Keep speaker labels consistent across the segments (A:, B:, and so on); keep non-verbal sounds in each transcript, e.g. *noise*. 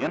A: In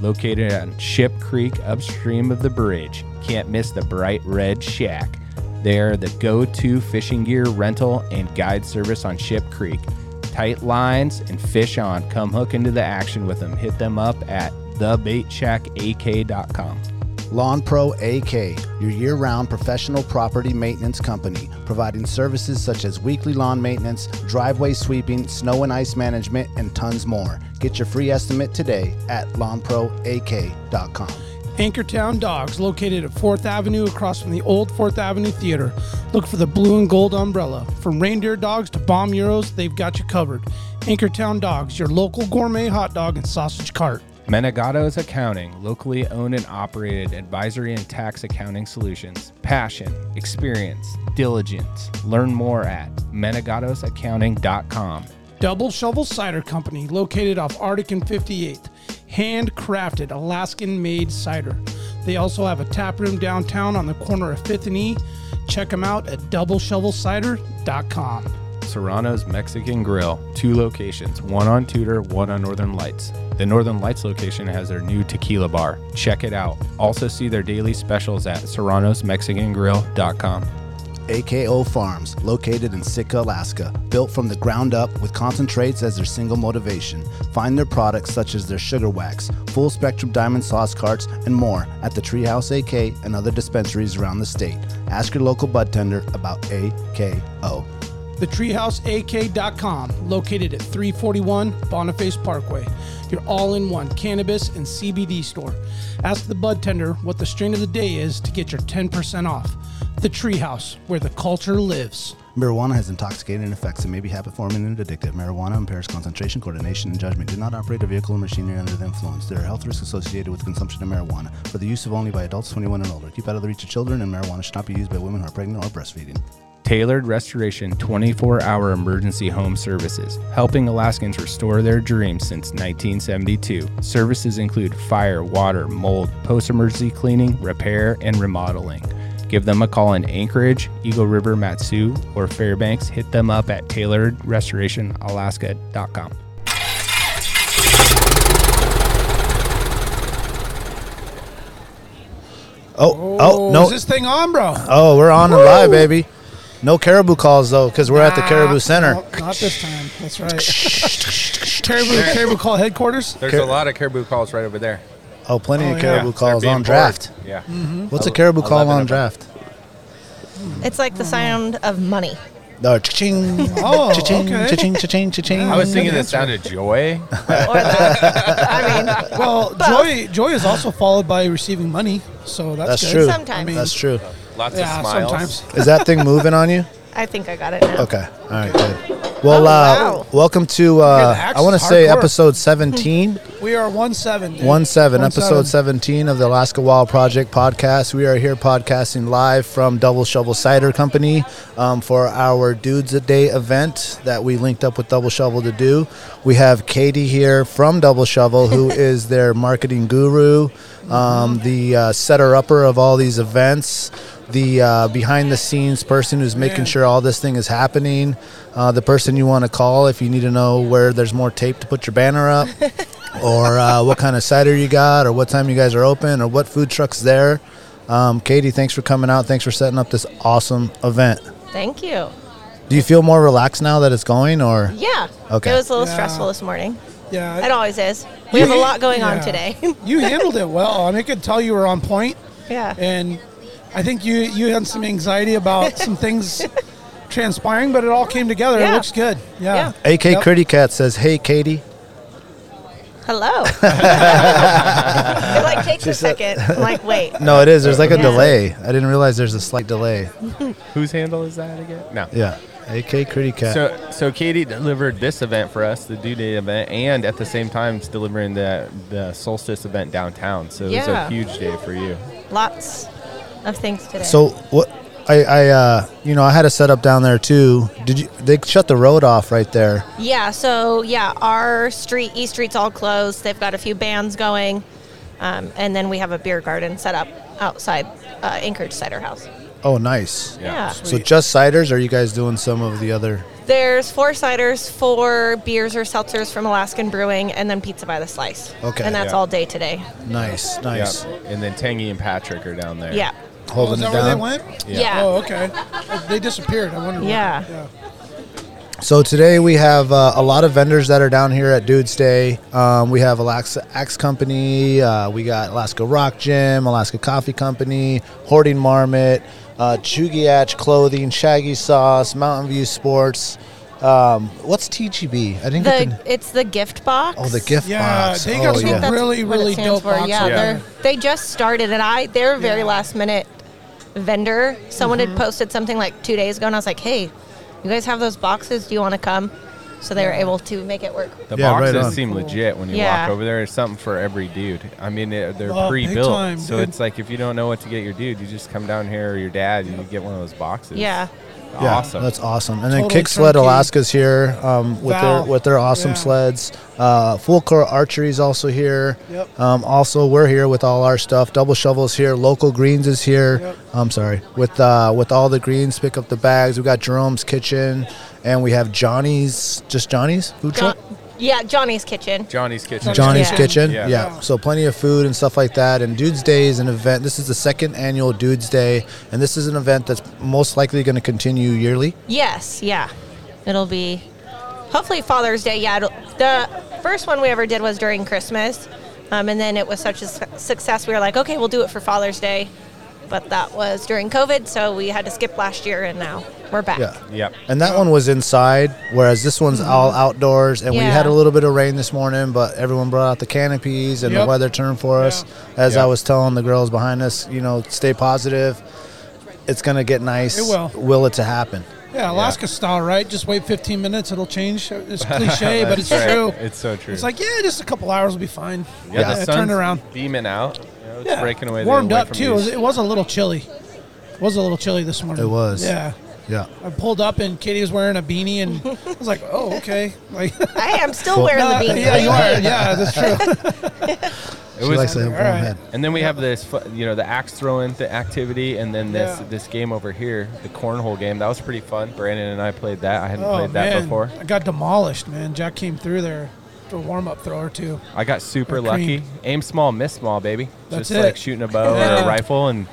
B: located on Ship Creek upstream of the bridge. Can't miss the bright red shack. They're the go to fishing gear rental and guide service on Ship Creek. Tight lines and fish on. Come hook into the action with them. Hit them up at thebaitshackak.com.
C: Lawn Pro AK, your year round professional property maintenance company, providing services such as weekly lawn maintenance, driveway sweeping, snow and ice management, and tons more. Get your free estimate today at lawnproak.com.
D: Anchortown Dogs, located at 4th Avenue across from the old 4th Avenue Theater. Look for the blue and gold umbrella. From reindeer dogs to bomb euros, they've got you covered. Anchortown Dogs, your local gourmet hot dog and sausage cart.
B: Menegato's Accounting, locally owned and operated advisory and tax accounting solutions. Passion, experience, diligence. Learn more at menegatosaccounting.com.
D: Double Shovel Cider Company, located off Arctic and 58th. Handcrafted Alaskan made cider. They also have a tap room downtown on the corner of 5th and E. Check them out at doubleshovelcider.com.
B: Serrano's Mexican Grill, two locations, one on Tudor, one on Northern Lights. The Northern Lights location has their new tequila bar. Check it out. Also see their daily specials at serranosmexicangrill.com.
C: AKO Farms, located in Sitka, Alaska, built from the ground up with concentrates as their single motivation. Find their products such as their sugar wax, full spectrum diamond sauce carts, and more at the Treehouse AK and other dispensaries around the state. Ask your local bud tender about AKO.
D: TheTreehouseAK.com, located at 341 Boniface Parkway, your all in one cannabis and CBD store. Ask the bud tender what the strain of the day is to get your 10% off. The Treehouse, where the culture lives.
C: Marijuana has intoxicating effects and may be habit forming and addictive. Marijuana impairs concentration, coordination, and judgment. Do not operate a vehicle or machinery under the influence. There are health risks associated with consumption of marijuana for the use of only by adults 21 and older. Keep out of the reach of children, and marijuana should not be used by women who are pregnant or breastfeeding.
B: Tailored Restoration 24 hour emergency home services, helping Alaskans restore their dreams since 1972. Services include fire, water, mold, post emergency cleaning, repair, and remodeling. Give them a call in Anchorage, Eagle River, Matsu, or Fairbanks. Hit them up at tailoredrestorationalaska.com.
C: Oh, oh,
D: Is
C: no.
D: this thing on, bro?
C: Oh, we're on and live, baby. No caribou calls, though, because we're at the
E: Ah.
C: Caribou Center.
D: Nope, not this time. That's right.
C: *laughs*
D: caribou, caribou call headquarters.
F: There's
C: Car-
F: a lot of caribou calls right over there.
C: Oh, plenty
D: Oh,
C: of
D: yeah.
C: caribou
F: They're
C: calls
F: being
C: on
F: bored.
C: draft.
F: Yeah.
D: Mm-hmm.
C: What's a caribou call
F: 11 of
C: on
F: them.
C: draft?
E: It's like the sound of money.
C: No, cha-ching,
D: Oh,
C: cha-ching,
D: okay.
C: cha-ching, cha-ching, cha-ching.
F: I was thinking the sound of joy. *laughs*
E: Or that. I mean, *laughs*
D: Well, joy, joy is also followed by receiving money, so that's,
C: That's
D: good.
C: true.
E: Sometimes. I mean-
C: That's true.
F: Lots
D: Yeah,
F: of smiles.
D: sometimes.
E: *laughs*
C: Is that thing moving on you?
E: I think I got it now.
C: Okay. All right. Good. Well,
E: Oh,
C: uh,
E: wow.
C: welcome to
D: Yeah,
C: uh,
D: the axe
C: I want to
D: is
C: say
D: hardcore. *laughs*
C: episode 17,
D: We are one seven. dude.
C: 1 7,
D: One
C: episode 17 of the Alaska Wild Project podcast. We are here podcasting live from Double Shovel Cider Company um, for our Dudes a Day event that we linked up with Double Shovel to do. We have Katie here from Double Shovel,
D: *laughs*
C: who is their marketing guru, um, the uh, setter upper of all these events. the uh, behind the scenes person who's making
D: Man.
C: sure all this thing is happening, uh, the person you want to call if you need to know where there's more tape to put your banner up, or uh, what kind of cider you got, or what time you guys are open, or what food trucks there. Um, Katie, thanks for coming out. Thanks for setting up this awesome event.
E: Thank you.
C: Do you feel more relaxed now that it's going, or
E: Yeah.
C: Okay.
E: It was a little
D: Yeah.
E: stressful this morning.
D: Yeah,
E: It always is. We have a
D: You-
E: lot going on
D: yeah.
C: *laughs*
E: today.
D: *laughs* you handled it well. I mean, I could tell you were on point,
E: yeah.
D: and I think you you had some anxiety
E: *laughs*
D: about some things transpiring, but it all came together. It
E: Yeah.
D: looks good. Yeah.
C: AK
D: Yep.
C: Critty Cat says, "Hey, Katie."
E: Hello. it like
C: *laughs*
E: takes a second. I'm like, wait.
C: No, it is. There's like a
E: Yeah.
C: delay. I didn't realize there's a slight delay.
B: Whose handle is that again? No.
C: Yeah. AK Critty Cat.
B: So, so Katie delivered this event for us, the due date event, and at the same time, is delivering the the solstice event downtown. So it was a
E: Yeah.
B: huge day for you.
E: Lots of things today.
C: So what? I, I uh, you know, I had a setup down there too. Did you? They shut the road off right there.
E: Yeah, so yeah, our street, East Street's all closed. They've got a few bands going. Um, and then we have a beer garden set up outside uh, Anchorage Cider House.
C: Oh, nice.
E: Yeah.
C: So just ciders? Are you guys doing some of the other?
E: There's four ciders, four beers or seltzers from Alaskan Brewing, and then pizza by the slice.
C: Okay.
E: And that's
B: Yeah.
E: all day today.
C: Nice, nice.
B: Yep. And then Tangy and Patrick are down there.
E: Yeah.
D: Oh,
C: Holding
D: is that
C: it
D: where they
C: down.
D: went?
B: Yeah.
E: Yeah.
D: Oh, okay. Uh, They disappeared. I wonder. where-
E: Yeah.
C: So today we have uh, a lot of vendors that are down here at Dude's Day. Um, we have Alaska Axe Company, uh, we got Alaska Rock Gym, Alaska Coffee Company, Hoarding Marmot, uh, Chugiach Clothing, Shaggy Sauce, Mountain View Sports. Um, what's TGB? I didn't get
E: The
C: the,
E: it's the gift box.
C: oh the gift
D: Yeah,
C: box.
D: Uh, they
C: oh,
D: got some
E: I think
C: yeah.
E: that's
D: Really,
E: what it
D: really
E: stands
D: dope
E: for.
D: box
E: Yeah,
D: over
E: they're
D: there.
E: they just started, and I they're a very last minute vendor. Someone had posted something like two days ago, and I was like, "Hey, you guys have those boxes? Do you want to come?" So they were able to make it work.
B: The
C: Yeah, right
B: boxes
C: on.
B: seem legit when you
E: Yeah.
B: walk over there. It's something for every dude. I mean, it, they're
D: Oh, big
B: pre-built,
D: time,
B: so
D: dude.
B: it's like if you don't know what to get your dude, you just come down here or your dad, and you get one of those boxes.
E: Yeah.
C: Yeah,
B: awesome.
C: That's awesome. And then
D: Total
C: Kick Sled
D: turnkey.
C: Alaska's here um, with
D: Wow.
C: their with their awesome
D: Yeah.
C: sleds. Uh, Full Core Archery is also here.
D: Yep.
C: Um, also, we're here with all our stuff. Double Shovels here. Local Greens is here.
D: Yep.
C: I'm sorry. With uh, with all the greens, pick up the bags. We got Jerome's Kitchen, and we have Johnny's. Just Johnny's food
E: Jo-
C: truck.
E: yeah, Johnny's kitchen.
B: Johnny's kitchen.
C: Johnny's
E: Yeah.
C: Kitchen.
B: Yeah.
C: Yeah.
D: Yeah.
C: So plenty of food and stuff like that. And Dude's Day is an event. This is the second annual Dude's Day, and this is an event that's most likely going to continue yearly.
E: Yes, yeah. It'll be hopefully Father's Day. Yeah, it'll, the first one we ever did was during Christmas, um, and then it was such a su- success. We were like, okay, we'll do it for Father's Day, but that was during COVID, so we had to skip last year, and now we're back. Mm-hmm.
C: Yeah.
B: Yep.
C: And that one was inside, whereas this one's all outdoors. And we
E: Yeah.
C: had a little bit of rain this morning, but everyone brought out the canopies and
D: Yep.
C: the weather turned for us. As I
B: Yep.
C: was telling the girls behind us, you know, stay positive. It's going to get nice.
D: It will.
C: Will it to happen?
D: Yeah, Alaska style, right? Just wait 15 minutes, it'll change.
B: *laughs*
D: It's cliche, but it's
B: That's right.
D: true.
B: It's so true.
D: It's like, yeah, just a couple hours will be fine.
B: yeah, the sun's
D: turn around.
B: beaming out. You know, it's breaking away. the-
D: Warmed
B: away
D: up
B: from
D: too. It
B: these-
D: was, it was a little chilly. It was a little chilly this morning.
C: It was.
D: Yeah.
C: Yeah.
D: I pulled up and Katie was wearing a beanie, and *laughs* I was like, "Oh, okay."
B: *laughs*
D: Like,
E: I am still wearing the beanie.
D: yeah, you are. Yeah, that's
C: *laughs*
D: true.
B: It
C: She
B: was-
C: likes to have a warm
D: alright.
C: head.
B: And then we have this, fu- you know, the axe throwing th- activity, and then this
D: Yeah.
B: this game over here, the cornhole game. That was pretty fun. Brandon and I played that. I hadn't
D: Oh
B: played that
D: man,
B: before.
D: I got demolished, man. Jack came through there to a warm-up thrower too.
B: I got super
D: Or
B: lucky.
D: cream.
B: Aim small, miss small, baby.
D: That's
B: Just like
D: it.
B: shooting a bow or
D: Yeah.
B: a rifle, and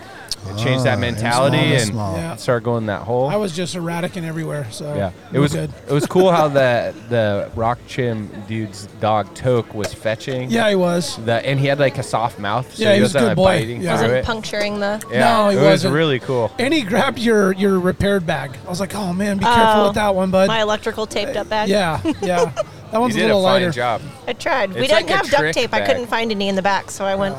B: it changed that
C: Ah, aim
B: mentality
C: small, miss
B: and
C: small.
D: Yeah.
B: start going that hole.
D: I was just erratic and everywhere. So
B: yeah, it
D: we're
B: was
D: good.
B: it was cool
D: *laughs*
B: how the the rock chim dude's dog Toke was fetching.
D: Yeah, he was.
B: The, and he had like a soft mouth. So
D: Yeah,
B: he
D: he
B: was,
D: was a good
B: like,
D: boy.
B: biting
D: Yeah.
B: through
E: Wasn't
B: it.
E: puncturing the.
B: Yeah,
D: No, he
B: it
D: wasn't.
B: was really cool.
D: And he grabbed your your repaired bag. I was like, "Oh man, be careful
E: Oh,
D: with that one, bud."
E: My electrical taped up bag.
D: yeah,
E: *laughs*
D: yeah. That
B: He
D: one's a
B: did a
D: little
B: fine
D: lighter.
B: job.
E: I tried. we
B: It's like
E: didn't
B: a
E: have duct
B: trick
E: tape. I
B: bag.
E: couldn't find any in the back, so I went.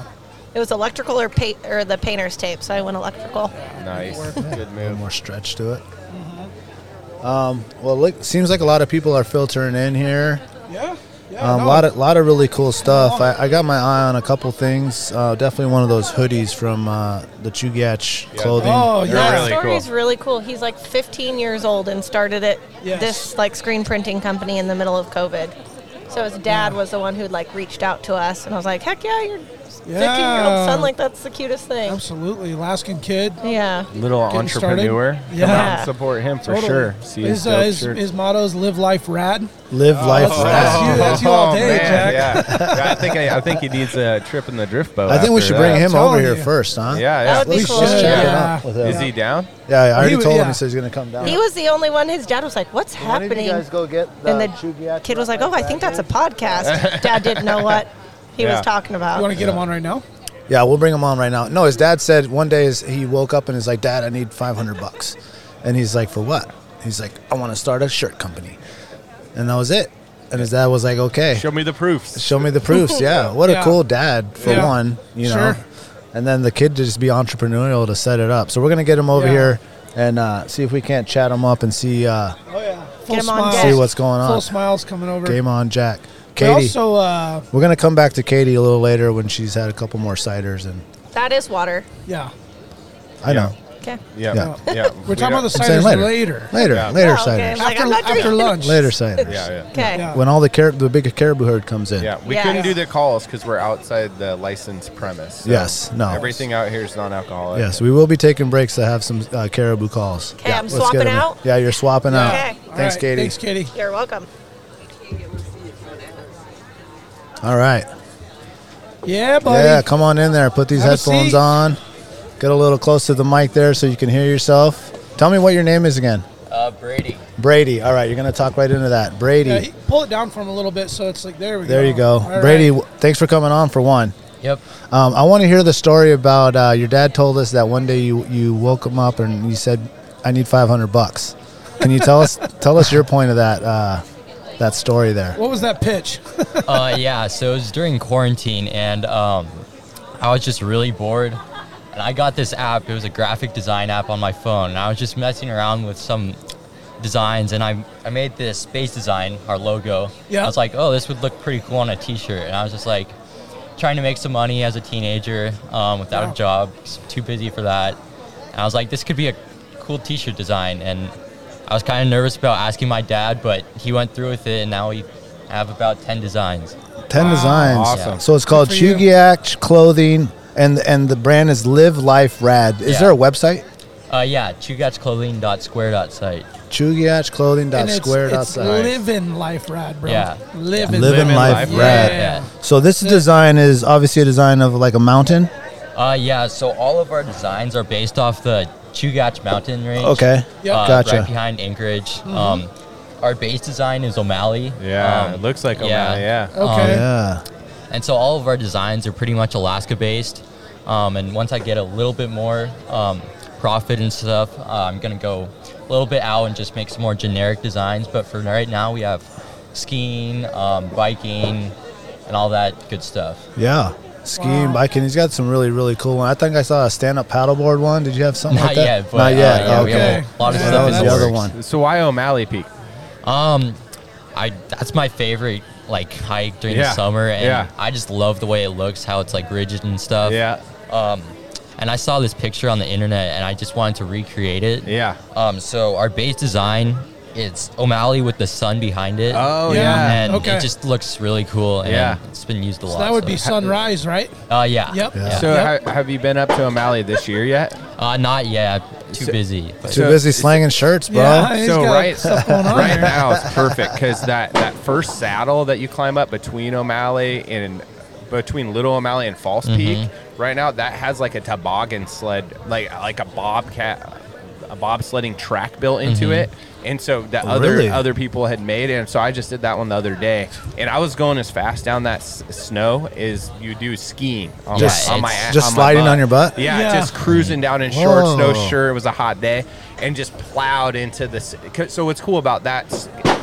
E: It was electrical or pa- or the painter's tape, so I went electrical.
B: Nice, good
C: A little
B: move.
C: more stretch to it. Um, well, look, seems like a lot of people are filtering in here.
D: Yeah, yeah.
C: Um, a
D: no,
C: lot of lot of really cool stuff. I, I got my eye on a couple things. Uh, definitely one of those hoodies from uh, the Chugach clothing.
D: Oh,
B: They're
D: yeah.
E: That
B: really cool.
E: story's really cool. He's like 15 years old and started it
D: Yes.
E: this like screen printing company in the middle of COVID. So his dad was the one who like reached out to us, and I was like, "Heck yeah, your 15 year
D: Yeah.
E: old son! Like that's the cutest thing."
D: Absolutely, Alaskan kid.
E: Yeah,
B: Little
D: Getting started.
B: entrepreneur. Come
D: Yeah.
B: out and support him for
D: Totally.
B: sure. See his,
D: his, uh,
B: dope
D: his,
B: shirt.
D: his motto is "Live life rad." Oh.
C: Live life.
D: that's-
C: rad. Oh,
D: that's you- that's you all day, Jack.
B: Oh,
D: *laughs*
B: Yeah. Yeah, I think I, I think he needs a trip in the drift boat.
C: I think we
B: after
C: should
B: that.
C: bring him
D: telling
C: over here
D: you.
C: first, huh?
B: Yeah, yeah.
E: That would be
C: We
E: cool.
C: should check it
D: Yeah.
C: out with him.
B: Is he down?
C: Yeah, I already
D: He-
C: told him.
D: yeah.
C: He says he's gonna come down.
E: he was the only one. His dad was like, "What's
C: Why didn't
E: happening?"
C: you guys go get the
E: and the
C: Chugach
E: kid was like, "Oh,
C: Rock
E: I think that's a
C: Band?
E: podcast." dad didn't know what he
B: Yeah.
E: was talking
D: You want
E: about.
D: to get him on right now?
C: Yeah, we'll bring him on right now. No, his dad said one day is he woke up and he's like, Dad, I need 500 bucks. And he's like, For what? He's like, I want to start a shirt company. And that was it. And his dad was like, Okay,
B: Show me the proofs.
C: show me the proofs.
D: *laughs*
C: Yeah, what
D: Yeah.
C: a cool dad for
D: Yeah.
C: one, you know.
D: Sure.
C: And then the kid to just be entrepreneurial to set it up. So we're going to get him over
D: Yeah.
C: here and uh, see if we can't chat him up and see uh,
D: Full
E: 'em on
D: smiles.
E: deck. See
C: what's going on.
D: Full smiles coming over.
C: Game on, Jack.
D: But
C: Katie,
D: also, uh,
C: we're gonna come back to Katie a little later when she's had a couple more ciders, and
E: That is water.
D: yeah.
C: I know
E: Okay.
B: Yeah.
C: Yeah.
B: yeah.
D: We're talking about the
C: I'm saying
D: ciders
C: later.
D: later.
C: later,
B: Yeah.
C: later
E: Oh, okay.
C: ciders,
E: Like,
D: after,
E: I'm not
D: after
E: drinking.
D: lunch.
C: later ciders.
B: Yeah, yeah.
E: Okay.
D: Yeah.
C: When all the car- the big caribou herd comes in.
B: Yeah, we
E: Yeah.
B: couldn't do the calls because we're outside the licensed premise. so
C: Yes, no.
B: Everything out here is non-alcoholic.
C: Yes, we will be taking breaks to have some uh, caribou calls.
E: Okay, I'm
C: Let's
E: swapping
C: get 'em in.
E: out?
C: Yeah, you're swapping out.
E: Okay.
D: All
C: Thanks,
D: right,
C: Katie.
D: Thanks, Katie.
E: You're welcome.
C: All right.
D: Yeah, buddy.
C: Yeah, come on in there. Put these
D: Have a
C: headphones
D: seat.
C: on. Get a little close to the mic there so you can hear yourself. Tell me what your name is again.
G: Uh, Brady.
C: Brady. All right, you're going to talk right into that. Brady.
D: Yeah, he- pull it down for him a little bit so it's like there we go.
C: there you go.
D: All right.
C: Brady, w thanks for coming on for one.
G: Yep.
C: Um, I want to hear the story about uh, your dad told us that one day you, you woke him up and you said, I need 500 bucks. Can you tell
D: *laughs*
C: us tell us your point of that uh, that story there?
D: What was that pitch?
G: Uh, yeah. So it was during quarantine, and um, I was just really bored. And I got this app. It was a graphic design app on my phone, and I was just messing around with some designs. And I I made this space design, our logo.
D: Yeah.
G: I was like, oh, this would look pretty cool on a T-shirt. And I was just like, trying to make some money as a teenager um, without
D: Wow.
G: a job, s- too busy for that. And I was like, this could be a cool T-shirt design, and I was kind of nervous about asking my dad, but he went through with it, and now we have about ten designs.
C: 10 designs.
B: Awesome.
C: So it's called
D: Good for you.
C: Chugiak Clothing and and the brand is Live Life Rad. Is
G: Yeah.
C: there a website?
G: Uh, yeah, chugatsclothing.square.site.
D: And it's, it's
C: Chugiachclothing.square.site.
D: living life rad, bro.
G: Yeah.
D: Living,
C: Living life rad.
G: Yeah.
C: So this design is obviously a design of like a mountain.
G: Uh, yeah, so all of our designs are based off the Chugach mountain range.
C: Okay.
D: Yep. Mm-hmm.
G: Uh,
C: Gotcha.
G: Right behind Anchorage. Um, our base design is O'Malley.
B: Yeah,
G: Um,
B: it looks like
G: yeah. Um,
B: O'Malley. Yeah.
D: Okay.
C: Yeah.
G: And so all of our designs are pretty much Alaska based. Um, and once I get a little bit more um, profit and stuff, uh, I'm going to go a little bit out and just make some more generic designs. But for right now, we have skiing, um, biking, and all that good stuff.
C: Yeah. Skiing, biking. He's got some really, really cool one. I think I saw a stand up paddleboard one. Did you have something
G: Not
C: like that?
G: yet, but
C: Not
G: uh,
C: yet.
G: yeah, we
C: okay.
G: have a lot of
C: So
G: stuff
C: that
G: in
C: was
G: the
C: the other
G: works.
C: one.
B: So why O'Malley Peak?
G: Um, I that's my favorite like hike during
B: Yeah,
G: the summer, and
B: yeah.
G: I just love the way it looks, how it's like rigid and stuff. Um,
B: Yeah,
G: And I saw this picture on the internet, and I just wanted to recreate it.
B: yeah.
G: Um, so our base design, it's O'Malley with the sun behind it.
B: Oh
D: Yeah.
B: yeah.
G: And
D: okay.
G: it just looks really cool, and
B: Yeah.
G: it's been used a lot.
D: So that would
G: so-
D: be sunrise, right?
G: Uh, yeah.
D: Yep.
C: Yeah.
B: So
D: Yep.
B: ha- have you been up to O'Malley this year yet?
G: Uh, not yet. Too busy. But
C: Too
B: So-
C: busy slanging shirts, bro.
D: Yeah. He's
B: so
D: got
B: right,
D: stuff going on
B: *laughs* right
D: there.
B: now it's perfect because that that first saddle that you climb up between O'Malley and between Little O'Malley and False
C: Mm-hmm.
B: Peak, right now that has like a toboggan sled, like like a bobcat, a bobsledding track built into it. And so the
C: Oh,
B: other
C: Mm-hmm. really?
B: other people had made it, and so I just did that one the other day, and I was going as fast down that s- snow as you do skiing on
G: Just-
B: my on my a-
C: just
B: on my
C: sliding
B: butt.
C: on your butt?
B: Yeah,
D: Yeah.
B: just cruising down in shorts, no
C: Whoa.
B: shirt sure it was a hot day and just plowed into this so what's cool about that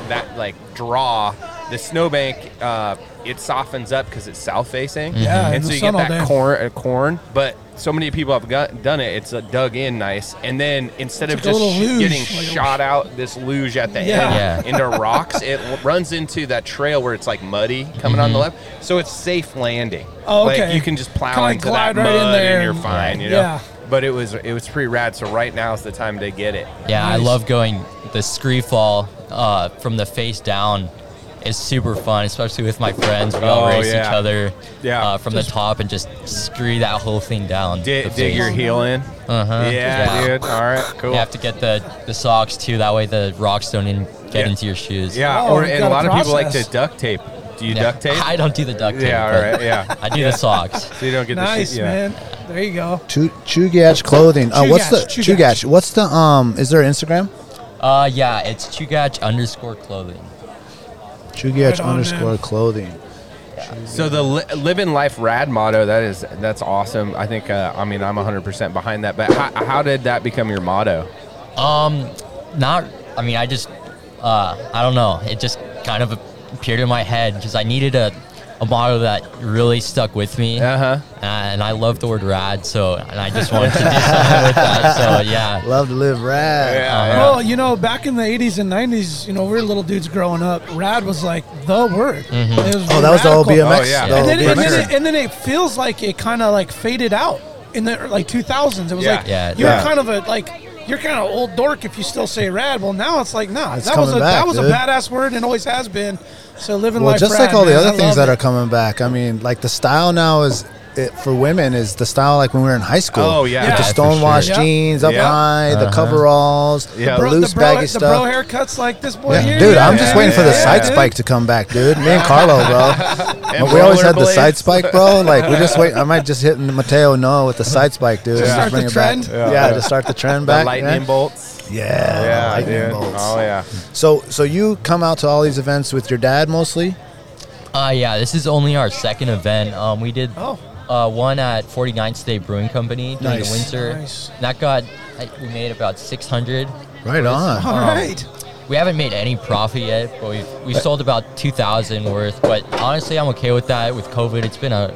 B: that like draw the snowbank uh, it softens up because it's south facing
H: Mm-hmm.
D: Yeah, in
B: and so
D: the
B: you
D: sun
B: get
D: all
B: that
D: day.
B: corn, uh, corn but so many people have got, done it it's uh, dug in nice and then instead
D: It's
B: of
D: like
B: just
D: a little
B: sh-
D: luge,
B: getting
D: like a-
B: shot out this luge at the
D: Yeah.
B: end into rocks it l- runs into that trail where it's like muddy coming on the
G: Mm-hmm.
B: left so it's safe landing
D: Oh, okay.
B: like you can just plow
D: Kinda
B: into that
D: glide right in
B: mud
D: there
B: and you're
D: and-
B: fine you know
D: Yeah.
B: but it was it was pretty rad. So right now is the time to get it.
G: yeah, I
D: Nice.
G: love going the scree fall uh, from the face down. It's super fun, especially with my friends. We all
B: Oh,
G: race
B: yeah.
G: each other
B: Yeah.
G: uh, from the top and just scree that whole thing down.
B: Dig,
G: the
B: dig
G: face.
B: your heel in.
G: Uh-huh.
B: Yeah,
G: Yeah.
B: dude. All right, cool.
G: You have to get the, the socks too. That way the rocks don't in, get
B: Yeah.
G: into your shoes.
B: yeah,
D: Oh,
B: or
D: you
B: and
D: got
B: a
D: a
B: lot of people like to
D: process.
B: duct tape. Do you
G: Yeah.
B: duct tape?
G: I don't do the duct tape.
B: Yeah, all
G: but
B: right, yeah.
G: I do
B: *laughs*
G: the socks.
B: So you don't get the
D: Nice,
B: shit. Yeah.
D: man. There you go.
C: Chu- Chugach clothing. Uh, what's the
D: Chugach, Chugach.
C: Chugach? What's the um? Is there Instagram?
G: Uh, yeah, it's Chugach underscore clothing.
C: Chugach
D: Right on,
C: underscore
D: man.
C: clothing.
B: So the li- living life rad motto that is that's awesome. I think uh, I mean I'm 100% behind that. But how, how did that become your motto?
G: Um, not. I mean, I just. Uh, I don't know. It just kind of appeared in my head because I needed a, a a motto that really stuck with me.
B: Uh-huh.
G: And I love the word rad, so and I just wanted to do something with that. So yeah.
C: Love to live rad.
D: Well, you know, back in the 80s and 90s, you know, we were little dudes growing up. Rad was like the word. It
C: Oh, that was the whole
D: radical.
C: BMX.
B: Oh, yeah.
C: the
D: And
C: whole
D: then, and,
C: BMX.
D: then it, and then it feels like it kind of like faded out in the like 2000s. It was
B: Yeah.
D: like
G: Yeah.
D: you're
B: Yeah.
D: kind of a like you're kind of old dork if you still say rad. Well, now it's like nah,
C: It's
D: that was a
C: coming back,
D: that was
C: dude.
D: a badass word and always has been. So living
C: Well,
D: life
C: just
D: rad,
C: like all the
D: man.
C: other
D: I
C: things
D: love
C: that are
D: it.
C: coming back. I mean, like the style now is it, for women is the style like when we were in high school.
B: Oh, yeah.
C: with the
B: Yeah,
G: for
C: stonewashed
D: sure.
C: jeans up
B: Yeah.
C: high, the coveralls,
B: Yeah.
C: the
D: Bro-
C: loose
D: the bro,
C: baggy
D: the
C: stuff.
D: bro haircuts like this boy
C: Yeah.
D: here.
C: Dude, I'm
D: Yeah,
C: just
B: yeah,
C: waiting for the
B: yeah,
C: side
B: yeah.
C: spike to come back, dude. Me and Carlo,
D: *laughs*
C: bro.
B: And
C: we always had the
B: rollerblades.
C: side spike, bro. Like we just wait. I might just hit Mateo Noah with the side spike, dude. and
D: start
C: just bring
D: the
C: it back.
D: trend?
C: Yeah. to start the trend
B: The
C: back.
B: lightning
C: man.
B: bolts.
C: Yeah,
B: Yeah,
C: lightning
B: dude.
C: bolts.
B: Oh yeah.
C: So, so you come out to all these events with your dad mostly?
G: Uh, yeah, this is only our second event. Um, we did
D: Oh.
G: uh, one at 49th State Brewing Company during
C: Nice.
G: the winter.
D: Nice.
G: That got, I, we made about 600.
C: Right on.
D: All right.
G: We haven't made any profit yet, but we've, we sold about 2,000 worth. But honestly, I'm okay with that. With COVID, it's been a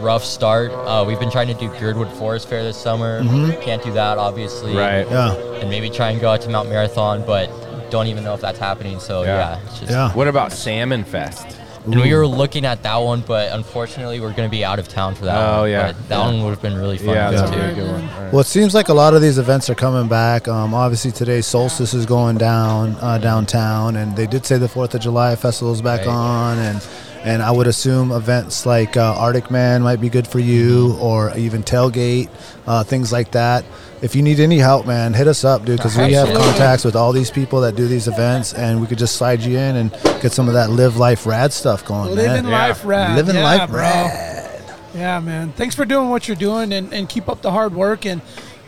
G: rough start. Uh, we've been trying to do Girdwood Forest Fair this summer. Can't do that, obviously.
B: Right.
C: Mm-hmm. Yeah.
G: And maybe try and go out to Mount Marathon, but don't even know if that's happening. So,
B: Yeah.
G: yeah. it's just-
C: Yeah.
B: What about Salmon Fest?
G: And we were looking at that one, but unfortunately, we're going to be out of town for that
B: Oh,
G: one.
B: yeah.
G: But that one would have been really fun
B: Yeah,
G: to go
B: that's
G: to.
B: a really good one. All right.
C: Well, it seems like a lot of these events are coming back. Um, obviously, today Solstice is going down uh, downtown, and they did say the Fourth of July festival is back
G: Right.
C: on, and and I would assume events like uh, Arctic Man might be good for you,
D: Mm-hmm.
C: or even tailgate uh, things like that. If you need any help, man, hit us up, dude, because we have
D: Absolutely.
C: contacts with all these people that do these events, and we could just slide you in and get some of that live life rad stuff going,
D: Living
C: man.
B: Yeah.
D: life rad.
C: Living
D: yeah,
C: life
D: bro.
C: rad.
D: Yeah, man. Thanks for doing what you're doing and, and keep up the hard work and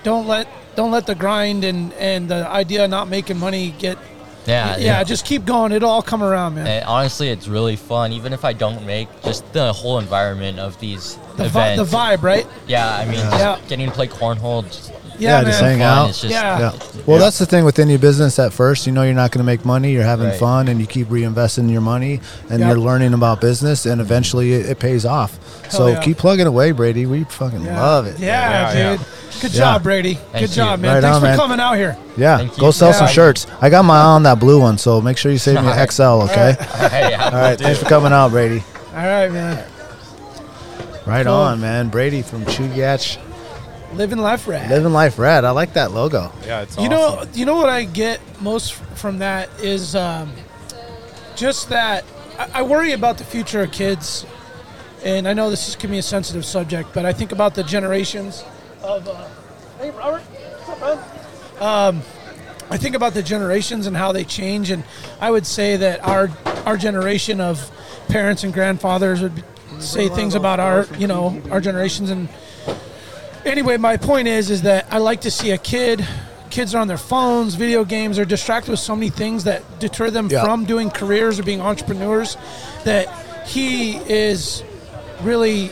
D: don't let don't let the grind and, and the idea of not making money get
G: Yeah,
B: Uh,
D: yeah, just keep going. It'll all come around, man.
G: And honestly, it's really fun. Even if I don't make, just the whole environment of these
D: The, vi-
G: events.
D: the vibe, right?
G: Yeah, I mean,
D: Yeah.
G: just getting to play cornhole. Just
C: Yeah,
D: Yeah, man.
C: just hang
G: fun.
C: out.
G: It's just
D: Yeah.
C: Yeah. Well, that's the thing with any business at first. You know, you're not going to make money. You're having
G: Right.
C: fun and you keep reinvesting your money and
D: Yep.
C: you're learning about business and eventually it, it pays off. so
D: yeah.
C: keep plugging away, Brady. We fucking
D: Yeah.
C: love it.
D: Yeah,
B: Yeah, yeah.
D: dude. Good
C: Yeah.
D: job, Brady.
G: Thank
D: Good
G: you.
D: job, man.
C: Right
D: Thanks
C: on,
D: for
C: man.
D: coming out here.
C: Yeah.
G: Thank you.
C: Go sell some
D: Yeah.
C: shirts. I got my eye on that blue one. So make sure you
G: *laughs*
C: save me an XL, okay?
G: Hey, yeah,
C: All right. Thanks for coming out, Brady.
D: All right, man.
C: Right
D: Cool.
C: on, man. Brady from Chuyach.
D: Living life rad.
C: Living Life Rad. I like that logo.
B: Yeah, it's
D: you
B: awesome.
D: know you know what i get most f- from that is um, just that I, I worry about the future of kids and i know this is going to be a sensitive subject but i think about the generations of uh, hey robert what's up man Um, I think about the generations and how they change, and I would say that our our generation of parents and grandfathers would say things about our you know our generations. And anyway, my point is is that I like to see a kid. Kids are on their phones, video games. They're distracted with so many things that deter them
C: Yeah.
D: from doing careers or being entrepreneurs. That he is really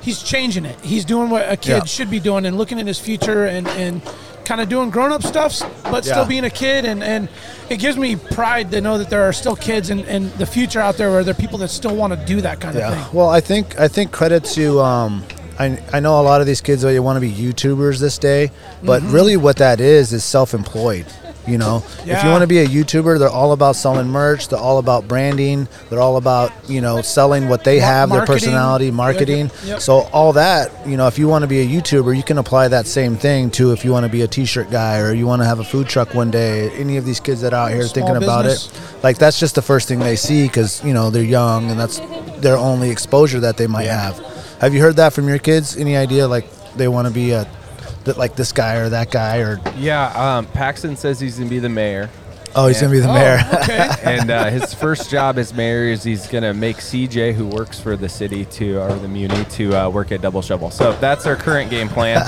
D: he's changing it. He's doing what a kid
C: Yeah.
D: should be doing and looking at his future and, and kind of doing grown up stuff, but
C: Yeah.
D: still being a kid. And, and it gives me pride to know that there are still kids and, and the future out there where there are people that still want to do that kind of
C: Yeah.
D: thing.
C: Well, I think I think credit to um, I I know a lot of these kids that want to be YouTubers this day, but
D: Mm-hmm.
C: really what that is is self-employed. You know, if you
D: Yeah.
C: want to be a YouTuber, they're all about selling merch. They're all about branding. They're all about you know selling what they
D: Mar-
C: have, their
D: marketing.
C: personality,
D: Yep,
C: marketing.
D: yep.
C: So all that you know, if you want to be a YouTuber, you can apply that same thing to if you want to be a T-shirt guy or you want to have a food truck one day. Any of these kids that are out here
D: Small
C: thinking about
D: business.
C: it, like that's just the first thing they see because you know they're young and that's their only exposure that they might have have you heard that from your kids any idea like they want to be a that like this guy or that guy or
B: yeah, um, Paxton says he's gonna be the mayor,
C: oh he's gonna be the
D: Oh,
C: mayor *laughs*
D: okay.
B: and uh, his first job as mayor is he's gonna make CJ, who works for the city, to or the muni, to uh, work at Double Shovel. So that's our current game
C: *laughs*
B: plan.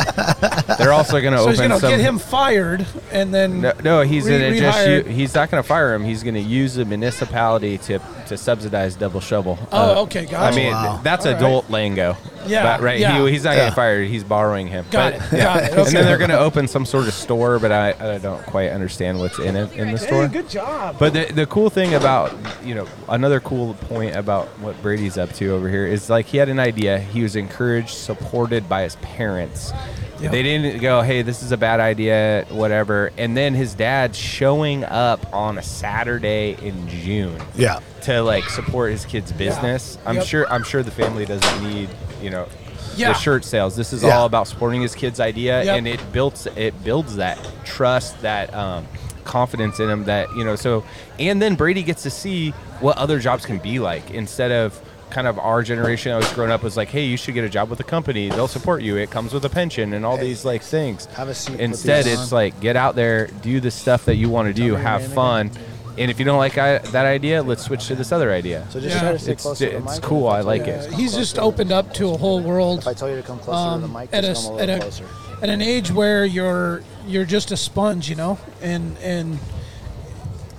B: They're also gonna
D: so
B: open
D: he's going to
B: some.
D: get him fired and then.
B: no, no, he's
D: re-
B: gonna just
D: rehire-
B: u- he's not gonna fire him. He's gonna use the municipality to to subsidize double shovel. Uh,
D: Oh, okay, gotcha.
B: I mean,
C: Wow.
B: that's
D: All right.
B: adult lingo.
D: Yeah,
B: but, right.
D: yeah.
B: He, he's not
C: Yeah.
B: getting fired. He's borrowing him.
D: Got
B: But-
D: it, got it, okay.
B: *laughs* And then they're going to open some sort of store, but I, I don't quite understand what's in it in the store.
D: Hey, good job.
B: But the, the cool thing about, you know, another cool point about what Brady's up to over here is like he had an idea. He was encouraged, supported by his parents.
D: Yeah.
B: They didn't go, hey, this is a bad idea, whatever. And then his dad showing up on a Saturday in June
C: Yeah.
B: to like support his kid's business. I'm
D: Yep.
B: sure I'm sure the family doesn't need, you know,
D: Yeah.
B: the shirt sales. This is
C: Yeah.
B: all about supporting his kid's idea
D: Yep.
B: and it builds it builds that trust, that um, confidence in him that, you know, so and then Brady gets to see what other jobs can be like instead of kind of our generation I was growing up was like, hey, you should get a job with a company. They'll support you. It comes with a pension and all these like things.
C: Have a seat, put
B: Instead
C: these
B: it's
C: on.
B: like get out there, do the stuff that you want to do,
C: me your
B: have
C: name again.
B: fun. And if you don't like I, that idea, let's switch to this other idea.
C: So just
D: Yeah.
C: try to stay
B: It's-
C: closer to the
B: it's
C: mic.
B: cool,
C: If
B: I like
C: tell you
B: it.
C: to come
D: He's just
C: closer-
D: opened up to a whole world.
C: If I tell you to come closer to the
D: um,
C: mic,
D: at
C: just
D: a,
C: come a
D: at
C: little
D: a-
C: closer.
D: at an age where you're you're just a sponge, you know, and and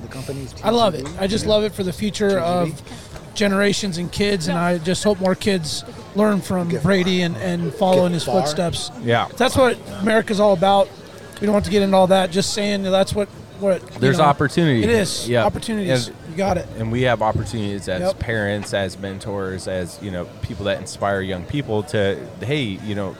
C: The company's
D: I love it.
C: TGV.
D: I just love it for the future of generations and kids, and I just hope more kids learn from Brady and and follow in his
C: far.
D: footsteps.
B: Yeah.
D: that's what America's all about. We don't want to get into all that. Just saying that that's what what you
B: There's
D: know,
B: opportunity.
D: It is
B: Yeah.
D: opportunities.
B: And-
D: you got it.
B: and we have opportunities as
D: Yep.
B: parents as mentors as you know people that inspire young people to hey you know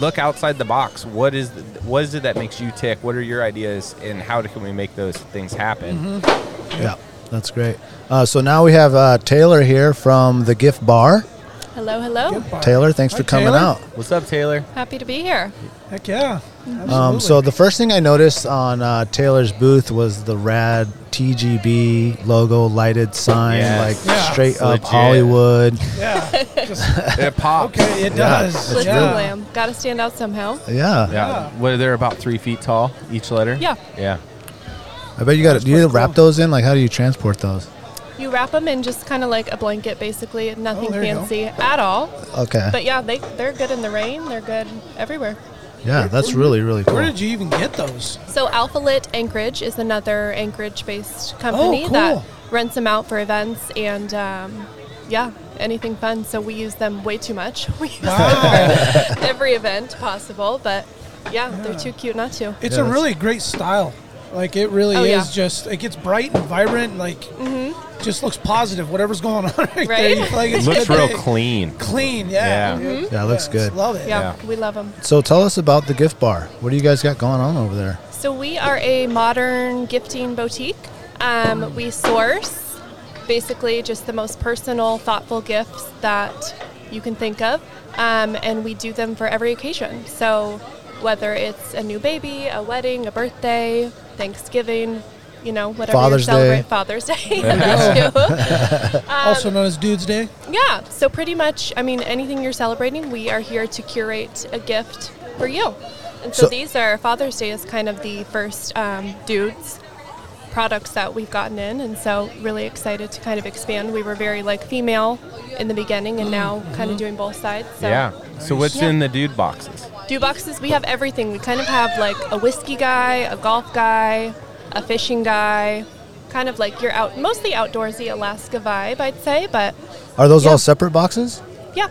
B: look outside the box what is what is it that makes you tick what are your ideas and how can we make those things happen
D: Mm-hmm.
C: Yeah, that's great. Uh, so now we have uh, Taylor here from the Gift Bar.
I: Hello, hello.
C: Taylor, thanks
D: Hi,
C: for coming
D: Taylor.
C: out.
B: what's up taylor
I: Happy to be here. Mm-hmm.
D: Heck yeah.
C: Um, so the first thing I noticed on uh, Taylor's booth was the rad TGB logo lighted sign,
B: Yes.
C: like
D: Yeah.
C: straight
B: It's
C: up
B: legit.
C: Hollywood.
I: *laughs*
D: yeah.
B: it pops
D: Okay, it does.
I: Split
D: yeah.
I: the lamb. Got to stand out somehow.
C: Yeah.
B: yeah what they're about three feet tall each letter
I: Yeah.
B: yeah
C: I bet you got to do you wrap those in? Like, how do you transport those?
I: You wrap them in just kind of like a blanket, basically. Nothing
D: Oh, there you go.
I: fancy at all.
C: Okay.
I: But yeah, they they're good in the rain. They're good everywhere.
C: yeah, that's really really cool.
D: Where did you even get those?
I: So Alpha Lit Anchorage is another Anchorage-based company
D: Oh, cool.
I: that rents them out for events and um, yeah, anything fun. So we use them way too much. *laughs* We use them for every event possible, but yeah, they're too cute not to.
D: It's
C: Yeah,
D: a
C: that's-
D: really great style. Like it really
I: Oh,
D: is
I: yeah. Mm-hmm.
D: just it gets bright and vibrant. Like just looks positive. Whatever's going on *laughs* right, there,
I: Right?
D: you feel like it's
B: looks
D: good
B: real
D: to-
B: clean
D: Clean, yeah.
B: Yeah.
C: Yeah, it looks good.
D: Love it.
I: Mm-hmm. Yeah, we love them.
C: So tell us about the gift bar. What do you guys got going on over there?
I: So we are a modern gifting boutique. Um, we source basically just the most personal, thoughtful gifts that you can think of, um, and we do them for every occasion. So whether it's a new baby, a wedding, a birthday, Thanksgiving, you know, whatever
C: *laughs* Father's
I: you celebrate,
C: Day.
I: Father's Day. *laughs*
D: *laughs*
C: *laughs*
I: that too. Um,
D: Also known as Dude's Day.
I: yeah, so pretty much, I mean, anything you're celebrating, we are here to curate a gift for you. And so,
C: So-
I: these are Father's Day is kind of the first um, dudes products that we've gotten in, and so really excited to kind of expand. We were very like female in the beginning, and now kind of doing both sides. So.
B: Mm-hmm. yeah so what's
I: Yeah.
B: in the dude boxes
I: Do boxes, we have everything. We kind of have like a whiskey guy, a golf guy, a fishing guy, kind of like your out, mostly outdoorsy Alaska vibe, I'd say. But
C: Are those
I: Yeah.
C: all separate boxes?
I: yeah,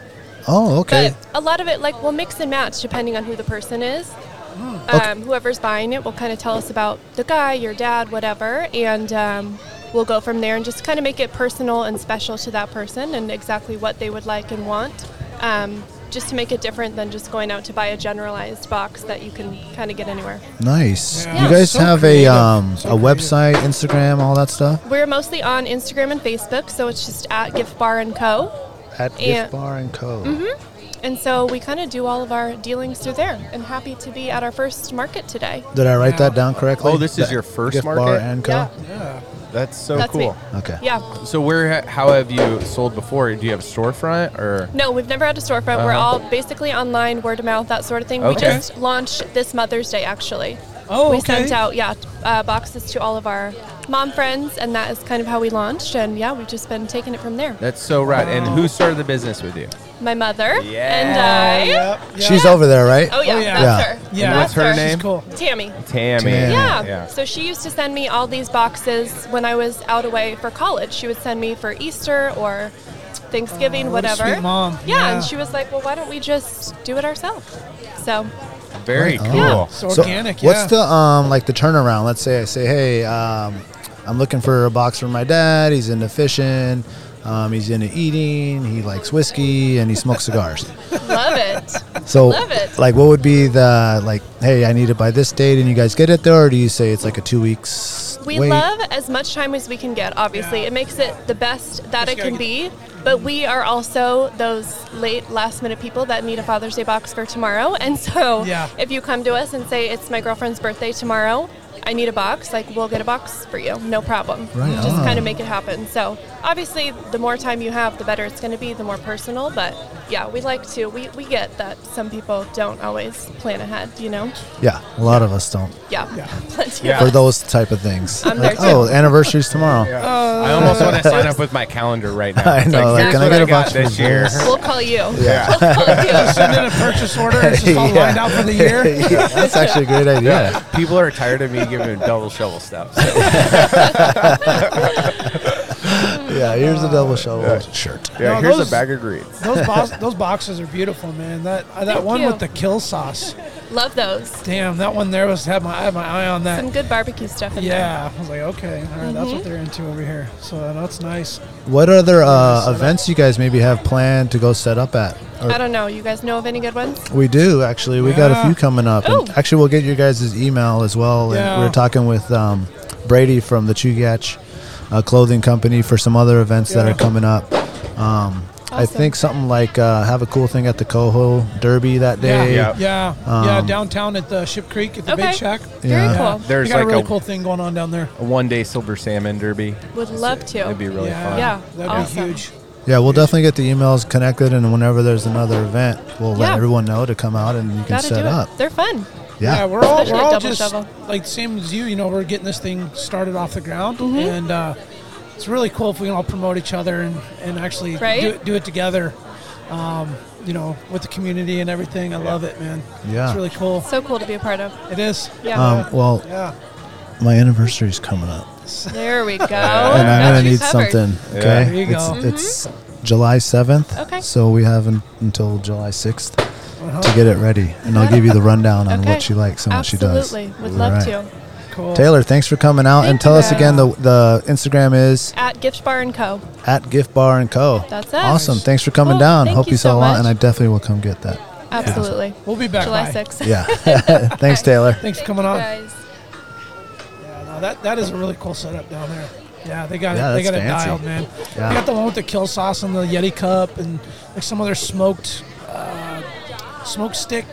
C: Oh, okay.
I: But a lot of it, like, we'll mix and match depending on who the person is. Um, whoever's buying it will kind of tell us about the guy, your dad, whatever, and um, we'll go from there and just kind of make it personal and special to that person and exactly what they would like and want, um, just to make it different than just going out to buy a generalized box that you can kind of get anywhere.
C: Nice.
D: Yeah.
C: You guys
D: So
C: have
D: creative.
C: a um,
D: So
C: a
D: creative.
C: website, Instagram, all that stuff.
I: We're mostly on Instagram and Facebook, so it's just at Gift Bar and Co.
C: At
I: Yeah. Mm-hmm.
C: Gift Bar and Co.
I: And so we kind of do all of our dealings through there. And happy to be at our first market today.
C: Did I write that down correctly?
B: Oh, this is
C: The
B: your first
C: Gift Bar
B: market?
C: and Co.
I: Yeah.
B: that's so
I: That's me.
B: cool
C: Okay.
I: Yeah.
B: so where how have you sold before do you have a storefront or
I: No, we've never had a storefront. We're
B: Uh-huh.
I: all basically online, word of mouth, that sort of thing. We
B: Okay.
I: just launched this Mother's Day, actually.
D: Oh,
I: we
D: okay.
I: sent out, yeah, uh, boxes to all of our mom friends, and that is kind of how we launched. And yeah, we've just been taking it from there.
B: That's so rad. And who started the business with you?
I: my mother
B: Yeah.
I: and I.
D: Yep, yep.
C: She's over there, right?
I: Oh yeah,
D: Oh, yeah.
I: that's
C: Yeah.
I: her.
D: Yeah.
B: And what's
I: That's
B: her
I: her.
B: name?
D: She's cool.
I: Tammy.
B: Tammy.
C: Tammy.
I: Yeah.
B: yeah.
I: So she used to send me all these boxes when I was out away for college. She would send me for Easter or Thanksgiving,
D: Oh, what a
I: whatever.
D: sweet mom.
I: Yeah,
D: Yeah.
I: and she was like, "Well, why don't we just do it ourselves?" So
B: Very
C: Right on.
B: cool.
D: It's organic. yeah.
C: Oh. What's the um like the turnaround? Let's say I say, hey, um, I'm looking for a box for my dad. He's into fishing. Um, he's into eating. He likes whiskey and he smokes
I: *laughs*
C: cigars.
I: love it.
C: So,
I: Love it.
C: like, what would be the like? Hey, I need it by this date, and you guys get it there, or do you say it's like a two weeks?
I: We
C: wait?
I: love as much time as we can get. Obviously,
D: Yeah.
I: it makes it the best that
D: Just
I: it
D: gotta
I: can
D: get-
I: be. But we are also those late last minute people that need a Father's Day box for tomorrow. *laughs* And so,
D: Yeah.
I: if you come to us and say it's my girlfriend's birthday tomorrow, I need a box. Like we'll get a box for you, no problem.
C: Right
I: Just
C: on.
I: kind of make it happen. So obviously, the more time you have, the better it's going to be, the more personal. But yeah, we like to. We we get that some people don't always plan ahead. You know.
C: Yeah, a lot of us don't
I: Yeah. Plenty
B: Yeah.
I: of
C: for those type of things.
I: I'm
C: Like,
I: there too.
C: oh, anniversary's tomorrow.
I: Oh.
B: I almost want to sign up with my calendar right now.
C: *laughs* I
B: It's
C: know,
I: like,
B: here's
I: can I
B: what
C: get a
B: got
C: box for
B: this year?
C: this?
B: *laughs*
I: We'll call you.
C: *laughs* Yeah.
I: We'll call you.
D: Send in a purchase order.
C: *laughs*
D: It's just all lined out for the year. *laughs*
C: Yeah, that's actually a
B: *laughs*
C: great idea.
B: Yeah. People are tired of me giving double shovel stuff. So.
C: *laughs* Yeah,
D: Uh,
C: here's a double shovel shirt.
B: Yeah,
D: No,
B: here's
D: those-
B: a bag of greens. *laughs*
D: Those, box, those boxes are beautiful, man. That uh, that
I: Thank
D: one
I: you.
D: with the kill sauce.
I: Love those.
D: Damn, that one there was had my I had my eye on that.
I: Some good barbecue stuff in Mm-hmm.
D: Yeah, I was like, okay, all right, that's what they're into over here. So that's nice.
C: What other uh, events you guys maybe have planned to go set up at?
I: there.
C: Or-
I: I don't know. You guys know of any good ones?
C: we do actually. We got a
D: Yeah.
C: few coming up, and
I: Oh.
C: actually we'll get your guys' email as well.
D: Yeah.
C: And we we're talking with um, Brady from the Chugach uh, Clothing Company for some other events that
D: Yeah.
C: are coming up. Um, I
I: Awesome.
C: think something like uh, have a cool thing at the Coho Derby that day.
D: Yeah,
B: Yeah.
D: yeah, yeah.
C: Um,
D: Downtown at the Ship Creek at the
I: Okay.
D: Big Shack.
I: Very
C: Yeah.
I: cool.
D: There's
B: There's
D: got
B: like
D: a really
B: a,
D: cool thing going on down there.
B: a one-day silver salmon derby.
I: Would love to.
B: It'd be really
D: yeah,
B: fun.
I: Yeah.
D: that'd
I: awesome.
D: be huge.
C: Yeah, we'll definitely get the emails connected, and whenever there's another event, we'll let
I: Yeah.
C: everyone know to come out and you can
I: Gotta do
C: set
I: it.
C: up.
I: They're fun.
C: Yeah.
D: Yeah, we're all
I: Especially
D: we're
I: at
D: all
I: Double
D: just
I: Shovel.
D: like same as you. You know, we're getting this thing started off the ground,
I: Mm-hmm.
D: and uh, it's really cool if we can all promote each other and and actually
I: Right?
D: do, it- do it together. Um, you know, with the community and everything. I love it, man.
C: Yeah.
D: it's really cool.
I: So cool to be a part of.
D: It is.
I: Yeah.
C: Um, well,
D: Yeah.
C: my anniversary's coming up,
I: there we go.
C: *laughs* and I'm
I: Got
C: gonna
I: you
C: need
I: covered.
C: something. Okay,
D: There you
C: it's,
D: go.
C: it's July seventh.
I: Mm-hmm. Okay.
C: so we have un- until July 6th
D: Uh-huh.
C: to get it ready, and I'll give you the rundown on
I: Okay.
C: what she likes and what she does.
I: Absolutely. Would love
C: All right.
I: to.
D: Cool.
C: Taylor, thanks for coming out,
I: Thank
C: and tell
I: you,
C: us
I: guys.
C: again the the Instagram is
I: At Gift Bar and Co.
C: at Gift Bar and Co.
I: That's it.
C: Awesome. Thanks for coming
I: Cool.
C: down.
I: Thank
C: Hope
I: you
C: you saw
I: so
C: a lot,
I: much.
C: and I definitely will come get that.
I: Absolutely.
D: We'll be back.
I: July
D: by.
I: 6th.
B: *laughs*
I: *laughs*
C: Yeah. thanks, Taylor.
D: Thanks for
I: Thank
D: coming
I: you
D: on.
I: guys.
D: Yeah, no, that that is a really cool setup down there. Yeah, they got
C: Yeah,
D: it. They
C: that's
D: got it
C: fancy.
D: dialed, man.
C: Yeah.
D: They got the one with the kill sauce and the Yeti cup, and like some other smoked uh, smoked stick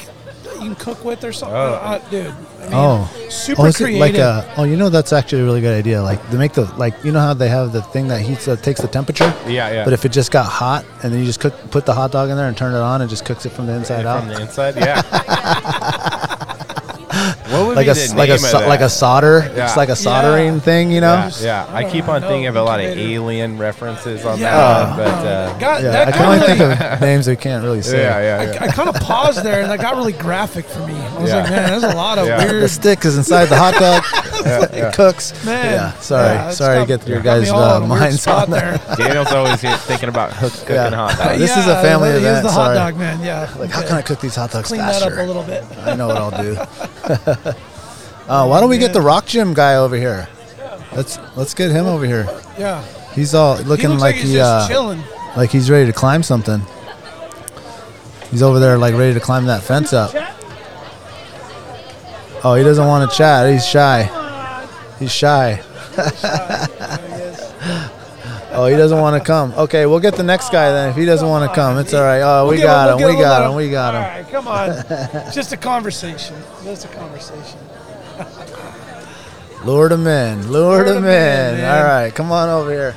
D: that you can cook with or something.
B: Oh.
D: Uh, dude, I mean,
C: Oh.
D: super
C: oh, is it
D: creative.
C: like a, oh, you know that's actually a really good idea. Like they make the like you know how they have the thing that heats that takes the temperature.
B: Yeah, yeah.
C: But if it just got hot and then you just cook put the hot dog in there and turn it on and just cooks it from the inside out.
B: From the inside,
C: *laughs*
B: yeah. what would
C: like
B: be
C: a
B: the
C: s- like a
B: name of
C: so, like
B: that?
C: a solder.
B: Yeah.
C: It's like a soldering
D: Yeah.
C: thing, you know.
B: Yeah, yeah. I keep on
D: know.
B: thinking of a lot of
D: Incubator.
B: alien references on
D: Yeah.
B: that one, but uh,
D: God,
C: Yeah,
D: that
C: I can
D: got
C: only
D: really,
C: think of names we can't really say.
B: yeah, yeah, yeah.
D: I, I kind of paused there, and that got really graphic for me. I was
B: Yeah.
D: like, man, there's a lot of
B: Yeah.
C: The
D: weird.
C: stick is inside the
B: *laughs*
C: hot dog. It cooks.
D: Man,
C: Yeah, sorry,
D: Yeah, it's
C: sorry,
D: got-
C: to get your
D: got me
C: guys'
D: all
C: uh,
D: in a weird
C: minds
D: spot
C: on that.
B: Daniel's always here thinking about hook cooking
C: Yeah.
B: hot *laughs* dogs.
C: This is a
D: Yeah,
C: family
D: he was
C: event,
D: the hot
C: sorry.
D: dog man. Yeah,
C: Like, how
D: okay.
C: can I cook these hot dogs
D: clean
C: faster?
D: that up a little bit?
C: I know what I'll do. *laughs* uh, why don't we get the rock gym guy over here? Let's let's get him over here.
D: Yeah,
C: He's all
D: he
C: looking
D: looks like
C: like
D: he's
C: he
D: just
C: uh,
D: chilling.
C: like he's ready to climb something. He's over there like ready to climb that fence up. Oh, he doesn't want to chat. He's shy. He's shy. *laughs* Oh, he doesn't want to come. Okay, we'll get the next guy then. If he doesn't want to come, it's all right. Oh, we
D: We'll
C: got
D: get-
C: him.
D: we'll
C: We
D: get a
C: got
D: little-
C: him. We got him.
D: All right,
C: *laughs*
D: come on. It's just a conversation. Just a conversation. *laughs*
C: Lure them in. Lure, them in.
D: man.
C: All right, come on over here.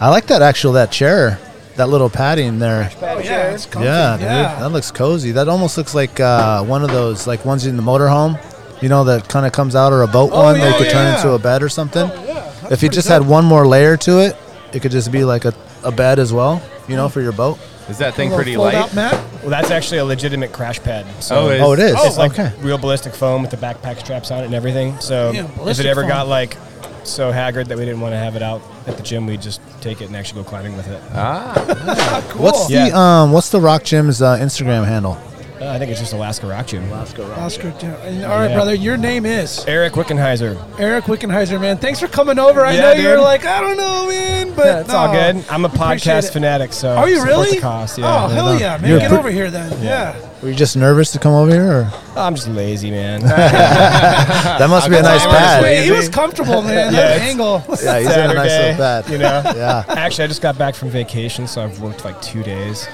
C: I like that actual that chair, that little padding there.
D: Oh, yeah, it's comfy.
C: Yeah, dude,
D: yeah.
C: that looks cozy. That almost looks like uh, one of those like ones in the motorhome, you know, that kind of comes out or a boat
D: Oh,
C: one.
D: yeah,
C: they could turn
D: yeah.
C: into
D: Oh,
C: a bed or something.
D: yeah, that's
C: if you
D: pretty
C: just
D: good.
C: had one more layer to it, it could just be like a, a a bed as well, you know, for your boat.
B: Is that thing
D: Little
B: pretty
D: fold
B: light?
D: out mat.
H: Well, that's actually a legitimate crash pad. So
B: Oh, it is.
C: Oh, it is.
H: It's like
C: okay.
H: real ballistic foam with the backpack straps on it and everything. So
D: Yeah,
H: if
D: ballistic
H: it ever
D: foam.
H: got like so haggard that we didn't want to have it out at the gym, we'd just take it and actually go climbing with it. Uh,
C: What's the um? What's the Rock Gym's uh, Instagram handle?
H: Uh, I think it's just Alaska Rock Gym. Alaska Rock.
D: Oscar. All right,
H: Yeah.
D: brother. Your name is
H: Eric Wickenheiser.
D: Eric Wickenheiser, man. Thanks for coming over. I
H: Yeah,
D: know you were
H: dude.
D: like, I don't know, man, but
H: That's all
D: no.
H: good. I'm a
D: Appreciate
H: podcast
D: it.
H: fanatic, so
D: Are you
H: support
D: really?
H: The cause, yeah.
D: oh, hell yeah, man.
C: You're
D: Get
C: pre-
D: over here then. Yeah.
C: Were you just nervous to come over here? Or?
H: Oh, I'm just lazy,
D: *laughs*
H: man. Saturday,
C: *laughs* That must be a nice
H: I'm just
C: pad.
D: Wait, he
H: Easy.
C: *laughs*
D: was comfortable, man.
H: Yeah,
D: That
H: it's-
D: angle.
C: Yeah, he's got a nice little pad.
H: you know.
C: *laughs* Yeah.
H: Actually, I just got back from vacation, so I've worked like two days,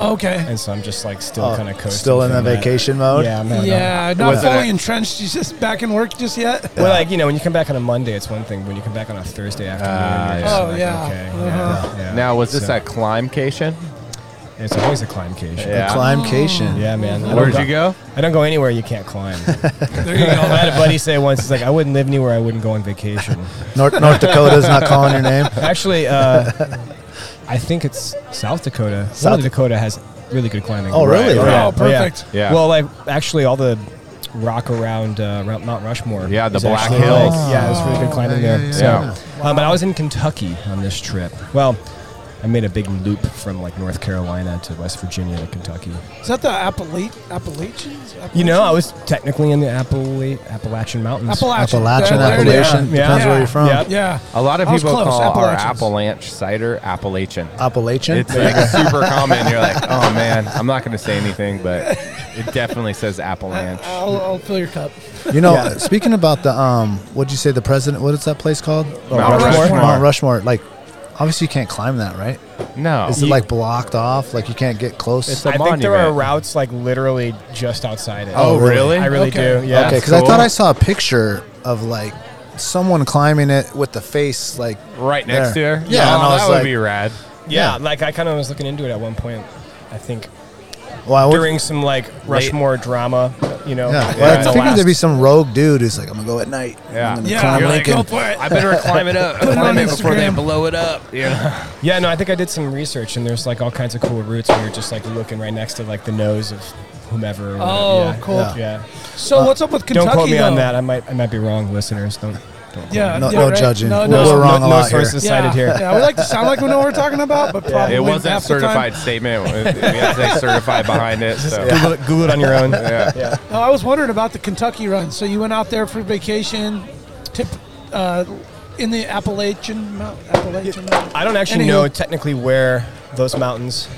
D: Okay.
H: and so I'm just like still
C: Oh,
H: kind of coasting.
C: still in
H: from
C: the
H: that.
C: vacation mode?
H: Yeah, man.
D: Yeah, not
B: Was it
D: fully
B: a-
D: entrenched. He's just back in work just yet.
H: Well, like you know, when you come back on a Monday, it's one thing. When you come back on a Thursday
C: Ah,
H: afternoon,
D: yeah.
H: you're
D: Oh, yeah.
H: just like, okay.
D: Uh-huh.
H: yeah, yeah.
B: Now, was this
H: So,
B: a climbcation?
H: It's always a climbcation.
B: Yeah.
C: Climbcation.
H: Yeah, man. I
B: Where'd
H: don't
B: you go?
H: I don't go anywhere you can't
C: *laughs*
H: climb. I
D: There you go.
H: had a buddy say once, he's like, I wouldn't live anywhere I wouldn't go on vacation.
C: North North Dakota's not calling your name.
H: Actually, uh, I think it's South Dakota. South
C: South-
H: Dakota has really good climbing.
C: Oh, really?
H: Right.
C: Oh,
H: Yeah.
D: perfect.
B: Yeah.
H: Well, like actually, all the rock around uh, around Mount Rushmore.
B: Yeah, the
H: is
B: Black
H: actually,
B: Hills.
H: like- yeah, it's really good climbing
C: yeah,
H: there.
C: yeah,
H: so,
B: yeah.
H: Um, but I was in Kentucky on this trip. Well. I made a big loop from like North Carolina to West Virginia to Kentucky.
D: Is that the Appalach- Appalachians?
H: You know, I was technically in the Appala- Appalachian Mountains.
D: Appalachian.
C: Appalachian,
D: There- there it is.
C: Appalachian.
H: Yeah.
C: Depends where you're from.
H: Yeah.
D: Yeah.
B: A lot of
D: I was
B: people
D: close,
B: call our
D: Appalachians.
B: Appalachian cider Appalachian.
C: Appalachian.
B: It's like super common. You're like, oh man, I'm not going to say anything, but it definitely says Appalachian.
D: I'll, I'll fill your cup.
C: You know, speaking about the um, what'd you say? The president? What is that place called?
B: Mount Rushmore.
C: Mount Rushmore. Like, obviously you can't climb that, right?
B: No,
C: Is it like blocked off? Like you can't get close?
B: It's
H: I
B: a
H: think there are
B: monument.
H: routes like literally just outside it.
B: Oh, really?
H: I really
D: Okay.
H: do. Yeah.
C: okay,
B: that's
C: because I thought
B: cool.
C: I saw a picture of like someone climbing it with the face like
B: right next
C: there.
B: to her.
C: Yeah, and I
B: Oh,
C: was
B: that would
C: like-
B: be rad.
H: Yeah, like I kind of was looking into it at one point. I think
C: Well, I would-
H: during some like Rushmore drama, you know.
C: yeah, well,
H: in
C: I
H: the
C: figured
H: last-
C: thered be some rogue dude who's like, I'm gonna go at night.
B: Yeah.
C: I'm gonna
D: Yeah,
C: climb
D: you're
B: like,
C: Lincoln.
D: Go for it.
B: I better climb it up.
D: it on
B: climb it before they
D: Instagram.
B: blow it up. Yeah.
H: *laughs* Yeah, no, I think I did some research and there's like all kinds of cool routes where you're just like looking right next to like the nose of whomever. or
D: Oh,
H: whatever. yeah,
D: cool.
H: Yeah.
C: Uh,
H: Uh,
D: So what's up with Kentucky?
H: don't quote me on
D: though?
H: that. I might I might be wrong, listeners. Don't. don't quote
D: Yeah.
H: me.
C: No,
D: yeah,
C: no
D: right?
C: judging.
D: No,
C: We're-
D: no.
C: We're, wrong a
H: No- no
C: lot
H: sources
C: here.
H: cited
D: yeah.
H: here. *laughs*
D: Yeah, we like to sound like we know what we're talking about, but probably
B: It wasn't
D: half the time- *laughs*
B: certified statement. We
H: *laughs*
B: had to say certified behind
C: *laughs*
B: it. So.
H: Google, it, Google it on your own.
B: Yeah.
D: No, I was wondering about the Kentucky run. So you went out there for vacation, tip, uh, in the Appalachian Mount. Appalachian. Mount.
H: I don't actually
D: Anywho.
H: know technically where those mountains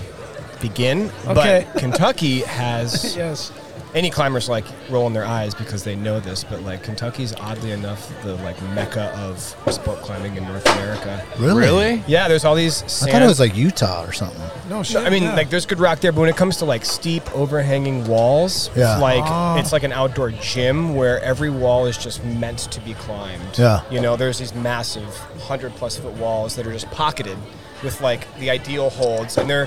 H: begin,
D: Okay. *laughs*
H: but Kentucky has
D: Yes.
H: any climbers like rolling their eyes because they know this, but like Kentucky's oddly enough the like mecca of sport climbing in North America.
C: *laughs* Really?
B: Really?
H: Yeah, there's all these.
C: I
H: Sand,
C: thought it was like Utah
H: *laughs*
C: or something.
D: No shit.
H: I mean,
D: yeah.
H: like there's good rock there, but when it comes to like steep overhanging walls,
C: Yeah.
H: it's like
D: Ah.
H: it's like an outdoor gym where every wall is just meant to be climbed.
C: Yeah.
H: You know, there's these massive 100 plus foot walls that are just pocketed with like the ideal holds and they're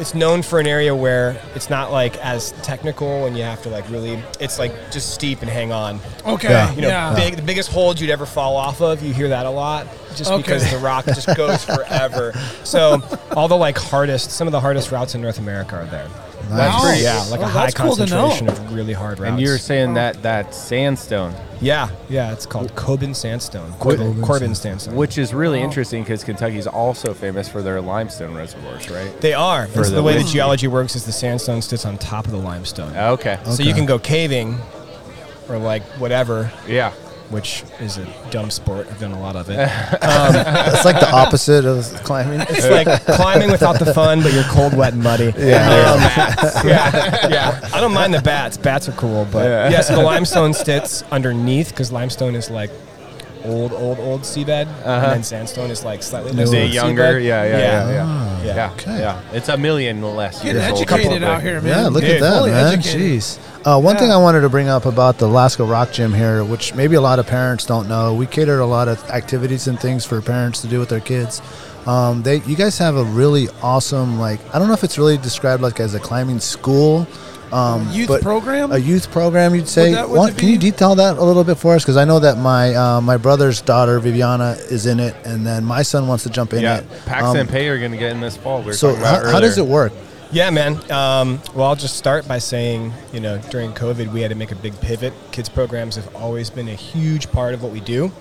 H: it's known for an area where it's not like as technical and you have to like really it's like just steep and hang on.
D: okay,
C: yeah,
D: yeah,
H: You know, big, the biggest hold you'd ever fall off of, you hear that a lot just
D: Okay.
H: because the rock just
C: *laughs*
H: goes forever. So, all the like hardest, some of the hardest routes in North America are there.
D: Wow.
C: Nice.
H: Yeah, like
D: Oh,
H: a high
D: that's cool to know.
H: concentration of really hard routes.
B: And you were saying that that sandstone,
H: yeah, yeah, it's called Coben sandstone. Corbin, Corbin sandstone.
B: which is really interesting because Kentucky's also famous for their limestone reservoirs, right?
H: they are. It's
B: the
H: the way the
B: whiskey.
H: geology works is the sandstone sits on top of the limestone.
B: Okay.
H: So you can go caving or like whatever,
B: Yeah.
H: which is a dumb sport. I've done a lot
B: *laughs*
H: of it.
C: It's like the opposite of climbing.
H: Um, It's like climbing without the fun, but you're cold, wet, and muddy.
C: Yeah.
H: *laughs* Um, yeah, yeah. *laughs* I don't mind the bats. Bats are cool, but yes, the limestone sits underneath because limestone is like old, old, old seabed, and then sandstone is like slightly less.
B: Uh-huh. Is
H: old
B: it younger?
H: seabed. Ah,
B: Yeah, yeah, yeah, yeah.
H: yeah.
B: Yeah,
C: okay.
B: yeah. It's a million less
D: Getting
B: years old.
D: educated out here, man.
C: Yeah, look at
H: Dude,
C: that,
D: fully
C: man.
D: educated.
C: Jeez. Uh, one thing
D: Yeah.
C: I wanted to bring up about the Alaska Rock Gym here, which maybe a lot of parents don't know, we cater a lot of activities and things for parents to do with their kids. Um, they, you guys have a really awesome, like, I don't know if it's really described like as a climbing school Um,
D: Youth
C: but
D: program?
C: A youth program, you'd say.
D: Would that- would
C: What-
D: it
C: can you
D: be-
C: detail that a little bit for us? Because I know that my uh, my brother's daughter Viviana is in it, and then my son wants to jump in
B: Yeah,
C: it.
B: Pax
C: Um,
B: and Pay are going to get in this fall. We were
C: so
B: talking about
C: how, how does it
B: earlier.
C: work?
H: Yeah, man. Um, well, I'll just start by saying, you know, during COVID, we had to make a big pivot. Kids programs have always been a huge part of what we do.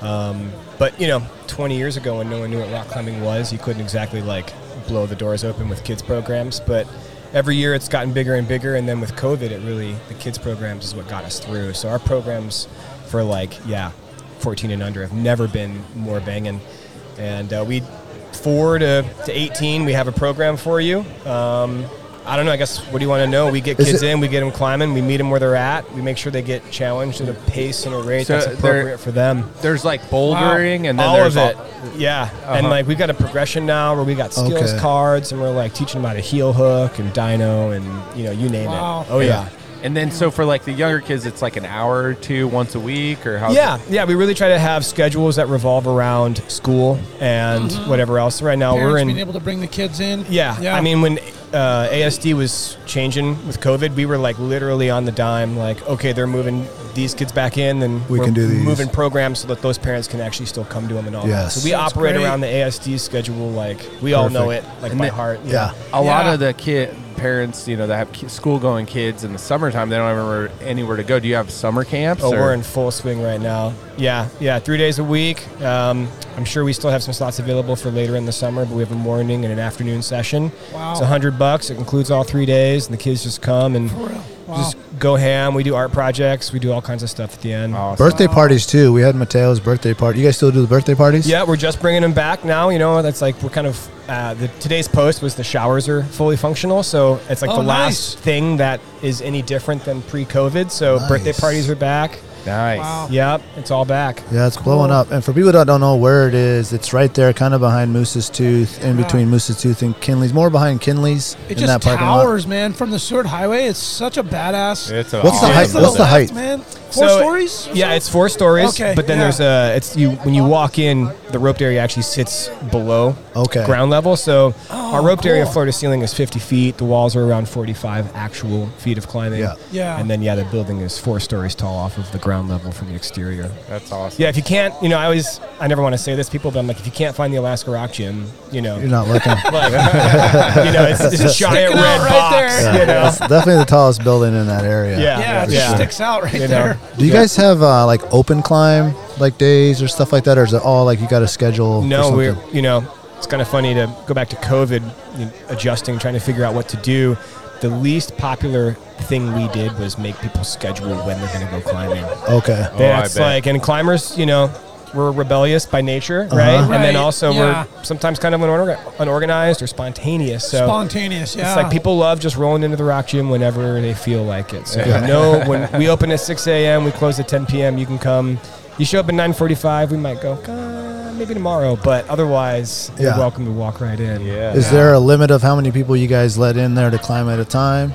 H: Um, but you know, 20 years ago, when no one knew what rock climbing was, you couldn't exactly like blow the doors open with kids programs. But every year, it's gotten bigger and bigger. And then with COVID, it really the kids programs is what got us through. So our programs for like yeah, 14 and under have never been more banging. And uh, we four to, to 18, we have a program for you. Um, I don't know. I guess what do you want to know? We get
C: Is
H: kids
C: it-
H: in, we get them climbing, we meet them where they're at, we make sure they get challenged at a pace and a rate
B: So
H: that's
B: they're-
H: appropriate for them
B: There's like bouldering and then
H: all
B: there's
H: of it.
B: all- Uh-huh.
H: yeah, and like we've got a progression now where we got skills
C: Okay.
H: cards and we're like teaching them how to heel hook and dyno and you know you name
D: Wow.
H: it. Oh yeah.
B: And then so for like the younger kids, it's like an hour or two once a week or how?
H: Yeah, yeah. We really try to have schedules that revolve around school and whatever else. Right now
D: Mm-hmm. Parents
H: we're in
D: being able to bring the kids in.
H: Yeah. I mean, when uh, ASD was changing with COVID, we were like literally on the dime. Like, okay, they're moving these kids back in, then
C: We
H: we're
C: can do these.
H: moving programs so that those parents can actually still come to them and all.
C: Yes.
H: That. So we
D: That's
H: operate
D: great.
H: around the ASD schedule. Like we all know it,
C: Perfect.
H: like
B: And
H: by
B: the-
H: heart. you
C: Yeah.
H: know.
B: A lot
D: Yeah.
B: of the kid parents, you know, that have ki- school-going kids in the summertime, they don't have anywhere- anywhere to go. Do you have summer camps?
H: Oh,
B: or-
H: we're in full swing right now. Yeah, yeah, three days a week. Um, I'm sure we still have some slots available for later in the summer, but we have a morning and an afternoon session.
D: Wow.
H: It's a hundred bucks. It includes all three days, and the kids just come and
D: real? Wow.
H: just go ham. We do art projects. We do all kinds of stuff at the end.
B: Awesome.
C: Birthday parties too. We had Mateo's birthday party. You guys still do the birthday parties?
H: Yeah, we're just bringing them back now. You know, that's like we're kind of uh, the today's post was the showers are fully functional, so it's like
D: Oh,
H: the
D: nice.
H: last thing that is any different than pre-COVID. So birthday
C: Nice.
H: parties are back.
B: nice.
D: Wow.
H: Yep, it's all back.
C: Yeah, it's blowing up. And for people that don't know where it is, it's right there, kind of behind Moose's Tooth, in between Moose's Tooth and Kinley's, more behind Kinley's
D: it
C: in
D: just
C: that parking lot.
D: towers, man, from the Seward Highway. It's such a badass.
B: It's a
C: What's the
B: awesome
C: height- what's the
B: building.
C: height?
D: man? Four
H: So-
D: stories? or
H: Yeah,
D: so?
H: it's four stories.
D: Okay,
H: but then
D: yeah.
H: there's a it's you when you walk in, the roped area actually sits below
C: Okay.
H: ground level. So our roped area
D: Oh, cool.
H: floor to ceiling is 50 feet. The walls are around 45 actual feet of climbing.
C: Yeah.
D: Yeah.
H: And then yeah, the building is four stories tall off of the ground level from the exterior.
B: That's awesome.
H: Yeah, if you can't, you know, I always I never want to say this to people, but I'm like, if you can't find the Alaska Rock Gym, you know,
C: You're not
H: *laughs*
C: looking.
H: like,
D: *laughs*
H: you know, it's, it's a giant
D: out
H: red
D: right
H: box.
D: there.
H: You know?
C: It's definitely the tallest building in that area.
H: Yeah.
D: Yeah, it
C: for
D: just
C: sure.
D: sticks out right
H: You know.
D: there.
C: Do you guys have uh, like open climb like days or stuff like that, or is it all like you got to schedule? or
H: No,
C: something?
H: we're you know it's kind of funny to go back to COVID, you know, adjusting, trying to figure out what to do. The least popular thing we did was make people schedule when they're going to go climbing.
C: okay.
H: That's
B: bet.
H: like, and climbers, you know, we're rebellious by nature,
C: Uh-huh.
H: right? And
D: Right,
H: then also
D: yeah.
H: we're sometimes kind of unorga- unorganized or spontaneous. So
D: Spontaneous, yeah.
H: it's like people love just rolling into the rock gym whenever they feel like it. So
C: Yeah.
H: no, when we open at 6 a.m., we close at 10 p.m. You can come. You show up at 9:45, we might go. "Uh, maybe tomorrow, but otherwise,
C: Yeah.
H: you're welcome to walk right in.
B: Yeah.
C: Is there a limit of how many people you guys let in there to climb at a time?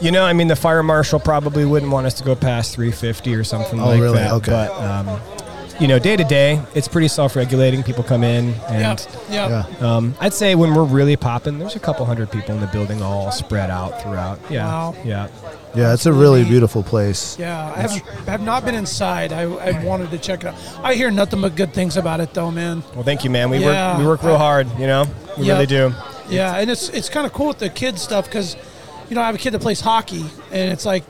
H: You know, I mean, the fire marshal probably wouldn't want us to go past 350 or something
C: Oh,
H: like
C: really?
H: that.
C: Okay.
H: But um, you know, day to day, it's pretty self-regulating. People come in,
D: Yep,
H: and
D: yep.
C: Yeah.
H: um, I'd say when we're really popping, there's a couple hundred people in the building, all spread out throughout. Yeah,
D: Wow.
H: yeah.
C: Yeah, it's a really beautiful place.
D: Yeah, I haven't, I have not been inside. I, I wanted to check it out. I hear nothing but good things about it, though, man.
H: Well, thank you, man. We
D: Yeah.
H: work we work real hard. You know, we
D: Yeah.
H: really do.
D: Yeah, and it's it's kind of cool with the kids stuff because, you know, I have a kid that plays hockey, and it's like,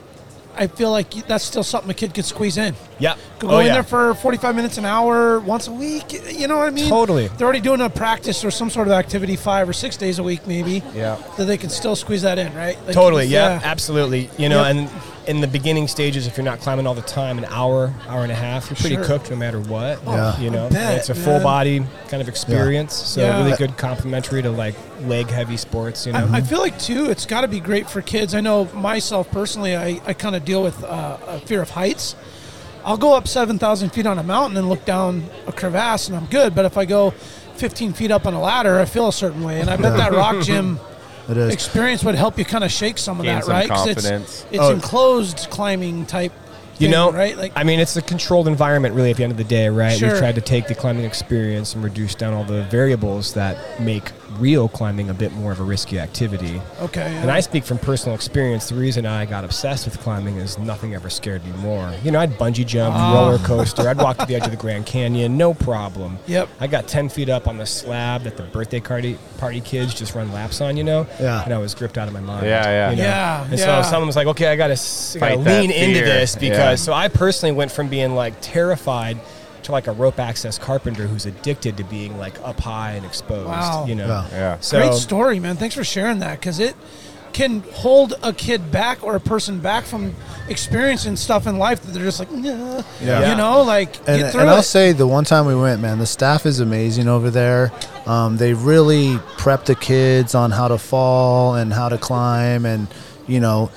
D: I feel like that's still something a kid could squeeze in.
H: Yeah.
D: Go in there for 45 minutes, an hour, once a week. You know what I mean?
H: Totally.
D: They're already doing a practice or some sort of activity five or six days a week, maybe.
B: Yeah.
D: That they can still squeeze that in, right? Like,
H: totally. Yeah, absolutely. You know,
D: Yep.
H: and in the beginning stages, if you're not climbing all the time, an hour, hour and a half, you're pretty
D: Sure. Oh,
H: cooked no matter what.
C: Yeah.
H: You know,
D: I bet,
H: it's a full
D: man.
H: body kind of experience. So
D: Yeah.
H: really good complementary to like leg heavy sports. You know.
D: I, I feel like too, it's got to be great for kids. I know myself personally, I, I kind of deal with uh, a fear of heights. I'll go up 7,000 feet on a mountain and look down a crevasse and I'm good. But if I go 15 feet up on a ladder, I feel a certain way. And I bet
B: *laughs*
D: that rock gym
C: It is.
D: experience would help you kind of shake some of
B: Gain
D: that,
B: some
D: right? 'Cause
B: confidence.
D: It's, it's
H: Oh.
D: enclosed climbing type.
H: you
D: thing,
H: know,
D: right? Like,
H: I mean, it's a controlled environment, really. At the end of the day, right?
D: Sure.
H: We've tried to take the climbing experience and reduce down all the variables that make real climbing a bit more of a risky activity.
D: Okay.
H: And I speak from personal experience. The reason I got obsessed with climbing is nothing ever scared me more. You know, I'd bungee jump,
D: Ah.
H: roller coaster, I'd walk to the edge of the Grand Canyon, no problem.
D: Yep.
H: I got 10 feet up on the slab that the birthday party, party kids just run laps on, you know?
C: Yeah.
H: And I was gripped out of my mind.
B: Yeah, yeah.
H: you know?
D: Yeah,
H: And
D: yeah.
H: so someone was like, okay, I got to gotta
B: Fight that
H: lean into
B: fear.
H: this because,
B: Yeah.
H: so I personally went from being like terrified to like a rope access carpenter who's addicted to being like up high and exposed,
D: Wow.
H: you know?
C: Wow.
B: Yeah.
H: So,
D: Great story, man. Thanks for sharing that because it can hold a kid back or a person back from experiencing stuff in life that they're just like, nah.
C: Yeah.
D: you know, like
C: and,
D: get
C: and
D: through
C: I'll
D: it.
C: say the one time we went, man, the staff is amazing over there. Um, they really prep the kids on how to fall and how to climb, and you know,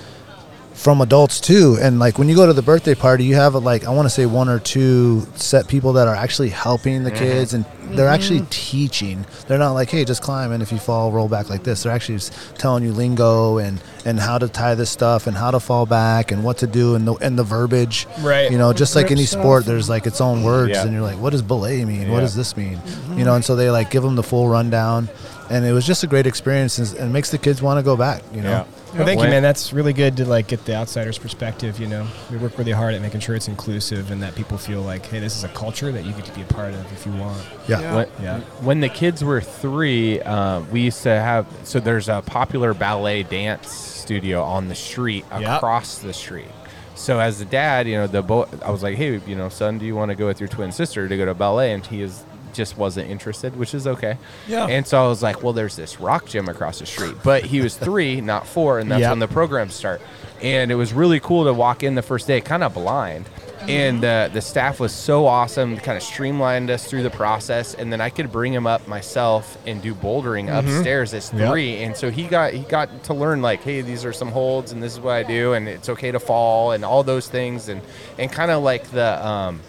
C: from adults too. And like when you go to the birthday party, you have like I want to say one or two set people that are actually helping the kids, and they're
D: Mm-hmm.
C: actually teaching. They're not like, hey, just climb, and if you fall, roll back like this. They're actually s- telling you lingo and and how to tie this stuff and how to fall back and what to do and the and the verbiage.
H: Right.
C: You know, just like
D: Grip
C: any
D: stuff.
C: sport, there's like its own words,
B: Yeah.
C: and you're like, what does belay mean? What
B: Yeah.
C: does this mean?
D: Mm-hmm.
C: You know, and so they like give them the full rundown, and it was just a great experience, and, and makes the kids want to go back. You know.
B: Yeah.
H: Well, thank
B: When-
H: you, man. That's really good to like get the outsider's perspective. You know, we work really hard at making sure it's inclusive and that people feel like, hey, this is a culture that you get to be a part of if you want.
C: Yeah.
B: When,
H: Yeah.
B: when the kids were three, uh, we used to have. So there's a popular ballet dance studio on the street
H: Yep.
B: across the street. So as a dad, you know the boy, I was like, hey, you know, son, do you want to go with your twin sister to go to ballet? And he is just wasn't interested, which is okay.
D: Yeah.
B: And so I was like, well, there's this rock gym across the street, but he was three, not four, and that's
H: Yep.
B: when the programs start. And it was really cool to walk in the first day, kind of blind. And uh, the staff was so awesome, kind of streamlined us through the process. And then I could bring him up myself and do bouldering upstairs as
H: Mm-hmm. Yep.
B: three. And so he got he got to learn like, hey, these are some holds, and this is what I do, and it's okay to fall, and all those things, and and kind of like the. Um,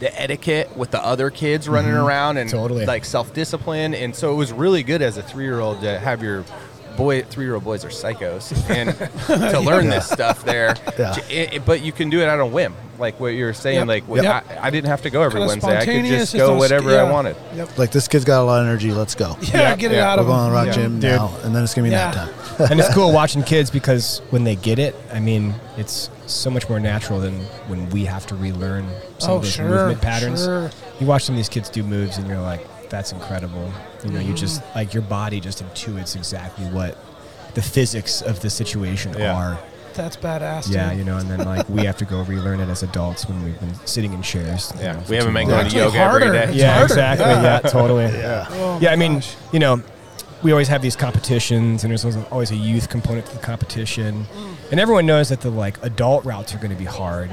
B: the etiquette with the other kids running
C: Mm-hmm.
B: around and
H: Totally.
B: like self discipline. And so it was really good as a three year old to have your boy three year old boys are
C: *laughs*
B: psychos and to learn this stuff there.
C: Yeah.
B: J- it- it- but you can do it on a whim, like what you're saying.
D: Yep.
B: Like wh-
D: Yep.
B: I, I didn't have to go every
D: Kinda
B: Wednesday. I could
D: spontaneous,
B: just go
D: on-
B: whatever
D: yeah.
B: I wanted.
D: Yep.
C: Like this kid's got a lot of energy. Let's go.
D: *laughs* Yeah,
B: Yeah,
D: get it
B: yeah.
D: out
C: We're
D: of
C: going to
D: them.
C: rock
B: Yeah.
C: gym
H: Dude.
C: now, and then it's gonna be
D: Yeah.
C: nap time.
H: and
C: *laughs*
H: it's cool watching kids because when they get it, I mean, it's so much more natural than when we have to relearn some
D: Oh,
H: of those
D: sure,
H: movement patterns.
D: sure.
H: You watch some of these kids do moves, and you're like, that's incredible. You
D: Mm-hmm.
H: know, you just like your body just intuits exactly what the physics of the situation
B: Yeah.
H: are.
D: That's badass.
H: Yeah,
D: dude.
H: you know, and then like we have to go relearn it as adults when we've been sitting in chairs. you know,
B: Yeah,
H: for
B: we haven't
H: too long.
B: been going to
D: Actually
B: yoga
D: harder.
B: every day.
D: It's
H: Yeah,
D: harder.
H: exactly. Yeah,
B: *laughs*
H: totally.
C: Yeah.
D: Oh,
H: yeah, I mean,
D: gosh.
H: you know, we always have these competitions, and there's always- always a youth component to the competition,
D: Mm.
H: and everyone knows that the like adult routes are going to be hard.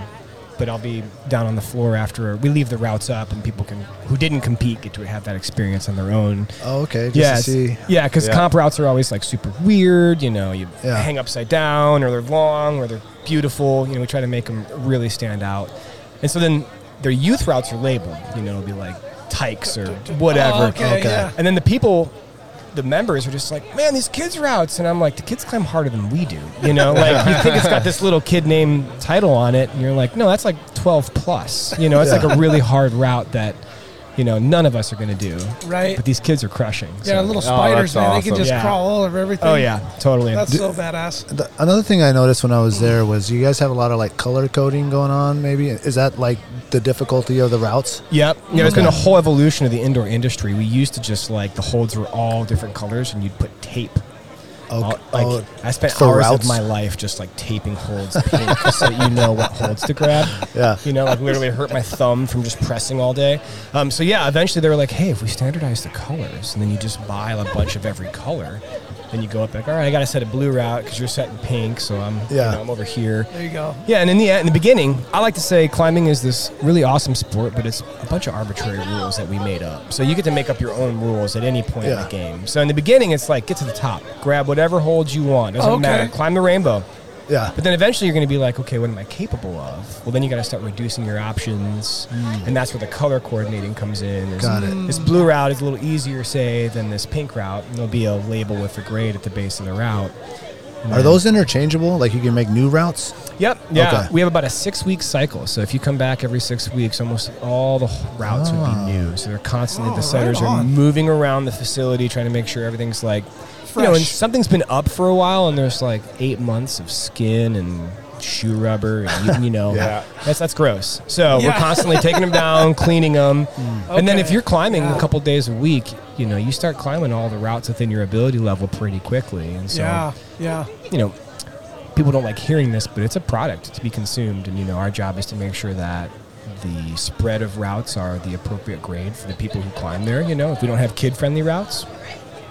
H: But I'll be down on the floor after we leave the routes up, and people can who didn't compete get to have that experience on their own.
C: Oh, okay. Just
H: Yeah,
C: to
H: it's-
C: see.
H: yeah, because
B: Yeah.
H: comp routes are always like super weird. You know, you
C: Yeah.
H: hang upside down, or they're long, or they're beautiful. You know, we try to make them really stand out. And so then their youth routes are labeled. You know, it'll be like tykes or whatever.
D: Oh, okay,
C: Okay.
D: yeah.
H: And then the people, the members are just like, man, these kids routes. And I'm like, the kids climb harder than we do. You
D: *laughs*
H: know, like you think it's got this little kid name title on it. And you're like, no, that's like 12 plus. You know, it's
C: Yeah.
H: like a really hard route that, you know, none of us are going to do.
D: Right.
H: But these kids are crushing. so-
D: Yeah, little
B: Oh,
D: spiders,
B: that's
D: man. They can
B: awesome.
D: just
H: Yeah.
D: crawl all over everything.
H: Oh, yeah, totally.
D: That's
H: D-
D: so badass.
C: The, another thing I noticed when I was there was you guys have a lot of like color coding going on. Maybe is that like the difficulty of the routes?
H: Yep. Yeah, there's been a whole evolution of the indoor industry. We used to just like the holds were all different colors and you'd put tape.
C: Oh,
H: All- like
C: oh,
H: I spent
C: for
H: hours
C: routes?
H: of my life just like taping holds *laughs* pink so that you know what holds to grab.
C: Yeah.
H: You know, like literally hurt my thumb from just pressing all day. Um, so yeah, eventually they were like, hey, if we standardize the colors and then you just buy a bunch of every color, then you go up like, all right, I got to set a blue route because you're setting pink, so I'm
C: Yeah.
H: you know, I'm over here.
D: There you go.
H: Yeah, and in the in the beginning, I like to say climbing is this really awesome sport, but it's a bunch of arbitrary rules that we made up. So you get to make up your own rules at any point in
C: Yeah.
H: the game. So in the beginning, it's like get to the top, grab whatever holds you want, doesn't
D: Okay.
H: matter, climb the rainbow.
C: Yeah.
H: But then eventually you're going to be like, okay, what am I capable of? Well, then you got to start reducing your options, and that's where the color coordinating comes in. There's-
C: Got it.
H: This blue route is a little easier, say, than this pink route, and there'll be a label with a grade at the base of the route.
C: Are those interchangeable? Like you can make new routes?
H: Yep. Yeah.
C: Okay.
H: We have about a six week cycle. So if you come back every six weeks, almost all the wh- routes would be new. So they're constantly,
D: Ah. Oh,
H: the centers
D: right
H: are
D: on.
H: moving around the facility trying to make sure everything's like, you know, and
D: Fresh.
H: something's been up for a while and there's like eight months of skin and shoe rubber and you, you
D: *laughs*
H: know
C: Yeah.
H: that's that's gross so
D: Yeah.
H: we're constantly taking them
D: *laughs*
H: down cleaning them and then if
D: Okay.
H: you're climbing
D: Yeah.
H: a couple days a week you know you start climbing all the routes within your ability level pretty quickly and so
D: yeah, yeah.
H: you know, people don't like hearing this, but it's a product to be consumed, and you know, our job is to make sure that the spread of routes are the appropriate grade for the people who climb there. You know, if we don't have kid-friendly routes,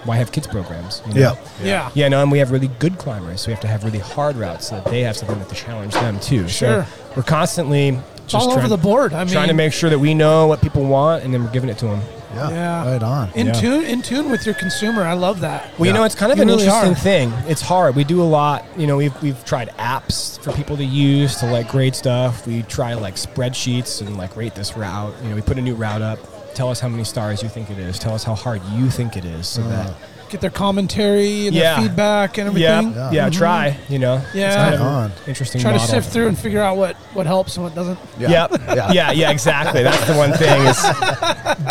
H: why have kids programs? you know?
D: Yeah.
H: Yeah, no, and we have really good climbers, so we have to have really hard routes so that they have something to challenge them too.
D: Sure.
H: So we're constantly just
D: all over
H: trying-
D: the board. I mean,
H: trying to make sure that we know what people want, and then we're giving it to them.
C: Yeah.
D: Yeah.
C: Right on.
D: in
H: Yeah.
D: tune in tune with your consumer. I love that.
H: Well, you
C: Yeah.
H: know, it's kind of
D: You
H: an
D: really
H: interesting
D: are.
H: thing. It's hard. We do a lot. You know, we've, we've tried apps for people to use to like grade stuff. We try like spreadsheets and like rate this route. You know, we put a new route up. Tell us how many stars you think it is. Tell us how hard you think it is. So
C: Uh-huh.
H: that
D: Get their commentary and
H: Yeah.
D: their feedback and
H: yeah,
D: everything.
H: yeah, try. You know,
D: Yeah.
H: it's kind of
C: Right
H: an
C: Mm-hmm. on.
H: interesting.
D: Try
H: model.
D: to sift through and figure out what what helps and what doesn't.
H: Yep.
C: *laughs* Yeah.
H: Yeah. yeah, exactly. That's the one thing is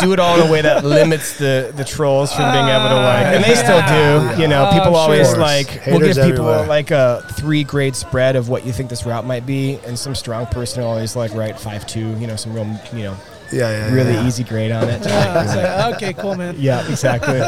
H: *laughs* do it all in a way that limits the, the trolls from being able to
C: Uh,
H: like, and they still do. You know, people
D: Oh,
H: always
D: sure.
H: like we'll
C: Haters
H: give people
C: everywhere.
H: like a three grade spread of what you think this route might be, and some strong person will always like write five two. You know, some real you know
C: Yeah, yeah, yeah,
H: really
C: yeah.
H: easy grade on it.
D: Yeah, it's like, okay, cool, man.
H: Yeah,
C: *laughs*
H: exactly.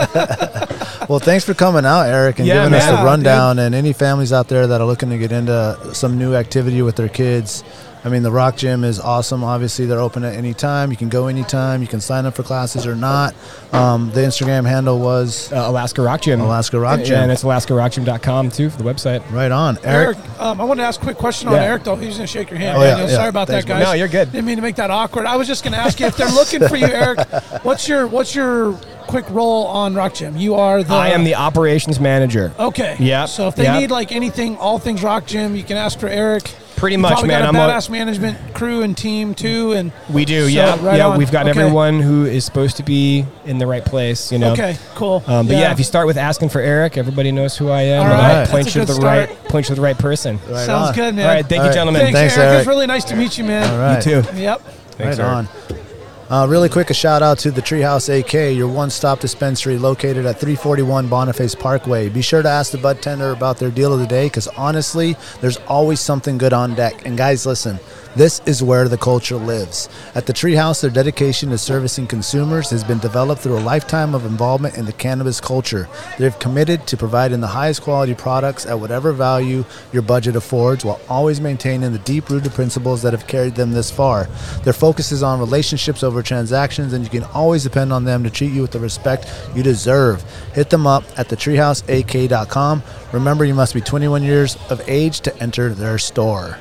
C: Well, thanks for coming out, Eric, and
H: Yeah,
C: giving us
H: man.
C: the
H: Yeah,
C: rundown. And any families out there that are looking to get into some new activity with their kids, I mean, the Rock Gym is awesome. Obviously, they're open at any time. You can go anytime. You can sign up for classes or not. Um, the Instagram handle was
H: Uh, Alaska Rock Gym.
C: Alaska Rock
H: Yeah,
C: Gym.
H: and it's alaskarockgym.com too for the website.
C: right on. Eric,
D: Eric, um, I want to ask a quick question on
H: Yeah.
D: Eric, though. He's going to shake your hand.
C: Oh, yeah,
D: Daniel.
C: yeah.
D: Sorry about
C: Thanks,
D: that,
C: man.
D: guys.
H: No, you're good.
D: Didn't mean to make that awkward. I was just going to ask you if they're looking for you, Eric. What's your what's your quick role on Rock Gym? You are *laughs* the
H: I am the operations manager.
D: okay.
H: Yep,
D: So if they
H: yep.
D: need like anything, all things Rock Gym, you can ask for Eric.
H: Pretty
D: You
H: much,
D: probably
H: man.
D: Got a
H: I'm a-
D: badass management crew and team too, and
H: We do,
D: So,
H: yeah,
D: right
H: yeah.
D: on.
H: We've got
D: Okay.
H: everyone who is supposed to be in the right place, you know.
D: okay, cool.
H: Um, but yeah. if you start with asking for Eric, everybody knows who I am.
D: All
H: and
D: right,
H: I
D: that's
H: point
D: a
H: you to
D: good
H: the
D: start.
H: right, point you to the right person.
C: Right
D: sounds
C: on.
D: good, man.
H: All right, thank
C: All right.
H: you, gentlemen.
D: Thanks,
C: Thanks,
D: Eric. It
C: Eric.
D: was really nice to meet you, man.
C: All right.
H: You too.
D: Yep.
B: Thanks,
C: right
B: Eric.
C: on. Uh, really quick, a shout out to the Treehouse AK, your one stop dispensary located at 341 Boniface Parkway. Be sure to ask the bud tender about their deal of the day because honestly, there's always something good on deck. And guys, listen, this is where the culture lives. At the Treehouse, their dedication to servicing consumers has been developed through a lifetime of involvement in the cannabis culture. They've committed to providing the highest quality products at whatever value your budget affords while always maintaining the deep rooted principles that have carried them this far. Their focus is on relationships over transactions, and you can always depend on them to treat you with the respect you deserve. Hit them up at thetreehouseak.com. Remember, you must be 21 years of age to enter their store.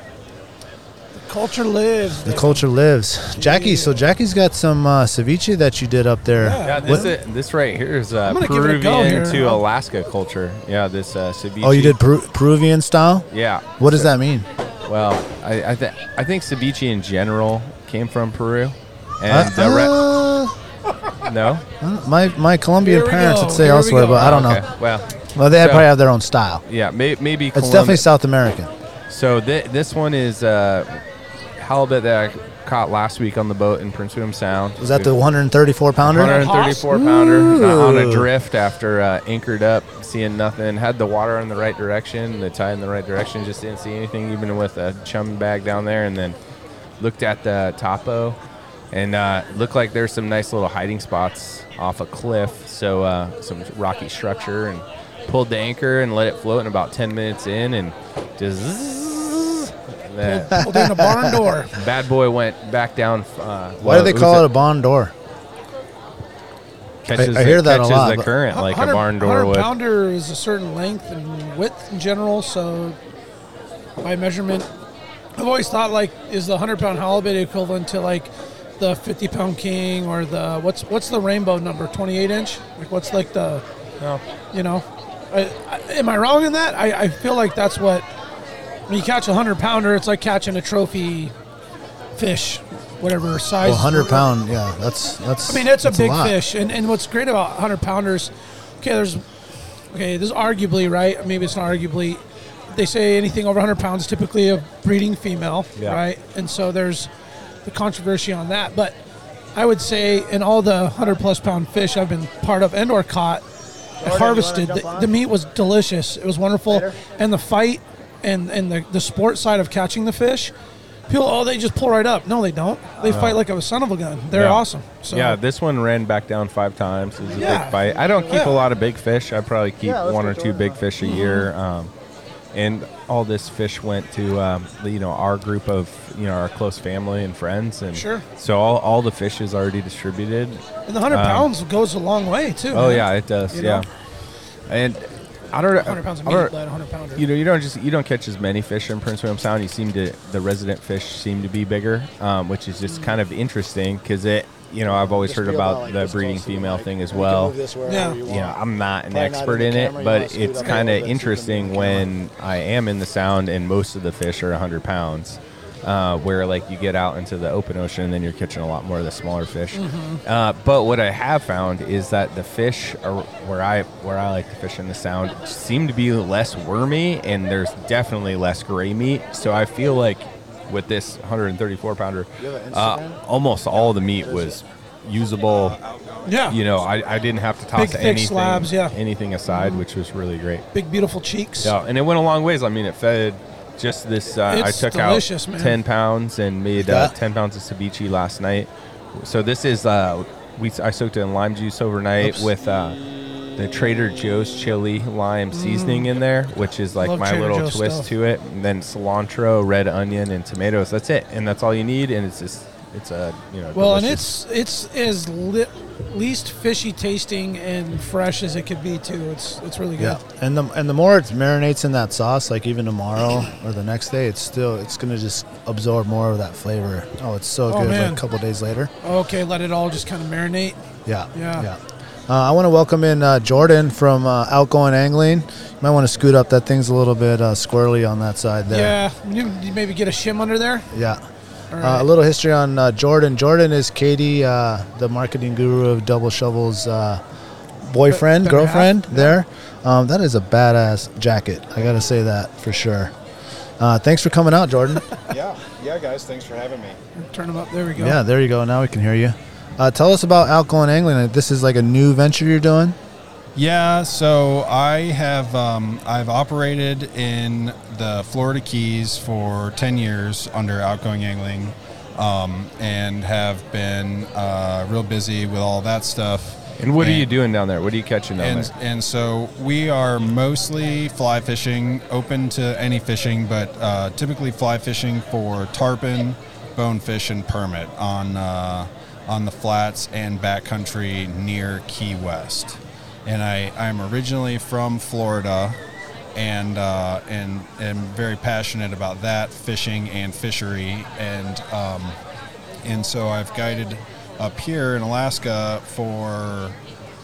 D: Culture lives.
C: The culture lives. Jackie, so Jackie's got some uh, ceviche that you did up there.
B: Yeah, this
C: What-
B: is, this right here is uh,
D: gonna give it a
B: Peruvian
D: go here.
B: to Alaska culture. Yeah, this uh, ceviche.
C: oh, you did Peru- Peruvian style?
B: Yeah.
C: What does that mean?
B: Well, I I, th- I think ceviche in general came from Peru, and the re-
C: Uh, *laughs*
B: no.
C: uh, my my Colombian
D: Here we
C: parents
D: go,
C: would say
D: here we
C: elsewhere,
D: go.
C: but I don't
B: Okay,
C: know.
B: Well,
C: Well, they
B: So-
C: probably have their own style.
B: yeah, may- maybe
C: It's
B: Colomb-
C: definitely South American.
B: So th- this one is uh, halibut that I caught last week on the boat in Prince William Sound.
C: Was that the 134 pounder?
B: 134 pounder uh, on
C: Ooh.
B: a drift after uh, anchored up, seeing nothing. Had the water in the right direction, the tide in the right direction, just didn't see anything, even with a chum bag down there. And then looked at the topo and uh, looked like there's some nice little hiding spots off a cliff. So uh, some rocky structure and pulled the anchor and let it float. And about 10 minutes in, and just zzz, that
D: Pulled in a barn door.
B: bad boy went back down. Uh,
C: Why do they call it a barn door?
B: catches
C: I- I hear
B: the,
C: that a
B: catches
C: lot,
B: the
C: but-
B: current like a
D: 100
B: barn door
D: 100
B: would.
D: pounder is a certain length and width in general, so by measurement, I've always thought like, is the 100 pound halibut equivalent to like the 50 pound king or the what's what's the rainbow number 28 inch? Like what's like the, you know, I, I, am I wrong in that? I, I feel like that's what when you catch a 100 pounder, it's like catching a trophy fish, whatever size.
C: Well, 100 pound, yeah, that's that's.
D: I mean, it's a
C: that's
D: big
C: lot.
D: fish, and, and what's great about hundred pounders? Okay, there's okay. There's arguably right. Maybe it's not arguably they say anything over 100 pounds, typically a breeding female,
H: Yeah.
D: right? And so there's the controversy on that. But I would say in all the 100 plus pound fish I've been part of and or caught, and
C: wanna
D: harvested,
C: jump
D: the,
C: on?
D: the meat was delicious. It was wonderful.
C: Later.
D: And the fight and, and the, the sport side of catching the fish, people, oh, they just pull right up. No, they don't. They fight like a son of a gun. They're
B: Yeah.
D: awesome. So
B: yeah, this one ran back down five times. It was a
D: Yeah.
B: big fight. I don't keep
D: Yeah.
B: a lot of big fish. I probably keep
C: Yeah, let's
B: one
C: get
B: or
C: to
B: two
C: it.
B: big fish a year. Um, and all this fish went to um, the- you know our group of you know our close family and friends, and
D: Sure.
B: so all, all the fish is already distributed.
D: and the 100
B: um,
D: pounds goes a long way, too.
B: Oh
D: man.
B: yeah, it does.
D: You
B: yeah,
D: know?
B: and I don't.
D: 100 pounds of
B: I
D: meat,
B: don't-
D: but 100 pounder.
B: you know, you don't just you don't catch as many fish in Prince William Sound. You seem to the resident fish seem to be bigger, um, which is
D: Mm.
B: just kind of interesting because it. You know, I've always
C: Just
B: heard
C: feel
B: about
C: like
B: the
C: this
B: breeding
C: close to the
B: female
C: mic.
B: thing
C: You
B: as
C: can
B: well.
C: move this wherever
D: Yeah.
C: you want.
B: Yeah, I'm not an
C: Probably not
B: expert
C: in
B: in
C: the
B: it,
C: camera. You wanna
B: but
C: scoot
B: it's
C: up a little
B: kind
C: bit
B: of
C: so you can
B: interesting
C: be in
B: when I am in the sound and most of the fish are 100 pounds, uh, where like you get out into the open ocean and then you're catching a lot more of the smaller fish.
D: Mm-hmm.
B: Uh, but what I have found is that the fish are where I where I like to fish in the sound seem to be less wormy and there's definitely less gray meat. So I feel like with this 134 pounder,
C: You have an
B: uh,
C: Instagram?
B: almost all the meat was usable
D: Yeah.
B: you know, I, I didn't have to toss
D: Big, thick
B: anything,
D: slabs, yeah.
B: anything aside, which was really great.
D: Big, beautiful cheeks.
B: Yeah, and it went a long ways. I mean, it fed just this. Uh, I
D: It's
B: took
D: delicious,
B: out
D: man.
B: ten pounds and made uh,
C: Yeah.
B: ten pounds of ceviche last night. So this is uh, we I soaked it in lime juice overnight
C: Oops.
B: with. Uh, the Trader Joe's chili lime seasoning in there, which is like
D: Mm. Love
B: my
D: Trader
B: little
D: Joe's
B: twist
D: stuff.
B: to it. And then cilantro, red onion, and tomatoes. That's it, and that's all you need. And it's just, it's a you know.
D: Well, and
B: delicious-
D: it's it's as li- least fishy tasting and fresh as it could be too. It's it's really good.
C: Yeah, and the and the more it marinates in that sauce, like even tomorrow or the next day, it's still it's gonna just absorb more of that flavor. Oh, it's so good!
D: man.
C: Like a couple days later,
D: Okay, let it all just kind of marinate.
C: yeah,
D: Yeah.
C: Uh, I want to welcome in uh, Jordan from uh, Outgoing Angling. You might want to scoot up. That thing's a little bit uh, squirrely on that side there.
D: Yeah, you- you maybe get a shim under there.
C: Yeah.
D: All
C: Uh, a little history on uh, Jordan. Jordan is Katie, uh, the marketing guru of Double Shovel's uh, boyfriend,
D: Better half,
C: girlfriend there. Um, that is a badass jacket. I got to say that for sure. Uh, thanks for coming out, *laughs* Jordan.
H: Yeah, yeah, guys. Thanks for having me.
D: Turn them up. There we go.
C: yeah, there you go. Now we can hear you. Uh, tell us about Alkaline Angling. This is like a new venture you're doing.
J: Yeah, so I have um, I've operated in the Florida Keys for ten years under outgoing angling, um, and have been uh, real busy with all that stuff.
B: And what are you doing down there? What are you catching down
J: And
B: there?
J: and so we are mostly fly fishing, open to any fishing, but uh, typically fly fishing for tarpon, bonefish, and permit on uh, on the flats and backcountry near Key West. And I I'm originally from Florida, and uh, and am very passionate about that fishing and fishery and. Um, and so I've guided up here in Alaska for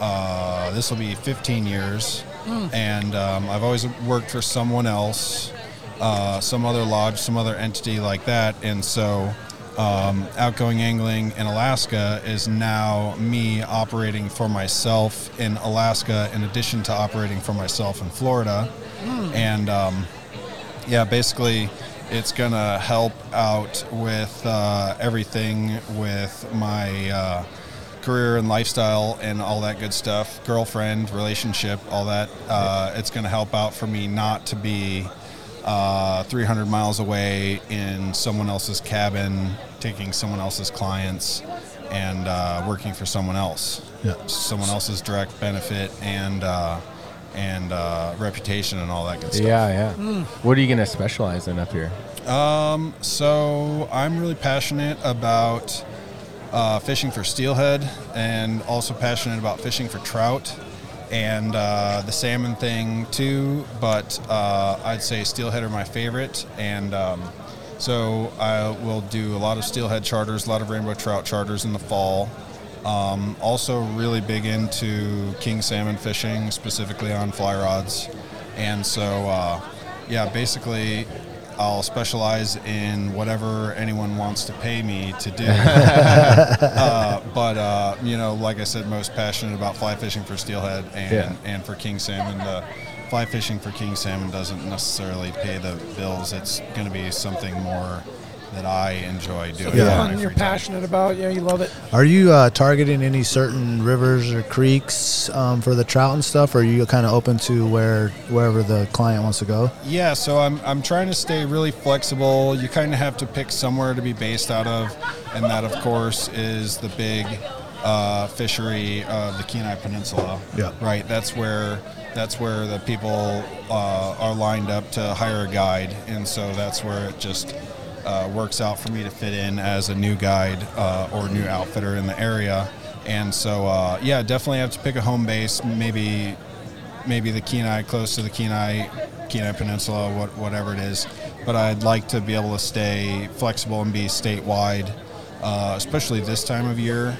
J: uh, this will be 15 years, and um, I've always worked for someone else, uh, some other lodge, some other entity like that, and so. Um, outgoing angling in Alaska is now me operating for myself in Alaska, in addition to operating for myself in Florida, and um, yeah, basically, it's gonna help out with uh, everything with my uh, career and lifestyle and all that good stuff, girlfriend, relationship, all that. Uh, it's gonna help out for me not to be uh, 300 miles away in someone else's cabin, taking someone else's clients, and uh, working for someone else.
C: Yeah.
J: Someone else's direct benefit and uh, and uh, reputation and all that good stuff.
B: Yeah, yeah.
D: Mm.
B: What are you going to specialize in up here?
J: Um, so I'm really passionate about uh, fishing for steelhead, and also passionate about fishing for trout and uh, the salmon thing too. But uh, I'd say steelhead are my favorite, and um, so I will do a lot of steelhead charters, a lot of rainbow trout charters in the fall. Um, also, really big into king salmon fishing, specifically on fly rods, and so uh, yeah, basically. I'll specialize in whatever anyone wants to pay me to do. uh, but uh, you know, like I said, most passionate about fly fishing for steelhead and,
B: Yeah.
J: and for king salmon. The fly fishing for king salmon doesn't necessarily pay the bills. It's going to be something more that I enjoy doing.
C: Yeah.
J: in my
D: One you're
J: free time.
D: passionate about. Yeah, you love it.
C: Are you uh, targeting any certain rivers or creeks um, for the trout and stuff, or are you kind of open to where wherever the client wants to go?
J: Yeah, so I'm, I'm trying to stay really flexible. You kind of have to pick somewhere to be based out of, and that, of course, is the big uh, fishery of the Kenai Peninsula.
C: Yeah.
J: Right. That's where that's where the people uh, are lined up to hire a guide, and so that's where it just uh, works out for me to fit in as a new guide uh, or new outfitter in the area. And so, uh, yeah, definitely have to pick a home base. Maybe maybe the Kenai, close to the Kenai, Kenai Peninsula, what, whatever it is. But I'd like to be able to stay flexible and be statewide, uh, especially this time of year.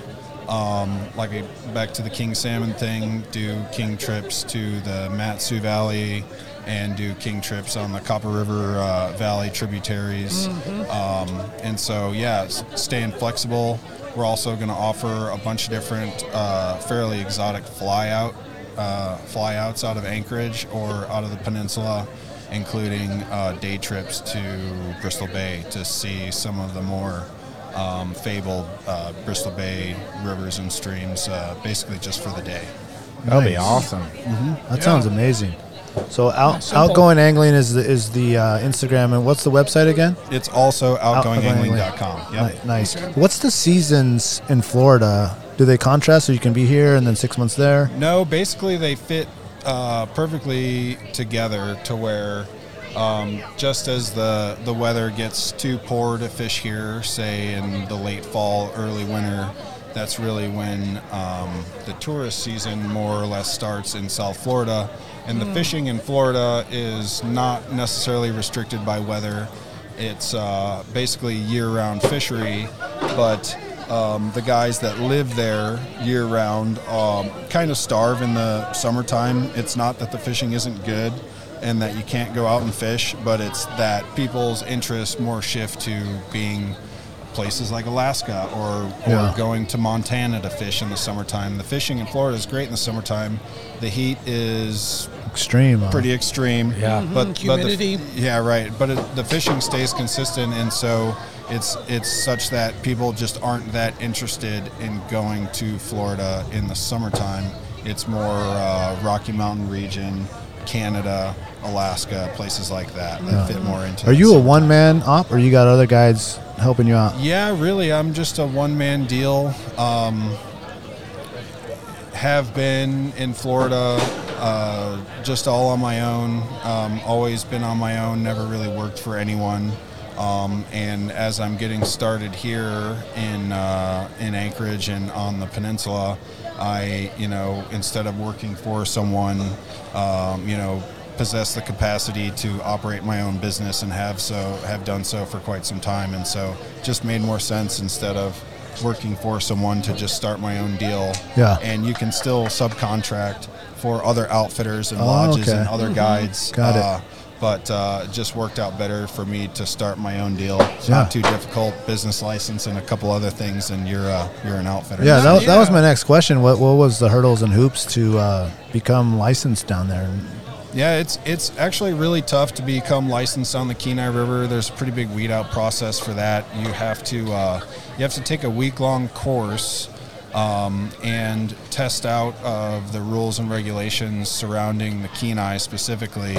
J: Um, like a, back to the king salmon thing, do king trips to the Matsu Valley, and do king trips on the Copper River uh, Valley tributaries. Um, and so, yeah, s- staying flexible. We're also going to offer a bunch of different, uh, fairly exotic fly out uh, flyouts out of Anchorage or out of the peninsula, including uh, day trips to Bristol Bay to see some of the more um, fabled uh, Bristol Bay rivers and streams, uh, basically just for the day.
K: That'll be
C: Nice. Mm-hmm.
K: awesome.
C: That sounds amazing. So out,
D: simple.
C: outgoing angling is the is the uh, Instagram, and what's the website again?
J: It's also outgoingangling.com. Yep.
C: Ni- Nice. What's the seasons in Florida? Do they contrast so you can be here and then six months there?
J: No, basically they fit uh, perfectly together to where um, just as the the weather gets too poor to fish here, say in the late fall, early winter, that's really when um, the tourist season more or less starts in South Florida, and the fishing in Florida is not necessarily restricted by weather. It's uh, basically year-round fishery, but um, the guys that live there year round um, kind of starve in the summertime. It's not that the fishing isn't good and that you can't go out and fish, but it's that people's interests more shift to being places like Alaska or, or
C: Yeah.
J: going to Montana to fish in the summertime. The fishing in Florida is great in the summertime. The heat is
C: Extreme. huh?
J: pretty extreme. Yeah, but
D: humidity.
J: But the, yeah, right. But it, the fishing stays consistent, and so it's it's such that people just aren't that interested in going to Florida in the summertime. It's more uh, Rocky Mountain region, Canada, Alaska, places like that that fit more into.
C: Are
J: the
C: you a
J: summertime.
C: one man op, or you got other guys helping you out?
J: Yeah, really. I'm just a one man deal. Um, have been in Florida uh, just all on my own. Um, always been on my own, never really worked for anyone. Um, and as I'm getting started here in, uh, in Anchorage and on the peninsula, I, you know, instead of working for someone, um, you know, possess the capacity to operate my own business and have so have done so for quite some time and so just made more sense instead of working for someone to just start my own deal
C: Yeah.
J: and you can still subcontract for other outfitters and lodges
C: Oh, okay. Mm-hmm.
J: and other guides
C: Got it.
J: but uh, it just worked out better for me to start my own deal. It's
C: Yeah.
J: not too difficult. Business license and a couple other things, and you're uh, you're an outfitter.
C: Yeah, that, that was
D: Yeah.
C: my next question. What what was the hurdles and hoops to uh, become licensed down there?
J: Yeah, it's it's actually really tough to become licensed on the Kenai River. There's a pretty big weed out process for that. You have to uh, you have to take a week long course um, and test out of the rules and regulations surrounding the Kenai specifically.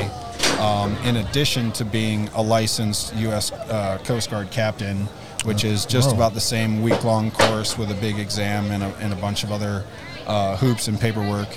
J: Um, in addition to being a licensed U.S. Uh, Coast Guard captain, which is just
C: Whoa.
J: about the same week long course with a big exam and a, and a bunch of other uh, hoops and paperwork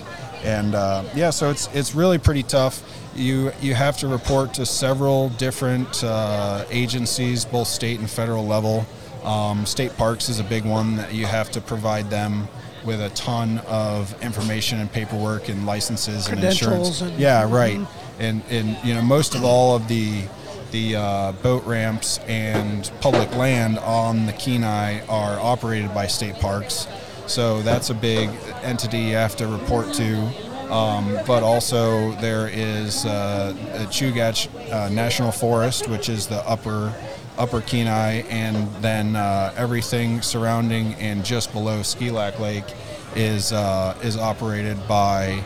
J: and uh, yeah, so it's it's really pretty tough. You you have to report to several different uh, agencies, both state and federal level. Um, state parks is a big one that you have to provide them with a ton of information and paperwork and licenses and insurance.
D: Credentials and-
J: yeah, right. And and you know most of all of the the uh, boat ramps and public land on the Kenai are operated by state parks. So that's a big entity you have to report to. Um, but also there is uh, the Chugach uh, National Forest, which is the upper upper Kenai, and then uh, everything surrounding and just below Skelak Lake is uh, is operated by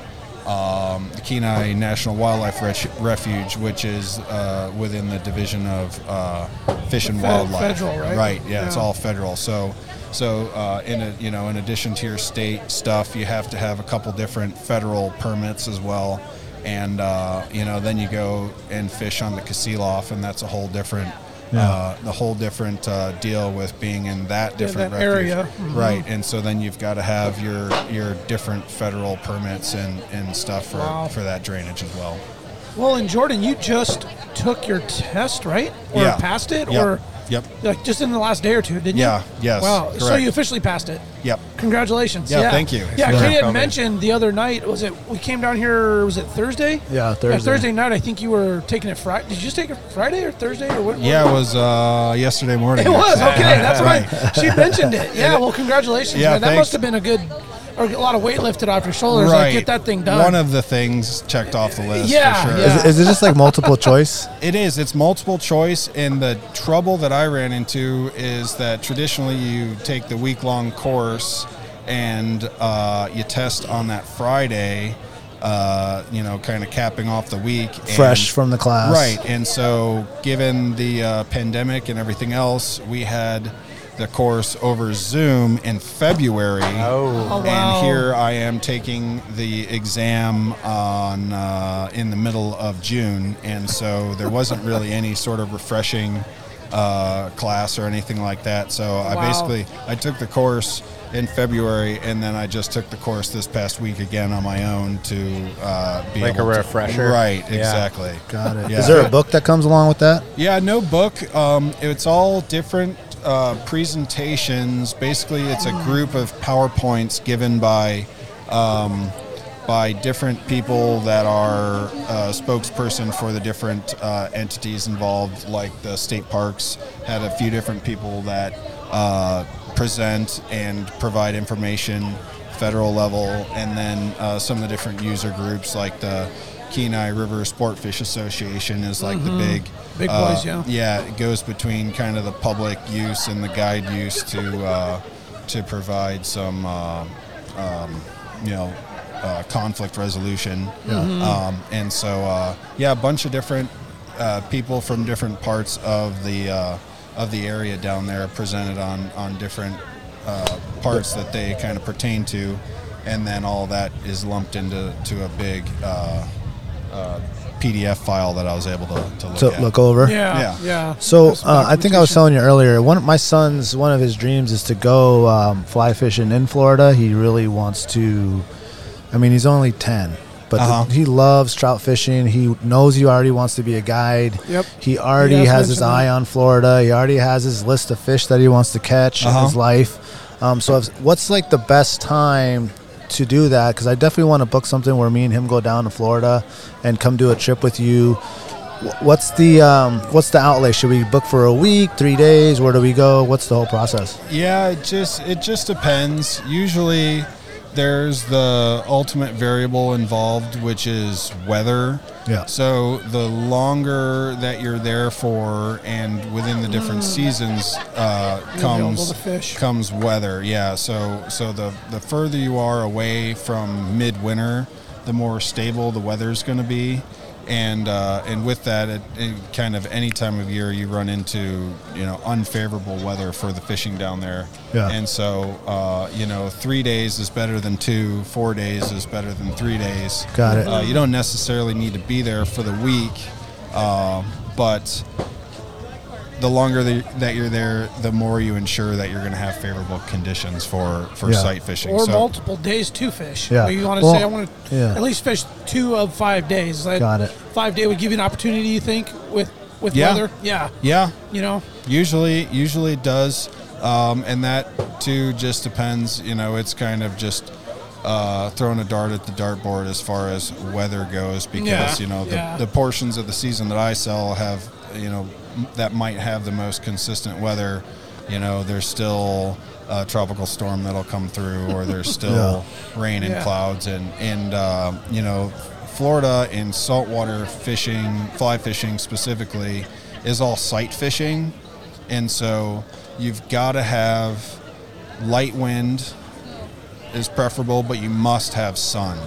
J: um, the Kenai National Wildlife Ref- Refuge, which is uh, within the Division of uh, Fish and
D: Fed-
J: Wildlife.
D: federal, right?
J: Yeah, it's
D: Yeah.
J: all federal. So, so uh, in a, you know, in addition to your state stuff, you have to have a couple different federal permits as well, and uh, you know, then you go and fish on the Kasilof, and that's a whole different. Uh, the whole different uh, deal with being in that different
D: that
J: refuge.
D: area. Mhm.
J: right? And so then you've got to have your your different federal permits and, and stuff for,
D: Wow.
J: for that drainage as well.
D: Well, and Jordan, you just took your test, right? Or
J: Yeah.
D: passed it,
J: Yep.
D: or
J: Yep.
D: like just in the last day or two, didn't you?
J: Yeah, yes,
D: Wow. So
J: correct.
D: you officially passed it.
J: Yep.
D: Congratulations.
J: Yeah, thank you.
D: Yeah,
J: Yeah.
D: Katie had
B: Coming.
D: mentioned the other night. Was it we came down here? Was it Thursday?
C: Yeah, Thursday.
D: Thursday night. I think you were taking it Friday. Did you just take it Friday or Thursday or what?
J: Yeah, it was uh, yesterday morning.
D: It was
J: actually.
D: okay.
J: *laughs*
D: That's right. *laughs* She mentioned it. Yeah. Well, congratulations.
J: Yeah,
D: man. That
J: thanks.
D: must have been a good, or a lot of weight lifted off your shoulders. Like get that thing done.
J: One of the things checked off the list.
D: Yeah,
J: for sure.
D: yeah.
C: Is, is it just like multiple choice?
J: It is. It's multiple choice, and the trouble that I ran into is that traditionally you take the week long course and uh, you test on that Friday. Uh, you know, kind of capping off the week. and-
C: Fresh from the class.
J: Right. And so, given the uh, pandemic and everything else, we had the course over Zoom in February.
B: Oh.
D: Oh, wow.
J: And here I am taking the exam on uh, in the middle of June, and so there wasn't really any sort of refreshing uh, class or anything like that. So
D: Wow.
J: I basically I took the course in February, and then I just took the course this past week again on my own to uh, be
B: Like
J: able
B: a
J: to-
B: refresher.
J: right?
B: Yeah.
J: Exactly.
C: Got it. Is
J: Yeah.
C: there a book that comes along with that?
J: Yeah, no book. Um, it's all different uh, presentations. Basically, it's a group of powerpoints given by um, by different people that are uh, spokesperson for the different uh, entities involved. Like the state parks had a few different people that uh, present and provide information. Federal level, and then uh, some of the different user groups like the Kenai River Sport Fish Association is like the big
D: Mm-hmm.
J: uh,
D: Big boys, yeah.
J: yeah, it goes between kind of the public use and the guide use to uh, to provide some uh, um, you know uh, conflict resolution.
D: Mm-hmm.
J: Um, and so uh, yeah, a bunch of different uh, people from different parts of the uh, of the area down there presented on on different uh, parts that they kind of pertain to, and then all that is lumped into to a big. Uh, uh, PDF file that I was able to, to look
C: To
J: at.
C: look over.
D: yeah.
J: Yeah.
D: Yeah.
C: So
D: That's
C: uh, I think I was
D: documentation.
C: telling you earlier. One of my sons, one of his dreams is to go um, fly fishing in Florida. He really wants to. I mean, he's only ten, but the-
J: Uh-huh.
C: he loves trout fishing. He knows he already wants to be a guide.
D: Yep.
C: He already
D: He has
C: has his
D: mentioned
C: eye
D: that.
C: on Florida. He already has his list of fish that he wants to catch in
J: Uh-huh.
C: his life. Um, so, if, what's like the best time? To do that, because I definitely want to book something where me and him go down to Florida and come do a trip with you. What's the um, what's the outlay? Should we book for a week, three days? Where do we go? What's the whole process?
J: Yeah, it just it just depends. Usually, there's the ultimate variable involved, which is weather.
C: Yeah.
J: So the longer that you're there for, and within the different seasons, uh,
D: available
J: comes
D: to fish.
J: comes weather. Yeah. So so the the further you are away from midwinter, the more stable the weather's going to be. And, uh, and with that, it, it kind of any time of year you run into you know unfavorable weather for the fishing down there,
C: Yeah.
J: and so uh, you know three days is better than two, four days is better than three days.
C: Got it.
J: Uh, you don't necessarily need to be there for the week, uh, but the longer that that you're there, the more you ensure that you're going to have favorable conditions for, for
C: Yeah.
J: sight fishing.
D: Or
J: So-
D: multiple days to fish.
C: Yeah.
D: Like you want to
C: Well,
D: say I want to
C: yeah.
D: at least fish two of five days. Like
C: Got it.
D: Five day would give you an opportunity. You think with with
J: Yeah.
D: weather? Yeah.
J: yeah,
D: You know.
J: Usually, usually it does, um, and that too just depends. You know, it's kind of just uh, throwing a dart at the dartboard as far as weather goes, because
D: Yeah,
J: you know the,
D: yeah.
J: the portions of the season that I sell have you know m- that might have the most consistent weather. You know, there's still a tropical storm that'll come through, or there's still rain and
D: Yeah.
J: clouds, and and um, you know. Florida and saltwater fishing, fly fishing specifically, is all sight fishing. And so you've got to have light wind is preferable, but you must have sun.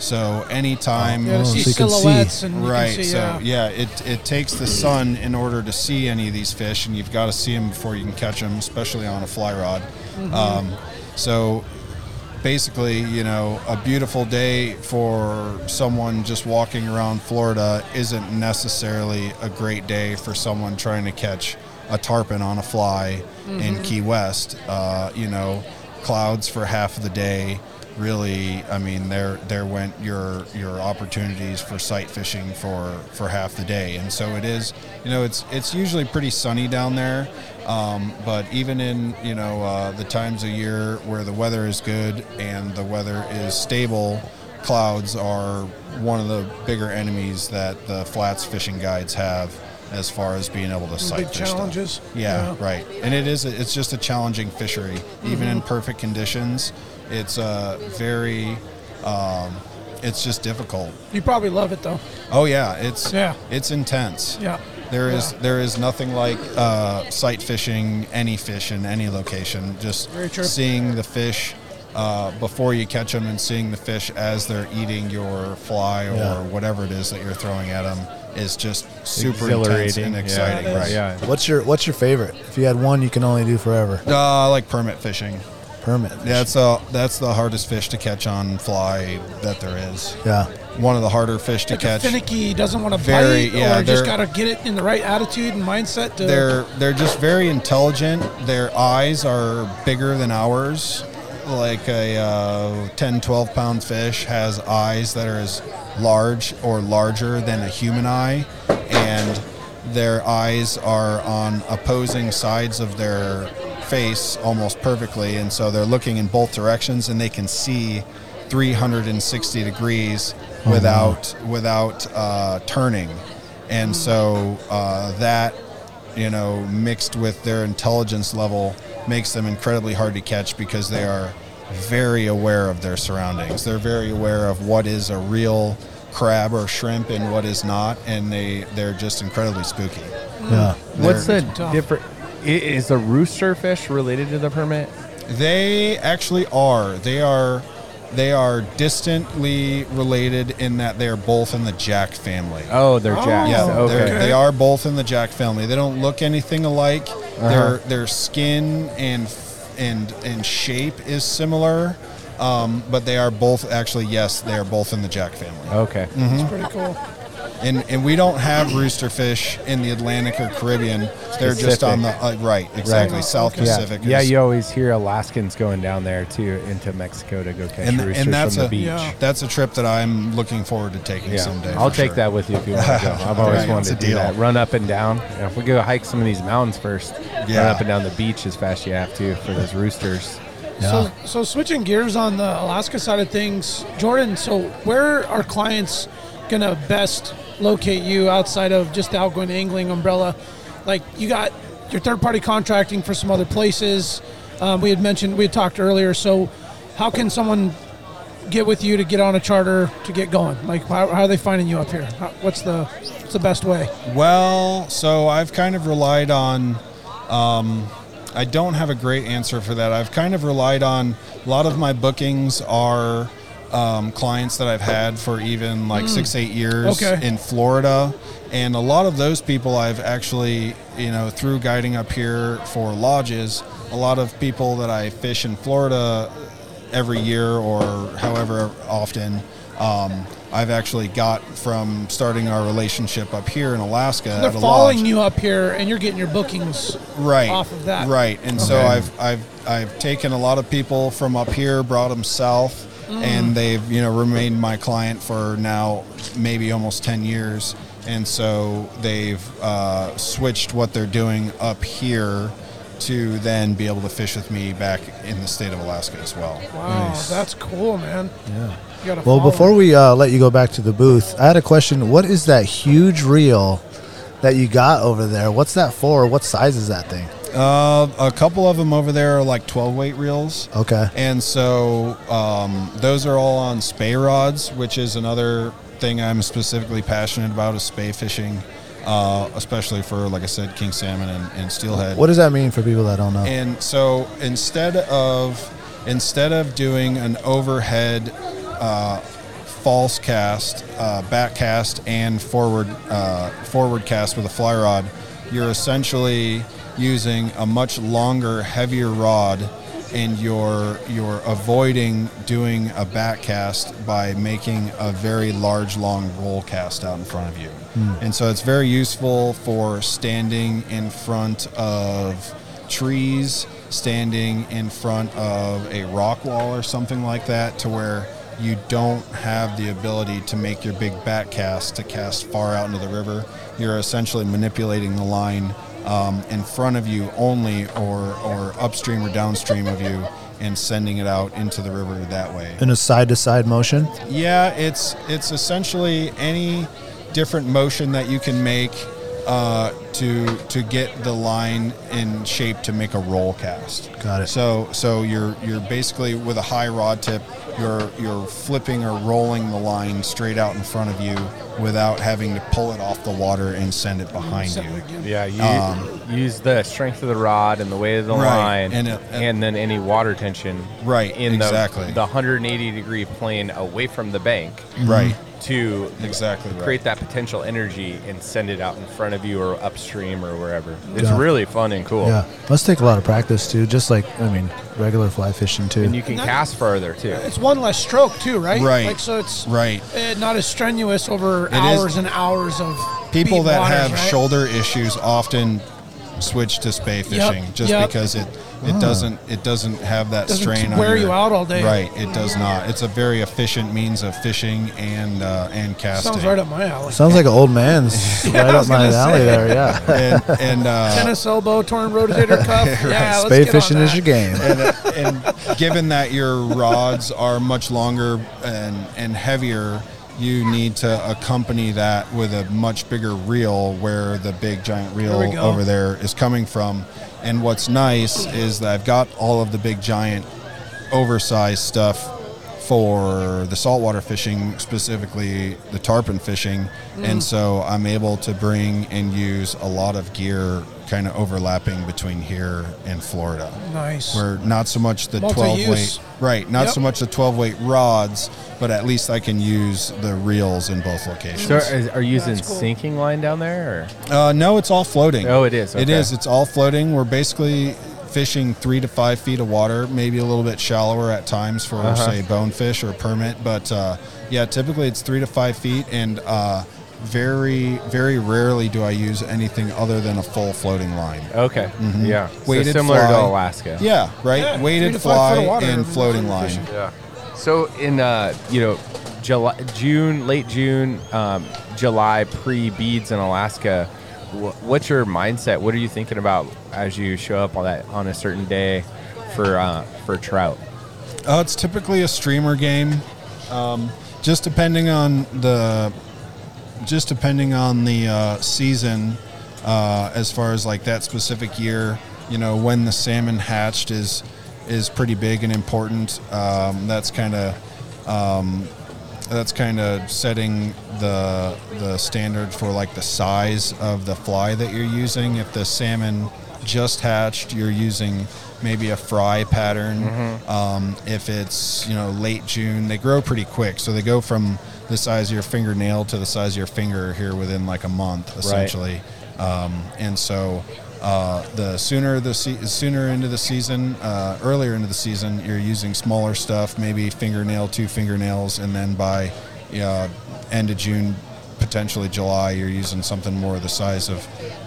J: So anytime
D: Yeah, to see
C: so you can see.
D: silhouettes and you can
J: right
D: see,
J: so
D: yeah.
J: yeah it, it takes the sun in order to see any of these fish and you've got to see them before you can catch them especially on a fly rod um, so basically you know a beautiful day for someone just walking around florida isn't necessarily a great day for someone trying to catch a tarpon on a fly in key west uh, you know clouds for half of the day really i mean there there went your your opportunities for sight fishing for for half the day and so it is you know it's it's usually pretty sunny down there um, but even in you know uh, the times of year where the weather is good and the weather is stable clouds are one of the bigger enemies that the flats fishing guides have as far as being able to sight
D: Big
J: fish stuff.
D: challenges.
J: Yeah, right. And it is. It's just a challenging fishery, even
D: Mm-hmm.
J: in perfect conditions. It's uh, very. Um, it's just difficult.
D: You probably love it though.
J: Oh yeah, it's
D: Yeah.
J: it's intense.
D: Yeah.
J: There is
D: Yeah.
J: there is nothing like uh, sight fishing any fish in any location. Just
D: Very true.
J: seeing the fish uh, before you catch them and seeing the fish as they're eating your fly or
C: Yeah.
J: whatever it is that you're throwing at them is just super intense
B: Exhilarating.
J: and
B: Yeah,
J: exciting.
D: it is.
J: right?
B: Yeah.
C: What's your What's your favorite? If you had one, you can only do forever.
J: Uh, I like permit fishing.
C: Permit.
J: That's uh, that's the hardest fish to catch on fly that there is.
C: Yeah.
J: One of the harder fish to
D: Like a
J: catch.
D: finicky, doesn't want to
J: Very-
D: bite,
J: yeah,
D: or just
J: they're-
D: got to get it in the right attitude and mindset to.
J: They're they're just very intelligent. Their eyes are bigger than ours. Like a uh, 10, 12 pound fish has eyes that are as large or larger than a human eye, and their eyes are on opposing sides of their face almost perfectly, and so they're looking in both directions, and they can see 360 degrees without without uh, turning, and so uh, that you know, mixed with their intelligence level makes them incredibly hard to catch because they are very aware of their surroundings. They're very aware of what is a real crab or shrimp and what is not, and they they're just incredibly spooky.
C: Yeah.
B: What's the
J: They're-
B: different? Is the rooster fish related to the permit?
J: They actually are. They are they are distantly related in that they are both in the jack family.
B: Oh, they're jacks.
J: Yeah,
B: okay.
J: they're, they are both in the Jack family. They don't look anything alike.
B: Uh-huh.
J: Their their skin and and and shape is similar, um, but they are both actually yes, they are both in the Jack family. Mm-hmm.
B: Okay.
D: pretty cool.
J: And and we don't have roosterfish in the Atlantic or Caribbean. They're just on the uh, right exactly
D: Right.
J: South
D: Okay.
B: Yeah.
J: Pacific.
B: yeah,
J: is-
B: you always hear Alaskans going down there too into Mexico to go catch
J: And,
B: roosters
J: and that's
B: from
J: a
B: the beach.
D: Yeah.
J: that's a trip that I'm looking forward to taking
B: Yeah.
J: someday.
B: I'll
J: for
B: take
J: sure.
B: that with you if you want
J: *laughs*
B: to go. I've always
J: Right,
B: wanted
J: it's
B: to
J: a
B: do
J: deal.
B: that. Run up and down. If we go hike some of these mountains first,
J: Yeah.
B: run up and down the beach as fast as you have to for those roosters.
D: So, so switching gears on the Alaska side of things, Jordan. So, where are clients gonna best locate you outside of just the outgoing angling umbrella? Like, you got your third-party contracting for some other places. Um, we had mentioned we had talked earlier. So, how can someone get with you to get on a charter to get going? Like, how, how are they finding you up here? How, what's the what's the best way?
J: Well, so I've kind of relied on. Um, I don't have a great answer for that. I've kind of relied on a lot of my bookings are um, clients that I've had for even like six, eight years
D: Okay.
J: in Florida, and a lot of those people I've actually, you know, through guiding up here for lodges, a lot of people that I fish in Florida every year or however often. Um, I've actually got from starting our relationship up here in Alaska.
D: They're
J: at Uh, a
D: following
J: lodge
D: you up here, and you're getting your bookings
J: right
D: off of that.
J: right and so i've i've i've taken a lot of people from up here brought them south
D: Mm.
J: and they've you know remained my client for now maybe almost 10 years and so they've uh, switched what they're doing up here to then be able to fish with me back in the state of alaska as well
D: Wow, Oh, that's cool, man. Yeah. You gotta
C: Well,
D: follow
C: before we uh, let you go back to the booth, I had a question. What is that huge reel that you got over there? What's that for? What size is that thing?
J: Uh, a couple of them over there are like 12 weight reels.
C: Okay.
J: And so um, those are all on spay rods, which is another thing I'm specifically passionate about is spay fishing, uh, especially for, like I said, king salmon and, and steelhead.
C: What does that mean for people that don't know?
J: And so instead of instead of doing an overhead uh, false cast, uh, back cast, and forward uh, forward cast with a fly rod, you're essentially using a much longer, heavier rod, and you're you're avoiding doing a back cast by making a very large, long roll cast out in front of you.
C: Hmm.
J: And so it's very useful for standing in front of trees standing in front of a rock wall or something like that to where you don't have the ability to make your big back cast to cast far out into the river. You're essentially manipulating the line um, in front of you only or, or upstream or downstream of you and sending it out into the river that way.
C: in a side to side motion.
J: Yeah, it's it's essentially any different motion that you can make uh, to to get the line in shape to make a roll cast.
C: Got it.
J: So so you're you're basically with a high rod tip, you're you're flipping or rolling the line straight out in front of you without having to pull it off the water and send it behind
D: Set it
J: you.
D: again.
B: Yeah, you use the strength of the rod and the weight of the
J: Right,
B: line,
J: and
B: and,
J: it-
B: then any water tension.
J: Right,
B: in the-
J: exactly.
B: the 180 degree plane away from the bank
J: Right.
B: to
J: Exactly right.
B: create that potential energy and send it out in front of you or upstream or wherever. It's
C: Yeah.
B: really fun and cool.
C: Yeah, must take a lot of practice too. Just like I mean, regular fly fishing too.
B: And you can
D: And that-
B: cast further too.
D: It's one less stroke too, right?
J: Right.
D: Like so, it's
J: Right.
D: uh, not as strenuous over
J: is-
D: hours and hours of
J: people
D: beat
J: that
D: waters,
J: have
D: right?
J: shoulder issues often switch to spay fishing just
D: yep.
J: because it it doesn't it doesn't have that
D: Doesn't
J: strain
D: wear
J: on your,
D: you out all day.
J: right it does not it's a very efficient means of fishing and uh, and casting
D: sounds right up my alley.
C: Sounds like an old man's right
D: I
C: up
D: was
C: my
D: gonna
C: alley
D: say.
C: there.
D: *laughs*
C: Yeah,
J: and and uh,
D: Tennis elbow, torn
J: *laughs*
D: rotator cuff. Yeah, let's
C: spay
D: get on
C: fishing is
D: that.
C: your game.
J: and, and given that your rods are much longer and and heavier you need to accompany that with a much bigger reel where the big giant reel
D: There we go.
J: over there is coming from and what's nice is that I've got all of the big giant oversized stuff for the saltwater fishing, specifically the tarpon fishing.
D: Mm.
J: And so I'm able to bring and use a lot of gear kind of overlapping between here and Florida.
D: Nice.
J: Where not so much the 12
D: Multi-use.
J: weight, right, not so
D: Yep.
J: much the 12 weight rods, but at least I can use the reels in both locations.
B: So are, are you using
D: That's cool.
B: sinking line down there? Or?
J: Uh, no, it's all floating.
B: Oh, it is,
J: It
B: okay.
J: is. It's all floating. We're basically fishing three to five feet of water, maybe a little bit shallower at times for,
B: Uh-huh.
J: say, bonefish or permit. But uh, yeah, typically it's three to five feet, and uh, very, very rarely do I use anything other than a full floating line. Mm-hmm.
B: Okay. Yeah.
J: Weighted
B: so similar
J: fly.
B: to Alaska.
J: Yeah, right.
D: Yeah, three
J: Weighted
D: to five foot
J: fly
D: of water
J: and
D: every
J: floating
D: time you're
J: line.
D: fishing.
B: Yeah. So in uh, you know, July, June, late June, um, July pre beads in Alaska. Wh- what's your mindset? What are you thinking about as you show up on that on a certain day for uh, for trout?
J: Uh, it's typically a streamer game, um, just depending on the, just depending on the uh, season, uh, as far as like that specific year. You know, when the salmon hatched is is pretty big and important. Um, that's kind of um, that's kind of setting the the standard for like the size of the fly that you're using. If the salmon just hatched, you're using maybe a fry pattern. Um, if it's you know late June, they grow pretty quick, so they go from the size of your fingernail to the size of your finger here within like a month, essentially. Um, and so uh, the sooner the se- sooner into the season, uh, earlier into the season, you're using smaller stuff, maybe fingernail, two fingernails, and then by uh, end of June, potentially July, you're using something more the size of,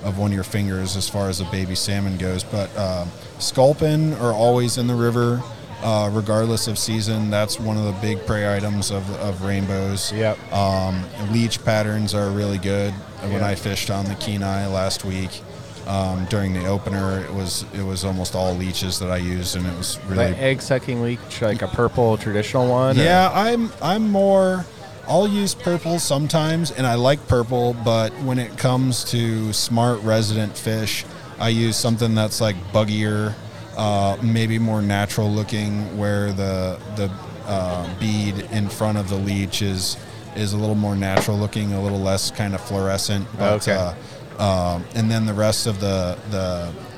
J: of one of your fingers as far as a baby salmon goes. But um sculpin are always in the river. Uh, regardless of season, that's one of the big prey items of, of rainbows.
B: Yep.
J: Um, leech patterns are really good. When I fished on the Kenai last week um, during the opener, it was it was almost all leeches that I used, and it was really
B: Like egg sucking leech, like a purple traditional one. or-
J: yeah. I'm I'm more. I'll use purple sometimes, and I like purple, but when it comes to smart resident fish, I use something that's like buggier, uh, maybe more natural looking, where the the uh, bead in front of the leech is is a little more natural looking, a little less kind of fluorescent. But,
B: Okay.
J: Uh, um, and then the rest of the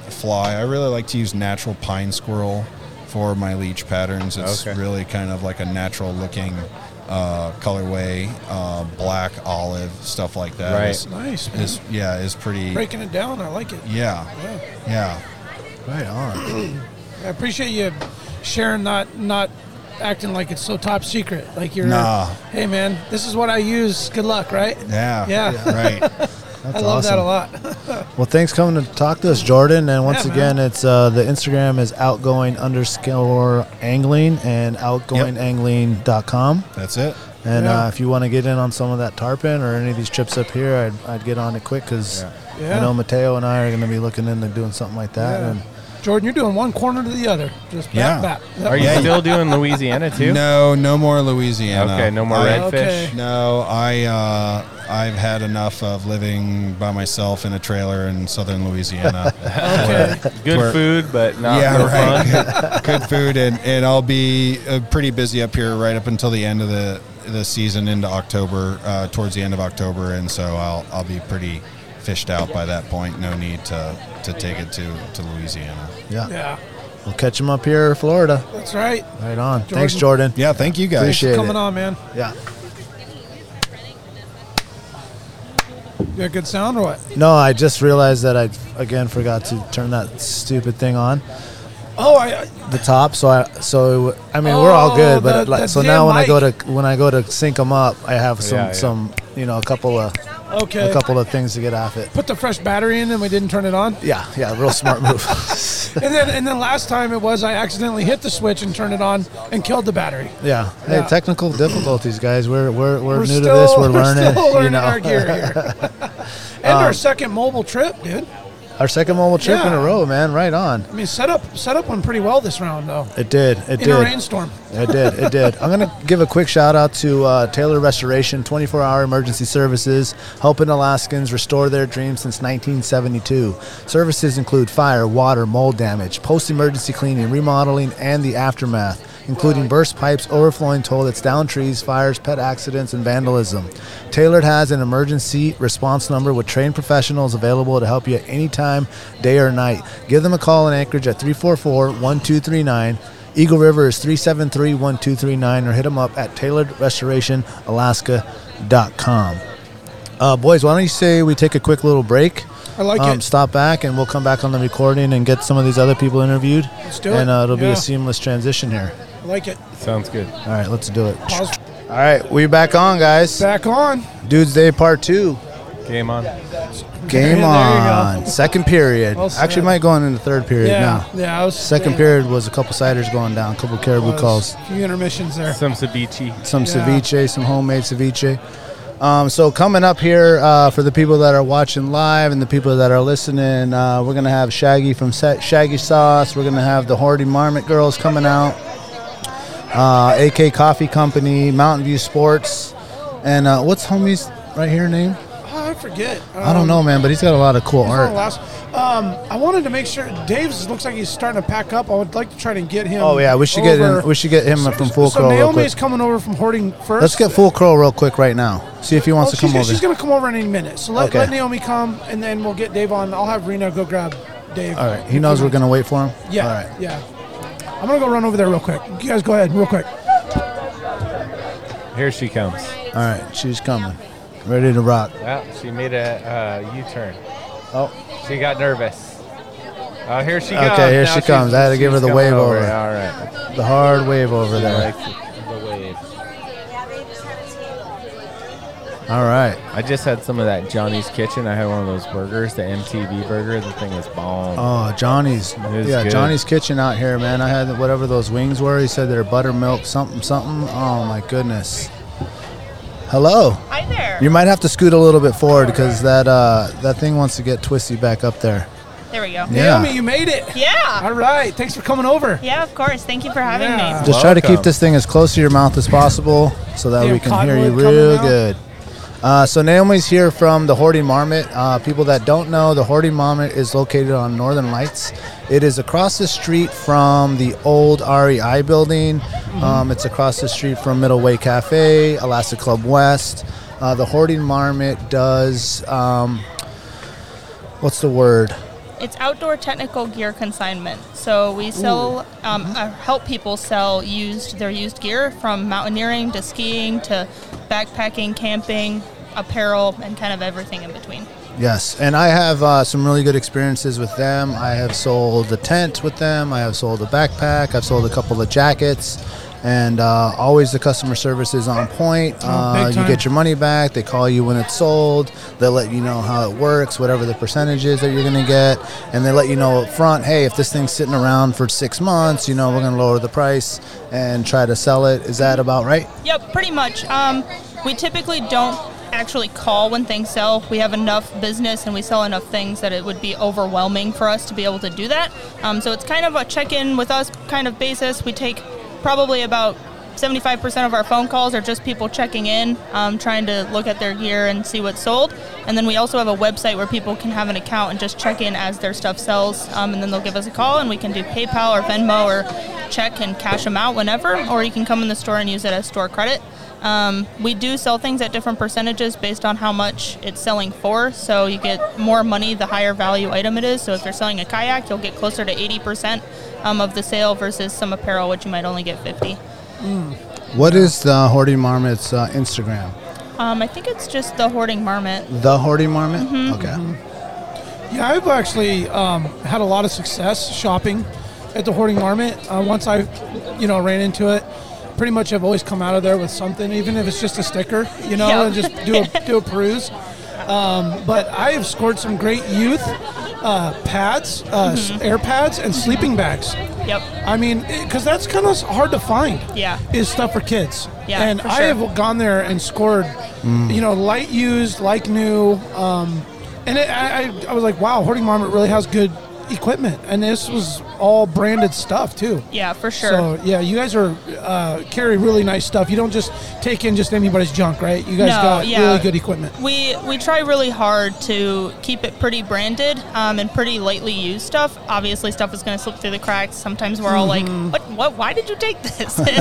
J: the fly, I really like to use natural pine squirrel for my leech patterns. It's
B: Okay.
J: really kind of like a natural looking uh, colorway, uh, black, olive, stuff like that.
B: Right.
J: is-
D: Nice, man.
J: is- yeah, is pretty.
D: Breaking it down, I like it.
J: Yeah,
D: Yeah.
J: yeah.
C: Right on.
D: I appreciate you sharing, not not acting like it's so top secret. Like you're,
J: Nah.
D: hey man, this is what I use. Good luck, right?
J: Yeah.
D: Yeah. *laughs*
J: Right.
D: I love that a lot.
C: Well, thanhanks for coming to talk to us, Jordan. And once
D: Yeah,
C: again, it's uh, the Instagram is outgoing underscore angling and outgoingangling.com.
J: That's it.
C: And
D: Yeah.
C: uh, if you want to get in on some of that tarpon or any of these trips up here, I'd, I'd get on it quick because
D: Yeah.
C: I know Mateo and I are going to be looking into doing something like that.
D: Yeah.
C: And
D: Jordan, you're doing one corner to the other. Just bap,
J: Yeah.
D: bap. Yep.
B: Are you still doing Louisiana too?
J: No, no more Louisiana. Uh,
B: Okay, no more
J: I-
B: redfish.
D: Okay.
J: No, I uh, I've had enough of living by myself in a trailer in
B: *laughs*
J: southern Louisiana.
D: Okay.
B: Good
J: Twerk.
B: food, but not
J: yeah,
B: good fun.
J: right. *laughs* Good, good food, and, and I'll be uh, pretty busy up here right up until the end of the the season into October, uh, towards the end of October, and so I'll I'll be pretty fished out by that point. No need to to take it to to Louisiana.
C: yeah,
D: yeah,
C: we'll catch him up here, in Florida.
D: that's right.
C: Right on. Thanks, Jordan.
J: Yeah, thank you guys.
D: Thanks for
C: Appreciate
D: coming
C: it.
D: on, man.
C: Yeah.
D: You got good sound or what?
C: No, I just realized that I again forgot to turn that stupid thing on
D: Oh, I,
C: the top. So I so it w- I mean we're all
D: Oh,
C: good, but
D: the-
C: it, like,
D: the
C: so
D: damn
C: now when I go to when I go to sync them up, I have some
B: Yeah, yeah.
C: some you know a couple of
D: I okay.
C: a couple of things to get off it.
D: Put the fresh battery in, and we didn't turn it on.
C: Yeah, yeah, real smart *laughs* move.
D: And then, and then last time it was I accidentally hit the switch and turned it on and killed the battery.
C: Yeah. Hey,
D: Yeah.
C: technical difficulties, guys. We're we're, we're, new to this.
D: *laughs*
C: We're, learning.
D: still
C: *laughs*
D: learning
C: you know, Uh,
D: our gear here. and our second mobile trip, dude.
C: *laughs* Our second mobile trip in a
D: Yeah.
C: row, man. Right on.
D: I mean, set up set up went pretty well this round though.
C: It did. It
D: In a
C: did.
D: rainstorm.
C: It did. It did. I'm going to give a quick shout out to uh, Taylor Restoration, 24 hour emergency services, helping Alaskans restore their dreams since 1972. Services include fire, water, mold damage, post emergency cleaning, remodeling, and the aftermath. Including burst pipes, overflowing toilets, down trees, fires, pet accidents, and vandalism. Tailored has an emergency response number with trained professionals available to help you at any time, day or night. Give them a call in Anchorage at 344 1239. Eagle River is 373 1239 or hit them up at tailoredrestorationalaska.com. Uh, boys, why don't you say we take a quick little break? Um,
D: I like it.
C: Stop back and we'll come back on the recording and get some of these other people interviewed. Let's
D: do it.
C: And uh, it'll be
D: Yeah.
C: a seamless transition here.
D: Like it.
B: Sounds good.
C: All right, let's do it.
D: Pause.
C: All right, we're back on, guys.
D: Back on.
C: Dudes Day Part 2.
B: Game on.
D: *laughs* There you
C: Game
D: go.
C: on. Second period.
D: Well
C: Actually,
D: said.
C: might go on in the third period now.
D: Yeah. Yeah. I was
C: Second
D: yeah,
C: period was a couple ciders going down, a couple caribou
D: was
C: calls.
D: a Few intermissions there.
B: Some ceviche.
C: some
D: Yeah.
C: ceviche, some homemade ceviche. Um, so coming up here uh, for the people that are watching live and the people that are listening, uh, we're gonna have Shaggy from Sa- Shaggy Sauce. We're gonna have the Hardy Marmot Girls coming out, uh, AK Coffee Company, Mountain View Sports, and uh, what's homie's right here name?
D: Oh, I forget.
C: I don't know, man, but he's got a lot of cool art.
D: Last, um, I wanted to make sure Dave's looks like he's starting to pack up. I would like to try to get him.
C: Oh yeah, we should get
D: over.
C: him, we should get him from Full
D: so
C: Crow real
D: Naomi's
C: quick.
D: coming over from Hoarding first.
C: Let's get Full Crow real quick right now. See if he
D: Oh,
C: wants
D: she's,
C: to come
D: gonna-
C: over.
D: she's going to come over in any minute. So let,
C: Okay.
D: let Naomi come, and then we'll get Dave on. I'll have Reno go grab Dave.
C: All right, he knows we're gonna wait for him.
D: Yeah.
C: All right.
D: Yeah. I'm going to go run over there real quick. You guys go ahead, real quick.
B: Here she comes.
C: All right, she's coming. Ready to rock.
B: Well, she made a uh, U-turn.
C: Oh,
B: She got nervous. Oh, here she
C: Okay,
B: comes.
C: here
B: Now
C: she
B: she's-
C: comes. I had to give her
B: she's
C: the
B: coming
C: wave over.
B: All right.
C: the hard wave over there. All right.
B: I just had some of that Johnny's Kitchen. I had one of those burgers, the MTV burger. The thing was bomb.
C: Oh, Johnny's.
B: is
C: Yeah,
B: good.
C: Johnny's kitchen out here, man. I had whatever those wings were. He said they're buttermilk something something. Oh my goodness. Hello.
E: Hi there.
C: You might have to scoot a little bit forward because that uh, that thing wants to get twisty back up there.
E: There we go.
C: Yeah.
D: Naomi, you made it.
E: Yeah.
D: All right. Thanks for coming over.
E: Yeah, of course. Thank you for having
D: Yeah.
E: me.
C: Just try to
B: Welcome.
C: keep this thing as close to your mouth as possible so that
D: Damn
C: we can hear you
D: cottonwood coming
C: real
D: out.
C: good. Uh, so Naomi's here from the Hoarding Marmot. Uh, people that don't know, the Hoarding Marmot is located on Northern Lights. It is across the street from the old REI building.
D: Mm-hmm.
C: Um, it's across the street from Middleway Cafe, Alaska Club West. Uh, the Hoarding Marmot does um, what's the word?
L: it's outdoor technical gear consignment. So we sell, um, uh, help people sell used their used gear from mountaineering to skiing to backpacking, camping, apparel, and kind of everything in between.
C: Yes, and I have uh, some really good experiences with them. I have sold a tent with them. I have sold a backpack. I've sold a couple of jackets, and uh, always the customer service is on point. Uh, you
D: time.
C: get your money back. They call you when it's sold. They let you know how it works, whatever the percentage is that you're going to get, and they let you know up front. Hey, if this thing's sitting around for six months, you know we're going to lower the price and try to sell it. Is that about right?
L: Yep, pretty much. Um, we typically don't actually call when things sell. We have enough business and we sell enough things that it would be overwhelming for us to be able to do that. Um, so it's kind of a check in with us kind of basis. We take probably about 75% of our phone calls are just people checking in, um, trying to look at their gear and see what's sold. And then we also have a website where people can have an account and just check in as their stuff sells. Um, and then they'll give us a call and we can do PayPal or Venmo or check and cash them out whenever. Or you can come in the store and use it as store credit. Um, we do sell things at different percentages based on how much it's selling for. So you get more money the higher value item it is. So if you're selling a kayak, you'll get closer to 80% um, of the sale versus some apparel, which you might only get 50.
C: What is the Hoarding Marmot's uh, Instagram?
L: Um, I think it's just the hoarding marmot.
C: The Hoarding Marmot. Okay.
D: Yeah, I've actually um, had a lot of success shopping at the Hoarding Marmot. Uh, once I, you know, ran into it, pretty much I've always come out of there with something, even if it's just a sticker, you know,
L: Yeah.
D: and just do
L: *laughs*
D: a, do a peruse. Um, but I have scored some great youth uh, pads, uh, s- air pads, and sleeping bags.
L: Mm-hmm. Yep.
D: I mean, because that's kind of hard to find.
L: Yeah.
D: Is stuff for kids.
L: Yeah,
D: And
L: for
D: I
L: sure.
D: have gone there and scored, you know, light used, like new. Um, and it, I, I, I was like, wow, Hoarding Marmot really has good equipment. And this was all branded stuff, too.
L: Yeah, for sure.
D: So, yeah, you guys are uh, carry really nice stuff. You don't just take in just anybody's junk, right? You guys
L: No,
D: got
L: yeah.
D: really good
L: *laughs*
D: equipment.
L: We we try really hard to keep it pretty branded um, and pretty lightly used stuff. Obviously, stuff is going to slip through the cracks. Sometimes we're all like, "What? What? Why did you take this?" *laughs* we kind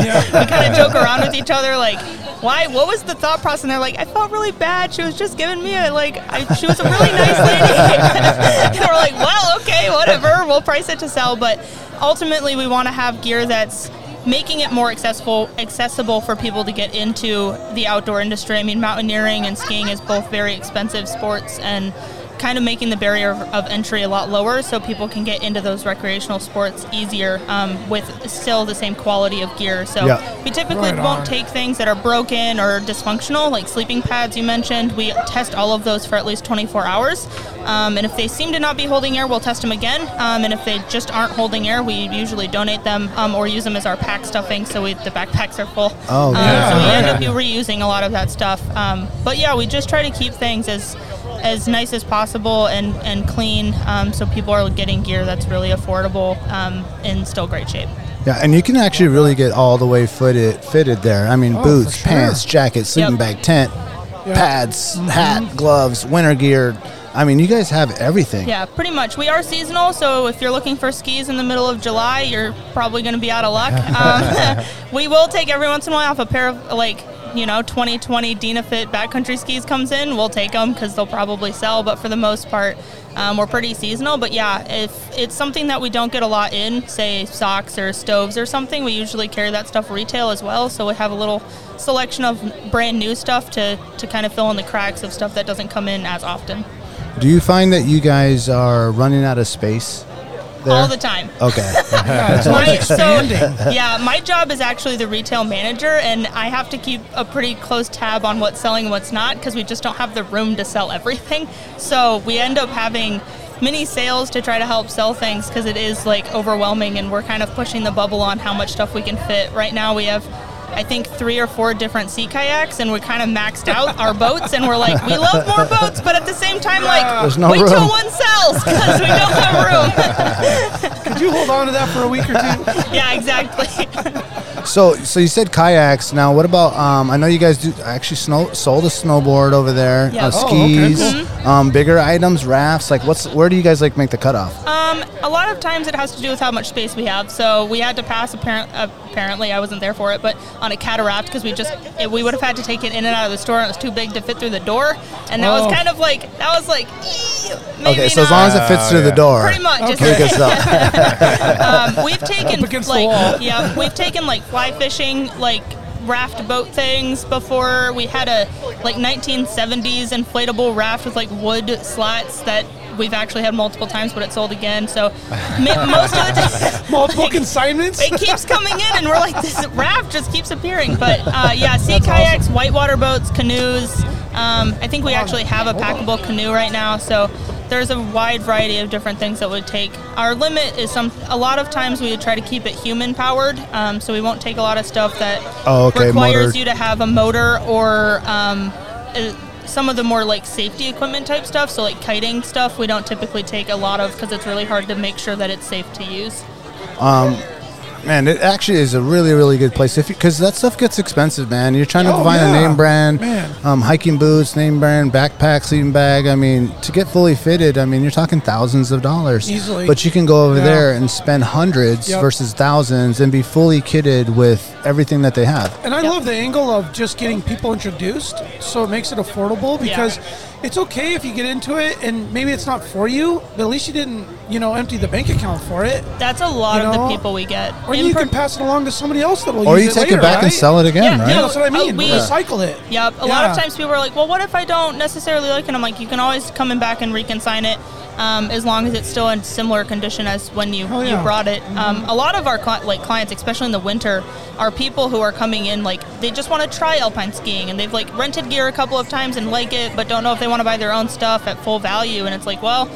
L: of joke around with each other, like, "Why? What was the thought process?" And they're like, "I felt really bad. She was just giving me a like. I, she was a really nice *laughs* lady." and we're like, "Well, okay, whatever. We'll price it to sell." But ultimately, we want to have gear that's making it more accessible accessible for people to get into the outdoor industry. I mean, mountaineering and skiing is both very expensive sports and kind of making the barrier of, of entry a lot lower so people can get into those recreational sports easier um, with still the same quality of gear. So
C: Yeah.
L: we typically
D: Right
L: won't
D: on.
L: take things that are broken or dysfunctional, like sleeping pads you mentioned. We test all of those for at least 24 hours. Um, and if they seem to not be holding air, we'll test them again. Um, and if they just aren't holding air, we usually donate them um, or use them as our pack stuffing so we, the backpacks are full.
C: Oh,
L: Um,
C: yeah.
L: So we end
D: Right.
L: up reusing a lot of that stuff. Um, but yeah, we just try to keep things as as nice as possible and, and clean um, so people are getting gear that's really affordable um, and still great shape.
C: Yeah, and you can actually really get all the way footed, fitted there. I mean,
D: for
C: boots,
D: sure.
C: pants, jacket, sleeping
L: Oh, Yep.
C: bag, tent, pads, hat, gloves, winter gear. I mean, you guys have everything.
L: Yeah, pretty much. We are seasonal, so if you're looking for skis in the middle of July, you're probably going to be out of luck. Um, *laughs* we will take every once in a while if a pair of like you know 2020 Dinafit backcountry skis comes in, we'll take them because they'll probably sell. But for the most part, um, we're pretty seasonal. But yeah, if it's something that we don't get a lot in, say socks or stoves or something, we usually carry that stuff retail as well. So we have a little selection of brand new stuff to to kind of fill in the cracks of stuff that doesn't come in as often.
C: Do you find that you guys are running out of space? There?
L: All the time. *laughs*
C: Okay. *laughs*
L: My- so- *laughs* yeah, my job is actually the retail manager, and I have to keep a pretty close tab on what's selling and what's not because we just don't have the room to sell everything. So we end up having mini sales to try to help sell things because it is like overwhelming, and we're kind of pushing the bubble on how much stuff we can fit. Right now, we have. I think three or four different sea kayaks, and we kind of maxed out our boats, and we're like, we love more boats, but at the same time, like,
C: There's no
L: wait till
C: room.
L: one sells because
C: *laughs*
L: we don't have room.
D: Could you hold on to that for a week or two?
L: *laughs* yeah, exactly.
C: So, so you said kayaks. Now, what about? Um, I know you guys do actually snow, sold a snowboard over there,
L: Yeah.
C: uh,
L: Oh,
D: okay,
C: skis,
D: cool.
C: um, bigger items, rafts. Like, what's where do you guys like make the cutoff?
L: Um, a lot of times it has to do with how much space we have. So we had to pass apparent, apparently I wasn't there for it, but on a cataract because we just it, we would have had to take it in and out of the store. and It was too big to fit through the door, and that
D: Oh.
L: was kind of like that was like "Ee," maybe
C: okay, so as long as it
L: not. Oh,
C: fits through the
B: yeah.
C: door,
L: Pretty much. it's
C: we can
L: *laughs*
C: stop. *laughs*
L: um, we've taken
D: Up against the
L: like
D: wall.
L: yeah, we've taken like fly fishing, like raft boat things before. We had a like 1970s inflatable raft with like wood slats that we've actually had multiple times, but it sold again. So
D: *laughs*
L: mi- most of the
D: Multiple
L: Like,
D: consignments?
L: it keeps coming in,
D: *laughs*
L: and we're like, this *laughs* raft just keeps appearing. But uh, yeah, sea kayaks, whitewater boats, canoes. Um, I think we actually have a packable canoe right now, so there's a wide variety of different things that would take. Our limit is some. A lot of times we try to keep it human powered, um, so we won't take a lot of stuff that
C: Oh, okay,
L: requires
C: motor.
L: you to have a motor or. Um, uh, some of the more like safety equipment type stuff, so like kiting stuff, we don't typically take a lot of because it's really hard to make sure that it's safe to use.
C: Um, man, it actually is a really, really good place if because that stuff gets expensive, man. You're trying to
D: Oh,
C: find
D: yeah.
C: a name brand,
D: Man.
C: Um, hiking boots, name brand, backpack, sleeping bag. I mean, to get fully fitted, I mean, you're talking thousands of dollars.
D: Easily.
C: But you can go over
D: Yeah.
C: there and spend hundreds
D: Yep.
C: versus thousands and be fully kitted with everything that they have.
D: And I love the angle of just getting people introduced, so it makes it affordable because it's okay if you get into it and maybe it's not for you, but at least you didn't, you know, empty the bank account for it.
L: That's a lot
D: You
L: of
D: know?
L: the people we get.
D: Or
L: In
D: you
L: per-
D: can pass it along to somebody else that will
C: Or you
D: use it
C: take
D: later,
C: it back
D: right?
C: and sell it again,
L: Yeah,
C: right?
D: Yeah,
L: No,
D: that's what I
L: oh,
D: mean.
L: we-
D: Recycle it.
L: Yep. A lot
D: Yeah.
L: of times people are like, "Well, what if I don't necessarily like it?" And I'm like, "You can always come in back and reconsign it, um, as long as it's still in similar condition as when you
D: Oh,
L: you
D: yeah.
L: brought it." Um, a lot of our cli- like clients, especially in the winter, are people who are coming in like they just want to try alpine skiing and they've like rented gear a couple of times and like it, but don't know if they want to buy their own stuff at full value. And it's like, well.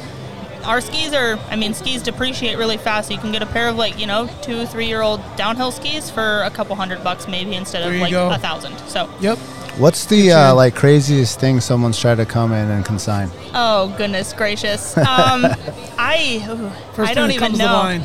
L: Our skis are, I mean, skis depreciate really fast. So you can get a pair of like, you know, two, three year old downhill skis for a couple hundred bucks maybe instead
D: There
L: of
D: you
L: like
D: go.
L: a thousand. So,
D: Yep.
C: What's the uh, like craziest thing someone's tried to come in and consign?
L: Oh goodness
D: *laughs*
L: gracious! Um, I ooh,
D: First
L: I
D: thing
L: don't
D: that
L: even
D: comes
L: know.
D: To mind.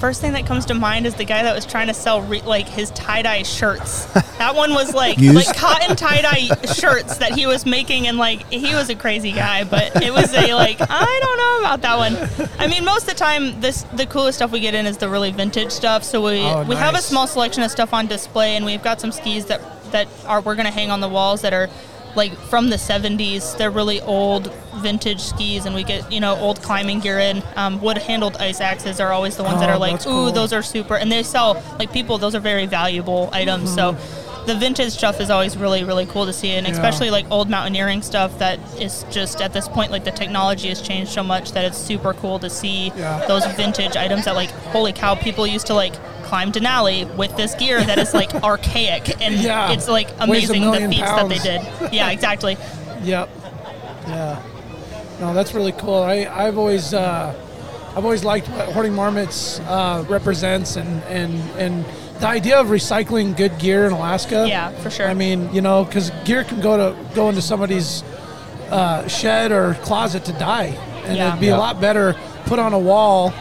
L: First thing that comes to mind is the guy that was trying to sell re- like his tie dye shirts. That one was
D: *laughs*
L: like
C: Used?
L: like cotton tie dye shirts that he was making, and like he was a crazy guy. But it was a
D: *laughs*
L: like I don't know about that one. I mean, most of the time, this the coolest stuff we get in is the really vintage stuff. So we
D: Oh,
L: we have a
D: nice.
L: small selection of stuff on display, and we've got some skis that that are we're gonna hang on the walls that are like from the 70s. They're really old vintage skis, and we get you know old climbing gear in. Um, Wood handled ice axes are always the ones that
D: Oh,
L: are like,
D: that's
L: ooh,
D: cool.
L: those are super, and they sell like people. Those are very valuable items.
D: Mm-hmm.
L: So. The vintage stuff is always really, really cool to see, and
D: Yeah.
L: especially like old mountaineering stuff that is just at this point like the technology has changed so much that it's super cool to see
D: Yeah.
L: those vintage items that like holy cow people used to like climb denali with this gear that is
D: *laughs*
L: like archaic and
D: Yeah.
L: it's like
D: Weighs a
L: amazing the
D: million
L: feats that they
D: pounds. *laughs*
L: did yeah exactly
D: Yep. Yeah. No, that's really cool. I, I've always uh, I've always liked what Hoarding Marmots uh, represents and, and, and the idea of recycling good gear in Alaska.
L: Yeah, for sure.
D: I mean, you know, because gear can go to go into somebody's uh, shed or closet to die, and
L: Yeah.
D: it'd be a lot better put on a wall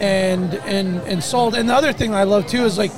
D: and and and sold. And the other thing I love too is like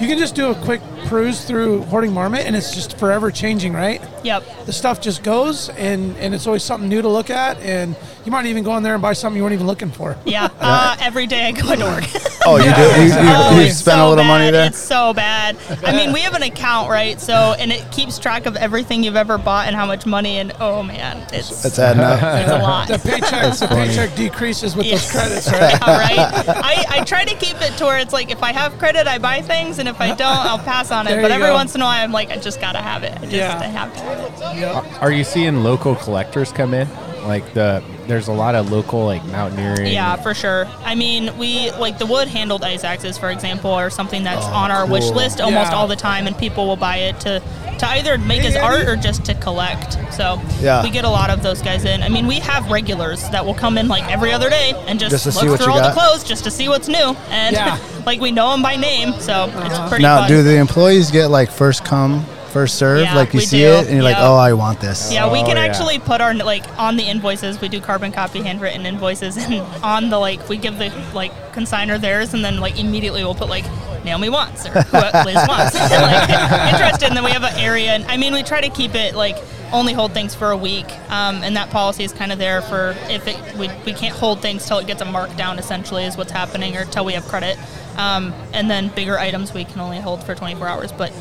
D: you can just do a quick cruise through Hoarding Marmot, and it's just forever changing, right?
L: yep
D: the stuff just goes and and it's always something new to look at and you might even go in there and buy something you weren't even looking for *laughs*
L: yeah uh, every day i go into work *laughs*
C: Oh, you do? You, you,
L: Oh,
C: you
L: it's
C: spent
L: so
C: a little
L: bad.
C: money there.
L: It's so
D: *laughs*
L: bad. I mean, we have an account, right? So, and it keeps track of everything you've ever bought and how much money. And oh man, it's
C: It's
L: *laughs*
C: adding up.
L: it's a lot.
D: the paycheck the paycheck decreases with those
L: *laughs*
D: credits right
L: Yeah, right? I, I try to keep it to where it's like if I have credit, I buy things, and if I don't, I'll pass on it.
D: There
L: But
D: you
L: every
D: go.
L: once in a while, I'm like, I just gotta have it. I just
D: Yeah.
L: I have to have it.
B: Are you seeing local collectors come in? Like the there's a lot of local like mountaineering.
L: Yeah, for sure. I mean, we like the wood handled ice axes, for example, are something that's on our wish
C: Oh, cool.
L: list almost
D: Yeah.
L: all the time, and people will buy it to to either make as art or just to collect. So
C: Yeah.
L: we get a lot of those guys in. I mean, we have regulars that will come in like every other day and just,
C: Just to
L: look
C: see what
L: through
C: you
L: all
C: got.
L: the clothes just to see what's new, and
D: Yeah.
L: *laughs*
D: Uh-huh.
L: like we know them by name, so it's pretty.
C: Now,
L: fun.
C: do the employees get like first come, first serve?
L: Yeah,
C: like you
L: we
C: see
L: do.
C: it and you're like,
L: Yeah.
C: oh, I want this.
L: Yeah, we
B: Oh,
L: can
B: yeah.
L: actually put our like on the invoices. We do carbon copy, handwritten invoices, *laughs* and on the like we give the like consigner theirs, and then like immediately we'll put like Naomi wants or who Liz wants, *laughs* like, interested. And then we have an area, and I mean we try to keep it like only hold things for a week, um, and that policy is kind of there for if it we, we can't hold things till it gets a markdown essentially is what's happening or till we have credit, um, and then bigger items we can only hold for 24 hours, but.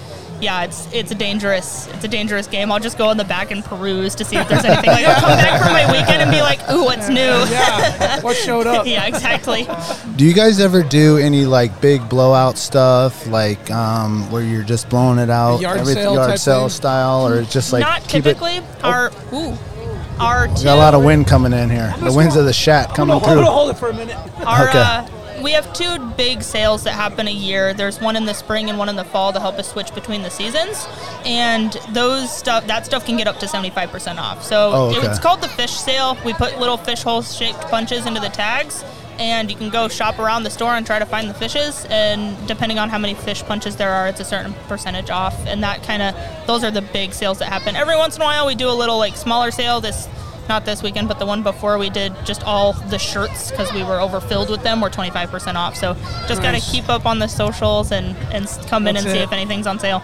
L: yeah, it's it's a dangerous it's a dangerous game. I'll just go in the back and peruse to see if there's anything. Like I'll come back from my weekend and be like, ooh, what's new? *laughs*
D: Yeah, what showed up?
L: yeah, exactly.
C: Do you guys ever do any like big blowout stuff, like um, where you're just blowing it out,
D: yard
C: everyth-
D: sale
C: yard
D: type
C: sale
D: thing?
C: style, or just like
L: Not
C: keep
L: typically. Our ooh, our
C: It,
L: two,
C: we got a lot of wind coming in here. The winds of the shat coming
D: I'm gonna
C: through.
D: hold it for a minute.
L: Our,
C: Okay.
L: uh, we have two big sales that happen a year. There's one in the spring and one in the fall to help us switch between the seasons. And those stuff, that stuff can get up to 75% off. So
C: Oh,
L: it-
C: okay.
L: it's called the fish sale. We put little fish hole shaped punches into the tags. And you can go shop around the store and try to find the fishes. And depending on how many fish punches there are, it's a certain percentage off. And that kind of, those are the big sales that happen. Every once in a while, we do a little like smaller sale. This not this weekend, but the one before we did just all the shirts because we were overfilled with them. Were 25% off, so just gotta keep up on the socials and and s- come in
D: That's
L: and see
D: it.
L: if anything's on sale.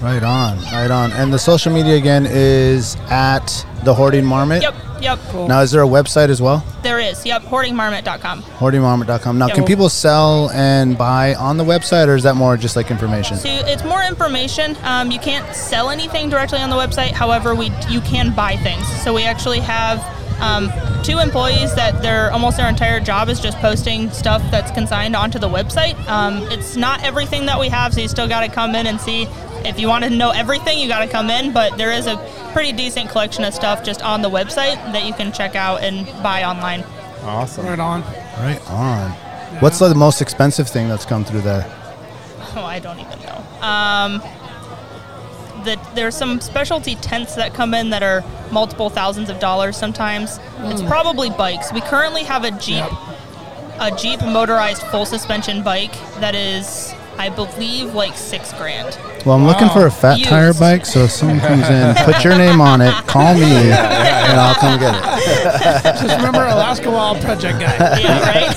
C: Right on, right on. And the social media again is at the Hoarding Marmot.
L: Yep, yep.
C: Now, is there a website as well?
L: There is. Yep, hoardingmarmot.com.
C: HoardingMarmot.com. Now,
L: Yeah,
C: can
L: well-
C: people sell and buy on the website, or is that more just like information?
L: So it's more information. Um, you can't sell anything directly on the website. However, we you can buy things. So we actually have um, two employees that their almost their entire job is just posting stuff that's consigned onto the website. Um, it's not everything that we have, so you still got to come in and see. If you want to know everything, you got to come in. But there is a pretty decent collection of stuff just on the website that you can check out and buy online.
B: Awesome.
D: Right on.
C: Right on. What's the most expensive thing that's come through there?
L: Oh, I don't even know. Um, the, there's some specialty tents that come in that are multiple thousands of dollars sometimes. It's
C: Mm.
L: probably bikes. We currently have a Jeep, a Jeep motorized full suspension bike that is, I believe, like six grand.
C: Well, I'm looking for a fat
L: Used.
C: tire bike, so if someone comes
L: *laughs*
C: in, put your name on it, call me, and I'll come get
D: Just remember Alaska Wild Project guy. *laughs*
L: Yeah, right?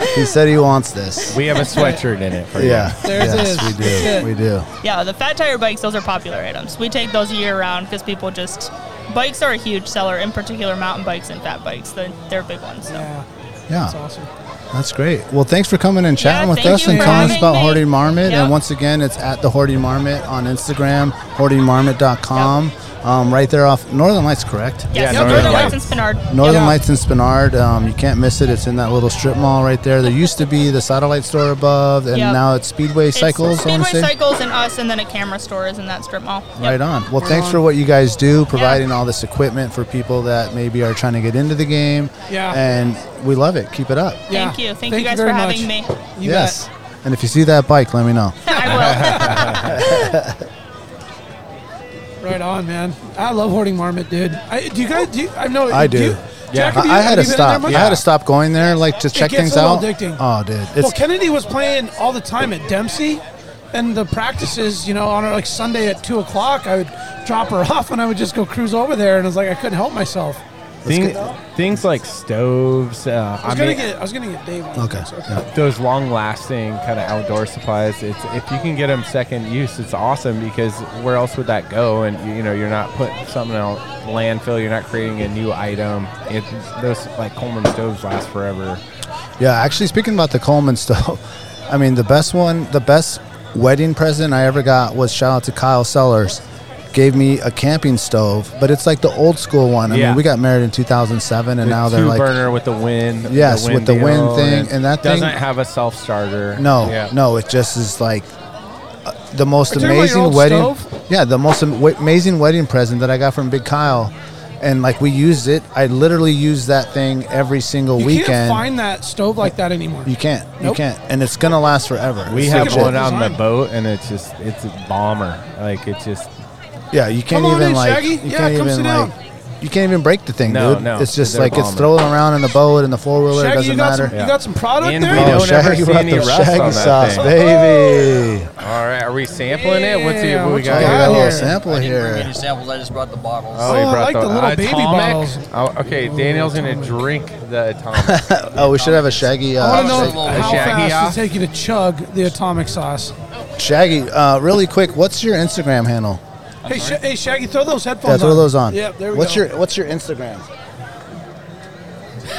C: it. He said he wants this.
B: We have a sweatshirt in it for you.
C: Yeah.
D: There it
C: yes,
D: is.
C: we
D: That's
C: do.
D: it.
C: We do.
L: yeah, the fat tire bikes, those are popular items. We take those year round because people just. Bikes are a huge seller, in particular mountain bikes and fat bikes. They're, they're big ones. So.
D: Yeah, that's
C: Yeah,
D: awesome.
C: that's great. Well, thanks for coming and chatting
L: Yeah,
C: with
L: thank
C: us
L: you
C: and
L: for
C: telling us
L: having
C: about
L: me.
C: Hoarding Marmot.
L: Yep.
C: And once again, it's at the Hoarding Marmot on Instagram, hoardingmarmot.com, um, right there off Northern Lights, correct?
L: Yes,
B: Northern
L: Northern Lights and
B: Lights.
L: Spinard.
C: Northern
D: Yeah.
C: Lights in Spinard. Um, you can't miss it. It's in that little strip mall right there. There used to be the satellite store above, and
L: Yep.
C: now it's Speedway
L: It's
C: Cycles. I
L: Speedway
C: want to say.
L: Cycles and us, and then a camera store is in that strip
C: *laughs*
L: mall. Yep.
C: Right on. Well, thanks for what you guys do, providing all this equipment for people that maybe are trying to get into the game.
D: Yeah.
C: And we love it. Keep it up.
L: Thank
D: Yeah.
L: you. Thank,
D: Thank
L: you
D: you
L: guys
D: very
L: for having
D: much.
L: me.
D: You
C: yes.
D: bet.
C: And if you see that bike, let me
D: *laughs*
C: know.
L: I will.
D: Right on, man. I love hoarding marmot, dude. I, do you guys? Do you, I
C: *laughs*
D: know.
C: I do.
D: yeah,
C: I, I had to stop. I had to stop going there, like to check
D: gets
C: things
D: a little
C: out.
D: addicting.
C: Oh, dude, it's
D: well, Kennedy was playing all the time at Dempsey, and the practices, you know, on like Sunday at two o'clock, I would drop her *laughs* off, and I would just go cruise over there, and I was like, I couldn't help myself.
B: Thing, things like stoves. Uh,
D: I was
B: I
D: gonna
B: mean,
D: get, I was gonna get Dave. On
C: okay.
D: this,
C: Yeah.
B: those long-lasting kind of outdoor supplies. It's if you can get them second use, it's awesome because where else would that go? And you, you know, you're not putting something out landfill. You're not creating a new item. It those like Coleman stoves last forever.
C: *laughs* Yeah, actually, speaking about the Coleman *laughs* stove, I mean, the best one, the best wedding present I ever got was shout out to Kyle Sellers. Gave me a camping stove, but it's like the old school one. I
B: Yeah.
C: mean, we got married in 2007, and
B: The
C: now they're
B: two
C: like,
B: burner with the wind.
C: Yes, with the wind
B: deal,
C: thing,
B: it
C: and that thing-
B: doesn't have a self starter.
C: no, no, it just is like uh, the most
D: you talking about your
C: amazing
D: old
C: wedding.
D: stove?
C: Yeah, the most am- wa- amazing wedding present that I got from Big Kyle, and like we used it. I literally used that thing every single
D: You
C: weekend.
D: can't find that stove like that anymore.
C: you can't, you
D: Nope.
C: can't, and it's gonna last forever.
B: We
C: It's
B: have
C: legit.
B: one on the
D: Design.
B: boat, and it's just it's a bomber. Like it's just
C: Yeah, you can't
D: Come on
C: even
D: in,
C: like
D: Shaggy.
C: you
D: Yeah,
C: can't
D: come
C: even
D: sit
C: like
D: down.
C: you can't even break the thing,
B: No,
C: dude.
B: no,
C: it's just
B: they're
C: like it's
B: bombing.
C: thrown around in the boat and the four wheeler
D: Shaggy,
C: doesn't
D: you got
C: matter.
D: some, you got some product
B: And
D: there.
B: we
C: Oh,
B: don't ever
C: Shaggy
B: see
C: brought
B: any
C: the
B: rust
C: Shaggy
B: on that
C: sauce,
B: thing.
D: Oh.
C: baby.
B: all right. Are we sampling it? What's
D: Yeah,
B: the, what
D: what
B: we
D: you
B: got?
C: I
B: here?
C: got a
D: here.
C: little sample
G: I didn't bring
C: here.
G: any samples. I just brought the bottles.
D: Oh,
B: he
D: I
B: brought Uh,
D: like the little baby bottles.
B: Oh, okay, Daniel's gonna drink the
D: *laughs*
B: atomic.
C: Oh, we should have a Shaggy.
D: I want to
C: Uh,
D: know how
B: Shaggy
D: fast
B: off.
D: does it take you to chug the atomic sauce.
C: Shaggy, uh, really quick. What's your Instagram handle?
D: *laughs* Hey, Sha hey, Shaggy, throw those headphones.
C: Yeah, throw
D: on.
C: those on.
D: Yep, there we
C: what's
D: go.
C: your What's your Instagram?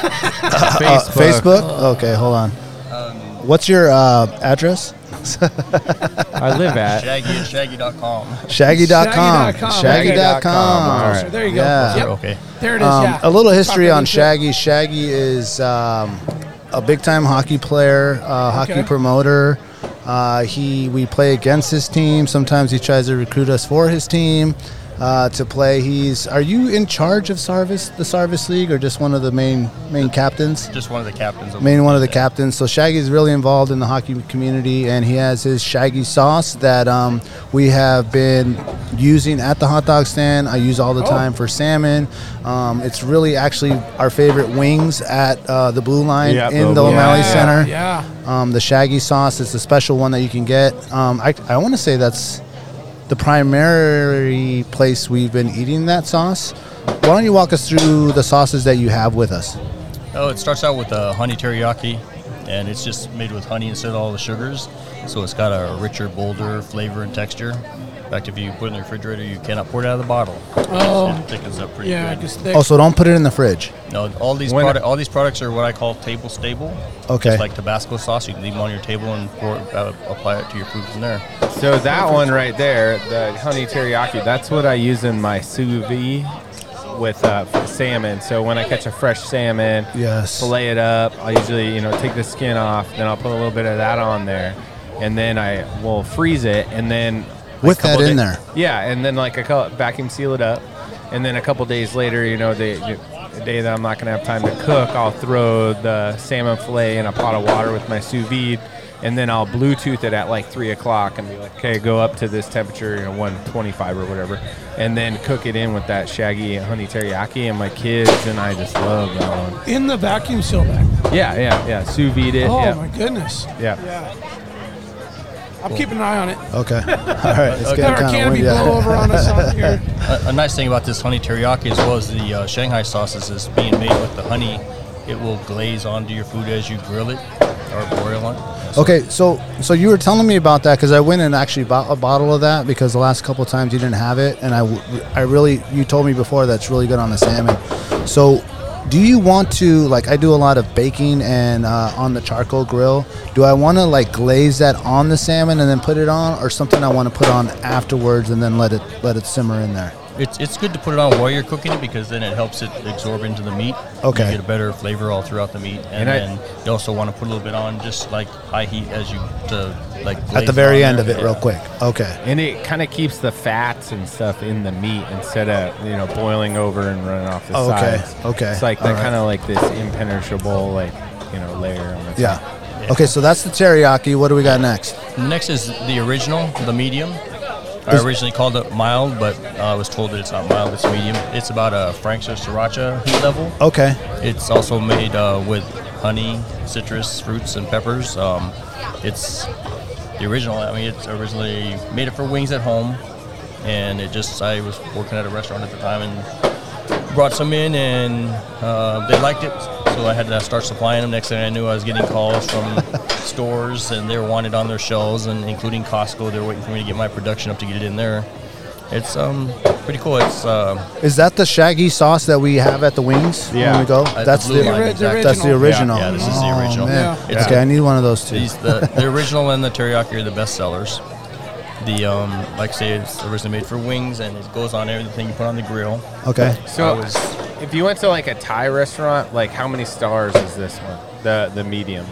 B: Facebook.
C: uh,
D: Uh, um, *laughs*
C: Facebook. Okay, hold on. What's your uh, address?
B: I live at.
M: Shaggy at
C: Shaggy.com.
M: shaggy.com.
D: Shaggy.com.
C: Shaggy.com.
B: All
D: So there you go.
C: Yeah.
D: Yep.
M: Okay.
D: There it is.
C: Um,
D: yeah.
C: A little history
D: Properly
C: on
D: built.
C: Shaggy. Shaggy is um, a big-time hockey player, uh,
D: Okay.
C: hockey promoter. Uh, he we play against his team. Sometimes he tries to recruit us for his team uh, to play. He's are you in charge of Sarvis, the Sarvis League, or just one of the main main captains?
M: Just one of the captains. Of
C: main one of the captains. So Shaggy's really involved in the hockey community, and he has his Shaggy sauce that um, we have been using at the hot dog stand. I use all the time for salmon. Um, it's really actually our favorite wings at uh, the Blue Line
B: Yeah,
C: in
B: Blue
C: the
B: Line.
C: O'Malley
D: Yeah,
C: Center.
D: Yeah.
C: Um, the Shaggy sauce is a special one that you can get. Um, I, I want to say that's the primary place we've been eating that sauce. Why don't you walk us through the sauces that you have with us?
M: Oh, it starts out with a honey teriyaki, and it's just made with honey instead of all the sugars. So it's got a richer, bolder flavor and texture. In fact, if you put it in the refrigerator, you cannot pour it out of the bottle.
D: Oh.
M: It thickens up pretty
D: Yeah.
M: good.
D: Just thick.
C: Oh, so don't put it in the fridge.
M: No, all these
B: When-
M: product, all these products are what I call table stable.
C: Okay.
M: Just like Tabasco sauce, you can leave them on your table and pour it, uh, apply it to your food from there.
B: So that one right there, the honey teriyaki, that's what I use in my sous vide with uh, salmon. So when I catch a fresh salmon,
C: Yes.
B: fillet it up. I usually, you know, take the skin off, then I'll put a little bit of that on there, and then I will freeze it, and then a
C: With that
B: couple
C: in
B: da-
C: there.
B: Yeah, and then like I call it vacuum seal it up, and then a couple days later, you know, the, the day that I'm not gonna have time to cook, I'll throw the salmon fillet in a pot of water with my sous vide, and then I'll Bluetooth it at like three o'clock and be like, okay, go up to this temperature, you know, 125 or whatever, and then cook it in with that shaggy honey teriyaki, and my kids and I just love that one.
D: In the vacuum seal bag.
B: Yeah, yeah, yeah. Sous vide it.
D: Oh
B: yeah.
D: my goodness.
B: yeah.
D: I'm keeping an eye on it. *laughs*
C: Okay. All right. It's
D: There
C: getting
D: are
C: kind of
D: canopy
C: windy out here.
D: blow over on us
C: *laughs*
D: out here.
M: A, a nice thing about this honey teriyaki as well as the uh, Shanghai sauces is being made with the honey. It will glaze onto your food as you grill it or broil it.
C: Okay. So, so you were telling me about that because I went and actually bought a bottle of that because the last couple times you didn't have it, and I, w- I really, you told me before that's really good on the salmon. So, do you want to like? I do a lot of baking and uh, on the charcoal grill. Do I want to like glaze that on the salmon and then put it on, or something I want to put on afterwards and then let it let it simmer in there?
M: It's, it's good to put it on while you're cooking it because then it helps it absorb into the meat.
C: Okay.
M: You get a better flavor all throughout the meat. And,
B: And I-
M: then you also want to put a little bit on just like high heat as you to like
C: At
M: glaze
C: the
M: it
C: very
M: on
C: end of
M: there.
C: it, real
M: Yeah.
C: quick. Okay.
B: And it kind of keeps the fats and stuff in the meat instead of you know boiling over and running off the
C: Oh, okay,
B: sides.
C: okay,
B: It's like
C: all
B: that
C: right.
B: kind of like this impenetrable like you know layer on the top.
C: Yeah. Okay. So that's the teriyaki. What do we got next?
M: Next is the original, the medium. I originally called it mild, but uh, I was told that it's not mild, it's medium. It's about uh, a Frank's or Sriracha heat level.
C: Okay.
M: It's also made uh, with honey, citrus, fruits, and peppers. Um, it's the original. I mean, it's originally made it for wings at home, and it just I was working at a restaurant at the time and brought some in, and uh, they liked it. So I had to start supplying them. Next thing I knew, I was getting calls from stores, and they were wanted on their shelves, and including Costco. They were waiting for me to get my production up to get it in there. It's um pretty cool. It's uh,
C: Is that the shaggy sauce that we have at the wings
B: Yeah.
C: when we go?
M: the
C: that's
M: Blue
C: the,
M: Line,
D: The ori- the
M: exactly.
C: that's the original.
M: Yeah, this is the
C: Oh,
M: original.
C: man.
M: Yeah. It's
C: Okay, I need one of those too.
M: These the,
C: *laughs*
M: the original and the teriyaki are the best sellers. The um, like I say, it's originally made for wings, and it goes on everything you put on the grill.
C: Okay.
B: So if you went to like a Thai restaurant, like how many stars is this one? The the medium.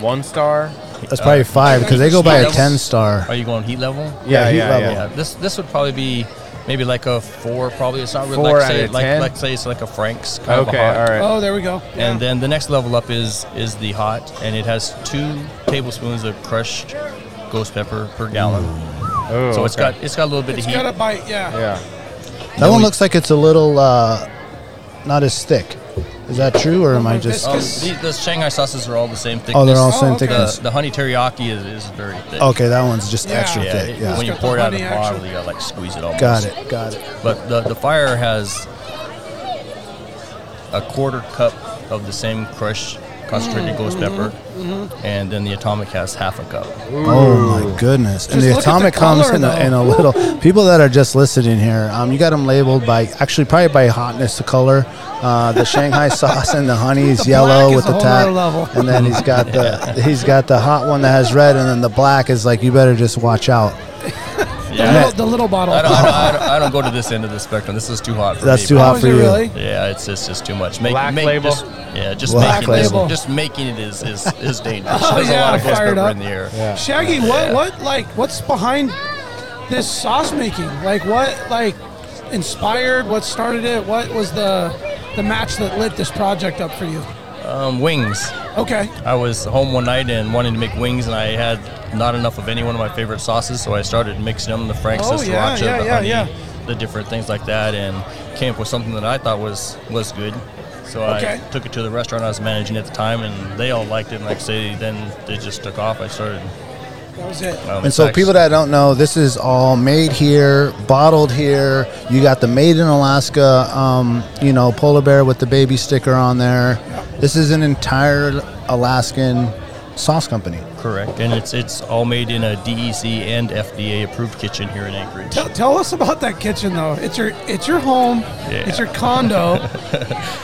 B: One star.
C: That's
B: Uh,
C: probably five because they go by a
M: Heat
C: ten
M: levels.
C: star.
M: Are you going heat level?
B: Yeah,
C: heat
B: yeah,
C: level.
B: yeah.
M: Yeah, this this would probably be maybe like a four. Probably it's not really
B: Four
M: like
B: out
M: say
B: of
M: like
B: 10?
M: like say it's like a Frank's kind of a
B: Okay,
M: hot.
B: all right.
D: Oh, there we go.
M: And then the next level up is is the hot, and it has two tablespoons of crushed ghost pepper per gallon.
B: Oh,
M: So it's
B: okay.
M: got it's got a little bit
D: It's
M: of heat.
D: got a bite. Yeah.
B: Yeah.
C: That one looks like it's a little uh, not as thick. Is that true, or am I just?
M: Um, the, the Shanghai sauces are all the same thickness.
C: Oh, they're all same
D: okay.
C: thickness.
M: The, the honey teriyaki is, is very thick.
C: Okay, that one's just
D: Yeah.
C: extra
M: Yeah,
C: thick.
M: it-
C: Yeah.
M: when you
D: got
M: pour it
D: the
M: out of the
D: honey action.
M: bottle, you gotta like squeeze it almost.
C: Got it. Got it.
M: But the, the fire has a quarter cup of the same crushed concentrated ghost
D: Mm-hmm.
M: pepper, and then the atomic has half a cup.
C: Oh my goodness! And
M: Just
C: the
M: look at the
C: atomic comes
M: color,
C: in a,
M: though.
C: in a little.
D: *laughs*
C: People that are just listening here, um, you got them labeled by actually probably by hotness to color. Uh, the
D: *laughs*
C: Shanghai sauce and the honey is
D: The black
C: yellow
D: is
C: with
D: a
C: the
D: whole
C: tap,
D: nother level.
C: and then he's got
D: *laughs*
C: the he's got the hot one that has red, and then the black is like you better just watch out.
M: Yeah.
D: The, little, the little bottle.
M: I don't, I, don't, I, don't, I don't go to this end of the spectrum. This is too hot for me.
C: That's too hot Oh, is for it you. really?
M: Yeah, it's, it's just too much. Make,
B: Black
M: make,
B: label?
M: Just, yeah, just
C: Black
M: making just-
D: label.
M: Just, making it is is,
D: *laughs*
M: is dangerous.
D: Oh,
M: There's
D: yeah,
M: a lot of ghost
D: fired
M: pepper
D: up.
M: in the air.
D: Shaggy, what, what, like, what's behind this sauce making? Like, what, like, inspired? What started it? What was the the match that lit this project up for you?
M: Um, wings.
D: Okay.
M: I was home one night and wanting to make wings, and I had not enough of any one of my favorite sauces, so I started mixing them the Frank's,
D: Oh,
M: the
D: yeah,
M: sriracha,
D: yeah,
M: the
D: yeah,
M: honey,
D: yeah.
M: the different things like that, and came up with something that I thought was was good. So
D: Okay.
M: I took it to the restaurant I was managing at the time, and they all liked it. And like I say, then it just took off. I started.
D: That was it.
M: um,
C: And so,
M: it's
C: people that don't know, this is all made here, bottled here. You got the made in Alaska, um, you know, polar bear with the baby sticker on there. This is an entire Alaskan sauce company.
M: Correct, and it's it's all made in a DEC and FDA approved kitchen here in Anchorage.
D: Tell, tell us about that kitchen, though. It's your it's your home. It's your condo.
M: *laughs*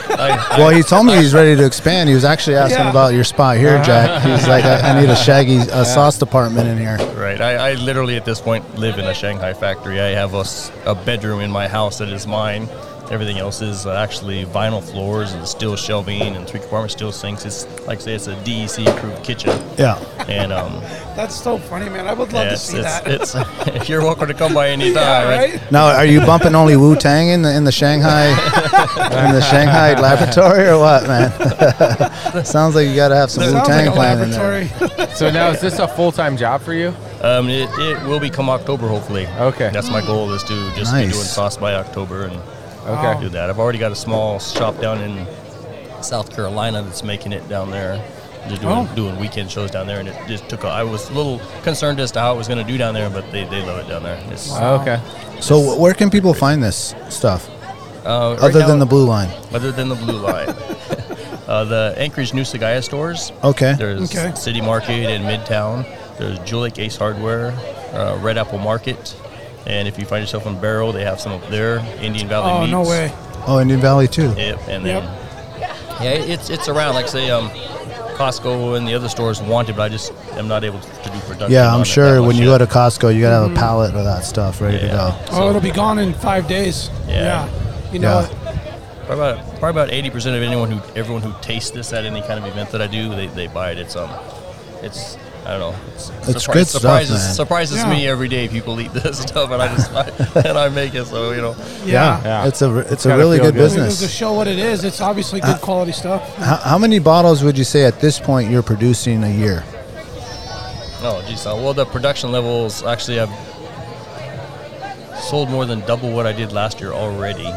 M: I-
C: Well,
M: *laughs*
C: he told me he's ready to expand. He was actually asking
D: Yeah. Uh-huh.
C: about your spot here, Jack. He's like, I, I need a shaggy uh, sauce department in here.
M: Right. I, I literally at this point live in a Shanghai factory. I have a, s- a bedroom in my house that is mine. Everything else is uh, actually vinyl floors and steel shelving and three compartment steel sinks. It's like I say, it's a DEC approved kitchen.
C: Yeah.
M: And um,
D: That's so funny, man. I would love
M: yeah,
D: to
M: it's,
D: see
M: it's,
D: that.
M: it's *laughs* you're welcome to come by anytime.
D: yeah,
M: right?
D: right?
C: Now, are you bumping only Wu Tang in the in the Shanghai in the Shanghai laboratory or what, man? *laughs* Sounds like you got to have some Wu
D: Sounds
C: Tang
D: like a
C: playing in there.
D: laboratory.
B: *laughs* So now is this a full time job for you?
M: Um, it, it will be come October hopefully.
B: Okay.
M: That's my goal is to just be
C: Nice.
M: doing sauce by October and
B: Okay.
M: do that. I've already got a small shop down in South Carolina that's making it down there. Just doing,
D: Oh.
M: doing weekend shows down there, and it just took. a- I was a little concerned as to how it was going to do down there, but they, they love it down there. It's,
B: Okay.
C: So, wh- where can people find this stuff
M: uh, right
C: other
M: now-
C: than the blue line?
M: other than the blue line,
D: *laughs*
M: uh, the Anchorage New Sagaya stores.
C: Okay.
M: There's
D: Okay.
M: City Market in Midtown. There's Julik Ace Hardware, uh, Red Apple Market, and if you find yourself in Barrow, they have some up there. Indian Valley.
D: Oh no
M: Meats.
D: way.
C: Oh, in New Valley too.
M: Yep. And then yeah, it's it's around like say um, Costco and the other stores want it, but I just am not able to do production.
C: Yeah,
M: on
C: I'm
M: it
C: sure
M: that
C: when
M: much
C: you go
M: yet.
C: to Costco, you got
D: Mm-hmm.
C: to have a pallet of that stuff ready
M: Yeah.
C: to
D: Oh, it'll be gone in five days.
M: Yeah.
D: You know
C: Yeah.
D: what?
M: Probably about probably about eighty percent of anyone who everyone who tastes this at any kind of event that I do, they, they buy it. It's um, it's I don't know. It's,
C: It's good stuff,
M: surprises
C: man.
M: surprises me every day. People eat this *laughs* stuff, and I just I, and I make it. So you know,
C: go. Yeah.
B: Yeah.
C: It's a it's, a
B: gotta
C: really
B: feel
C: good
B: good.
D: It goes to
C: business. Uh,
D: show what it is. It's obviously good quality stuff.
C: How, how many bottles would you say at this point you're producing a year?
M: oh geez, uh, well the production levels actually I've sold more than double what I did last year already.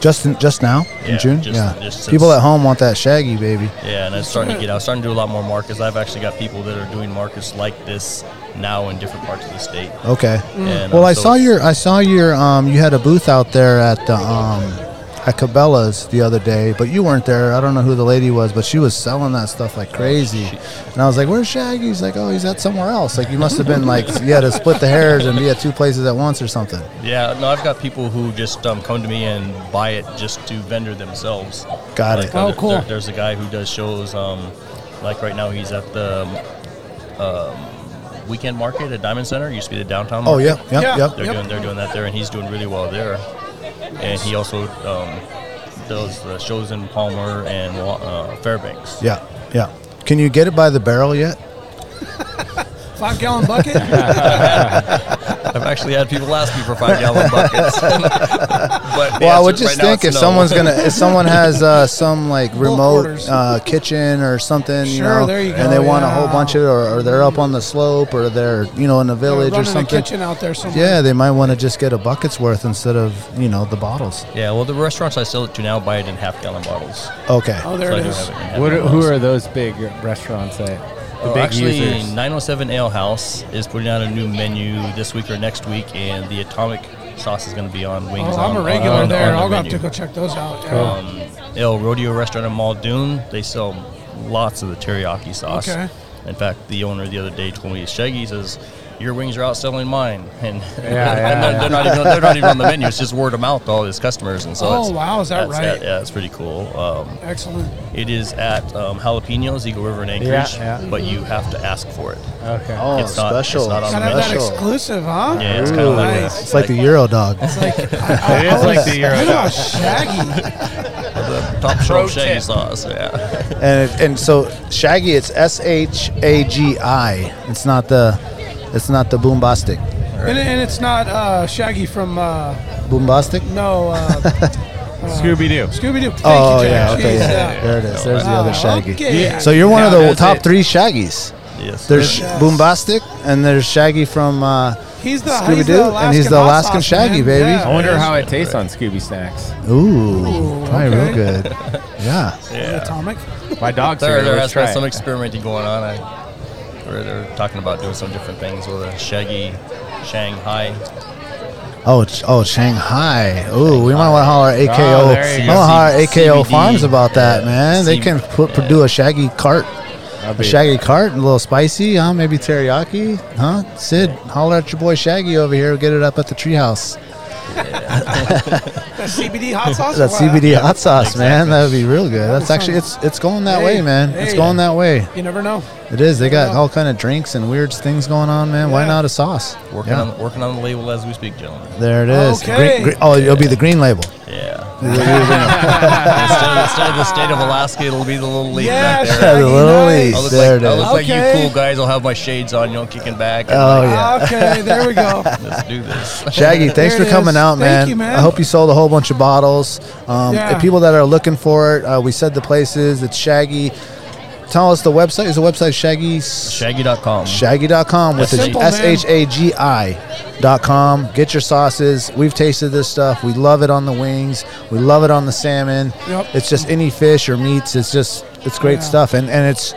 C: Just in, just now in
M: Yeah,
C: June.
M: just-
C: yeah.
M: just since-
C: People at home want that shaggy baby.
M: Yeah, and it's starting to get out. Starting to do a lot more markets. I've actually got people that are doing markets like this now in different parts of the state.
C: Okay.
M: And,
C: Well,
M: um,
C: I
M: so
C: saw
M: it's-
C: your I saw your um you had a booth out there at the um at Cabela's the other day, but you weren't there. I don't know who the lady was, but she was selling that stuff like crazy.
M: Oh,
C: And I was like, "Where's Shaggy?" He's like, "Oh, he's at somewhere else." Like you must have been like you had to split the hairs and be at two places at once or something.
M: Yeah, no, I've got people who just um, come to me and buy it just to vendor themselves.
C: Got
M: Like,
C: it.
D: Oh,
M: there-
D: cool.
M: there- there's a guy who does shows. Um, like right now, he's at the um, um, weekend market at Diamond Center. It used to be the downtown.
C: Oh
M: market.
C: yeah, yep,
D: Yeah.
C: yep.
M: They're doing they're doing that there, and he's doing really well there. And he also um, does uh, shows in Palmer and Wa- uh, Fairbanks.
C: Yeah, yeah. Can you get it by the barrel yet?
D: Five gallon bucket.
M: *laughs* I've actually had people ask me for five gallon buckets. *laughs* but the
C: Well, I
M: answer
C: would just
M: right now
C: think if
M: it's no.
C: someone's gonna,
M: *laughs*
C: if someone has uh, some like remote
D: orders.
C: uh, kitchen or something, you
D: Sure,
C: know,
D: there you
C: and
D: go,
C: they want a whole
D: yeah.
C: bunch of, or, or they're up on the slope, or they're you know in a village
D: Running
C: or
D: a
C: something.
D: kitchen out there somewhere.
C: Yeah, they might want to just get a bucket's worth instead of you know the bottles.
M: Yeah, well, the restaurants I sell it to now buy it in half gallon bottles.
C: Okay.
D: Oh, there
M: So I
D: it
M: do
D: is.
M: have it in half
B: What,
M: gallon
B: who
M: bottles.
B: are those big restaurants? That, the
M: Oh,
B: big
M: actually,
B: users.
M: 907 Ale House is putting out a new menu this week or next week, and the Atomic Sauce is going to be on wings.
D: Oh, I'm
M: on-
D: a
M: on-
D: regular
M: on the-
D: there.
M: on the
D: I'll have to
M: menu.
D: go check those out.
M: Um, El Rodeo Restaurant in Muldoon, they sell lots of the teriyaki sauce.
D: Okay.
M: In fact, the owner the other day told me, Shaggy says, your wings are outselling mine, and *laughs*
K: Yeah,
M: they're,
K: yeah,
M: not,
K: yeah.
M: they're not even, they're not even on the menu. It's just word of mouth to all his customers, and so
D: Oh,
M: it's-
D: wow, is that
M: that's-
D: right?
M: yeah, it's pretty cool. Um,
D: Excellent.
M: it is at um, Jalapenos, Eagle River, and Anchorage,
K: yeah.
M: but you have to ask for it.
K: Okay.
C: Oh,
M: It's not- it's
C: special.
M: not on
D: Kind
M: the
D: of that
M: menu.
C: Special.
D: exclusive, huh?
M: Yeah, it's kind of like
D: Nice.
M: a-
C: It's like the Euro dog.
M: *laughs*
D: I-
B: It is
D: I
B: like
D: was-
B: the Euro
D: you *laughs* know,
B: dog.
D: Shaggy.
M: the top
B: Pro
M: shelf Shaggy
B: tip.
M: sauce. Yeah.
C: and it, and so Shaggy, it's S H A G I. It's not the, it's not the boombastic.
D: And, and it's not uh, Shaggy from uh,
C: Boombastic. *laughs*
D: no uh,
B: Scooby Doo.
D: Scooby Doo.
C: oh yeah, okay,
D: Jeez,
C: yeah,
D: yeah.
C: There it is. There's the other
D: Wow,
C: Shaggy.
D: okay. Yeah.
C: So you're one of
B: Yeah,
C: the
B: that's
C: top
B: it.
C: three Shaggies.
M: Yes.
C: There's Boombastic, and there's Shaggy from uh,
D: He's the
C: Scooby
D: he's
C: Doo,
D: the
C: and he's
D: Alaskan
C: the
D: hot
C: Alaskan
D: sauce,
C: Shaggy,
D: man.
C: baby.
D: Yeah.
K: I wonder how it tastes on Scooby Snacks.
C: Ooh, probably
D: okay.
C: real good.
K: *laughs*
C: Yeah.
D: Atomic.
K: My dog's
M: There,
K: here.
M: there
K: Let's
M: has
K: try
M: been
K: it.
M: some experimenting going on. I, they're, they're talking about doing some different things with a Shaggy Shanghai.
C: Oh, it's- oh, Shanghai. Ooh, we might want to holler at AKO.
B: Oh, there you
C: I want to
B: go.
C: holler at AKO
M: CBD.
C: Farms about that,
M: Yeah.
C: man. They
M: C-
C: can put, do a Shaggy cart.
K: That'd
C: A
K: be-
C: Shaggy cart, a little spicy, huh? Maybe teriyaki, huh? Sid, holler at your boy Shaggy over here. Get it up at the treehouse.
D: That CBD hot
C: *laughs*
D: sauce.
C: That
D: Wow.
C: CBD hot sauce, man. Uh, That would be real good. That's actually it's it's going that
D: Hey,
C: way, man. It's
D: hey.
C: going that way.
D: You never know.
C: It is. They got
D: Yeah.
C: all kind of drinks and weird things going on, man. Why
D: Yeah.
C: not a sauce?
M: Working
C: Yeah.
M: on working on the label as we speak, gentlemen.
C: There it is. Green-
D: Okay.
C: green- oh, it'll be the green label. *laughs*
M: Yeah. instead, instead of the state of Alaska, it'll be the little leaf
D: Yeah,
M: back there.
D: Shaggy,
C: The little
D: nice.
C: leaf.
M: I look,
C: There
M: like,
C: it
M: I
C: is.
M: look like you
D: Okay.
M: cool guys. I'll have my shades on, you know, kicking back. And
C: Oh
M: like,
C: yeah.
D: Okay, there we go.
M: Let's do this.
C: Shaggy, thanks
D: There
C: for
D: it
C: coming
D: is.
C: out,
D: Thank
C: man.
D: you, man.
C: I hope you sold a whole bunch of bottles. Um,
D: Yeah.
C: if people that are looking for it, uh, we said the places. It's Shaggy. Tell us the website. Is the website Shaggy?
M: Shaggy.com.
C: Shaggy.com with the
D: Simple, man.
C: S H A G I.com. Get your sauces. We've tasted this stuff. We love it on the wings. We love it on the salmon.
D: Yep.
C: It's just any fish or meats. It's just, it's great
D: Yeah.
C: stuff. And, and it's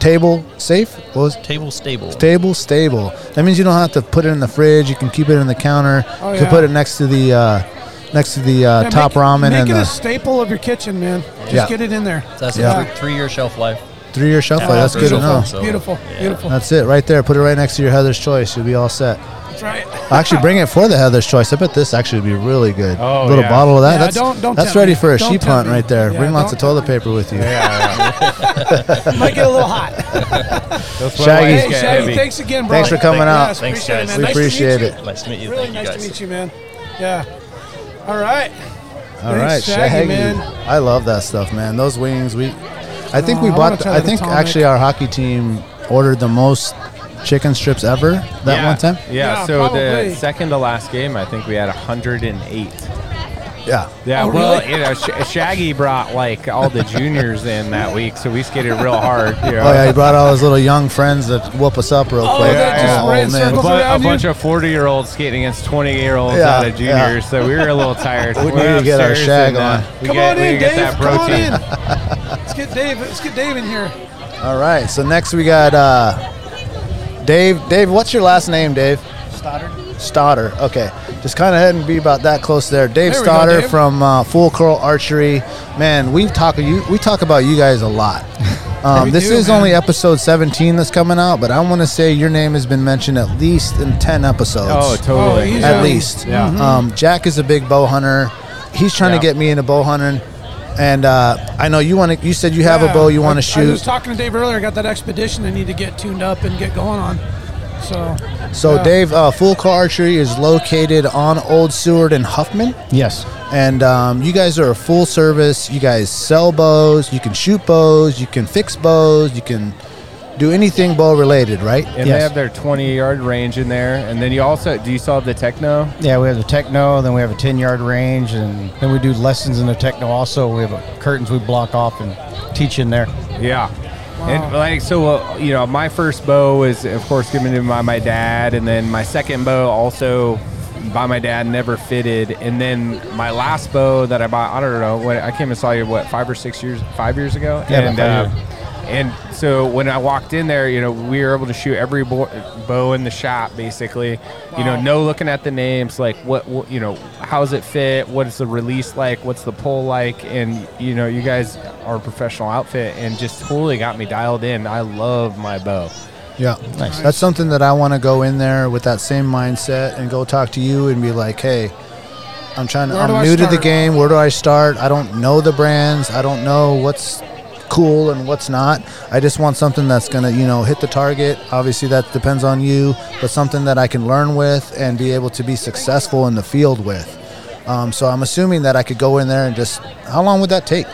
C: table safe. What was
M: Table stable.
C: Stable, stable. That means you don't have to put it in the fridge. You can keep it in the counter.
D: Oh,
C: you can
D: yeah.
C: put it next to the uh, next to the uh,
D: Yeah,
C: top
D: make,
C: ramen
D: Make
C: and
D: it a
C: the
D: staple of your kitchen, man. Just
C: Yeah.
D: get it in there.
M: That's
C: Yeah.
M: a three, three year shelf life.
C: three-year shelf life. That's good
M: Three-year
C: to
M: shelf
C: know.
M: life, so,
D: beautiful,
M: yeah.
D: beautiful.
C: That's it right there. Put it right next to your Heather's Choice. You'll be all set.
D: That's right.
C: *laughs* Actually, bring it for the Heather's Choice. I bet this actually would be really good.
K: Oh,
C: little
K: yeah.
C: bottle of that.
D: Yeah,
C: that's
D: don't- don't
C: that's
D: tempt
C: ready
D: me.
C: for a
D: Don't
C: sheep
D: tempt
C: hunt
D: me.
C: right there.
D: Yeah,
C: bring lots of
D: don't
C: toilet paper with you.
D: *laughs* Might get a little hot.
B: That's what I
C: Shaggy.
D: hey,
B: like.
D: Shaggy,
B: Heavy.
D: thanks again, bro.
C: Thanks for coming out.
D: Yes,
M: Thanks,
D: appreciate it,
M: guys.
C: We appreciate
D: man. Nice to meet you.
C: it.
M: Nice to meet you.
D: Really
M: Thank
D: nice
M: you guys.
D: to meet you, man. Yeah. All right.
C: *laughs* All right,
D: Shaggy,
C: Shaggy.
D: man.
C: I love that stuff, man. Those wings, we. I think
D: Oh,
C: we
D: I wanna
C: bought. The,
D: try
C: I
D: that
C: think
D: atomic.
C: actually our hockey team ordered the most chicken strips ever that
B: yeah.
C: one time.
B: Yeah,
D: Yeah,
B: so
D: probably.
B: the second to last game, I think we had 108.
C: Yeah.
B: Yeah,
D: Oh,
B: well,
D: really?
B: you know, Sh- Shaggy brought like all the juniors in that week, so we skated real hard. You know?
C: Oh yeah, he brought all his little young friends that whoop us up real
D: Oh,
C: quick.
D: that
B: just
D: ran
B: a,
D: circles.
B: bu-
D: around
B: a
D: you?
B: bunch of 40 year olds skating against 20 year olds
C: Yeah,
B: out of
C: yeah.
B: juniors, so we were a little tired.
C: We
B: We're
C: need to get our
B: upstairs
C: shag
B: and, uh,
C: on.
B: we
D: Come
B: get-
D: on
B: we
D: in,
B: get
D: Dave.
B: that
D: Come on
B: protein.
D: in. Let's get Dave. Let's get Dave in here.
C: All right. So next we got uh, Dave. Dave, what's your last name, Dave? Stoddard. Stoddard. Okay. Just kind of head and be about that close there. Dave
D: There we go,
C: Stoddard
D: Dave.
C: from uh, Full Curl Archery. Man, we talk you. We talk about you guys a
D: *laughs*
C: lot. Um,
D: We
C: this
D: do,
C: is
D: man.
C: only episode 17 that's coming out, but I want to say your name has been mentioned at least in 10 episodes.
B: Oh, totally.
D: he's Mm-hmm.
C: at
D: Yeah.
C: least.
B: Yeah.
C: Um, Jack is a big bow hunter. He's trying
B: Yeah.
C: to get me into bow hunting, and uh, I know you want to. You said you have a
D: Yeah,
C: bow you
D: I-
C: want to
D: I was
C: shoot.
D: talking to Dave earlier. I got that expedition. I need to get tuned up and get going on. So
C: so
D: yeah.
C: Dave, uh, Full Car Archery is located on Old Seward and Huffman,
N: Yes.
C: and um, you guys are a full service. You guys sell bows. You can shoot bows. You can fix bows. You can do anything bow related, right?
N: Yes.
B: And they have their 20 yard range in there. And then you also, do you still have the techno?
N: Yeah, we have the techno, then we have a 10 yard range, and then we do lessons in the techno also. We have uh, curtains we block off and teach in there.
B: Yeah. And like so, uh, you know, my first bow was, of course, given to me by my dad, and then my second bow also by my dad never fitted, and then my last bow that I bought, I don't know, what I came and saw you what five or six years, five years ago,
N: Yeah, about
B: and
N: five
B: uh, And so when I walked in there, you know, we were able to shoot every bo- bow in the shop, basically. You know, no looking at the names, like what, what, you know, how's it fit? What is the release like? What's the pull like? And you know, you guys are a professional outfit, and just totally got me dialed in. I love my bow.
C: Yeah, nice. That's something that I want to go in there with that same mindset and go talk to you and be like, hey, I'm trying to.
D: Where do
C: I'm
D: I
C: new to the
D: start?"
C: game. Where do I start? I don't know the brands. I don't know what's cool and what's not. I just want something that's gonna, you know, hit the target. Obviously, that depends on you, but something that I can learn with and be able to be successful in the field with. Um, so I'm assuming that I could go in there and just. How long would that take?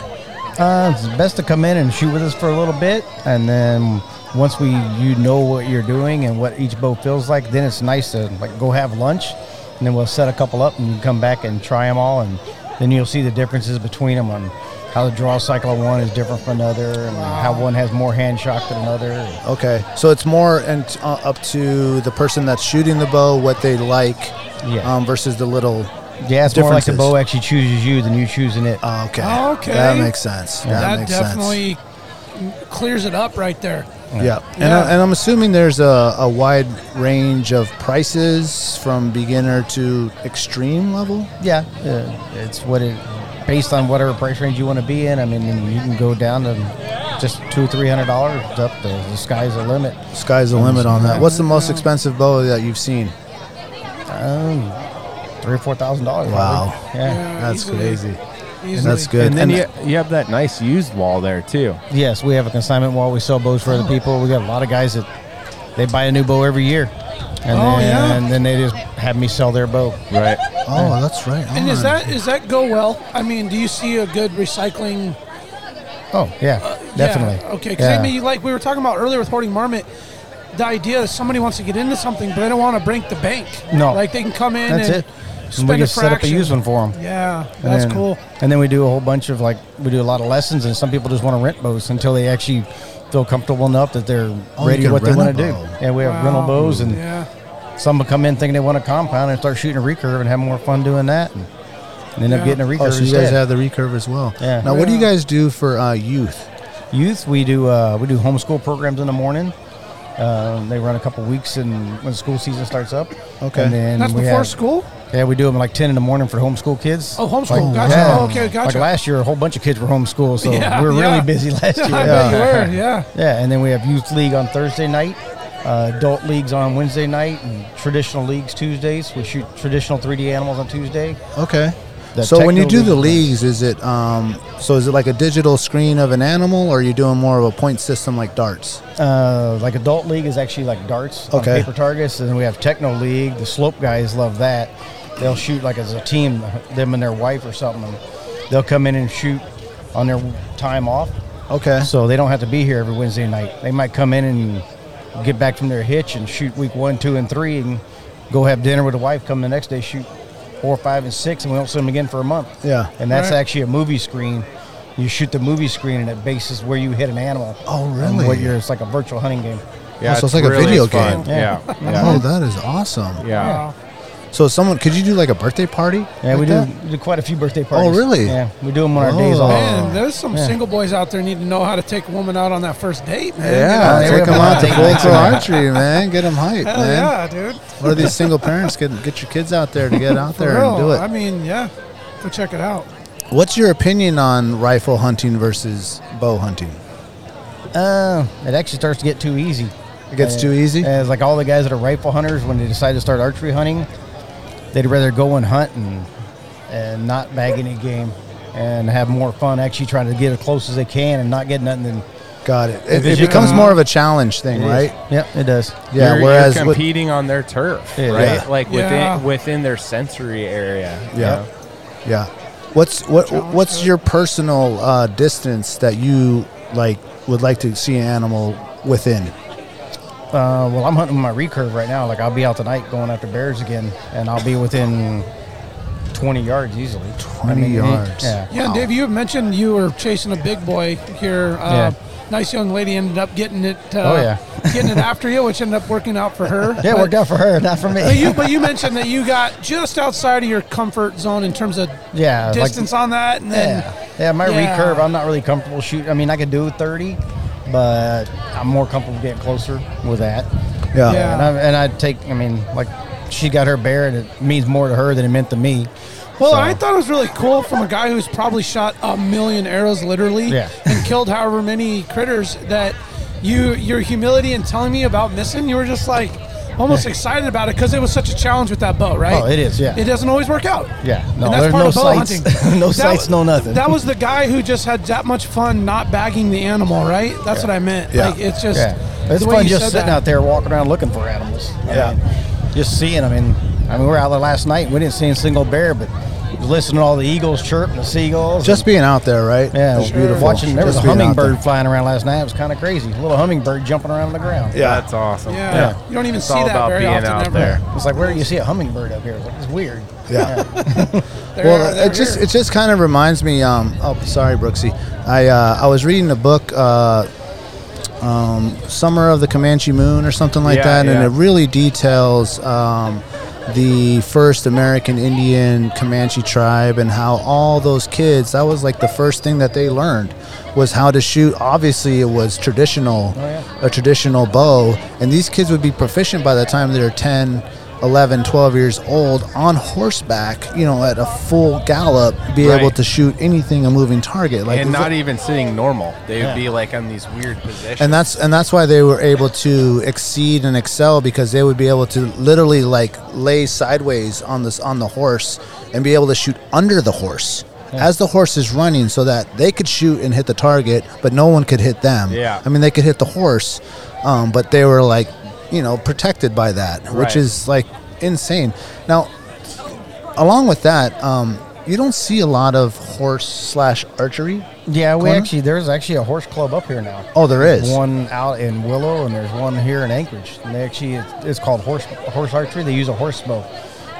N: Uh, it's best to come in and shoot with us for a little bit, and then once we you know what you're doing and what each bow feels like, then it's nice to like go have lunch, and then we'll set a couple up and you come back and try them all, and then you'll see the differences between them on how the draw cycle of one is different from another, and how one has more hand shock than another.
C: Okay, so it's more and uh, up to the person that's shooting the bow what they like,
N: Yeah.
C: um, versus the little.
N: Yeah, it's more like the
C: differences. Ah,
N: bow actually chooses you than you choosing it.
C: Okay.
D: Okay.
C: That makes sense.
D: That,
C: That, makes sense.
D: definitely clears it up right there.
C: Yeah. And,
D: Yeah.
C: I, and I'm assuming there's a, a wide range of prices from beginner to extreme level.
N: Yeah, uh, it's what it based on whatever price range you want to be in. I mean, you can go down to just two, three hundred dollars up. The, the sky's the limit.
C: Sky's the limit on that. What's the most expensive bow that you've seen?
N: Um, three or four thousand dollars.
C: Wow.
N: probably. Yeah.
C: That's
D: easily.
C: crazy.
D: Easily.
C: That's good.
B: And then
C: And-
B: you, you have that nice used wall there too.
N: Yes, we have a consignment wall. We sell bows for other people. We got a lot of guys that they buy a new bow every year, and
D: Oh,
N: then,
D: yeah.
N: and then they just have me sell their bow.
B: Right.
C: Oh, that's right.
D: And is
C: on.
D: that is that go well? I mean, do you see a good recycling?
N: Oh yeah, definitely.
D: Yeah. Okay, because
N: Yeah.
D: I mean, like we were talking about earlier with hoarding marmot, the idea is somebody wants to get into something, but they don't want to break the bank.
N: No.
D: like they can come in.
N: that's
D: and
N: it. And
D: Spend
N: we just
D: a
N: set up a
D: fraction.
N: used one for them.
D: Yeah, that's
N: and,
D: cool.
N: And then we do a whole bunch of like we do a lot of lessons, and some people just want to rent bows until they actually feel comfortable enough that they're
C: Oh, you
N: ready to
C: can
N: what they
C: rent a
N: want to do.
C: bow.
N: And we have rental
D: Wow.
N: bows, and
D: Yeah.
N: some will come in thinking they want a compound and start shooting a recurve and have more fun doing that, and, and end up
D: Yeah.
N: getting a recurve
C: Oh, so you
N: instead.
C: guys have the recurve as well.
N: Yeah.
C: Now, what do you guys do for uh, youth?
N: youth. We do uh, we do homeschool programs in the morning. Uh, they run a couple weeks, and when school season starts up,
C: Okay.
N: and then
D: That's
N: we
D: before
N: have-
D: school.
N: Yeah, we do them like ten in the morning for homeschool kids.
D: Oh, homeschool. Gotcha. Oh, okay,
N: Like
D: gotcha.
N: last year, a whole bunch of kids were homeschooled, so
D: Yeah,
N: we were
D: yeah.
N: really busy *laughs* last year.
D: *laughs* I bet you were. Yeah.
N: Yeah, and then we have youth league on Thursday night, uh, adult leagues on Wednesday night, and traditional leagues Tuesdays. We shoot traditional 3D animals on Tuesday.
C: Okay.
N: The
C: so when you
N: techno
C: do the
N: league-
C: leagues, is it um, so? Is it like a digital screen of an animal, or are you doing more of a point system like darts?
N: Uh, like adult league is actually like darts on
C: Okay.
N: paper targets, and then we have techno league. The slope guys love that. They'll shoot like as a team, them and their wife or something. and They'll come in and shoot on their time off.
C: Okay.
N: So they don't have to be here every Wednesday night. They might come in and get back from their hitch and shoot week one, two, and three, and go have dinner with the wife. Come the next day, shoot four, five, and six, and we don't see them again for a month.
C: Yeah.
N: and that's
D: Right.
N: actually a movie screen. You shoot the movie screen, and it bases where you hit an animal.
C: Oh,
N: and
C: really?
N: What year? It's like a virtual hunting game.
B: Yeah,
C: Oh, so it's like a video
B: fun.
C: game.
B: Yeah. Yeah.
C: Oh, that is awesome.
B: yeah.
D: Wow.
C: So someone could you do like a birthday party?
N: Yeah,
C: like
N: we do,
C: that? Oh,
N: we do quite a few birthday parties.
C: really? Oh.
N: Yeah, we do them on our days
C: Whoa.
N: off.
D: Oh, Man, there's some
N: Yeah.
D: single boys out there need to know how to take a woman out on that first date, man.
C: Yeah,
N: they
C: take
N: have
C: them
N: a lot
C: out
N: of
C: to
N: date
C: full
N: nights
D: *laughs*
C: throw
N: in *laughs* there.
C: archery, man. Get them hyped,
D: Hell
C: man.
D: yeah, dude.
C: What are these single parents get get your kids out there to get out there and
D: Real.
C: do it?
D: I mean, yeah. Go check it out.
C: What's your opinion on rifle hunting versus bow hunting?
N: Uh, it actually starts to get too easy.
C: It gets too easy?
N: Uh, it's like all the guys that are rifle hunters, when they decide to start archery hunting, they'd rather go and hunt and, and not bag any game and have more fun actually trying to get as close as they can and not get nothing. Than,
C: Got it. It, it
N: Vision.
C: becomes more of a challenge thing, right?
N: Yep, it does.
C: Yeah.
B: You're-
C: whereas
B: you're
C: with-
B: competing on their turf,
N: Yeah.
B: right?
C: Yeah.
B: Like within
D: Yeah.
B: within their sensory area. you
C: Yeah.
B: know?
C: Yeah. What's what what's your personal uh, distance that you like would like to see an animal within?
N: Uh, well, I'm hunting with my recurve right now. Like I'll be out tonight going after bears again, and I'll be within 20 yards easily.
C: 20 yards.
N: Yeah.
D: Yeah, Dave, you had mentioned you were chasing a big boy here. Uh, Nice young lady ended up getting it. Uh,
N: Oh, yeah.
D: *laughs* getting it after you, which ended up working out for her.
N: Yeah, it worked out for her, not for me.
D: But you, but you mentioned that you got just outside of your comfort zone in terms of
N: yeah, like-
D: distance on that, and
N: *laughs*
D: then
N: Yeah, yeah. My
D: Yeah.
N: recurve, I'm not really comfortable shooting. I mean, I could do 30, but I'm more comfortable getting closer with that.
C: Yeah.
D: Yeah.
N: And, I, and I take, I mean, like she got her bear, and it means more to her than it meant to me.
D: Well,
N: So-
D: I thought it was really cool from a guy who's probably shot a million arrows, literally,
N: Yeah.
D: and killed however many critters. That you, your humility in telling me about missing, you were just like almost excited about it because it was such a challenge with that bow, right?
N: Oh, it is, yeah.
D: It doesn't always work out.
N: Yeah. No,
D: and that's
N: there's
D: part
N: no
D: of bow
N: sights.
D: hunting.
N: *laughs* no
D: That-
N: sights, no nothing.
D: That was the guy who just had that much fun not bagging the animal, right? That's what I meant.
C: Yeah.
D: Like it's just
N: Yeah. It's
D: the way
N: fun
D: you
N: just
D: said
N: sitting
D: that.
N: out
D: *laughs*
N: there walking around looking for animals. I
C: Yeah.
N: mean, just seeing them. And I mean, we were out there last night. We didn't see a single bear, but listening to all the eagles chirp and the seagulls.
C: Just being out there, right?
N: and, yeah,
C: It's beautiful.
N: Watching there was
C: Just
N: a
C: being out
N: hummingbird
C: there.
N: flying around last night. It was kind of crazy. A little hummingbird jumping around on the ground.
C: Yeah.
B: That's awesome.
D: Yeah. You don't even
B: It's
D: see
B: all
D: that
B: about
D: very
B: being
D: often.
B: out
D: ever.
B: there.
N: It's like where do you see a hummingbird up here? It's, like, it's weird.
C: Yeah.
D: There are-
C: *laughs* well,
D: they're
C: it just
D: here.
C: it just kind of reminds me. Um, oh, sorry, Brooksy. I uh, I was reading a book, uh, um, Summer of the Comanche Moon, or something like
B: Yeah,
C: that, and
B: yeah.
C: it really details um, the first American Indian Comanche tribe and how all those kids. That was like the first thing that they learned was how to shoot. Obviously, it was traditional,
B: Oh,
C: a traditional bow, and these kids would be proficient by the time they're ten. 11 12 years old on horseback you know at a full gallop be
B: Right.
C: able to shoot anything a moving target like
B: and
C: is
B: not
C: it-
B: even sitting normal. They would be like on these weird positions.
C: and that's and that's why they were able to exceed and excel because they would be able to literally like lay sideways on this on the horse and be able to shoot under the horse as the horse is running so that they could shoot and hit the target but no one could hit them
B: Yeah.
C: i mean they could hit the horse um, but they were like you know protected by that which
B: Right.
C: is like insane now along with that um, you don't see a lot of horse slash archery
N: Yeah, we
C: Corner?
N: actually there's actually a horse club up here now.
C: oh there is
N: One out in Willow, and there's one here in Anchorage. And they actually, it's, it's called horse horse archery. They use a horse bow.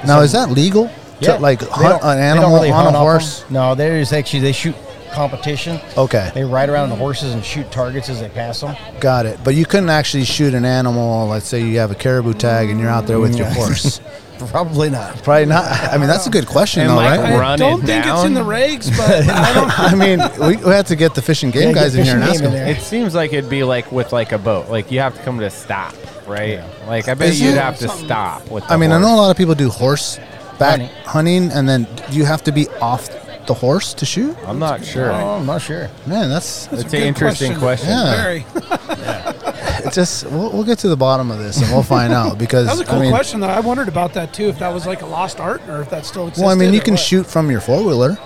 C: Now, is that legal?
N: Yeah.
C: To, like
N: They
C: hunt
N: don't-
C: an
N: they don't
C: animal
N: really
C: on
N: hunt
C: a
N: off 'em.
C: horse?
N: No, they just actually they shoot competition.
C: Okay.
N: They ride around the horses and shoot targets as they pass them.
C: Got it. But you couldn't actually shoot an animal. Let's say you have a caribou tag and you're out there with your horse.
N: *laughs* Probably not.
C: Probably not. I mean, that's a good question,
B: And
C: though,
B: like
C: right?
B: run
D: I don't
B: it
D: think it's in
B: down.
D: the regs, but
C: *laughs*
D: I don't.
C: I mean, we, we have to get the fish and game
N: Yeah, get
C: guys in
N: fish
C: here and
N: and
C: ask
N: game in
C: them.
N: there.
B: It seems like it'd be like with like a boat. Like you have to come to a stop, right? Like I bet
C: Is
B: you'd
C: it-
B: have to stop with. The
C: I mean, I know a
B: horse.
C: lot of people do horse back
N: Hunting.
C: hunting, and then do you have to be off the horse to shoot?
B: I'm not sure.
N: Oh, I'm not sure.
C: Man, that's
B: It's an interesting question.
C: Yeah.
D: Very.
C: *laughs* it's just we'll, we'll get to the bottom of this and we'll
N: *laughs*
C: find out because
D: That was a cool
C: I mean,
D: question, though. I wondered about that too. If that was like a lost art, or if that still existed.
C: Well, I mean, you
D: or
C: can
D: what.
C: shoot from your four wheeler,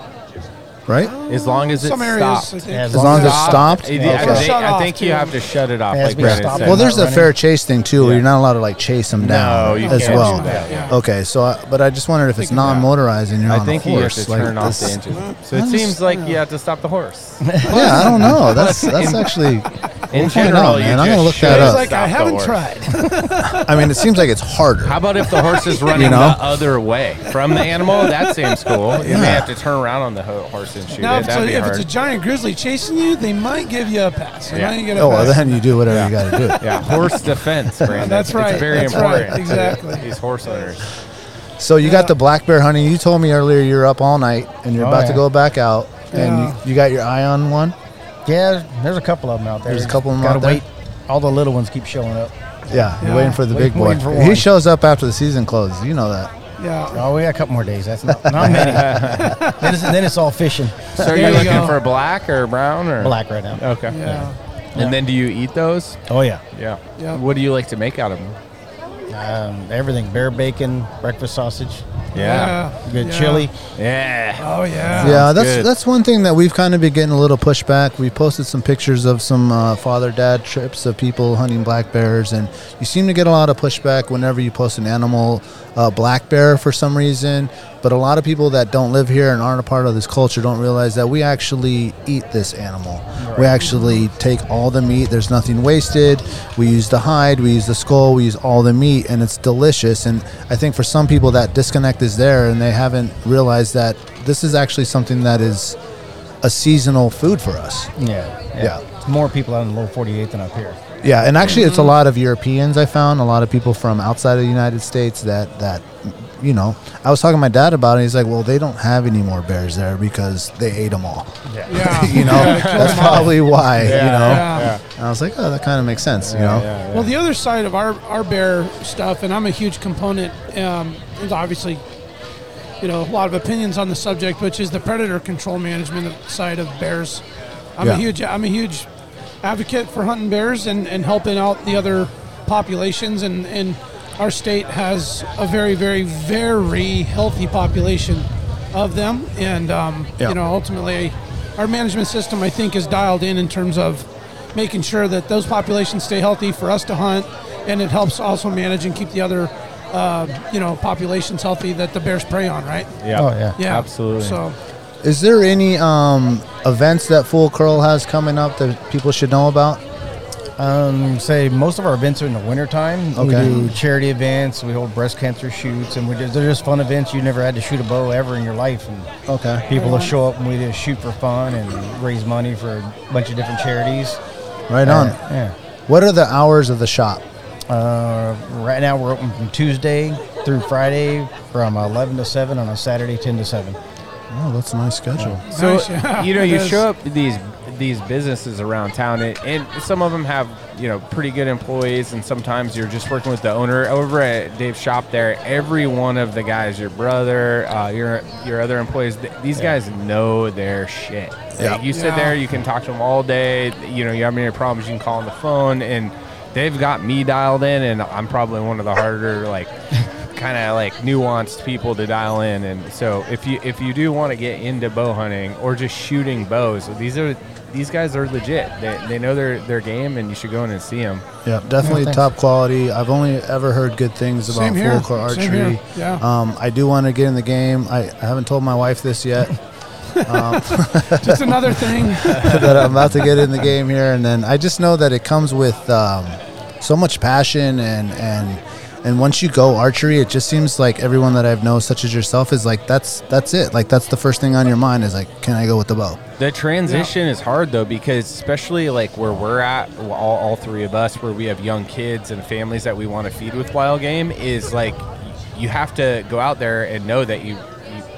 C: right?
B: As long as it's
D: some areas.
B: stopped.
D: I think.
N: Yeah,
C: As long as it's
B: Stop.
C: stopped.
B: It-
N: Okay.
B: I,
D: Or
B: think,
D: shut
B: I
D: off,
B: think you
D: too.
B: have to shut it off,
N: Yeah, it's
B: like
N: been
B: Brandon
N: stopped.
B: said.
C: Well, there's a
N: running.
C: fair chase thing too, where you're not allowed to like chase them down
B: you
C: as
B: can't
C: well.
B: do that, yeah.
C: Okay, so I, but I just wondered if it's non-motorized and you're
B: I
C: on
B: think
C: a
B: you have
C: horse.
B: to
C: like,
B: turn off the
C: that's-
B: engine. So it seems like you have to stop the horse.
C: *laughs* yeah, I
B: *laughs*
C: don't know. That's that's actually.
B: In
C: find
B: general,
C: out,
B: you
C: man. I'm
B: just
C: gonna look
B: should
C: that up.
D: It's like I
B: stop the
D: haven't
B: horse.
D: tried.
C: I mean, it seems like it's harder.
B: How about if *laughs* the horse
C: *laughs*
B: is running
C: know?
B: the other way from the animal? That seems cool. You may have to turn around on the ho- horse and shoot
D: Now,
B: it.
D: if, it's
B: That'd
D: a,
B: be
D: if it's a
B: hard.
D: giant grizzly chasing you, they might give you a pass. They
B: Yeah.
D: might get a
C: Oh, well,
D: pass.
C: then you do whatever you got to do.
B: yeah, horse defense, Brandon.
D: That's right,
B: It's very
D: that's right,
B: important. to
D: exactly.
B: These horse owners.
C: So you got the black bear hunting. You told me earlier you're up all night and you're
N: Oh,
C: about to
N: yeah.
C: go back out,
D: Yeah.
C: and you, you got your eye on one.
N: Yeah, there's a couple of them out there.
C: There's a couple of 'em
N: Gotta
C: out there?
N: wait. All the little ones keep showing up.
C: Yeah, you're
D: Yeah.
C: waiting for the
N: Wait-
C: big boy.
N: waiting for
C: He
N: one.
C: shows up after the season closes. You know that.
D: Yeah.
N: Oh, we got a couple more days. That's
D: *laughs*
N: not, not many. *laughs* then, it's, then it's all fishing.
B: So are
D: There
B: you
D: you
B: looking
D: go.
B: for black or brown or
N: Black right now.
B: Okay.
D: Yeah.
B: And then do you eat those?
N: Oh yeah,
B: Yeah.
D: Yeah.
B: What do you like to make out of them?
N: um, everything. Bear bacon, breakfast sausage, good
D: Yeah.
N: chili.
B: Yeah.
D: Oh yeah.
C: yeah, that's
B: good.
C: that's one thing that we've kind of been getting a little pushback. We posted some pictures of some uh, father dad trips of people hunting black bears, and you seem to get a lot of pushback whenever you post an animal uh, black bear for some reason. But a lot of people that don't live here and aren't a part of this culture don't realize that we actually eat this animal. We actually take all the meat. There's nothing wasted. We use the hide. We use the skull. We use all the meat, and it's delicious. And I think for some people that disconnect is there, and they haven't realized that this is actually something that is a seasonal food for us.
N: Yeah,
C: Yeah.
N: More people out in the low 48 than up here.
C: Yeah, and actually,
N: Mm-hmm.
C: it's a lot of Europeans. I found a lot of people from outside of the United States that that you know. I was talking to my dad about it. He's like, "Well, they don't have any more bears there because they ate them all."
B: Yeah.
C: *laughs* you know, that's probably why.
D: Yeah,
C: you know,
D: yeah.
C: And I was like, "Oh, that kind of makes sense." you know,
D: Well, the other side of our, our bear stuff, and I'm a huge component, um, is obviously, you know, a lot of opinions on the subject, which is the predator control management side of bears. I'm
C: Yeah.
D: a huge I'm a huge advocate for hunting bears and, and helping out the other populations, and, and our state has a very very very healthy population of them, and um,
C: Yeah.
D: you know, ultimately, our management system I think is dialed in in terms of making sure that those populations stay healthy for us to hunt, and it helps also manage and keep the other, uh, you know, populations healthy that the bears prey on, right?
B: Yeah.
N: Oh, yeah.
D: Yeah,
B: Absolutely.
D: So
C: is there any um, events that Full Curl has coming up that people should know about?
N: Um, say most of our events are in the wintertime. We
C: Okay.
N: do charity events. We hold breast cancer shoots, and we do, they're just fun events. You never had to shoot a bow ever in your life, and
C: Okay.
N: people will show up and we just shoot for fun and raise money for a bunch of different charities.
C: Right on.
N: Uh, yeah.
C: What are the hours of the shop?
N: Uh, right now we're open from Tuesday through Friday from 11 to 7 on a Saturday 10 to 7.
C: Oh, that's a nice schedule.
B: So
D: Nice, *laughs* yeah,
B: you know,
D: it
B: you
D: is.
B: show up to these these businesses around town, and, and some of them have you know pretty good employees, and sometimes you're just working with the owner over at Dave's shop. There, every one of the guys, your brother, uh, your your other employees, th- these guys know their shit.
C: Yeah.
B: Like, you sit
D: Yeah.
B: there, you can talk to them all day. You know, you have any problems, you can call on the phone, and they've got me dialed in, and I'm probably one of the harder
C: *laughs*
B: like kind of like nuanced people to dial in and so if you if you do want to get into bow hunting or just shooting bows these are these guys are legit they, they know their their game and you should go in and see them
C: Yeah, definitely
N: thanks.
C: top quality. I've only ever heard good things about
D: Same here.
C: full court
D: Same
C: archery.
D: here. Yeah.
C: Um, I do want to get in the game. I, I haven't told my wife this
D: *laughs*
C: yet Um,
D: just another thing.
C: *laughs* that I'm about to get in the game here, and then I just know that it comes with um, so much passion and and and once you go archery, it just seems like everyone that I've known, such as yourself, is like that's that's it. Like that's the first thing on your mind is like, can I go with the bow?
B: The transition is hard though because especially like where we're at, all, all three of us, where we have young kids and families that we want to feed with wild game, is like you have to go out there and know that you you-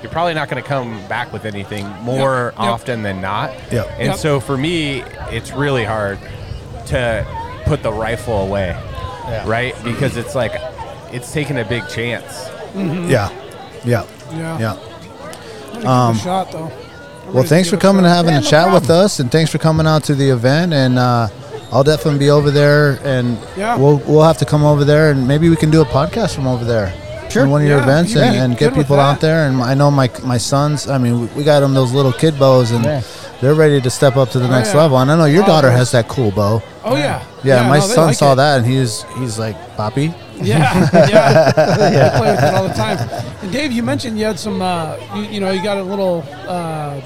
B: you're probably not going to come back with anything more
D: Yep, yep.
B: often than not.
C: Yep.
B: And
D: Yep.
B: so for me, it's really hard to put the rifle away, right? Because it's like it's taking a big chance.
C: Mm-hmm. Yeah, yeah,
D: Mm-hmm. Yeah.
C: yeah.
D: I'm gonna give it a shot though. I'm
C: Um, Well,
D: ready to
C: thanks
D: give
C: for
D: it a
C: coming and
D: shot.
C: having
D: Yeah,
C: a
D: no
C: chat
D: problem.
C: with us, and thanks for coming out to the event. And uh, I'll definitely be over there, and
D: Yeah.
C: we'll we'll have to come over there, and maybe we can do a podcast from over there. Sure. One of your
D: Yeah,
C: events,
D: you'd
C: and,
D: be
C: and
D: good
C: get
D: with
C: people out
D: that.
C: there. And I know my my sons. I mean, we, we got them those little kid bows, and
N: Yeah.
C: they're ready to step up to the next
D: yeah.
C: level. And I know your
D: Oh,
C: daughter
D: yeah.
C: has that cool bow.
D: Oh yeah.
C: Yeah, my
D: no, they
C: son
D: like
C: saw
D: it.
C: that, and he's he's like, "Poppy, *laughs*
D: Yeah, yeah. I play with it all the time. And Dave, you mentioned you had some, uh, you, you know, you got a little uh,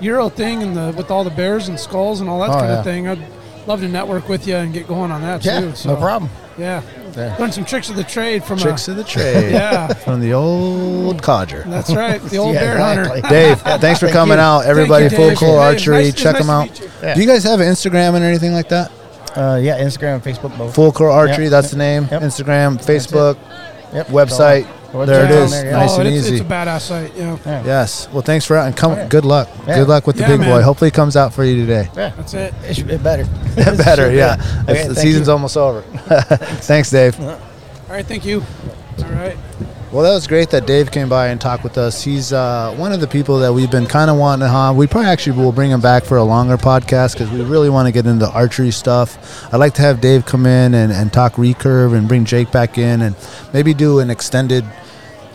D: Euro thing and the with all the bears and skulls and all that
N: Oh,
D: kind
N: yeah.
D: of thing. I'd love to network with you and get going on that too. So,
N: no problem.
D: Yeah.
N: Yeah.
D: learn some tricks of the trade from.
C: tricks
D: Uh,
C: of the trade."
D: *laughs* yeah,
C: From the old codger.
D: that's right. The
N: *laughs*
D: old
N: Yeah,
D: bear
N: exactly.
D: hunter.
C: *laughs* Dave, thanks for coming out. Everybody,
D: you,
C: Full
D: Dave.
C: Cool
D: Hey,
C: Archery,
D: nice-
C: check them
D: nice to
C: out.
D: meet you.
N: Yeah.
C: Do you guys have Instagram and anything like that?
N: Uh, yeah, Instagram and Facebook both.
C: Full Court Archery,
N: Yep.
C: that's the name.
N: Yep.
C: Instagram, Facebook,
N: Yep.
C: website.
N: Go on.
C: There it
N: Website's on
C: is.
N: there, yeah.
C: Nice
D: oh,
C: and
D: it's,
C: easy.
D: it's a badass site. Yeah.
N: Yeah.
C: Yes. Well, thanks for and come. Good luck.
N: Yeah.
C: Good luck with the
D: Yeah,
C: big boy.
D: man.
C: Hopefully, it comes out for you today.
N: Yeah.
D: That's it.
N: It should be *laughs* better.
C: Better, yeah.
N: Okay,
C: It's- the
N: thank
C: season's
N: you.
C: almost over. *laughs* thanks, Dave.
D: All right. Thank you. All right.
C: Well, that was great that Dave came by and talked with us. He's uh, one of the people that we've been kind of wanting to have. We probably actually will bring him back for a longer podcast because we really want to get into archery stuff. I'd like to have Dave come in and, and talk recurve and bring Jake back in and maybe do an extended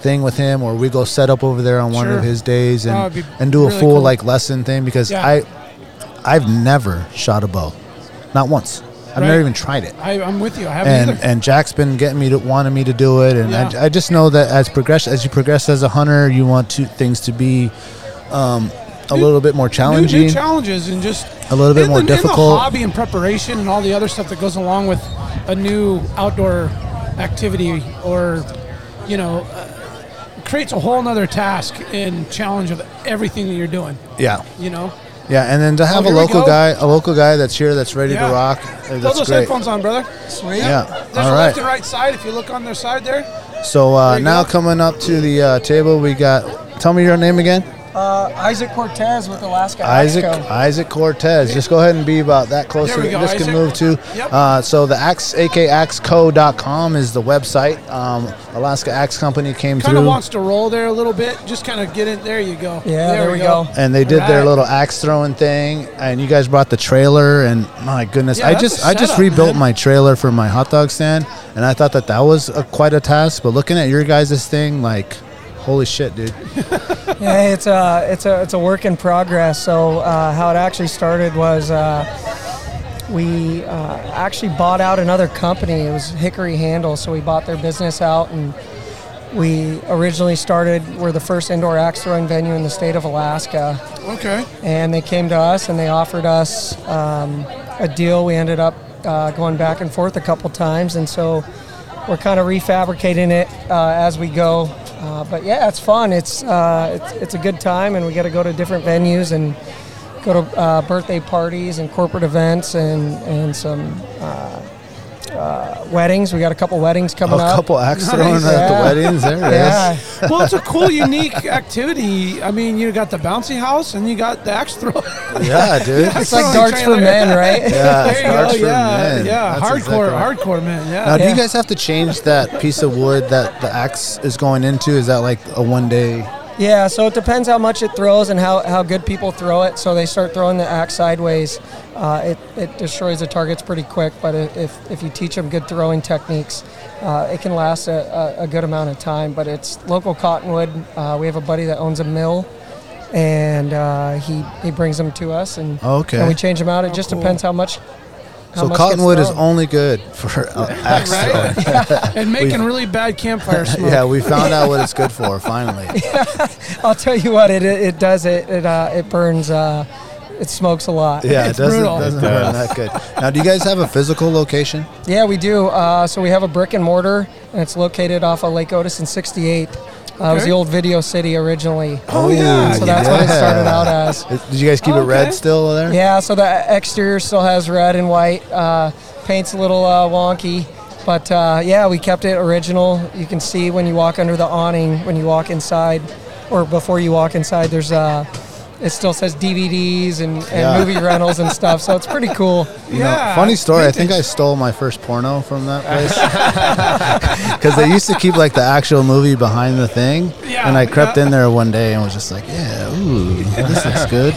C: thing with him or we go set up over there on one
D: Sure.
C: of his days
D: That would
C: and,
D: be
C: and do a
D: really
C: full
D: cool.
C: like lesson thing because
D: Yeah.
C: I I've never shot a bow. Not once. I've
D: Right.
C: never even tried it
D: I, I'm with you. I haven't
C: and
D: either.
C: and Jack's been getting me to wanting me to do it, and
D: Yeah.
C: I, I just know that as progress as you progress as a hunter, you want to things to be um, a little bit more
D: new,
C: challenging.
D: new challenges and just
C: A little bit
D: in
C: more
D: the, in
C: difficult.
D: the hobby and preparation and all the other stuff that goes along with a new outdoor activity or you know uh, creates a whole nother task and challenge of everything that you're doing
C: yeah,
D: you know
C: Yeah, and then to have
D: Oh,
C: a
D: here we
C: local
D: go.
C: guy, a local guy that's here, that's ready
D: Yeah.
C: to rock. uh,
D: Throw
C: That's
D: those
C: great.
D: headphones on, brother. Sweet.
C: Yeah.
D: There's
C: All
D: a
C: right.
D: left and right side. If you look on their side there,
C: So uh, now coming up to the uh, table, we got. Tell me your name again.
O: Uh, Isaac Cortez with Alaska
C: Isaac
O: Axco.
C: Isaac Cortez. Just go ahead and be about that close.
O: There
C: so
O: we go,
C: this
O: Isaac.
C: can move to.
O: Yep.
C: Uh, so the axe akaxco.com is the website. Um, Alaska Axe Company came
D: kind of
C: through
D: wants to roll there a little bit. Just kind of get in. There you go.
O: Yeah, there we go.
C: and they did their
D: Right.
C: little axe throwing thing. And you guys brought the trailer. And my goodness,
D: Yeah,
C: I
D: that's
C: just
D: a
C: I just
D: setup,
C: rebuilt
D: man.
C: my trailer for my hot dog stand, and I thought that that was a, quite a task. But looking at your guys' thing, like, holy shit, dude.
O: *laughs* yeah, it's a it's a it's a work in progress. So uh, how it actually started was uh, we uh, actually bought out another company. It was Hickory Handle, so we bought their business out, and we originally started. We're the first indoor axe throwing venue in the state of Alaska.
D: Okay.
O: And they came to us and they offered us um, a deal. We ended up uh, going back and forth a couple times, and so we're kind of refabricating it uh, as we go. Uh, but yeah, it's fun. It's, uh, it's it's a good time, and we got to go to different venues and go to uh, birthday parties and corporate events and and some. Uh, uh, weddings. We got a couple weddings coming
C: A
O: up.
C: couple axe throwing at the weddings. There it is.
O: yeah.
D: *laughs* well, it's a cool, unique activity. I mean, you got the bouncy house and you got the axe throw.
C: Yeah,
D: *laughs*
C: dude.
D: The axe
C: It's like
D: throwing
C: darts for
D: trailer.
C: men, right? Yeah,
D: *laughs* there you
C: darts
D: go.
C: for
D: yeah,
C: men.
D: yeah.
C: That's
D: hardcore,
C: exactly right.
D: hardcore men. Yeah.
C: Now, do you guys have to change that piece of wood that the axe is going into? Is that like a one day?
O: Yeah, so it depends how much it throws and how, how good people throw it. So they start throwing the axe sideways. Uh, it, it destroys the targets pretty quick, but i- if, if you teach them good throwing techniques, uh, it can last a, a, a good amount of time. But it's local cottonwood. Uh, we have a buddy that owns a mill, and uh, he, he brings them to us, and,
C: Oh, Okay.
O: and we change them
D: Oh,
O: out. It just depends how much. How
C: so
O: much gets
C: cottonwood is
O: thrown.
C: only good for uh, axe
D: *laughs* Right?
C: throwing. *laughs*
D: and
C: We've-
D: making really bad campfire
C: *laughs*
D: smoke.
C: yeah, we found out what it's good
O: *laughs*
C: for finally.
O: I'll tell you what, it, it, it does. It it, uh, it burns. Uh, it smokes a lot.
C: Yeah, it doesn't,
O: brutal.
C: doesn't burn that good. Now, do you guys have a physical location?
O: *laughs* Yeah, we do. Uh, so we have a brick and mortar, and it's located off of Lake Otis in 68. Uh, It was
C: Okay.
O: the old Video City originally.
C: Oh, yeah.
O: So that's what it started out as.
C: Did you guys keep it red still there?
O: Yeah, so the exterior still has red and white. Uh, paint's a little uh, wonky, but uh, yeah, we kept it original. You can see when you walk under the awning, when you walk inside, or before you walk inside, there's Uh, it still says DVDs and, and
C: Yeah.
O: movie rentals and stuff, so it's pretty cool.
C: You know, funny story. I think I stole my first porno from that place because they used to keep like the actual movie behind the thing,
O: Yeah,
C: and I crept
O: yeah.
C: in there one day and was just like, "Yeah, ooh, this looks
O: *laughs*
C: good."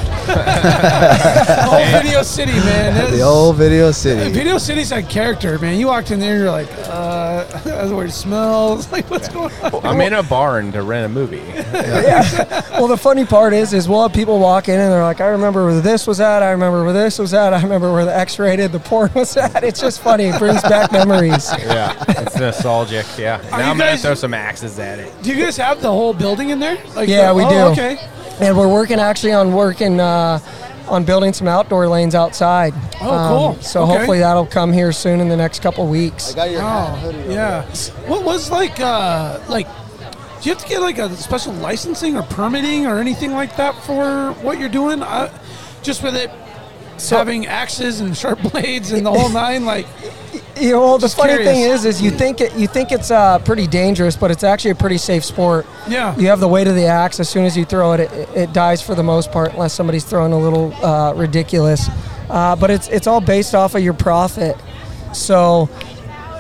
D: Old Video City,
C: *laughs*
D: man.
C: the
D: That's-
C: old video city.
D: Video City's had character, man. You walked in there, and you're like, uh, *laughs* that's where it smells. *laughs* Like, what's going on?
B: I'm in a barn to rent a movie.
O: *laughs* well, the funny part is, is we'll have people walk in and they're like, "I remember where this was at. I remember where this was at. I remember where the X-rated, the porn was at." It's just funny. It brings back memories.
B: yeah, it's nostalgic. Yeah. Now
D: you
B: I'm gonna
D: guys-
B: throw some axes at it.
D: Do you guys have the whole building in there? Like,
O: yeah,
D: the-
O: we
D: oh,
O: do.
D: Okay.
O: And we're working actually on working uh, on building some outdoor lanes outside. Um,
D: Oh, cool.
O: So
D: Okay.
O: hopefully that'll come here soon in the next couple weeks.
D: oh, yeah. What was like, uh, like, do you have to get like a special licensing or permitting or anything like that for what you're doing? I, just with it having axes and sharp *laughs* blades and the whole nine, like,
O: you know, well, the
D: Just
O: funny
D: curious.
O: thing is, is you think it, you think it's uh, pretty dangerous, but it's actually a pretty safe sport.
D: Yeah.
O: You have the weight of the axe. As soon as you throw it, it, it dies for the most part, unless somebody's throwing a little uh, ridiculous. Uh, but it's it's all based off of your profit. So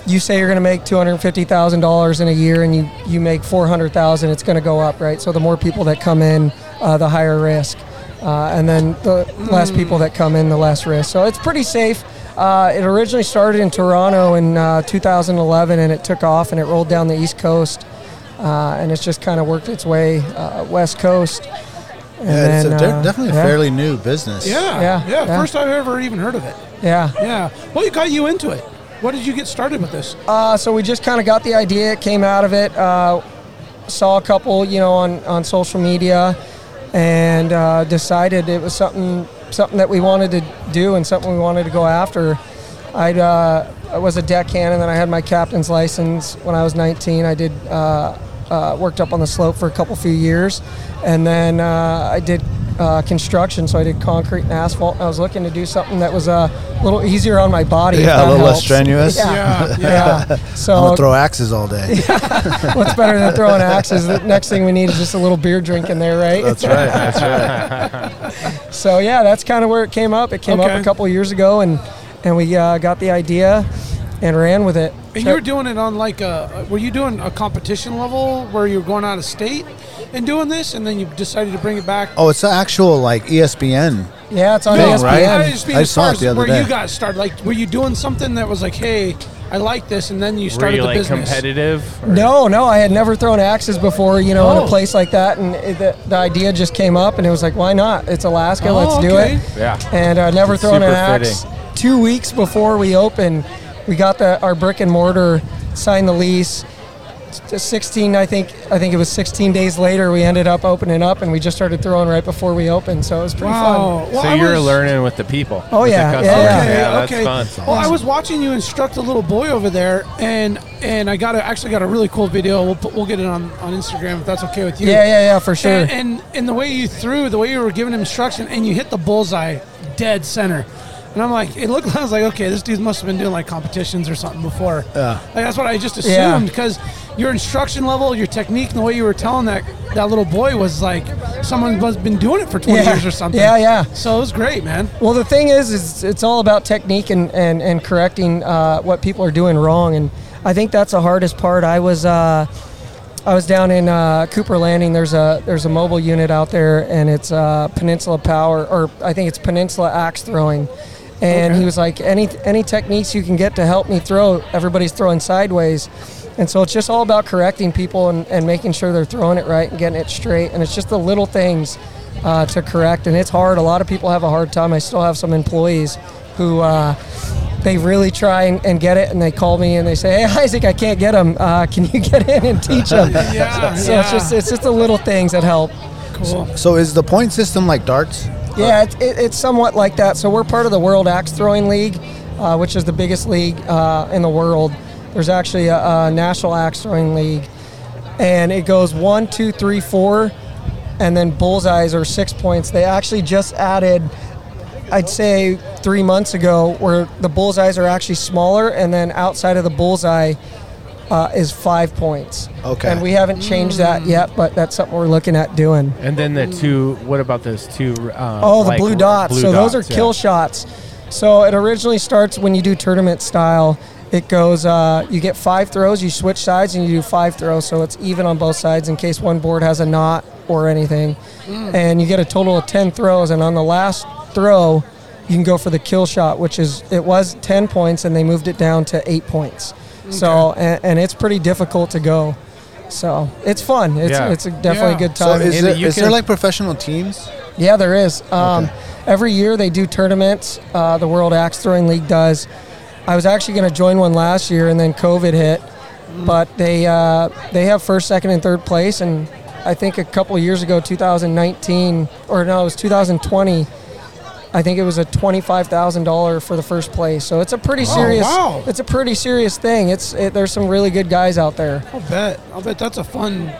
O: you say you're going to make two hundred fifty thousand dollars in a year, and you you make four hundred thousand, it's going to go up, right? So the more people that come in, uh, the higher risk, uh, and then the less people that come in, the less risk. So it's pretty safe. Uh, it originally started in Toronto in uh, 2011, and it took off and it rolled down the East Coast, uh, and it's just kind of worked its way uh, West Coast. And
C: Yeah, it's a,
O: then,
C: de-
O: uh,
C: definitely a
O: yeah.
C: fairly new business.
D: yeah,
O: Yeah, yeah.
D: First I've ever even heard of it.
O: Yeah.
D: Yeah. What got you into it? What did you get started with this?
O: Uh, so we just kind of got the idea. It came out of it. Uh, saw a couple, you know, on, on social media, and uh, decided it was something something that we wanted to do and something we wanted to go after. I'd, uh, I was a deckhand, and then I had my captain's license when I was 19. I did uh, uh, worked up on the slope for a couple few years, and then uh, I did uh, construction, so I did concrete and asphalt. And I was looking to do something that was uh, a little easier on my body. if
C: Yeah, a
O: that
C: little less
O: helps.
C: strenuous. *laughs*
O: Yeah, yeah.
C: Yeah, I'm
O: So *laughs*
C: gonna throw axes all day.
O: what's better than throwing axes? The next thing we need is just a little beer drink in there, right?
C: That's right. That's
O: *laughs*
C: right.
O: so yeah, that's kind of where it came up. It came
D: Okay.
O: up a couple of years ago, and and we uh, got the idea and ran with it.
D: And you were doing it on like a, were you doing a competition level where you were going out of state and doing this, and then you decided to bring it back?
C: Oh, it's the actual like E ESPN.
O: yeah, it's on
B: E
D: E
C: thing,
O: ESPN.
C: right?
D: I just mean
C: I
D: as
C: saw
D: far
C: it
D: as
C: the other
D: where
C: day.
D: you got started. Like, were you doing something that was like, hey, I like this, and then you
B: Were
D: started
B: you
D: the
B: like
D: business?
B: competitive?
O: No, no, I had never thrown axes before, you know, in
D: Oh.
O: a place like that, and it, the, the idea just came up, and it was like, why not? It's Alaska,
D: Oh,
O: let's do
D: okay.
O: it.
B: Yeah.
O: And I'd never
B: It's
O: thrown an
B: super
O: axe. Two weeks before we opened, we got the, our brick and mortar, signed the lease. S- 16, I think, I think it was 16 days later, we ended up opening up, and we just started throwing right before we opened, so it was pretty fun.
D: Wow. Well,
B: so
D: I
B: you're
D: was-
B: learning with the people.
O: Oh,
B: with the
O: yeah, yeah,
B: customers. yeah.
O: yeah.
D: Okay,
B: that's
D: okay.
B: fun.
D: Well, I was watching you instruct a little boy over there, and and I got a, actually got a really cool video. We'll put, we'll get it on, on Instagram if that's okay with you.
O: Yeah, yeah, yeah, for sure.
D: And, and and the way you threw, the way you were giving him instruction, and you hit the bullseye dead center. And I'm like, it looked. *laughs* I was like, okay, this dude must have been doing like competitions or something before. Yeah. Like that's what I just
O: Yeah.
D: assumed because your instruction level, your technique, and the way you were telling that that little boy was like someone was been doing it for 20
O: Yeah.
D: years or something.
O: Yeah, yeah.
D: So it was great, man.
O: Well, the thing is, is it's all about technique and and and correcting uh, what people are doing wrong, and I think that's the hardest part. I was uh, I was down in uh, Cooper Landing. There's a there's a mobile unit out there, and it's uh, Peninsula Power, or I think it's Peninsula Axe Throwing. And he was like, any any techniques you can get to help me throw. Everybody's throwing sideways, and so it's just all about correcting people and, and making sure they're throwing it right and getting it straight. And it's just the little things uh, to correct, and it's hard. A lot of people have a hard time. I still have some employees who uh, they really try and, and get it, and they call me and they say, "Hey, *laughs* Isaac, I can't get them. Uh, can you get in and teach them?"
D: Yeah,
O: so
D: yeah.
O: it's just it's just the little things that help.
D: Cool.
C: So is the point system like darts?
O: Yeah, it, it, it's somewhat like that. So we're part of the World Axe Throwing League, uh, which is the biggest league uh, in the world. There's actually a, a national axe throwing league, and it goes one, two, three, four, and then bullseyes are six points. They actually just added, I'd say, three months ago, where the bullseyes are actually smaller, and then outside of the bullseye. Uh, is five points.
C: Okay.
O: And we haven't changed that yet, but that's something we're looking at doing.
B: And then the two. What about those two? Um,
O: Oh, the
B: like,
O: blue dots.
B: blue
O: so those
B: dots,
O: are
B: yeah.
O: kill shots. So it originally starts when you do tournament style. It goes, uh, you get five throws, you switch sides, and you do five throws. So it's even on both sides in case one board has a knot or anything.
B: Mm.
O: And you get a total of 10 throws. And on the last throw, you can go for the kill shot, which is, it was 10 points, and they moved it down to eight points. So, and, and it's pretty difficult to go. So it's fun. It's,
B: Yeah.
O: it's a definitely
D: Yeah.
O: a good
C: So
O: time.
C: is,
B: Andy,
C: there,
B: you
C: is there
B: can-
C: like professional teams?
O: Yeah, there is. Um, Every year they do tournaments. Uh, the World Axe Throwing League does. I was actually going to join one last year, and then COVID hit. But they uh, they have first, second, and third place. And I think a couple years ago, 2019 or no, it was 2020. I think it was a twenty-five thousand dollar for the first place. So it's a pretty
C: Oh,
O: serious.
D: wow.
O: It's a pretty serious thing. It's it, there's some really good guys out there.
D: I'll bet. I'll bet that's a fun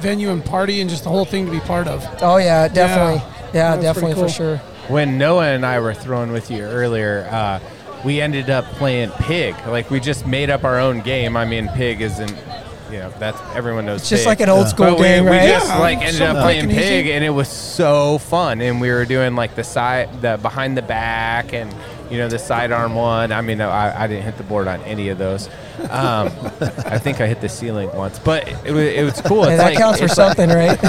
D: venue and party and just the whole thing to be part of.
O: Oh yeah, definitely. Yeah,
D: That's pretty
O: definitely
D: cool.
O: for sure.
B: when Noah and I were throwing with you earlier, uh, we ended up playing Pig. Like we just made up our own game. I mean, Pig isn't. You know, that's everyone knows.
O: It's just
B: Pig.
O: like an old school
B: But we-
O: game,
B: we,
O: right?
B: just
D: Yeah,
B: like ended up
D: something
B: playing
D: quick and
B: Pig,
D: easy.
B: and it was so fun. And we were doing like the side, the behind the back, and you know the sidearm one. I mean, I, I didn't hit the board on any of those.
O: *laughs*
B: Um, I think I hit the ceiling once, but it, wa- it was cool.
O: Hey,
B: It's
O: that
B: like-
O: counts for
B: it's like-
O: something, right?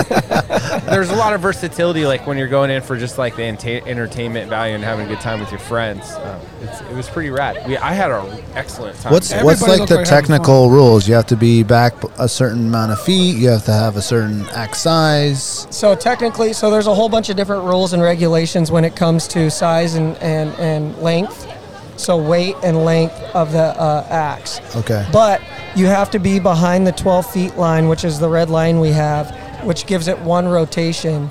B: *laughs*
O: *laughs*
B: there's a lot of versatility like when you're going in for just like the enta- entertainment value and having a good time with your friends um, it's, it was pretty rad we, i had an excellent time
C: What's
D: Everybody
C: what's like
D: looked
C: the
D: like having
C: technical rules? You have to be back b- a certain amount of feet. You have to have a certain axe size.
O: So technically, so there's a whole bunch of different rules and regulations when it comes to size and, and, and length. So weight and length of the uh, axe.
C: Okay.
O: But you have to be behind the 12 feet line, which is the red line we have, which gives it one rotation.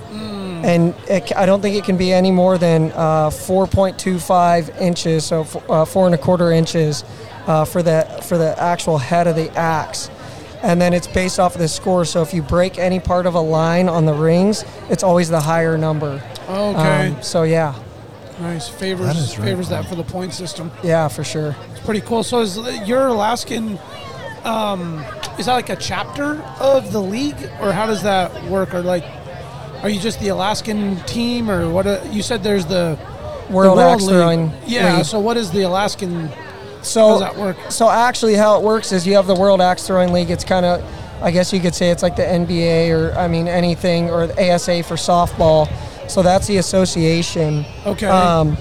O: And it, ca- I don't think it can be any more than uh, 4.25 inches, so f- uh, four and a quarter inches uh, for the for the actual head of the axe. And then it's based off of the score. So if you break any part of a line on the rings, it's always the higher number. Um,
D: Okay.
O: so yeah,
D: Nice favors
O: That is right,
D: favors that for the point system.
O: yeah, for sure.
D: It's pretty cool. So is your Alaskan? Um, is that like a chapter of the league, or how does that work? Or like, are you just the Alaskan team, or what? uh you said there's the
O: World
D: the
O: Axe Throwing
D: Yeah.
O: League.
D: So what is the Alaskan?
O: So
D: how does that work?
O: So actually, how it works is you have the World Axe Throwing League. It's kind of, I guess you could say it's like the NBA or I mean anything or the ASA for softball. So that's the association.
D: Okay. Oh.
O: Um,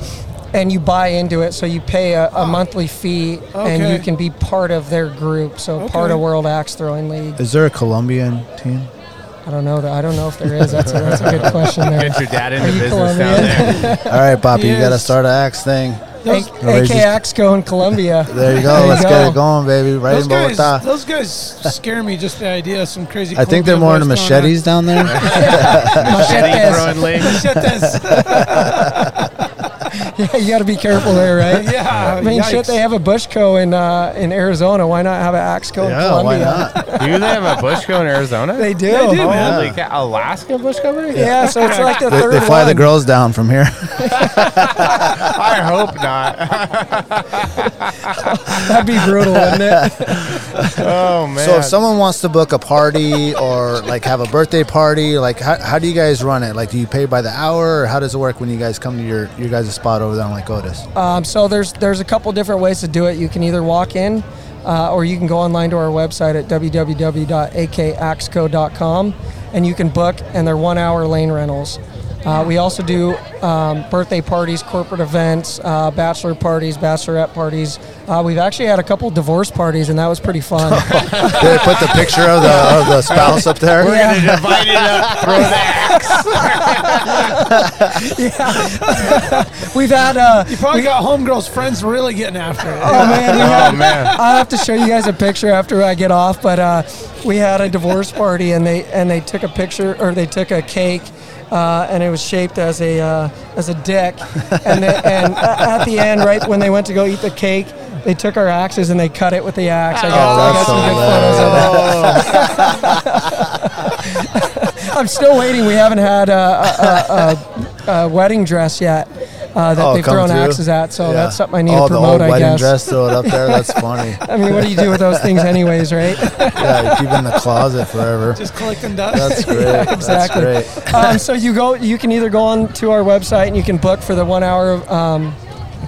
O: and you buy into it, so you pay a, a monthly fee, and
D: Okay.
O: you can be part of their group. So part
D: Okay.
O: of World Axe Throwing League.
C: Is there a Colombian
D: *laughs*
C: team?
O: I don't know. That I don't know if there is. That's a, that's a good question. There.
B: Get your dad into
O: Are you
B: business down
O: Colombian? *laughs*
B: there.
C: All right, Poppy, you got to
D: Yes.
C: start an axe thing.
D: Those,
C: Raise your-
O: AKX going Colombia.
C: There you
D: *laughs*
C: go.
O: There you
C: Let's
O: go.
C: get it going, baby. Right
D: those
C: in
D: guys,
C: Bogota.
D: those guys scare me. Just the idea of some crazy.
C: *laughs* I think they're more
D: Colombia
C: into
D: boys throwing
C: machetes down there. *laughs*
B: Machete throwing league.
D: *laughs* Machetes. *laughs*
O: Yeah, *laughs* you got to be careful there, right?
D: yeah.
O: I mean, shit,
D: yikes.
O: they have a Bushco in uh, in Arizona. Why not have an Axco in
C: yeah, why
O: Colombia?
C: not?
B: Do they have a Bushco in Arizona?
O: They do.
D: They do, Oh, man.
B: Holy cow. Alaska Bush Company?
O: Yeah, so it's like the
C: They,
O: third
C: they fly the
O: one.
C: girls down from here.
B: I hope not.
O: That'd *laughs* be brutal, wouldn't *laughs*
D: *laughs*
O: it?
B: Oh, man.
C: So if someone wants to book a party or like have a birthday party, like how, how do you guys run it? Like do you pay by the hour or how does it work when you guys come to your your guys' spot over there on Lake Otis?
O: Um, so there's there's a couple different ways to do it. You can either walk in, uh, or you can go online to our website at www.akaxco.com, and you can book. And they're one hour lane rentals. Uh, we also do um, birthday parties, corporate events, uh, bachelor parties, bachelorette parties. Uh, we've actually had a couple divorce parties, and that was pretty
C: *laughs*
O: fun. *laughs*
C: Do they put the picture of the of the spouse up there?
B: Divide it up, throw the axe.
O: *laughs* we've had uh,
D: You probably got homegirls' friends really getting after it.
O: Oh man, we had,
B: man.
O: I'll have to show you guys a picture after I get off. But uh, we had a divorce party, and they and they took a picture or they took a cake, uh, and it was shaped as a uh, as a dick. And they, and uh, at the end, right when they went to go eat the cake, they took our axes and they cut it with the axe. I got, I got
C: Oh, that's
O: some good
C: hilarious.
O: photos of that. I'm still waiting. We haven't had a, a, a, a, a wedding dress yet uh, that
C: Oh,
O: they've
C: come
O: thrown
C: through.
O: axes at. So
C: Yeah.
O: that's something I need
C: oh,
O: to promote.
C: the old
O: I
C: wedding
O: guess.
C: dress, throw it up there.
O: *laughs*
C: That's funny.
O: I mean, what do you do with those things, anyways, right?
C: *laughs* Yeah, keep it in the closet forever.
D: Just collecting
O: *laughs*
C: That's
D: dust.
C: great.
O: exactly.
C: That's great.
O: um, so you go, you can either go on to our website and you can book for the one hour of um,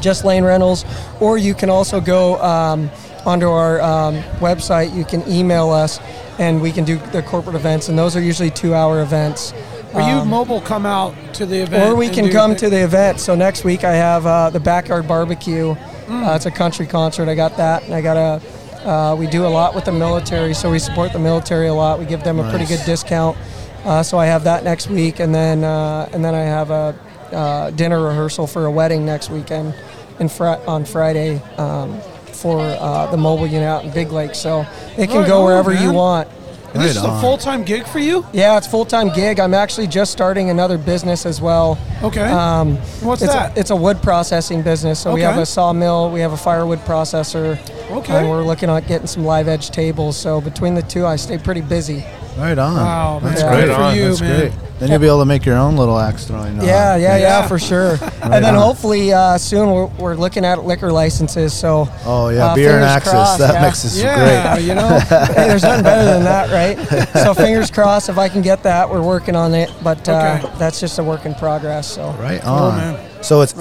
O: just lane rentals, or you can also go um, onto our um, website. You can email us, and we can do the corporate events, and those are usually two hour events. Um,
D: Or you mobile come out to the event.
O: Or we
D: and
O: can
D: do
O: come
D: thi-
O: to the event. So next week I have uh, the backyard barbecue.
D: Mm.
O: Uh, it's a country concert. I got that, and I got a. Uh, we do a lot with the military, so we support the military a lot. We give them a pretty
C: Nice.
O: good discount. Uh, so I have that next week, and then uh, and then I have a uh, dinner rehearsal for a wedding next weekend, in fr- on Friday um, for uh, the mobile unit out in Big Lake. So it can
D: Right
O: go
D: on,
O: wherever you
D: man.
O: want.
D: And this
C: Right
D: is a
C: on.
D: full time gig for you.
O: Yeah, it's full time gig. I'm actually just starting another business as well.
D: Okay.
O: Um,
D: What's
O: it's
D: that?
O: A, it's a wood processing business. So we
D: Okay.
O: have a sawmill, we have a firewood processor,
D: Okay.
O: and we're looking at getting some live edge tables. So between the two, I stay pretty busy.
C: Right on.
D: Wow, man.
C: That's
O: Yeah.
C: great.
O: Good
D: for
C: on.
D: you,
C: That's
D: man.
C: great. Then you'll be able to make your own little axe throwing. uh,
O: yeah, yeah, yeah,
D: Yeah.
O: for sure.
C: *laughs*
O: and then
C: on.
O: hopefully uh, soon we're, we're looking at liquor licenses. So
C: Oh yeah,
O: uh,
C: beer and
O: fingers
C: axes.
O: crossed,
C: that
O: yeah.
C: mixes
D: yeah,
C: great.
D: you know.
O: hey, there's nothing better than that,
C: *laughs*
O: right? so fingers crossed if I can get that, we're working on it. But uh,
D: Okay.
O: that's just a work in progress. So
C: Right on.
D: man.
C: so it's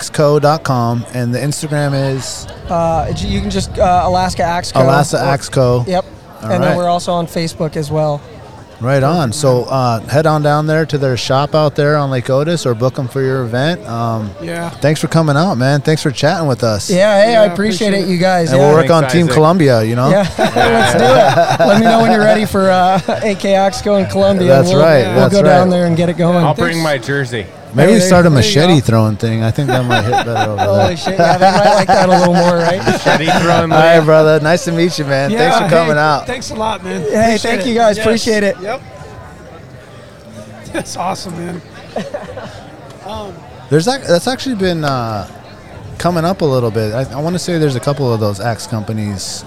C: akaxco.com and the Instagram is
O: Uh, j- you can just uh, Alaska Axe Co.
C: Alasa
O: Or-
C: Axe Co.
O: Yep.
C: All
O: and
C: right.
O: then we're also on Facebook as well.
C: Right on. So uh, head on down there to their shop out there on Lake Otis or book them for your event. Um,
D: Yeah.
C: thanks for coming out, man. Thanks for chatting with us.
O: Yeah, hey, I
D: Yeah,
O: appreciate,
D: appreciate
O: it, you guys.
C: And
O: yeah.
C: we'll work
B: Thanks,
C: on Team
B: Isaac.
C: Columbia, you know?
O: yeah, *laughs* let's do it. Let me know when you're ready for uh, AK Oxco in Columbia. and
C: That's
O: we'll,
C: right,
O: We'll
C: that's
O: go down
C: right.
O: there and get it going.
B: I'll bring my jersey.
C: *laughs* Maybe
O: Hey, there-
C: start a
O: there you
C: machete
O: go.
C: throwing thing. I think that might hit better over there.
O: Holy shit! Yeah,
C: *laughs*
O: they might like that a little more, right?
B: Machete throwing
C: All right,
B: league.
C: brother. Nice to meet you, man.
D: Yeah,
C: thanks for
D: hey,
C: coming out.
D: Thanks a lot, man.
O: Hey, thank you guys. Appreciate it.
D: Yep. That's awesome, man. Um,
C: There's ac- that's actually been uh, coming up a little bit. I, I want to say there's a couple of those axe companies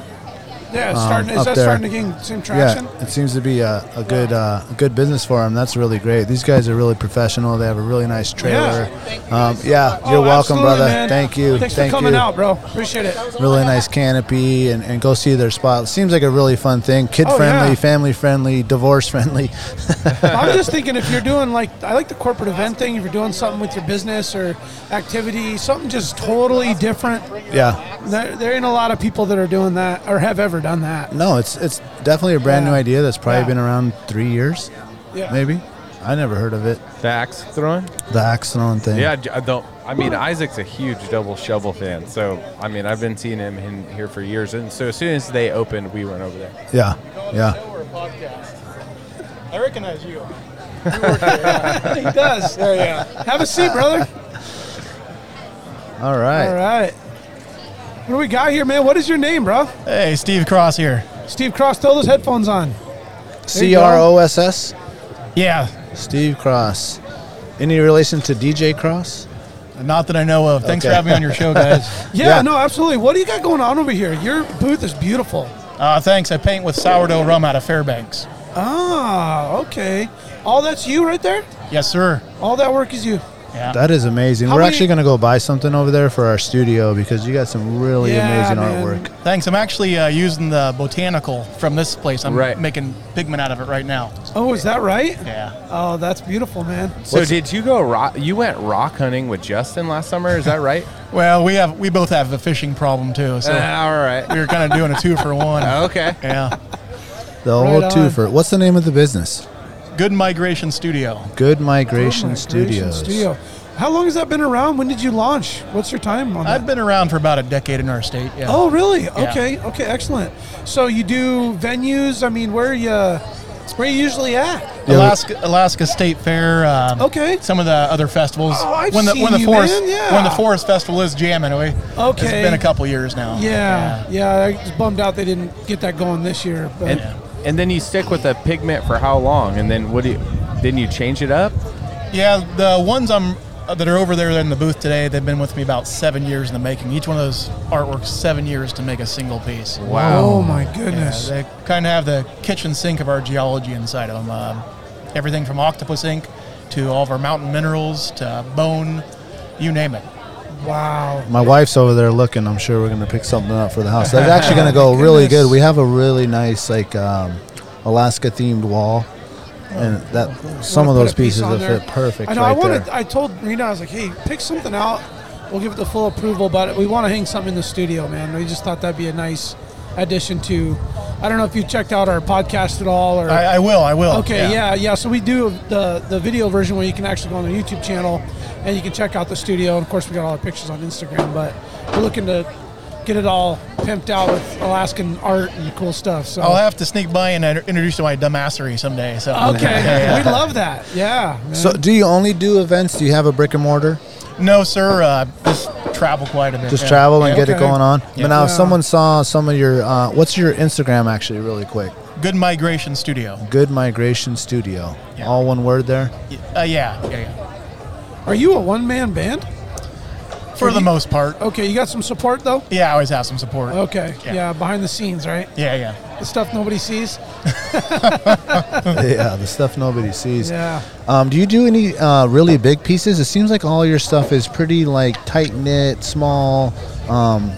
D: Yeah, it's starting- is
C: up
D: that
C: there.
D: starting to gain some traction?
C: Yeah, it seems to be a, a good uh, a good business for them. That's really great. These guys are really professional. They have a really nice trailer. Um, yeah,
D: Oh,
C: you're welcome,
D: absolutely,
C: brother.
D: man.
C: Thank you.
D: Thanks
C: Thank
D: for coming
C: you.
D: out, bro. Appreciate it.
C: Really nice canopy and, and go see their spot. Seems like a really fun thing. Kid friendly,
D: Oh, yeah.
C: family friendly, divorce friendly. *laughs*
D: I'm just thinking if you're doing like I like the corporate event thing. If you're doing something with your business or activity, something just totally different.
C: yeah.
D: There, there ain't a lot of people that are doing that or have ever done that.
C: No, it's it's definitely a brand new idea that's probably
D: Yeah.
C: been around three years,
D: Yeah.
C: maybe. I never heard of it.
B: The axe throwing?
C: The axe throwing thing.
B: Yeah, I don't. I mean, Isaac's a huge double shovel fan, so I mean, I've been seeing him in here for years, and so as soon as they opened, we went over there.
C: Yeah. Yeah.
D: I recognize you. *laughs* he does. There you go. Have a seat, brother.
C: All right.
D: All right. What do we got here, man? What is your name, bro?
P: Hey, Steve Cross here.
D: Steve Cross, throw those headphones on. There you
C: C
D: go.
C: R O S S.
P: Yeah.
C: Steve Cross. Any relation to DJ Cross?
P: Not that I know of. Thanks
C: Okay.
P: for having me on your show,
C: *laughs*
P: guys.
D: Yeah, no, absolutely. What do you got going on over here? Your booth is beautiful.
P: Uh, thanks. I paint with sourdough rum out of Fairbanks.
D: Ah, okay. All that's you right there?
P: Yes, sir.
D: All that work is you.
P: Yeah.
C: That is amazing.
D: How
C: We're
D: many-
C: actually going to go buy something over there for our studio because you got some really
P: Yeah,
C: amazing
P: man.
C: artwork.
P: Thanks. I'm actually uh, using the botanical from this place. I'm
B: Right.
P: making pigment out of it right now.
D: Oh, is that right?
P: Yeah.
D: Oh, that's beautiful, man.
B: So did you go rock? You went rock hunting with Justin last summer? Is that right?
P: Well, we have we both have a fishing problem too. So
B: Ah, all right.
P: we were kind of doing a two for one.
B: *laughs* Okay.
P: Yeah.
C: The
P: Right
C: old
P: on.
C: twofer. What's the name of the business?
P: Good Migration Studio.
C: Good Migration, Studios.
D: Studio. How long has that been around? When did you launch? What's your time on that?
P: I've been around for about a decade in our state. Yeah.
D: Oh, really?
P: Yeah.
D: Okay. Okay. Excellent. So you do venues. I mean, where are you? Where are you usually at?
P: Alaska Alaska State Fair. Um,
D: okay.
P: Some of the other festivals.
D: Oh, I've
P: when the
D: seen
P: when the
D: you,
P: forest
D: man, yeah.
P: when the forest festival is jamming. We, It's
D: Okay.
P: been a couple years now.
D: Yeah. Yeah. I was bummed out they didn't get that going this year. But
B: And and then you stick with a pigment for how long? And then what do you? Then you change it up?
P: Yeah. The ones I'm uh, that are over there in the booth today, they've been with me about seven years in the making. Each one of those artworks, seven years to make a single piece.
B: Wow.
D: Oh my goodness.
P: Yeah, they kind of have the kitchen sink of our geology inside of them. Um, everything from octopus ink to all of our mountain minerals to bone, you name it.
D: wow.
C: My wife's over there looking. I'm sure we're going to pick something up for the house. That's actually going to go really good. We have a really nice, like, um, Alaska themed wall. And that some of
D: Wanna put
C: those
D: a piece
C: pieces
D: on
C: will
D: there.
C: fit perfect
D: I know.
C: right
D: I wanted. *laughs*
C: there.
D: I told Rena. I was like, "Hey, pick something out. We'll give it the full approval, but we want to hang something in the studio, man. We just thought that'd be a nice addition to. I don't know if you checked out our podcast at all, or
P: I, I will, I will.
D: Okay, yeah. yeah, So we do the the video version where you can actually go on the YouTube channel and you can check out the studio. And of course, we got all our pictures on Instagram. But we're looking to get it all pimped out with Alaskan art and cool stuff. So
P: I'll have to sneak by and inter- introduce you to my dumbassery someday. So *laughs*
D: okay,
P: Yeah, yeah.
D: we love that. Yeah. man.
C: So, do you only do events? Do you have a brick and mortar?
P: No, sir. Uh, just travel quite a bit.
C: Just
P: yeah.
C: travel and
P: Yeah.
C: get it going on.
P: Yeah.
C: But now, if
P: Yeah.
C: someone saw some of your, uh, what's your Instagram actually, really quick?
P: Good Migration Studio.
C: Good Migration Studio.
P: Yeah.
C: All one word there.
P: Uh, yeah, yeah, yeah.
D: Are you a one man band?
P: For the most part.
D: Okay, you got some support though.
P: Yeah, I always have some support.
D: Okay, yeah,
P: Yeah.
D: behind the scenes, right?
P: Yeah, yeah.
D: The stuff nobody sees.
C: *laughs* yeah, the stuff nobody sees.
D: Yeah.
C: Um, do you do any uh, really big pieces? It seems like all your stuff is pretty like tight knit, small. Um,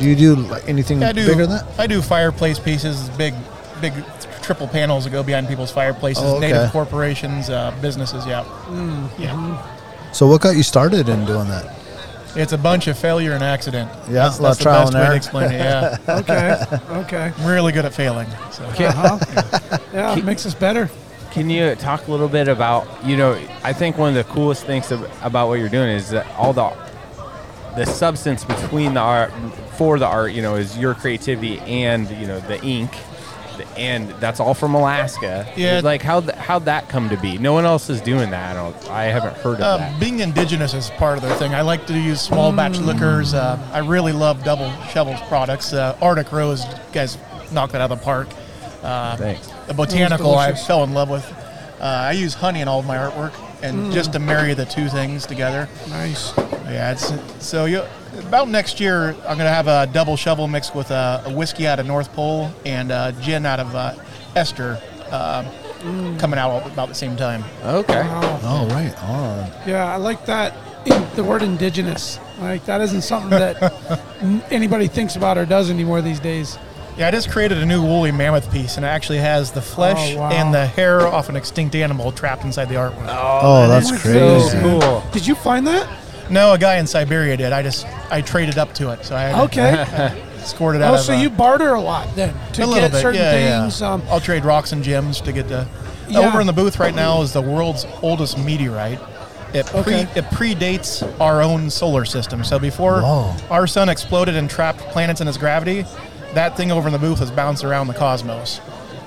C: do you do like, anything
P: I do.
C: bigger than that?
P: I do fireplace pieces, big, big triple panels that go behind people's fireplaces,
C: Oh, okay.
P: native corporations, uh, businesses. Yeah,
D: Mm-hmm.
P: yeah.
C: So what got you started in doing that?
P: It's a bunch of failure and accident.
C: Yeah,
P: that's,
C: a
P: that's
C: lot of
P: the
C: trial
P: best
C: and
P: way
C: error.
P: to explain it. Yeah,
D: Okay. *laughs* Okay. Uh-huh.
P: I'm really good at failing. So.
D: Yeah, it makes us better.
B: Can you talk a little bit about you know? I think one of the coolest things ab- about what you're doing is that all the the substance between the art for the art, you know, is your creativity and you know the ink, and that's all from Alaska.
P: Yeah.
B: like how th- how that come to be? No one else is doing that. I don't. I haven't heard of
D: Um,
P: Uh,
B: that.
P: being indigenous is part of their thing. I like to use small batch liquors. Uh, I really love Double Shovel's products. Uh, Arctic Rose, you guys knocked that out of the park. Uh,
B: Thanks.
P: The botanical I
D: delicious.
P: fell in love with. Uh, I use honey in all of my artwork, and just to marry the two things together.
D: Mm. Nice.
P: Yeah, it's so you about next year. I'm gonna have a double shovel mixed with a, a whiskey out of North Pole and uh gin out of uh, Esther, uh,
D: Mm.
P: coming out all about the same time.
B: Okay.
P: All
C: Oh, right. On.
D: Yeah, I like that. The word indigenous, like that, isn't
P: *laughs*
D: something that n- anybody thinks about or does anymore these days.
P: Yeah, I just created a new woolly mammoth piece, and it actually has the flesh
D: Oh, wow.
P: and the hair off an extinct animal trapped inside the artwork.
C: Oh, Oh, that's that's crazy. so cool.
P: Did you find that? No, a guy in Siberia did. I just I traded up to it, so I
D: Okay.
P: I *laughs* scored it out.
D: Oh,
P: of,
D: so
P: uh,
D: you barter a lot then to
P: a little
D: get
P: bit.
D: certain
P: yeah,
D: things.
P: Yeah.
D: Um,
P: I'll trade rocks and gems to get the.
D: Yeah.
P: Over in the booth right now is the world's oldest meteorite. It, pre,
D: Okay.
P: it predates our own solar system. So before
C: Whoa.
P: our sun exploded and trapped planets in its gravity, that thing over in the booth has bounced around the cosmos.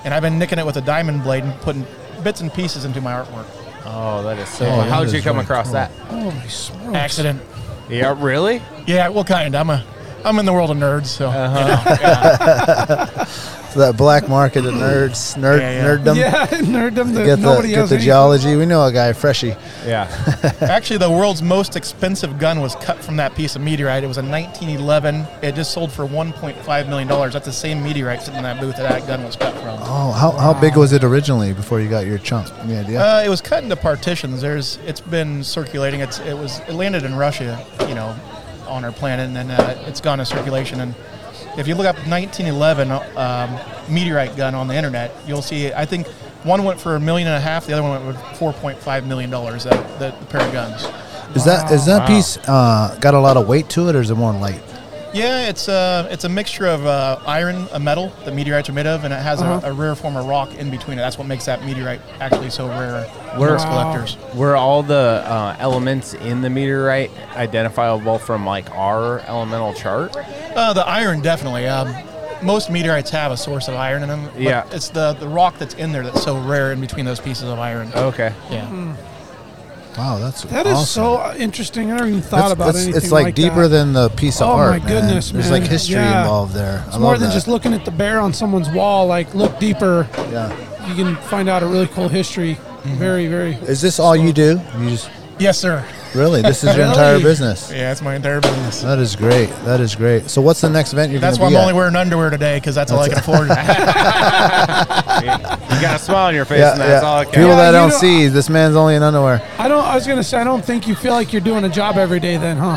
P: And I've been nicking it with a diamond blade and putting bits and pieces into my artwork.
B: Oh, that is so.
P: Oh,
B: cool.
P: that
B: How did you
P: is
B: come
P: really
B: across
P: cool.
B: that?
D: Holy smokes.
P: Accident.
B: Yeah, really?
P: Yeah, well, kind. I'm a, I'm in the world of nerds, so. you
B: Uh-huh.
P: know,
B: *laughs*
C: So that black market of nerds, nerd,
P: *clears throat* Yeah, yeah.
C: nerddom.
P: Yeah, *laughs* nerddom that
C: Get the,
P: nobody
C: get
P: has
C: the
P: any-
C: geology. We know a guy, Freshie. *laughs*
B: Yeah.
P: Actually, the world's most expensive gun was cut from that piece of meteorite. It was a 1911. It just sold for 1.5 million dollars. That's the same meteorite sitting in that booth that that gun was cut from.
C: Oh, how, how big was it originally before you got your chunk? Any idea?
P: Uh, it was cut into partitions. There's, it's been circulating. It's, it was, it landed in Russia, you know, on our planet, and then uh, it's gone to circulation. And if you look up 1911 um, meteorite gun on the internet, you'll see. I think one went for a million and a half. The other one went for 4.5 million dollars. That, that pair of guns.
C: is that is that
P: Wow.
C: piece uh, got a lot of weight to it, or is it more light?
P: Yeah, it's a it's a mixture of uh, iron, a metal that meteorites are made of, and it has
B: Uh-huh.
P: a, a rare form of rock in between it. That's what makes that meteorite actually so rare.
B: Were,
P: amongst collectors.
B: were all the uh, elements in the meteorite identifiable from like our elemental *laughs* chart?
P: Uh, the iron definitely. Um, most meteorites have a source of iron in them. but
B: Yeah.
P: it's the the rock that's in there that's so rare in between those pieces of iron.
B: Okay.
P: Yeah.
C: Wow, that's
D: That is so interesting. I never even thought
C: That's-
D: about
C: that's-
D: anything
C: It's like, deeper
D: that.
C: than the piece of
D: oh
C: art.
D: my goodness,
C: man. There's
D: man.
C: like history
D: Yeah.
C: involved there.
D: It's
C: I
D: more
C: love
D: than
C: that.
D: just looking at the bear on someone's wall. Like look deeper. Yeah. You can find out a really cool history.
C: Mm-hmm.
D: Very, very.
C: Is this all you do? You just
P: Yes, sir.
C: really? This
P: *laughs*
C: is your entire
P: Really?
C: business.
P: Yeah, it's my entire business.
C: That is great. That is great. So what's the next event you're going
P: That's
C: to
P: why I'm
C: be at?
P: only wearing underwear today because that's, all I can
C: That's-
P: afford.
B: *laughs* You got a smile on your face,
C: yeah,
B: and that's
C: yeah.
B: all. It
C: People
B: counts.
C: that
D: you
C: don't
D: know-
C: see, this man's only in underwear.
D: I don't. I was gonna say I don't think you feel like you're doing a job every day then, huh?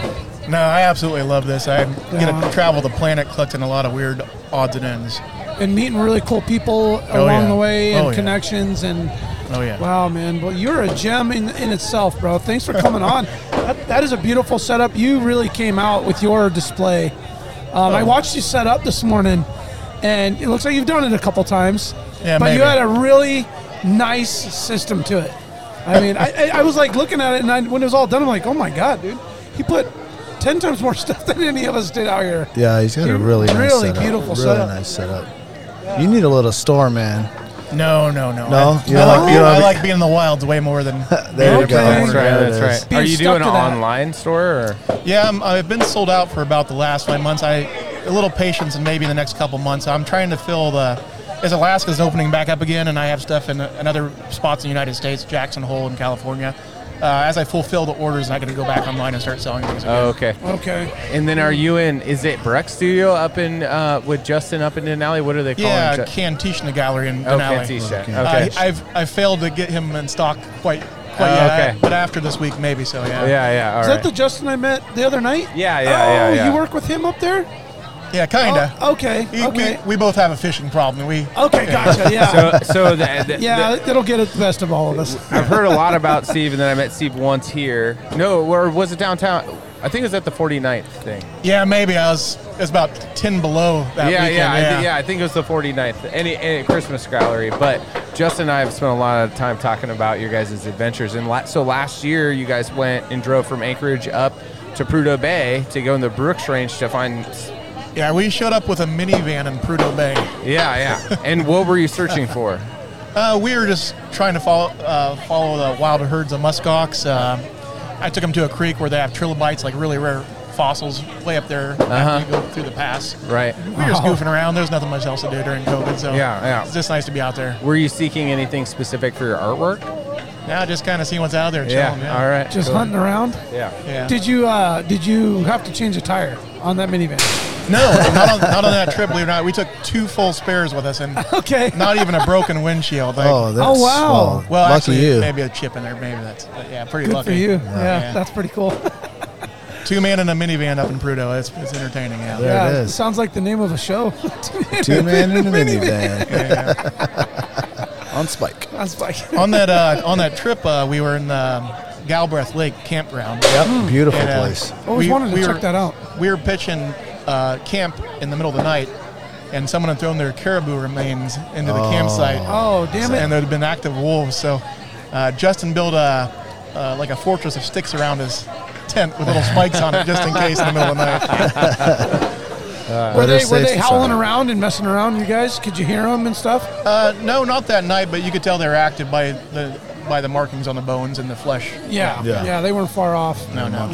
P: No, I absolutely love this. I'm
D: Yeah.
P: gonna travel the planet collecting a lot of weird odds and ends.
D: And meeting really cool people
P: Oh,
D: along
P: yeah.
D: the way and
P: Oh, yeah.
D: connections and.
P: Oh yeah.
D: Wow, man. Well, you're a gem in, in itself, bro. Thanks for coming on. That, that is a beautiful setup. You really came out with your display. Um,
P: Oh.
D: I watched you set up this morning, and it looks like you've done it a couple times.
P: Yeah,
D: but you
P: maybe.
D: had a really nice system to it. I mean, I, I- I was like looking at it, and I, when it was all done, I'm like, oh my God, dude. He put 10 times more *laughs* stuff than any of us did out here.
C: Yeah, he's got a really nice
D: Really
C: setup.
D: beautiful
C: really
D: setup.
C: nice setup. You need a little store, man.
P: No, no, no.
C: No?
P: I, I
C: You don't-
P: like,
C: you
P: being,
C: don't
P: I
C: have-
P: like being in the wilds way more than.
C: *laughs* There you go.
B: That's
C: There
B: right.
C: it
B: That's
C: is.
B: right. Are you doing an online store or?
P: Yeah, I'm, I've been sold out for about the last five months. I a little patience, and maybe in the next couple months, I'm trying to fill the. As Alaska's opening back up again, and I have stuff in, in other spots in the United States, Jackson Hole in California. Uh, as I fulfill the orders, I'm going to go back online and start selling things. Again.
B: Oh, okay.
D: Okay.
B: And then are you in? Is it Breck Studio up in uh, with Justin up in Denali? What are they calling?
P: Yeah,
B: Ju-
P: Cantichna Gallery in
B: Oh,
P: Denali.
B: Cantichna. Okay.
P: Uh,
B: Okay.
P: I've I failed to get him in stock quite quite
B: Oh,
P: yet,
B: okay.
P: but after this week maybe. So yeah.
B: Yeah, yeah, all
D: Is that the Justin I met the other night?
B: Yeah, yeah, yeah,
D: Oh,
B: yeah.
D: you work with him up there?
P: Yeah, kinda.
D: Oh, okay,
P: We-
D: okay.
P: We, we both have a fishing problem. We *laughs*
D: Okay, gotcha. Yeah.
B: So- so the- the-
D: yeah, it'll get the best of all of us.
B: I've heard a lot about Steve, and then I met Steve once here. No, where was it downtown? I think it was at the 49th thing.
P: Yeah, maybe I was. It's about ten below that
B: yeah,
P: weekend.
B: yeah, I thi- yeah. I think it was the 49th, any, any Christmas gallery. But Justin and I have spent a lot of time talking about your guys' adventures. And la- so last year, you guys went and drove from Anchorage up to Prudhoe Bay to go in the Brooks Range to find.
P: Yeah, we showed up with a minivan in Prudhoe Bay.
B: Yeah,
P: *laughs*
B: yeah. and what were you searching for?
P: Uh, we were just trying to follow uh, follow the wild herds of muskox. Uh, I took them to a creek where they have trilobites, like really rare fossils, way up there.
B: Uh-huh.
P: After you go through the pass.
B: Right.
P: We were just goofing around. There's nothing much else to do during COVID, so
B: Yeah, yeah.
P: it's just nice to be out there.
B: Were you seeking anything specific for your artwork?
P: Now just kind of seeing what's out there.
B: Yeah,
P: chilling,
B: all right,
D: Just
B: cool.
D: hunting around.
B: Yeah. Yeah.
D: Did you uh, did you have to change a tire on that minivan?
P: No, not on, not on that trip. Believe it or not, we took two full spares with us, and
D: *laughs* okay,
P: not even a broken windshield. Like,
C: Oh, that's- Oh, wow. well,
P: Well,
C: lucky
P: actually,
C: you.
P: maybe a chip in there. Maybe that's but yeah, pretty
D: Good
P: lucky
D: for you. Yeah, that's pretty cool.
P: *laughs* Two man in a minivan up in Prudhoe. It's, it's entertaining. Yeah,
D: yeah, Sounds like the name of
P: *laughs*
D: a show. *laughs*
P: Two man in a
C: minivan. *laughs*
P: On
C: Spike.
D: On Spike.
P: on
D: *laughs*
P: that uh, on that trip, uh, we were in the Galbraith Lake campground.
C: Yep, beautiful
P: uh,
C: place.
D: Always wanted to check
P: were,
D: that out.
P: We were pitching uh, camp in the middle of the night, and someone had thrown their caribou remains into the
D: Oh.
P: campsite.
D: Oh, damn it.
P: And there had been active wolves. So uh, Justin built a uh, like a fortress of sticks around his tent with little spikes on it, just in case in the middle of the night.
D: *laughs* were they, were they howling around and messing around, you guys? Could you hear them and stuff?
P: Uh, no, not that night, but you could tell they were active by the by the markings on the bones and the flesh.
D: Yeah, yeah,
C: Yeah.
D: they weren't far off.
P: No, no.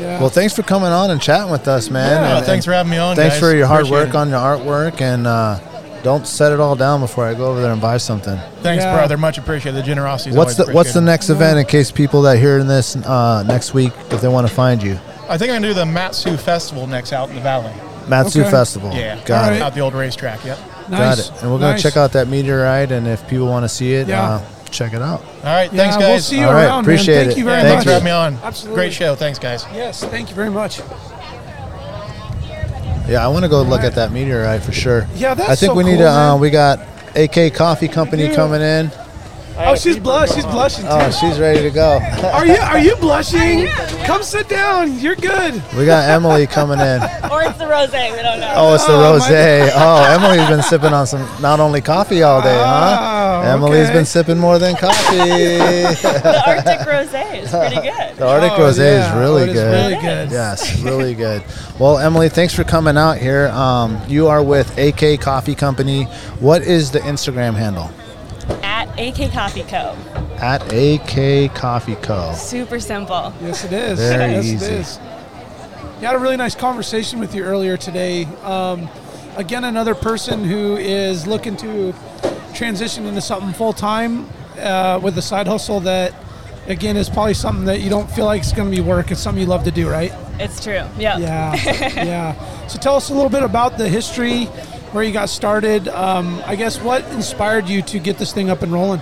D: Yeah.
C: Well, thanks for coming on and chatting with us, man.
P: Yeah,
C: And-
P: thanks for having me on,
C: Thanks
P: guys.
C: for your hard
P: Appreciate
C: work
P: it.
C: on your artwork, and uh, don't set it all down before I go over there and buy something.
P: Thanks, brother. Much appreciated. The generosity. is
C: What's
P: always
C: the What's the
P: appreciated.
C: next event in case people that hear this uh, next week, if they want to find you,
P: I think I'm gonna do the Matsu Festival next out in the valley.
C: Matsu Festival.
P: Yeah,
C: Got it.
P: Out the old racetrack. Yep.
C: got it. And we're gonna check out that meteorite, and if people want to see it,
P: Yeah.
C: uh, check it out.
P: All right.
D: Yeah,
P: Thanks, guys.
D: we'll see you
C: All right,
D: around.
C: appreciate
D: man. Thank
C: it.
D: you very
C: Thank
D: much
C: you. Thanks for having
P: me on.
D: Absolutely.
P: Great show. Thanks, guys.
D: Yes, thank you very much.
C: Yeah, I want to go look at that meteorite for sure.
D: Yeah, that's
C: I think
D: so
C: we need
D: cool,
C: to.
D: man.
C: Uh, we got AK Coffee Company
D: do.
C: coming in.
D: Oh, she's blush. She's blushing. Too.
C: Oh, she's ready to go.
D: are you Are you blushing? Come sit down. You're good.
C: We got Emily coming
D: *laughs*
C: in.
E: or it's the rose. We don't know.
C: Oh, it's the
D: Oh,
C: rose. Oh, Emily's been sipping on some not only coffee all day,
D: Oh,
C: huh? Emily's been sipping more than coffee. *laughs*
D: *laughs*
C: the
E: Arctic rose is pretty
C: *laughs*
E: good.
C: Arctic
E: Oh,
C: rose
E: yeah.
C: is really
E: Oh, it is
C: good.
E: really good.
C: Yes, really good. Well, Emily, thanks for coming out here. Um, you are with AK Coffee Company. What is the Instagram handle?
Q: At AK Coffee Co.
C: At AK Coffee Co.
Q: Super simple.
D: Yes, it is.
C: Very
D: yes,
C: easy.
D: it is. You had a really nice conversation with you earlier today. Um, again, another person who is looking to transition into something full time uh, with a side hustle that, again, is probably something that you don't feel like it's going to be work. It's something you love to do, right?
Q: It's true. Yeah. *laughs*
D: Yeah, yeah. So tell us a little bit about the history, where you got started. Um, I guess what inspired you to get this thing up and rolling?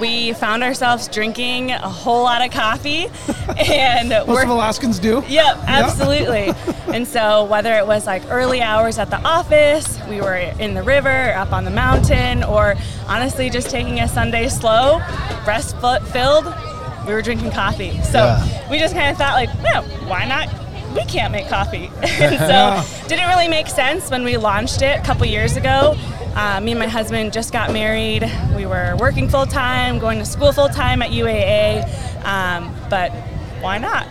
Q: we found ourselves drinking a whole lot of coffee *laughs* and
D: Most of Alaskans do.
Q: Yep, absolutely. and so whether it was like early hours at the office, we were in the river, up on the mountain, or honestly just taking a Sunday slow, breast foot filled, we were drinking coffee. So
R: Yeah.
Q: we just kind of thought like, no, why not? We can't make coffee. *laughs* and so
R: Yeah.
Q: didn't really make sense when we launched it a couple years ago. Uh, me and my husband just got married. We were working full time, going to school full time at UAA, um, but why not?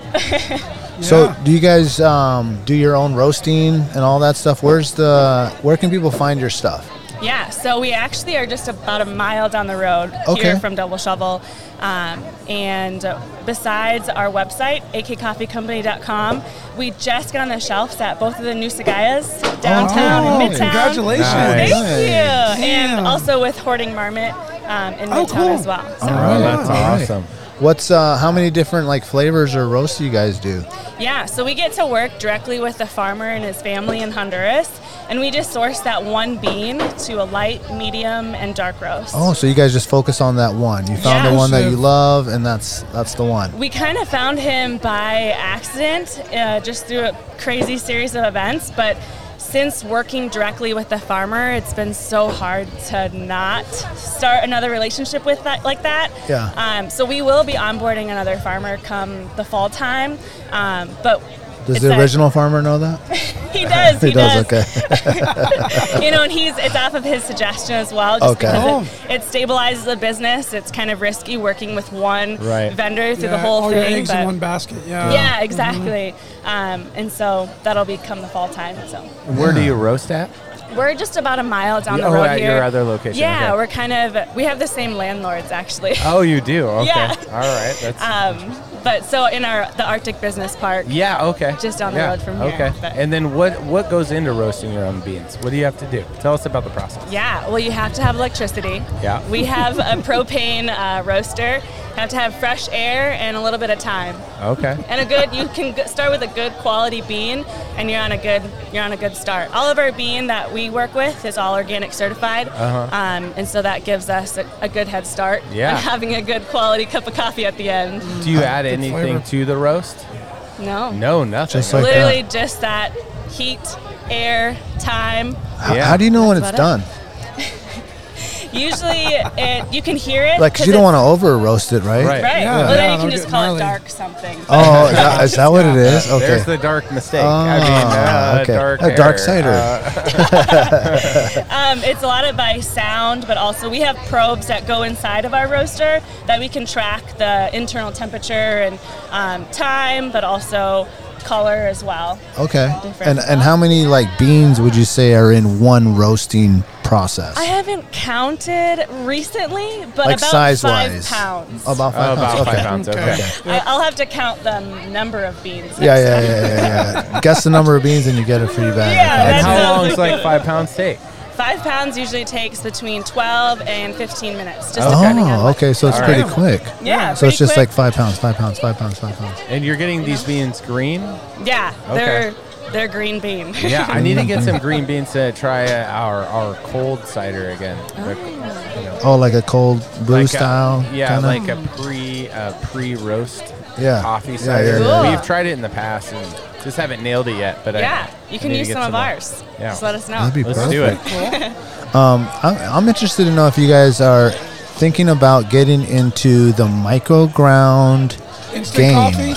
Q: *laughs*
C: So, do you guys um, do your own roasting and all that stuff? Where's the where can people find your stuff?
Q: Yeah, so we actually are just about a mile down the road
C: Okay.
Q: here from Double Shovel. Um, and besides our website, akcoffeecompany.com, we just got on the shelves at both of the new Sagayas downtown
D: Oh,
Q: and Midtown.
D: congratulations.
Q: Thank
D: Nice.
Q: you.
D: Damn.
Q: And also with Hoarding Marmot um, in
D: Oh,
Q: Midtown
D: cool.
Q: as well. So,
C: All right. What's uh, how many different like flavors or roasts do you guys do?
Q: Yeah, so we get to work directly with the farmer and his family in Honduras, and we just source that one bean to a light, medium, and dark roast.
C: Oh, so you guys just focus on that one. You found the
Q: Yeah.
C: one that you love, and that's that's the one.
Q: We kind of found him by accident, uh, just through a crazy series of events. But since working directly with the farmer, it's been so hard to not start another relationship with that like that.
R: Yeah.
Q: Um, so we will be onboarding another farmer come the fall time, um, but.
C: Does
Q: it's
C: the
Q: a-
C: original farmer know that?
Q: *laughs* He does. He, does.
C: Okay.
Q: *laughs* you know, and he's it's off of his suggestion as well. Just
C: Okay.
Q: because it, it stabilizes the business. It's kind of risky working with one
C: Right.
Q: vendor through the
D: Yeah,
Q: whole
D: all your
Q: thing.
D: eggs in
Q: but-
D: one basket, yeah.
Q: Yeah, exactly. Um, and so that'll become the fall time. So
B: Where do you roast at?
Q: we're just about a mile down the
B: Oh,
Q: road
B: at
Q: here.
B: your other location,
Q: Yeah,
B: okay.
Q: we're kind of we have the same landlords actually.
B: Oh, you do. Okay.
Q: Yeah.
B: All right. That's
Q: *laughs* Um, But so in our the Arctic Business Park.
B: Yeah. Okay.
Q: Just down the
B: Yeah,
Q: road from here.
B: Okay.
Q: But-
B: And then what what goes into roasting your own beans? What do you have to do? Tell us about the process.
Q: Yeah, well, you have to have electricity.
B: Yeah.
Q: We have a propane uh, roaster. Have to have fresh air and a little bit of time.
B: Okay.
Q: And a good, you can g- start with a good quality bean, and you're on a good, you're on a good start. All of our bean that we work with is all organic certified,
B: Uh-huh.
Q: um, and so that gives us a, a good head start.
B: Yeah.
Q: on having a good quality cup of coffee at the end.
B: Do you add anything
Q: flavor.
B: to the roast?
Q: No.
B: No, nothing.
Q: Oh. Literally just that heat, air, time.
C: How, how do you know when
Q: That's
C: it's
Q: about
C: done?
Q: it. Usually, it you can hear it.
C: Like, 'cause you
Q: 'cause
C: don't
Q: it's-
C: want to over roast it, right?
Q: Right. well, then you can just call it dark something.
C: *laughs* Oh, is that- is that what it is?
B: Yeah,
C: Okay.
B: There's the dark mistake. I
C: Oh,
B: mean, uh,
C: okay.
B: dark
C: A
B: error.
C: dark cider.
B: Uh,
Q: *laughs* Um, it's a lot of by sound, but also we have probes that go inside of our roaster that we can track the internal temperature and um, time, but also color as well.
C: *laughs* Okay.
Q: Different.
C: And and how many like beans would you say are in one roasting process?
Q: I haven't counted recently, Uh, but
C: Like
Q: about five
C: size-wise. Oh,
Q: pounds. *laughs*
C: About
B: About
C: five pounds.
B: five
C: okay.
B: pounds, okay.
Q: I, I'll have to count the number of beans.
C: Yeah, yeah, yeah,
Q: *laughs*
C: yeah, yeah. Guess the number of beans and you get it for your bag.
Q: Yeah,
B: And
Q: that
B: how
Q: sounds
B: long does
Q: like
B: like
Q: a-
B: five pounds take?
Q: Five pounds usually takes between 12 and 15 minutes. Just depending on
C: Oh,
Q: what-
C: okay. So it's
B: All
C: pretty
B: right.
C: quick.
Q: Yeah,
C: So
Q: pretty
C: it's just
Q: quick.
C: like five pounds, five pounds, five pounds, five pounds.
B: And you're getting these beans green?
Q: Yeah,
B: Okay.
Q: they're they're green bean.
B: *laughs* Yeah, I need to get
Q: *laughs*
B: some green beans to try uh, our our cold cider again.
C: Oh, like a cold brew
B: Like a-
C: style.
B: yeah,
C: kinda?
B: like a pre uh, pre roast
C: Yeah.
B: coffee
C: Yeah,
B: cider.
C: yeah, yeah. Cool.
B: We've tried it in the past and just haven't nailed it yet. But I-
Q: Yeah,
B: I
Q: you can
B: need to
Q: use
B: get
Q: some of
B: more.
Q: ours.
B: Yeah,
Q: Just let us know.
C: That'd be
B: Let's do
Q: *laughs*
B: it.
C: Um, I'm, I'm interested to know if you guys are thinking about getting into the micro ground
D: Instant
C: game
D: coffee?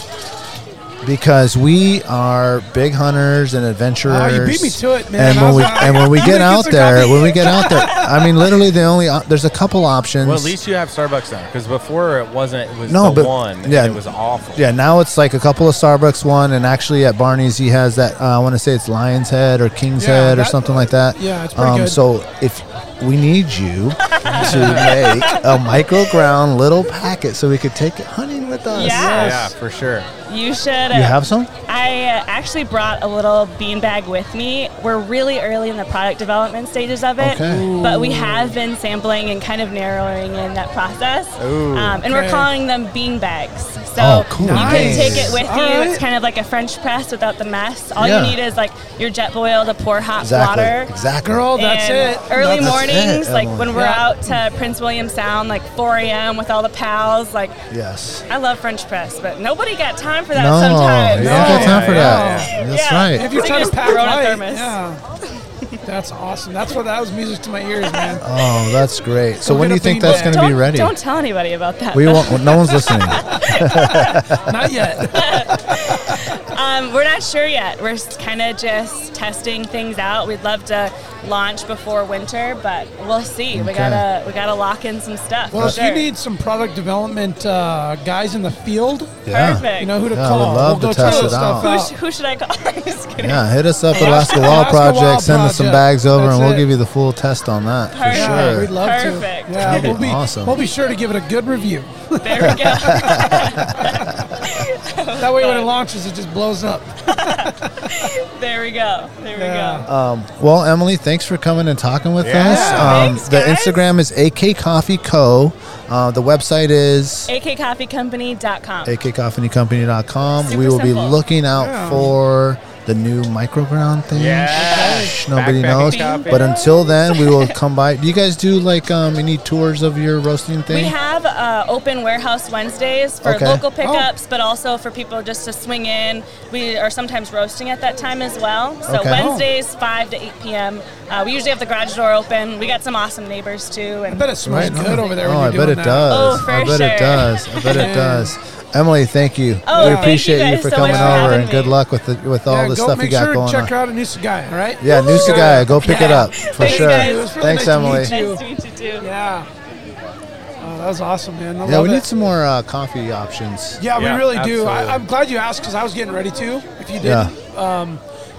C: because we are big hunters and adventurers.
D: Ah, you beat me to it, man.
C: And
D: I
C: when
D: was
C: we
D: like,
C: and
D: *laughs*
C: when we
D: I'm
C: get
D: gonna get
C: out
D: some
C: there,
D: coffee.
C: when we get out
D: *laughs*
C: there, I mean, literally the only op- there's a couple options.
B: Well, at least you have Starbucks now, because before it wasn't. It was
C: no,
B: the
C: but
B: one.
C: yeah,
B: and it was awful.
C: Yeah, now it's like a couple of Starbucks one, and actually at Barney's he has that. Uh, I want to say it's Lion's Head or King's
D: Yeah,
C: Head or
D: that-
C: something like that. Um,
D: yeah, it's pretty good.
C: So if we need you to make a micro ground little packet so we could take it hunting with us.
Q: Yeah.
B: Yeah, for sure.
Q: You should.
C: You have some?
Q: I uh, actually brought a little beanbag with me. We're really early in the product development stages of it,
C: Okay. Ooh.
Q: but we have been sampling and kind of narrowing in that process.
C: Ooh.
Q: Um, and
C: Okay.
Q: we're calling them beanbags. So
C: Oh, cool.
Q: you can
C: Nice.
Q: take it with you.
C: Alright.
Q: It's kind of like a French press without the mess. All
C: Yeah.
Q: you need is like your jet boil to pour hot
C: Exactly.
Q: water.
C: Exactly. Girl, that's
Q: And
C: it.
Q: Early
C: That's
Q: mornings,
C: it,
Q: like
C: Emily.
Q: when we're
C: Yeah.
Q: out to Prince William Sound, like 4 a.m. with all the pals, like
C: Yes.
Q: I love French press, but nobody got time for that
C: No,
Q: sometimes.
C: you don't got time for that.
D: yeah.
C: That's
D: Yeah.
C: right.
D: If you're
Q: They
D: trying to
Q: just
D: pack
Q: throw it in a
D: right,
Q: thermos.
D: yeah. That's awesome. That's what that was music to my ears, man.
C: Oh, that's great. So
D: We're
C: when do
D: gonna
C: you think
D: bring
C: that's
D: back-
C: going to be
D: Don't-
C: ready?
Q: Don't tell anybody about that.
C: we won't. well, No
Q: *laughs*
C: one's listening.
D: *laughs* Not yet.
Q: um, we're not sure yet. We're kind of just testing things out. We'd love to launch before winter, but we'll see. We
D: Okay.
Q: gotta we gotta lock in some stuff.
D: Well,
Q: for
D: if
Q: sure.
D: you need some product development uh, guys in the field,
C: Yeah.
D: you know who to
C: Yeah, I
D: call.
C: would love
D: we'll
C: to
D: go
C: test
D: try
C: it
D: this
C: out.
D: stuff
Q: Who,
D: out.
Q: sh- who should I call? *laughs* I'm just kidding.
C: Yeah, hit us up at
Q: Alaska
C: Alaska Wall
Q: Wild
C: Project. send us
D: Project.
C: some bags over,
D: That's
C: and we'll
D: it.
C: give you the full test on that for
Q: Perfect.
C: sure.
D: Yeah, we'd love
Q: Perfect.
D: to. Yeah,
C: That'd be
D: we'll be
C: awesome.
D: We'll be sure to give it a good review.
Q: There we go.
D: *laughs* That way, when it launches, it just blows up.
Q: *laughs* there we go. There we go.
C: Um, well, Emily, thanks for coming and talking with
Q: Yeah.
C: us. Um,
Q: Thanks,
C: the
Q: guys.
C: Instagram is AK Coffee Co. Uh, the website is
Q: akcoffeecompany.com.
C: akcoffeecompany.com.
Q: Super
C: we will be
Q: simple.
C: looking out
Q: Yeah.
C: for the new microground thing.
B: Yeah.
C: Shh, nobody
B: Backpacking
C: knows.
B: coffee.
C: But until then, we will come by. Do you guys do like um, any tours of your roasting thing?
Q: We have uh, open warehouse Wednesdays for
C: Okay. Oh.
Q: local pickups, but also for people just to swing in. We are sometimes roasting at that time as well. So
C: Okay. Oh.
Q: Wednesdays, 5 to 8 p.m. Uh, we usually have the garage door open. We got some awesome neighbors too. And I bet
D: it
C: Right on. Oh,
D: you're
C: I bet
D: doing
C: it
D: that.
C: does.
Q: Oh, for
C: I bet
Q: sure.
C: it does. I
Q: *laughs*
C: bet
D: *laughs*
C: it
D: Yeah.
C: does. Emily, thank you.
D: Oh,
C: we
D: thank you
C: appreciate you,
D: guys
C: for
D: so
C: coming
D: much for
C: over
D: having
C: and good luck with the, with all
D: Yeah,
C: the
D: go
C: stuff
D: make
C: you got
D: sure
C: going
D: and check
C: on.
D: her out in Nisagaya, right?
C: Yeah, Noosa Go pick it up for
D: Thanks,
C: sure.
D: guys. It was really
C: Thanks,
D: nice to
C: Emily.
D: meet you.
Q: Nice to meet you too.
D: Yeah. Oh, that was awesome, man. I
C: yeah,
D: love
C: we
D: it.
C: need some more uh, coffee options.
D: Yeah, we really do. I,
C: absolutely.
D: I'm glad you asked because I was getting ready to. If you
C: Yeah.
D: didn't, um,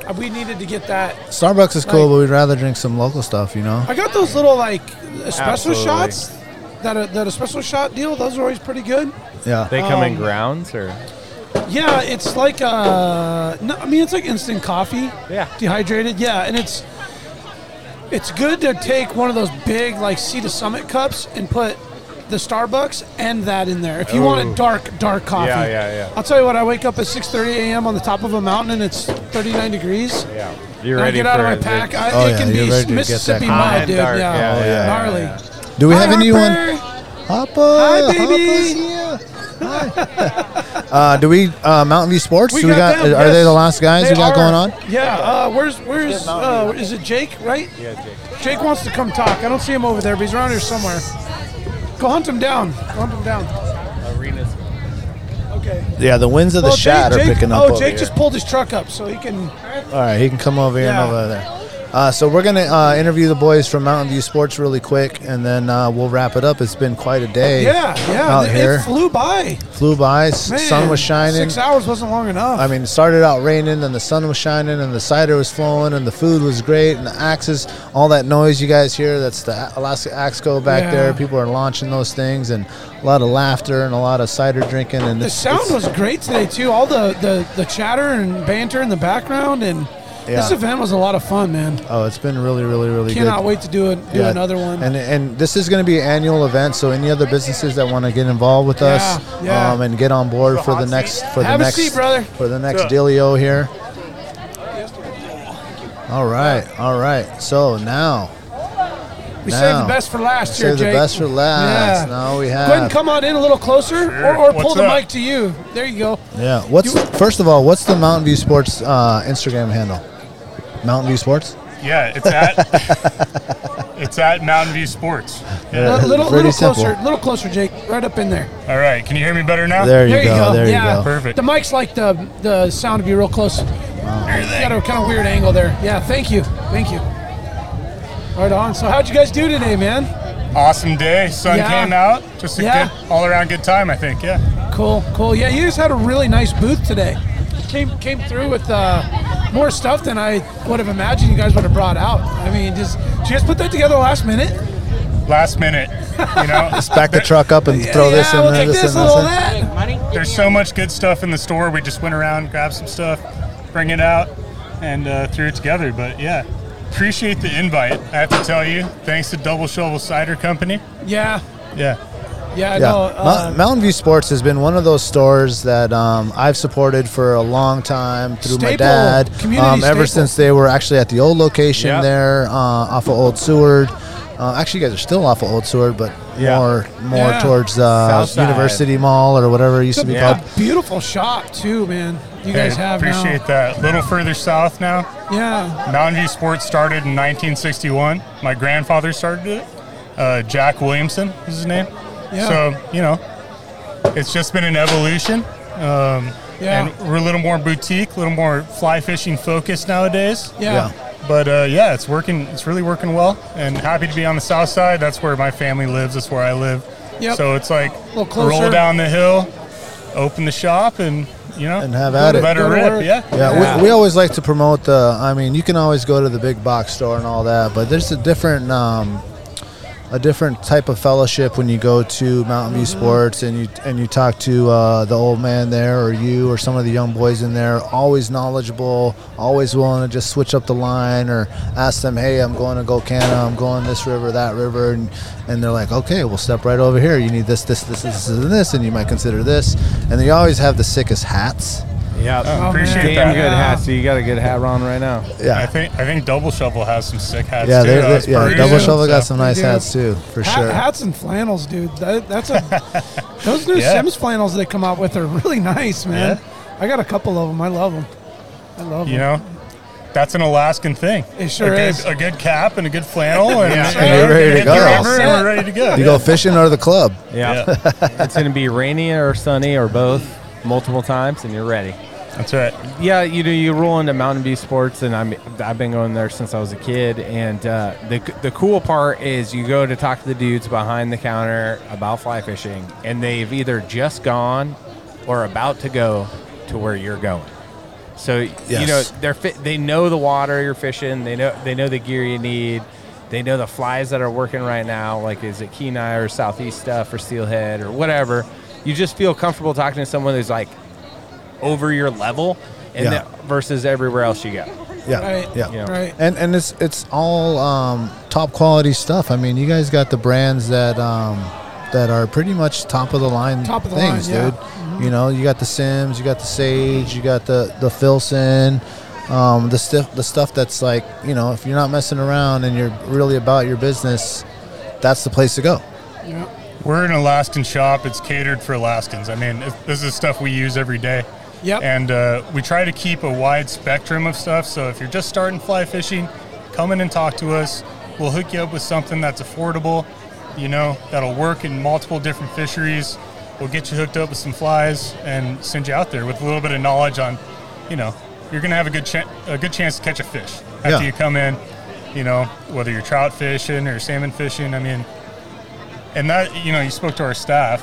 D: uh, we needed to get that. *laughs*
C: Starbucks is cool, but we'd rather drink some local stuff, you know.
D: I got those little like espresso
C: Absolutely.
D: shots. that a, that a special shot deal. Those are always pretty good.
C: Yeah.
B: They come in
D: Um,
B: grounds or
D: Yeah, it's like uh, no, I mean it's like instant coffee.
B: Yeah.
D: Dehydrated. Yeah, and it's it's good to take one of those big like sea to summit cups and put the Starbucks and that in there. If you want
B: Ooh.
D: a dark dark coffee.
B: Yeah, yeah, yeah.
D: I'll tell you what. I wake up at 6:30 a.m. on the top of a mountain and it's 39 degrees. Yeah.
B: You're
D: and
B: ready
D: I get out of
B: for
D: my
B: the-
D: pack. I,
C: Oh,
D: it
C: yeah,
D: can
C: you're ready to
D: be
C: get
D: Mississippi
C: that hot
D: mud,
C: and
D: dude.
C: dark.
D: Yeah,
C: Yeah, yeah, yeah,
D: gnarly.
C: Do we
D: Hi,
C: have anyone?
D: Harper.
C: Hopper.
D: Hi, baby.
C: Uh, do we uh, Mountain View Sports?
D: We
C: do we
D: got
C: got?
D: them,
C: Are they
D: yes.
C: the last guys we got
D: are.
C: going on?
D: Yeah. Uh, where's where's uh, is it Jake? Right? Yeah, Jake. Jake wants to come talk. I don't see him over there, but he's around here somewhere. Go hunt him down. Go hunt him down.
B: arenas.
D: Okay.
C: Yeah, the winds of the
D: Oh,
C: shot
D: Jake,
C: are
D: Jake-
C: picking up.
D: Oh,
C: over
D: Jake
C: here.
D: just pulled his truck up, so he can.
C: All right, he can come over here
D: Yeah.
C: and over there. Uh, so we're gonna uh, interview the boys from Mountain View Sports really quick, and then uh, we'll wrap it up. It's been quite a day.
D: Yeah, yeah.
C: Out
D: it,
C: here,
D: it flew by.
C: flew by. s-
D: Man,
C: sun was shining.
D: Six hours wasn't long enough.
C: I mean, it started out raining, and the sun was shining, and the cider was flowing, and the food was great, and the axes, all that noise you guys hear, that's the Alaska Axe Go back
D: Yeah.
C: there. People are launching those things, and a lot of laughter and a lot of cider drinking. And
D: the
C: it's-
D: sound
C: it's-
D: was great today too. All the, the the chatter and banter in the background, and this
C: Yeah.
D: event was a lot of fun, man.
C: Oh, it's been really, really, really good.
D: Cannot wait to do it. Do another one.
C: And and this is going to be an annual event, so any other businesses that want to get involved with us
D: Yeah, yeah.
C: Um, and get on board for the next for the
D: Have a
C: next
D: seat, brother.
C: for the next
D: Yeah.
C: dealio here. All right, all right. So now
D: We
C: now,
D: saved the best for last
C: we
D: here,
C: saved the
D: Jake.
C: best for last. Now we
D: Go ahead and
C: have-
D: come on in a little closer, or, or pull
C: What's
D: the
C: up?
D: mic to you. There you go.
C: yeah. What's first of all, what's the Mountain View Sports uh, Instagram handle? Mountain View Sports.
R: Yeah, it's at it's at Mountain View Sports.
D: A
C: Yeah.
D: Uh, little,
C: Pretty
D: little closer,
C: simple.
D: little closer, Jake. Right up in there.
R: All right, can you hear me better now?
C: There you go, there you
D: yeah.
C: go.
R: Perfect.
D: The mic's like the the sound would be real close. Got a kind of weird angle there. Yeah. Thank you. Thank you. Right on. So how'd you guys do today, man?
R: Awesome day. Sun
D: Yeah.
R: came out. Just a
D: Yeah.
R: good all around good time, I think. Yeah.
D: Cool, cool. Yeah, you guys had a really nice booth today. Came came through with uh, more stuff than I would have imagined you guys would have brought out. I mean, just did you guys put that together last minute?
R: Last minute.
D: *laughs*
R: You know.
C: Let's *laughs* back the truck up and throw this in there. this in this. in.
R: There's so much good stuff in the store. We just went around, grabbed some stuff, bring it out, and uh, threw it together. But yeah, appreciate the invite. I have to tell you, thanks to Double Shovel Cider Company.
D: Yeah.
R: Yeah.
D: Yeah.
C: yeah.
D: No,
C: Mount-
D: uh,
C: Mountain View Sports has been one of those stores that um, I've supported for a long time through my
D: Staple,
C: dad.
D: community
C: Um, ever
D: staple.
C: since they were actually at the old location
D: Yep.
C: there uh, off of Old Seward. Uh, actually, you guys are still off of Old Seward, but more more
D: Yeah.
C: towards uh,
D: Southside.
C: University Mall or whatever it used to be
D: Yeah.
C: called.
D: beautiful shop too, man. You guys
R: Hey,
D: have
R: appreciate that. A little further south now.
D: Yeah.
R: Mountain View Sports started in 1961. My grandfather started it. Uh, Jack Williamson is his name.
D: Yeah.
R: So you know, it's just been an evolution. Um,
D: Yeah.
R: And we're a little more boutique, a little more fly fishing focused nowadays.
D: Yeah. Yeah.
R: But uh, yeah, it's working. It's really working well, and happy to be on the south side. That's where my family lives. That's where I live.
D: Yep.
R: So it's like
D: Little closer.
R: roll down the hill, open the shop, and you know, and
C: have at it.
R: Let her rip. Yeah.
C: Yeah, We, we always like to promote the. I mean, you can always go to the big box store and all that, but there's a different, um, a different type of fellowship when you go to Mountain View Sports and you and you talk to uh, the old man there or you or some of the young boys in there. Always knowledgeable, always willing to just switch up the line or ask them, "Hey, I'm going to Gokana. I'm going this river, that river," and and they're like, "Okay, we'll step right over here. You need this, this, this, this, and this, and you might consider this." And they always have the sickest hats.
B: Yeah,
R: Oh, appreciate
B: Damn
R: that.
B: good
R: Yeah.
B: hat. So you got a good hat on right now.
C: Yeah.
R: I think I think Double Shovel has some sick hats.
C: Yeah,
R: too.
C: they-
R: I
C: they-
R: was
C: yeah,
R: perusing,
C: Double Shovel got
R: so-
C: some nice hats too, for
D: Hat-
C: sure.
D: Hats and flannels, dude. That, that's
R: *laughs*
D: a those new
R: Yeah.
D: Sims flannels they come out with are really nice, man. I got a couple of them. I love them. I love
R: You
D: them.
R: know, that's an Alaskan thing.
D: It sure
R: a good,
D: is.
R: A good cap and a
B: *laughs*
R: good flannel, and,
B: Yeah.
C: And you're ready to
R: hit the
C: go.
R: river and we're ready to go.
C: You go fishing or the club.
B: Yeah. *laughs* it's going to be rainy or sunny or both multiple times, and you're ready.
R: That's right.
B: Yeah, you do. You roll into Mountain View Sports, and I'm I've been going there since I was a kid. And uh, the the cool part is you go to talk to the dudes behind the counter about fly fishing, and they've either just gone or about to go to where you're going. So you know
K: Yes.
B: they're fi- they know the water you're fishing. They know they know the gear you need. They know the flies that are working right now, like is it Kenai or Southeast stuff or Steelhead or whatever. You just feel comfortable talking to someone who's like over your level, and
C: Yeah.
B: that versus everywhere else you go.
C: Yeah, yeah,
B: You know.
C: And and it's it's all um, top quality stuff. I mean, you guys got the brands that um, that are pretty much top of the line
D: Top of the
C: things,
D: line, yeah.
C: dude. You know, you got the Sims, you got the Sage, you got the the Filson, um, the stuff the stuff that's like you know, if you're not messing around and you're really about your business, that's the place to go.
R: We're an Alaskan shop. It's catered for Alaskans. I mean, it- this is stuff we use every day.
D: Yep.
R: And uh, we try to keep a wide spectrum of stuff. So if you're just starting fly fishing, come in and talk to us. We'll hook you up with something that's affordable, you know, that'll work in multiple different fisheries. We'll get you hooked up with some flies and send you out there with a little bit of knowledge on, you know, you're going to have a good, chan a good chance to catch a fish after
C: Yeah.
R: you come in, you know, whether you're trout fishing or salmon fishing. I mean, and that you know you spoke to our staff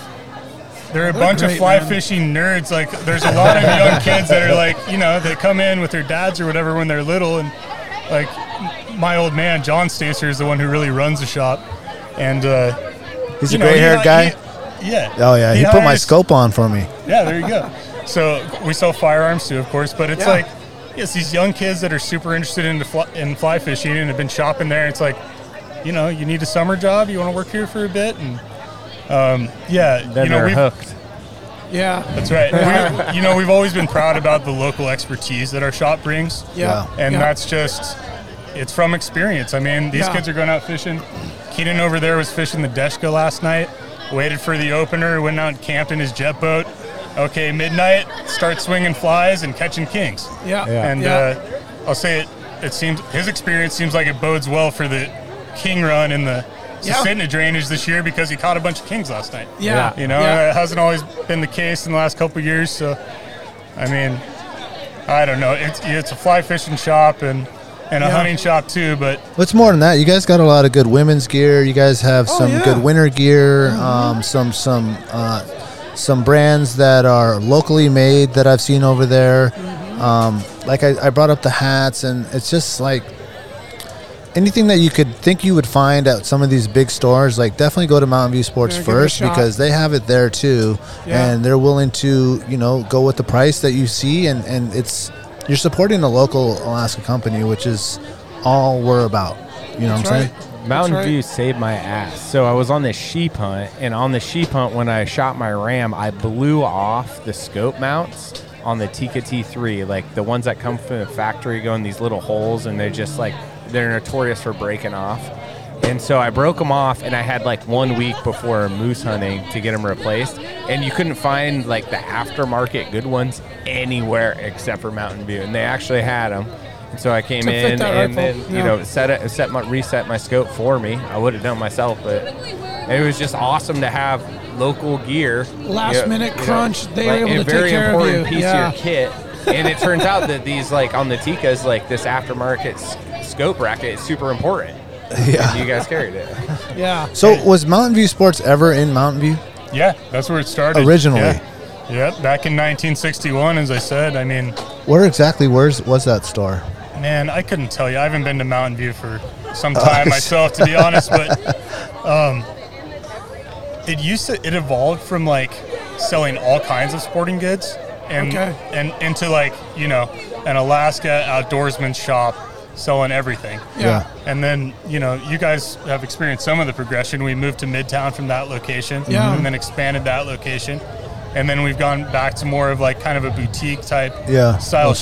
R: they're a
P: They're
R: bunch of
P: great,
R: fly
P: man.
R: fishing nerds like there's a lot of young kids that are like you know that come in with their dads or whatever when they're little and like m- my old man john stacer is the one who really runs the shop and uh
C: He's
R: you
C: a
R: know, he
C: gray haired
R: hi-
C: guy.
R: he- yeah
C: Oh yeah, he, put my
R: hires-
C: scope on for me.
R: yeah, there you go. So we sell firearms too, of course, but it's
C: Yeah.
R: like it's these young kids that are super interested in the fly, in fly fishing and have been shopping there. It's like, you know, you need a summer job, you want to work here for a bit, and um, yeah,
B: Then
R: you know,
B: they're
R: we've-
B: hooked.
D: Yeah.
R: that's right. We, you know, we've always been proud about the local expertise that our shop brings.
D: Yeah.
R: And
D: Yeah.
R: that's just, it's from experience. I mean, these
D: Yeah.
R: kids are going out fishing. Keenan over there was fishing the Deshka last night, waited for the opener, went out and camped in his jet boat. Okay, midnight, start swinging flies and catching kings.
D: Yeah. Yeah.
R: And
D: Yeah.
R: Uh, I'll say it, it seems, his experience seems like it bodes well for the king run in the.
D: Yeah.
R: Susitna drainage this year because he caught a bunch of kings last night.
D: Yeah.
R: You know,
D: Yeah.
R: it hasn't always been the case in the last couple of years. So, I mean, I don't know. It's, it's a fly fishing shop and, and a
C: Yeah.
R: hunting shop too, but
C: It's more than that. You guys got a lot of good women's gear. You guys have
D: Oh,
C: some
R: yeah.
C: good winter gear. Um, some some uh, some brands that are locally made that I've seen over there.
D: Mm-hmm.
C: Um, like I, I brought up the hats, and it's just like anything that you could think you would find at some of these big stores. Like definitely go to Mountain View Sports
D: Yeah, give it a
C: first
D: shot.
C: because they have it there too,
D: Yeah.
C: and they're willing to you know go with the price that you see, and and it's you're supporting a local Alaska company, which is all we're about. You know what I'm saying?
B: Mountain
C: That's right.
B: View saved my ass. So I was on this sheep hunt, and on the sheep hunt, when I shot my ram, I blew off the scope mounts on the Tika T3, like the ones that come from the factory, go in these little holes, and they're just like they're notorious for breaking off. And so I broke them off, and I had like one week before moose hunting to get them replaced. And you couldn't find like the aftermarket good ones anywhere except for Mountain View, and they actually had them. And so I came
K: To fit
B: in,
K: that
B: and then
K: rifle,
B: you
K: yeah.
B: know set it, set my reset my scope for me. I would have done myself, but it was just awesome to have local gear.
D: Last minute crunch, they were able
B: a
D: to take
B: very
D: care of
B: important
D: you,
B: piece
D: yeah.
B: of your kit. and it turns out that these like on the Tikas, like this aftermarket s- scope racket is super important.
C: Yeah.
B: And you guys carried it.
D: Yeah.
C: So was Mountain View Sports ever in Mountain View?
R: yeah, that's where it started.
C: Originally.
R: Yeah. Yep, back in 1961, as I said. I mean,
C: Where exactly was was that store?
R: man, I couldn't tell you. I haven't been to Mountain View for some
D: Uh, *laughs*
R: time myself, to be honest, but um, it used to, it evolved from like selling all kinds of sporting goods and,
D: Okay.
R: and into like, you know, an Alaska outdoorsman shop selling everything.
D: Yeah.
R: And then, you know, you guys have experienced some of the progression. We moved to Midtown from that location
D: Yeah.
R: and then expanded that location. And then we've gone back to more of like kind of a boutique type
C: Yeah,
R: style
C: little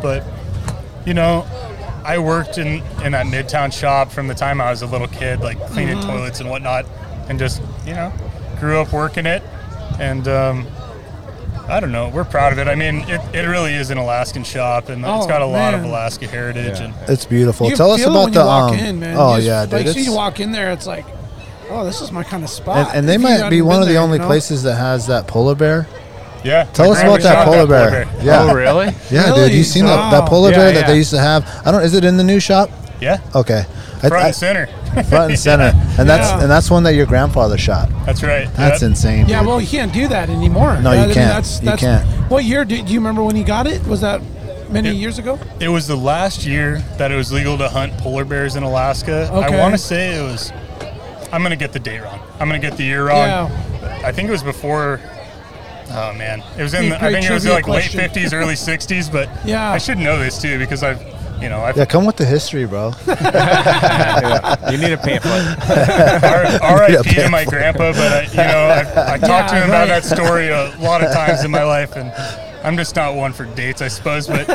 C: smaller.
R: But, you know, I worked in, in that Midtown shop from the time I was a little kid, like cleaning
D: Mhm.
R: toilets and whatnot, and just, you know, grew up working it. And, um, I don't know. We're proud of it. I mean, it, it really is an Alaskan shop, and
D: Oh,
R: it's got a lot of
D: man.
R: Alaska heritage. And
C: It's beautiful.
D: You
C: Tell us
D: feel it
C: about
D: when
C: the
D: you walk
C: um,
D: in, man.
C: oh
D: You just-
C: yeah, dude.
D: Like,
C: it's-
D: soon you walk in there, it's like, oh, this is my kind of spot.
C: and, and they
D: If you
C: might
D: hadn't
C: be one
D: been
C: of the
D: there, you
C: only
D: know? *laughs*
C: places that has that polar bear.
R: Yeah.
C: Tell us about that polar bear. Yeah.
B: Oh, really?
C: Yeah, dude. You seen that, that
B: Wow.
C: polar
B: Yeah,
C: bear that
B: yeah.
C: they used to have? I don't. Is it in the new shop?
R: Yeah.
C: Okay. I-
R: Front
C: I-
R: and center.
C: Front
R: *laughs*
C: and center. And that's
D: Yeah.
C: and that's one that your grandfather shot.
R: That's right.
C: That's insane.
D: Yeah,
C: dude.
D: well, you can't do that anymore.
C: No, you
D: I mean,
C: can't. You can't.
D: What year? Do, do you remember when you got it? Was that many
R: It-
D: years ago?
R: It was the last year that it was legal to hunt polar bears in Alaska.
D: Okay.
R: I want to say it was. I'm gonna get the date wrong. I'm gonna get the year wrong.
D: Yeah.
R: I think it was before. Oh man, it was
D: Be
R: in.
D: a
R: The, I
D: great
R: think it was
D: trivia
R: like
D: question.
R: late 50s, early 60s. But
D: Yeah.
R: I should know this too because I've, you know,
D: *laughs*
R: I've
C: Yeah, come with the history, bro.
R: you need a pamphlet. *laughs* R.I.P. to my grandpa, but I, you know,
D: *laughs*
R: I, I talked to
C: Yeah,
R: him about
C: right.
R: that story a lot of times in my life, and I'm just not one for dates, I suppose. But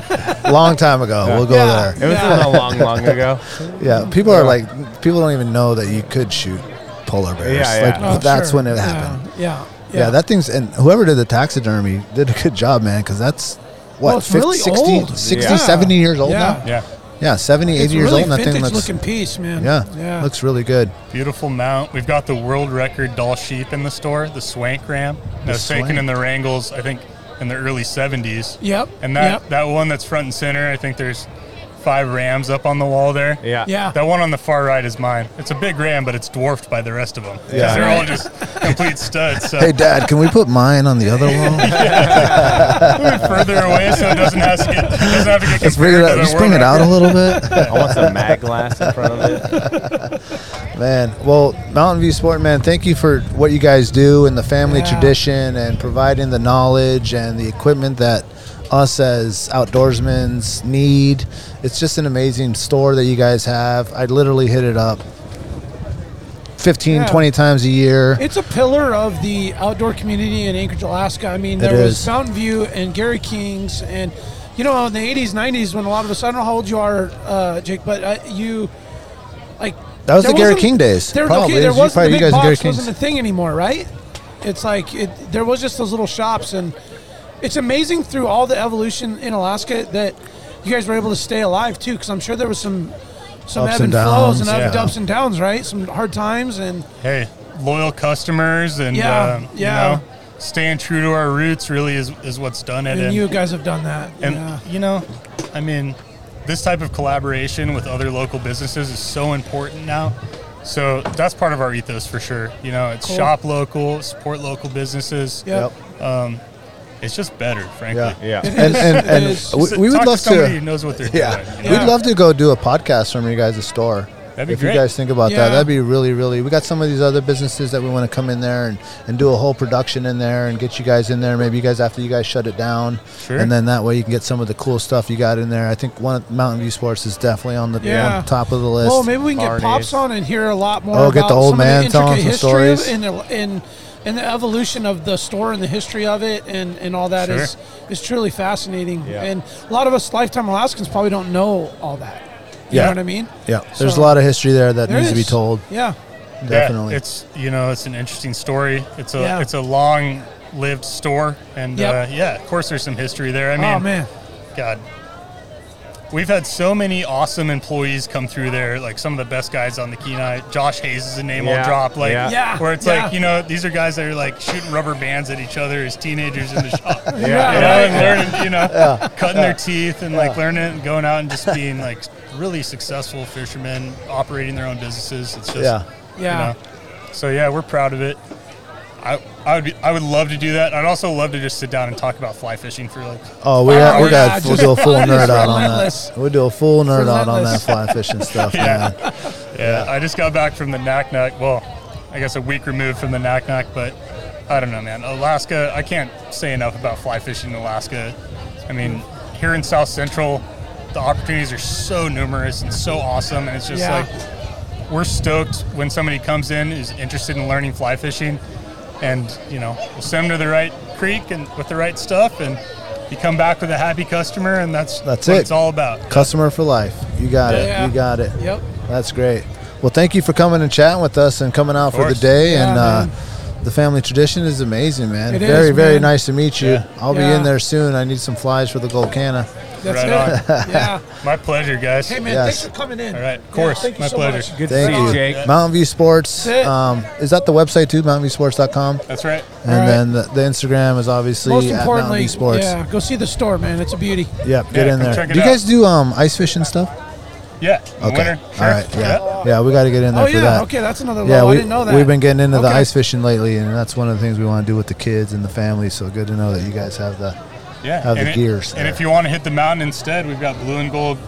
C: long time ago. We'll go
R: Yeah.
C: there.
R: It was a little long, long ago.
C: *laughs* yeah, people are like, people don't even know that you could shoot polar bears.
R: Yeah,
C: Like,
R: yeah. Oh,
C: that's
R: sure.
C: when it
R: Yeah,
C: happened.
D: yeah,
C: yeah.
D: yeah.
C: that thing's and whoever did the taxidermy did a good job, man. Because that's what
D: Well, it's really
C: 60,
D: old.
C: 60
D: Yeah.
C: 70 years old
D: Yeah.
C: now.
D: Yeah.
C: yeah, 70, 80
D: It's
C: years
D: really
C: old. And that thing
D: vintage
C: looks
D: looking piece, man.
C: Yeah,
D: Yeah.
C: looks really good.
R: beautiful mount. We've got the world record doll sheep in the store, the Swank Ram. That
D: The
R: was taken
D: Swank.
R: in the Wrangles, I think, in the early 70s.
D: Yep,
R: And that
D: yep.
R: that one that's front and center, I think there's five rams up on the wall there. Yeah.
D: Yeah.
R: That one on the far right is mine. It's a big ram, but it's dwarfed by the rest of them.
C: Yeah.
R: Yeah. They're
D: *laughs*
R: all just complete studs. So.
C: Hey, Dad, can we put mine on the other wall?
R: further away so it doesn't have to get, doesn't have to get
C: Let's bring it out.
R: compared to the
C: Just bring it
R: world
C: out a
R: record.
C: little bit.
B: I want some mag glass in front of
C: it. *laughs* Man, well, Mountain View Sport, man, thank you for what you guys do and the family
D: Yeah.
C: tradition and providing the knowledge and the equipment that us as outdoorsmen need. It's just an amazing store that you guys have. I literally hit it up 15,
D: Yeah.
C: 20 times a year.
D: It's a pillar of the outdoor community in Anchorage, Alaska. I mean,
C: It
D: there was
C: is.
D: Mountain View and Gary King's, and you know, in the '80s, '90s, when a lot of us—I don't know how old you are, uh, Jake—but uh, you like
C: That was
D: there
C: the Gary
D: wasn't-
C: King days,
D: There,
C: probably.
D: okay, there
C: You
D: wasn't
C: probably-
D: the
C: you
D: big
C: guys and Gary
D: box wasn't a
C: King's.
D: thing anymore, right? It's like it, there was just those little shops, and it's amazing through all the evolution in Alaska that you guys were able to stay alive too. Because I'm sure there was some some
C: Ups
D: ebb and
C: and
D: flows and
C: downs,
D: up-
C: yeah.
D: ups and downs, right? Some hard times and
R: hey, loyal customers and
D: Yeah,
R: uh,
D: yeah.
R: you know, staying true to our roots really is, is what's done it.
D: and you guys have done that.
R: and
D: yeah.
R: you know, I mean, this type of collaboration with other local businesses is so important now. So that's part of our ethos for sure. You know, it's
D: Cool.
R: shop local, support local businesses.
D: Yep.
R: Um, it's just better, frankly.
C: Yeah. *laughs* And, and, and we, we would
R: Talk
C: love
R: to
C: to.
R: somebody who knows what they're
C: *laughs* yeah.
R: doing.
C: We'd love to go do a podcast from your guys' store.
R: That'd be
C: if
R: great.
C: you guys think about
R: Yeah.
C: that, that'd be really, really. We got some of these other businesses that we want to come in there and, and do a whole production in there and get you guys in there. Maybe you guys after you guys shut it down,
R: Sure.
C: and then that way you can get some of the cool stuff you got in there. I think one Mountain View Sports is definitely on the
D: Yeah.
C: on top of the list.
D: Well, maybe we can get pops on and hear a lot more.
C: Oh, get
D: about
C: the old
D: some of
C: man telling
D: intricate
C: some
D: history of-
C: stories.
D: and the- and and the evolution of the store and the history of it and and all that is is truly fascinating.
C: Yeah.
D: And a lot of us lifetime Alaskans probably don't know all that. You
C: Yeah.
D: know what I mean?
C: Yeah, there's
D: So-
C: a lot of history there that
D: There
C: needs to be
D: is.
C: told.
D: Yeah.
R: Yeah,
C: definitely.
R: it's you know, it's an interesting story. It's a
D: Yeah.
R: it's a long lived store, and
D: Yep.
R: uh, yeah, of course, there's some history there. I mean,
D: Oh, man.
R: God, we've had so many awesome employees come through there. Like some of the best guys on the Kenai. Josh Hayes is a name
D: Yeah,
R: I'll drop. Like,
D: yeah. Yeah,
R: where it's
D: yeah.
R: like you know, these are guys that are like shooting rubber bands at each other as teenagers
D: *laughs*
R: in the shop.
D: Yeah.
R: you know, and
D: Yeah.
R: learning, you know,
D: Yeah.
R: cutting
D: Yeah.
R: their teeth and like learning it and going out and just being like really successful fishermen operating their own businesses. It's just
C: Yeah.
R: you
D: Yeah.
R: know. So yeah, we're proud of it. I, I would be, I would love to do that. I'd also love to just sit down and talk about fly fishing for like.
C: Oh, we got,
R: five
C: we
R: hours.
C: got we'll do a
R: *laughs*
C: full nerd out on
R: relentless.
C: that. We'll do a full nerd out on that
R: Relentless.
C: fly
R: *laughs*
C: fishing stuff,
R: Yeah.
C: man.
R: Yeah, I just got back from the Knack Knack. Well, I guess a week removed from the Knack Knack, but I don't know, man. Alaska, I can't say enough about fly fishing in Alaska. I mean, here in South Central, the opportunities are so numerous and so awesome, and it's just
D: Yeah.
R: like we're stoked when somebody comes in who's interested in learning fly fishing, and you know, we'll send them to the right creek and with the right stuff, and you come back with a happy customer, and that's
C: That's
R: what
C: it.
R: It's all about.
C: Customer for life. You got
R: Yeah.
C: it. You got it.
D: Yep.
C: That's great. Well, thank you for coming and chatting with us and coming out for the
R: course.
C: day.
R: Yeah,
C: and uh,
R: man.
C: the family tradition is amazing, man.
D: It
C: very,
D: is,
C: very
D: man.
C: nice to meet you.
R: Yeah.
C: I'll be
D: Yeah.
C: in there soon. I need some flies for the Golcana.
D: That's
R: Right
D: it. yeah.
R: *laughs* My pleasure, guys.
D: Hey man,
C: Yes.
D: thanks for coming in.
R: All right, of
D: Yeah,
R: course.
D: thank you
R: My
D: so
R: pleasure.
D: much.
R: Good to
C: Thank
R: see you,
C: you,
R: Jake.
C: Mountain View Sports.
D: That's it.
C: Um, is that the website too? MountainviewSports.com.
R: That's right.
C: And
D: All right.
C: then the, the Instagram is obviously
D: Most
C: at Mountain
D: importantly,
C: View Sports.
D: yeah, go see the store, man. It's a beauty.
C: Yep, get in there. Do you guys do um, ice fishing stuff?
R: Yeah. in the winter, sure.
C: All right. Yeah. Yeah. We got to get in there
D: Oh,
C: for
D: yeah,
C: that.
D: okay, that's another
C: Yeah.
D: level. I
C: We,
D: didn't know that.
C: We've been getting into the
D: Okay.
C: ice fishing lately, and that's one of the things we want to do with the kids and the family. So good to know that you guys have the
R: yeah,
C: have
R: and
C: the
R: it-
C: gears.
R: And if you want to hit the mountain instead, we've got blue and gold.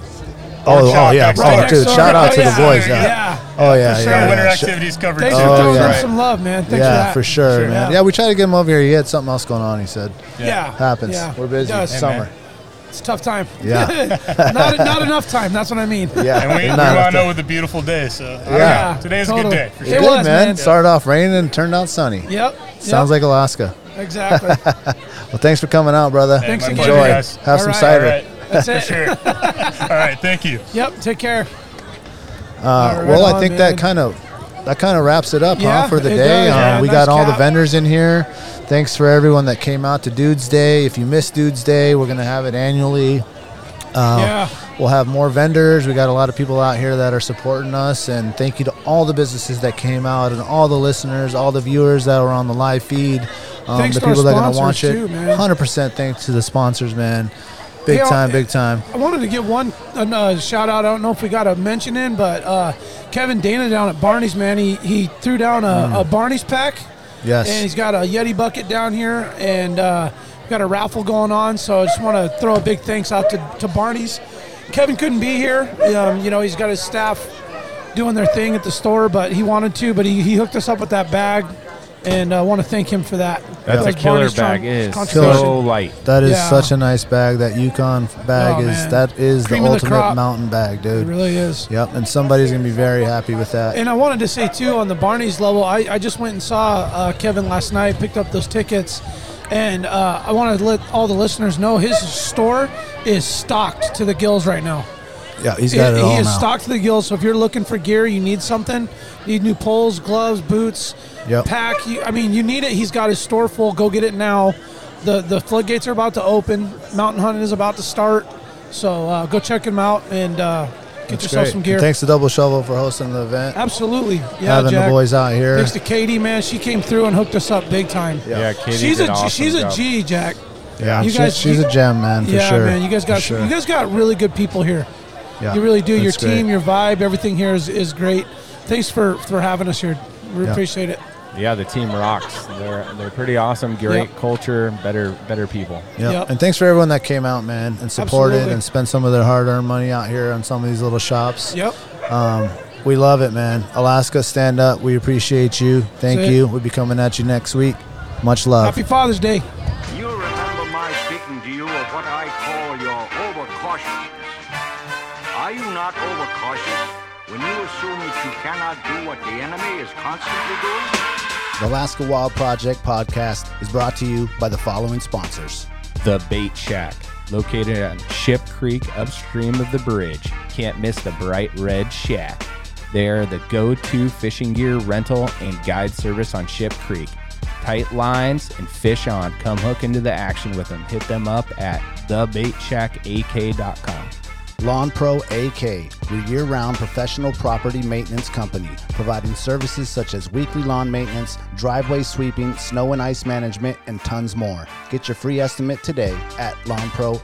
C: Oh, oh
R: workshop
C: yeah,
R: next
C: oh,
R: door.
C: dude! Shout out to the boys, yeah. Oh yeah,
R: For sure,
C: yeah. Oh,
R: Winter
C: yeah.
R: activities covered.
D: Thanks
R: too.
D: for throwing us some love, man. Thanks for
C: yeah,
D: that.
C: for sure,
D: Sure.
C: man.
D: Yeah.
C: Yeah. we tried to get him over here. He had something else going on. He said,
D: Yeah. Yeah.
C: happens.
D: Yeah.
C: We're busy.
D: It does.
C: It's summer.
D: It's a tough time.
C: Yeah.
D: *laughs* not, not enough time. That's what I mean.
C: Yeah,
R: And we, we
C: Not
R: wound
C: enough
R: up with a beautiful day, so I don't
C: Yeah.
R: know. today's a
D: Totally.
R: good day. for
C: It,
R: sure.
C: did, man. Started off raining and turned out sunny.
D: Yep,
C: Sounds
D: yep.
C: like Alaska.
D: Exactly.
C: *laughs* well, thanks for coming out, brother.
D: Hey, Thanks my
C: Enjoy.
D: pleasure, guys.
C: Have some
D: All right.
C: cider.
D: All right.
C: *laughs*
D: That's
R: *laughs*
D: it.
R: Sure. All right, thank you.
D: Yep. Take care.
C: Uh,
D: right
C: well, I
D: on,
C: think
D: man.
C: that kind of that kind of wraps it up,
D: Yeah,
C: huh, for the
D: it
C: day.
D: does,
C: Um,
D: man.
C: we
D: Nice
C: got all the
D: cap.
C: vendors in here. Thanks for everyone that came out to Dude's Day. If you missed Dude's Day, we're gonna have it annually. Uh,
D: Yeah.
C: We'll have more vendors. We got a lot of people out here that are supporting us, and thank you to all the businesses that came out and all the listeners, all the viewers that were on the live feed, um,
D: Thanks
C: the
D: to our
C: people that are gonna
D: sponsors,
C: watch it.
D: too, man.
C: Hundred percent thanks to the sponsors, man. Big
D: Hey, uh,
C: time, big time.
D: I wanted to give one an- uh, shout out. I don't know if we got a mention in, but uh, Kevin Dana down at Barney's, man, he, he threw down a, a Barney's pack.
C: Mm. Yes.
D: And he's got a Yeti bucket down here, and uh, we got a raffle going on. So I just want to throw a big thanks out to, to Barney's. Kevin couldn't be here. Um, you know, he's got his staff doing their thing at the store, but he wanted to, but he, he hooked us up with that bag. And I want to thank him for that.
B: That's a
D: Because
B: killer
D: Barney's
B: bag.
D: con-
B: It is
D: contribution.
B: so light.
C: That is
D: Yeah.
C: such a nice bag. That Yukon bag
D: Oh,
C: is
D: man.
C: that is
D: Cream
C: the
D: of the
C: ultimate
D: crop.
C: mountain bag, dude.
D: It really is.
C: Yep, and somebody's gonna be very happy with that.
D: And I wanted to say too on the Barney's level, I, I just went and saw uh, Kevin last night, picked up those tickets, and uh, I wanted to let all the listeners know his store is stocked to the gills right now.
C: yeah, he's got it,
D: he
C: all
D: is
C: now.
D: stocked to the gills. So if you're looking for gear, you need something, need new poles, gloves, boots,
C: Yep.
D: pack. You, I mean, you need it. He's got his store full. Go get it now. The the floodgates are about to open. Mountain hunting is about to start. So uh, go check him out and uh, get
C: That's
D: yourself
C: great.
D: some gear.
C: And thanks to Double Shovel for hosting the event.
D: Absolutely. Yeah,
C: Having the
D: Jack.
C: boys out here.
D: Thanks to Katie, man. She came through and hooked us up big time.
C: Yeah. Yeah, Katie
D: she's
C: did
D: a
C: awesome
D: she's
C: job.
D: a G, Jack.
C: Yeah, she- she's a gem, man, for
D: yeah,
C: sure.
D: man. You guys
C: For
D: got
C: sure.
D: you guys got really good people here.
C: Yeah,
D: you really do. Your
C: that's great.
D: team, your vibe, everything here is, is great. Thanks for for having us here. We
B: Yeah.
D: appreciate it.
B: Yeah, the team rocks. They're they're pretty awesome. Great culture, better better people.
C: Yep. And thanks for everyone that came out, man, and supported
B: Absolutely.
C: and spent some of their hard earned money out here on some of these little shops.
D: Yep.
C: Um, we love it, man. Alaska, stand up. We appreciate you. Thank
D: That's it.
C: you. We'll be coming at you next week. Much love.
D: Happy Father's Day.
A: You'll remember my speaking to you of what I call your overcautiousness. Are you not overcautious when you assume that you cannot do what the enemy is constantly doing?
C: *laughs* The Alaska Wild Project podcast is brought to you by the following sponsors.
B: The Bait Shack, located on Ship Creek upstream of the bridge. Can't miss the bright red shack. They are the go to fishing gear rental and guide service on Ship Creek. Tight lines and fish on. Come hook into the action with them. Hit them up at thebaitshackak.com.
C: Lawn Pro AK, your year round professional property maintenance company, providing services such as weekly lawn maintenance, driveway sweeping, snow and ice management, and tons more. Get your free estimate today at lawnproak.com.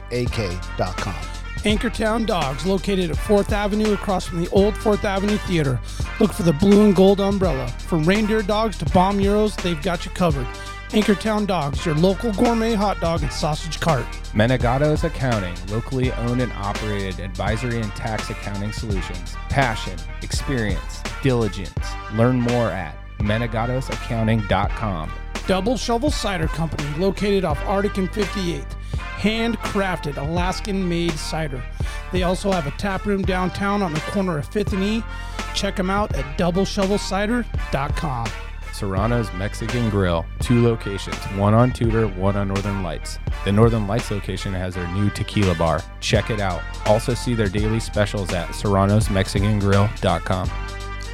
D: Anchortown Dogs, located at 4th Avenue across from the old 4th Avenue Theater. Look for the blue and gold umbrella. From reindeer dogs to bomb euros, they've got you covered. Anchortown Dogs, your local gourmet hot dog and sausage cart.
B: Menegato's Accounting, locally owned and operated advisory and tax accounting solutions. Passion, experience, diligence. Learn more at menegatosaccounting.com.
D: Double Shovel Cider Company, located off Arctic and 58th. Handcrafted Alaskan made cider. They also have a tap room downtown on the corner of 5th and E. Check them out at doubleshovelcider.com.
B: Serrano's Mexican Grill, two locations, one on Tudor, one on Northern Lights. The Northern Lights location has their new tequila bar. Check it out. Also see their daily specials at serranosmexicangrill.com.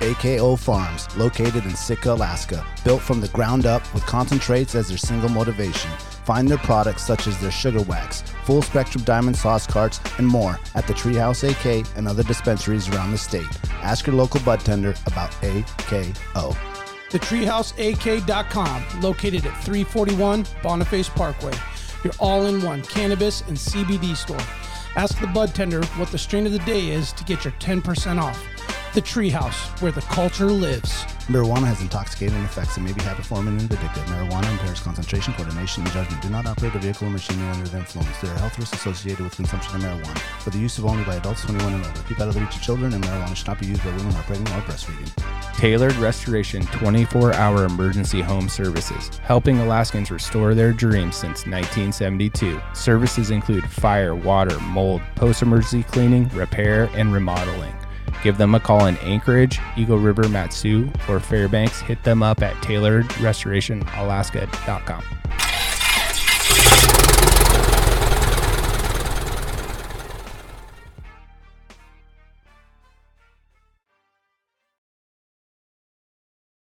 C: AKO Farms, located in Sitka, Alaska, built from the ground up with concentrates as their single motivation. Find their products such as their sugar wax, full spectrum diamond sauce carts, and more at the Treehouse AK and other dispensaries around the state. Ask your local bud tender about AKO.
D: The TreehouseAK.com, located at 341 Boniface Parkway, your all in one cannabis and CBD store. Ask the bud tender what the strain of the day is to get your 10% off. The Treehouse, where the culture lives.
C: Marijuana has intoxicating effects and may be habit-forming and addictive. Marijuana impairs concentration, coordination, and judgment. Do not operate a vehicle or machinery under the influence. There are health risks associated with consumption of marijuana. For the use of only by adults 21 and older. Keep out of the reach of children, and marijuana should not be used by women who are pregnant or breastfeeding.
B: Tailored Restoration 24 hour emergency home services, helping Alaskans restore their dreams since 1972. Services include fire, water, mold, post emergency cleaning, repair, and remodeling. Give them a call in Anchorage, Eagle River, Matsu, or Fairbanks. Hit them up at tailoredrestorationalaska.com.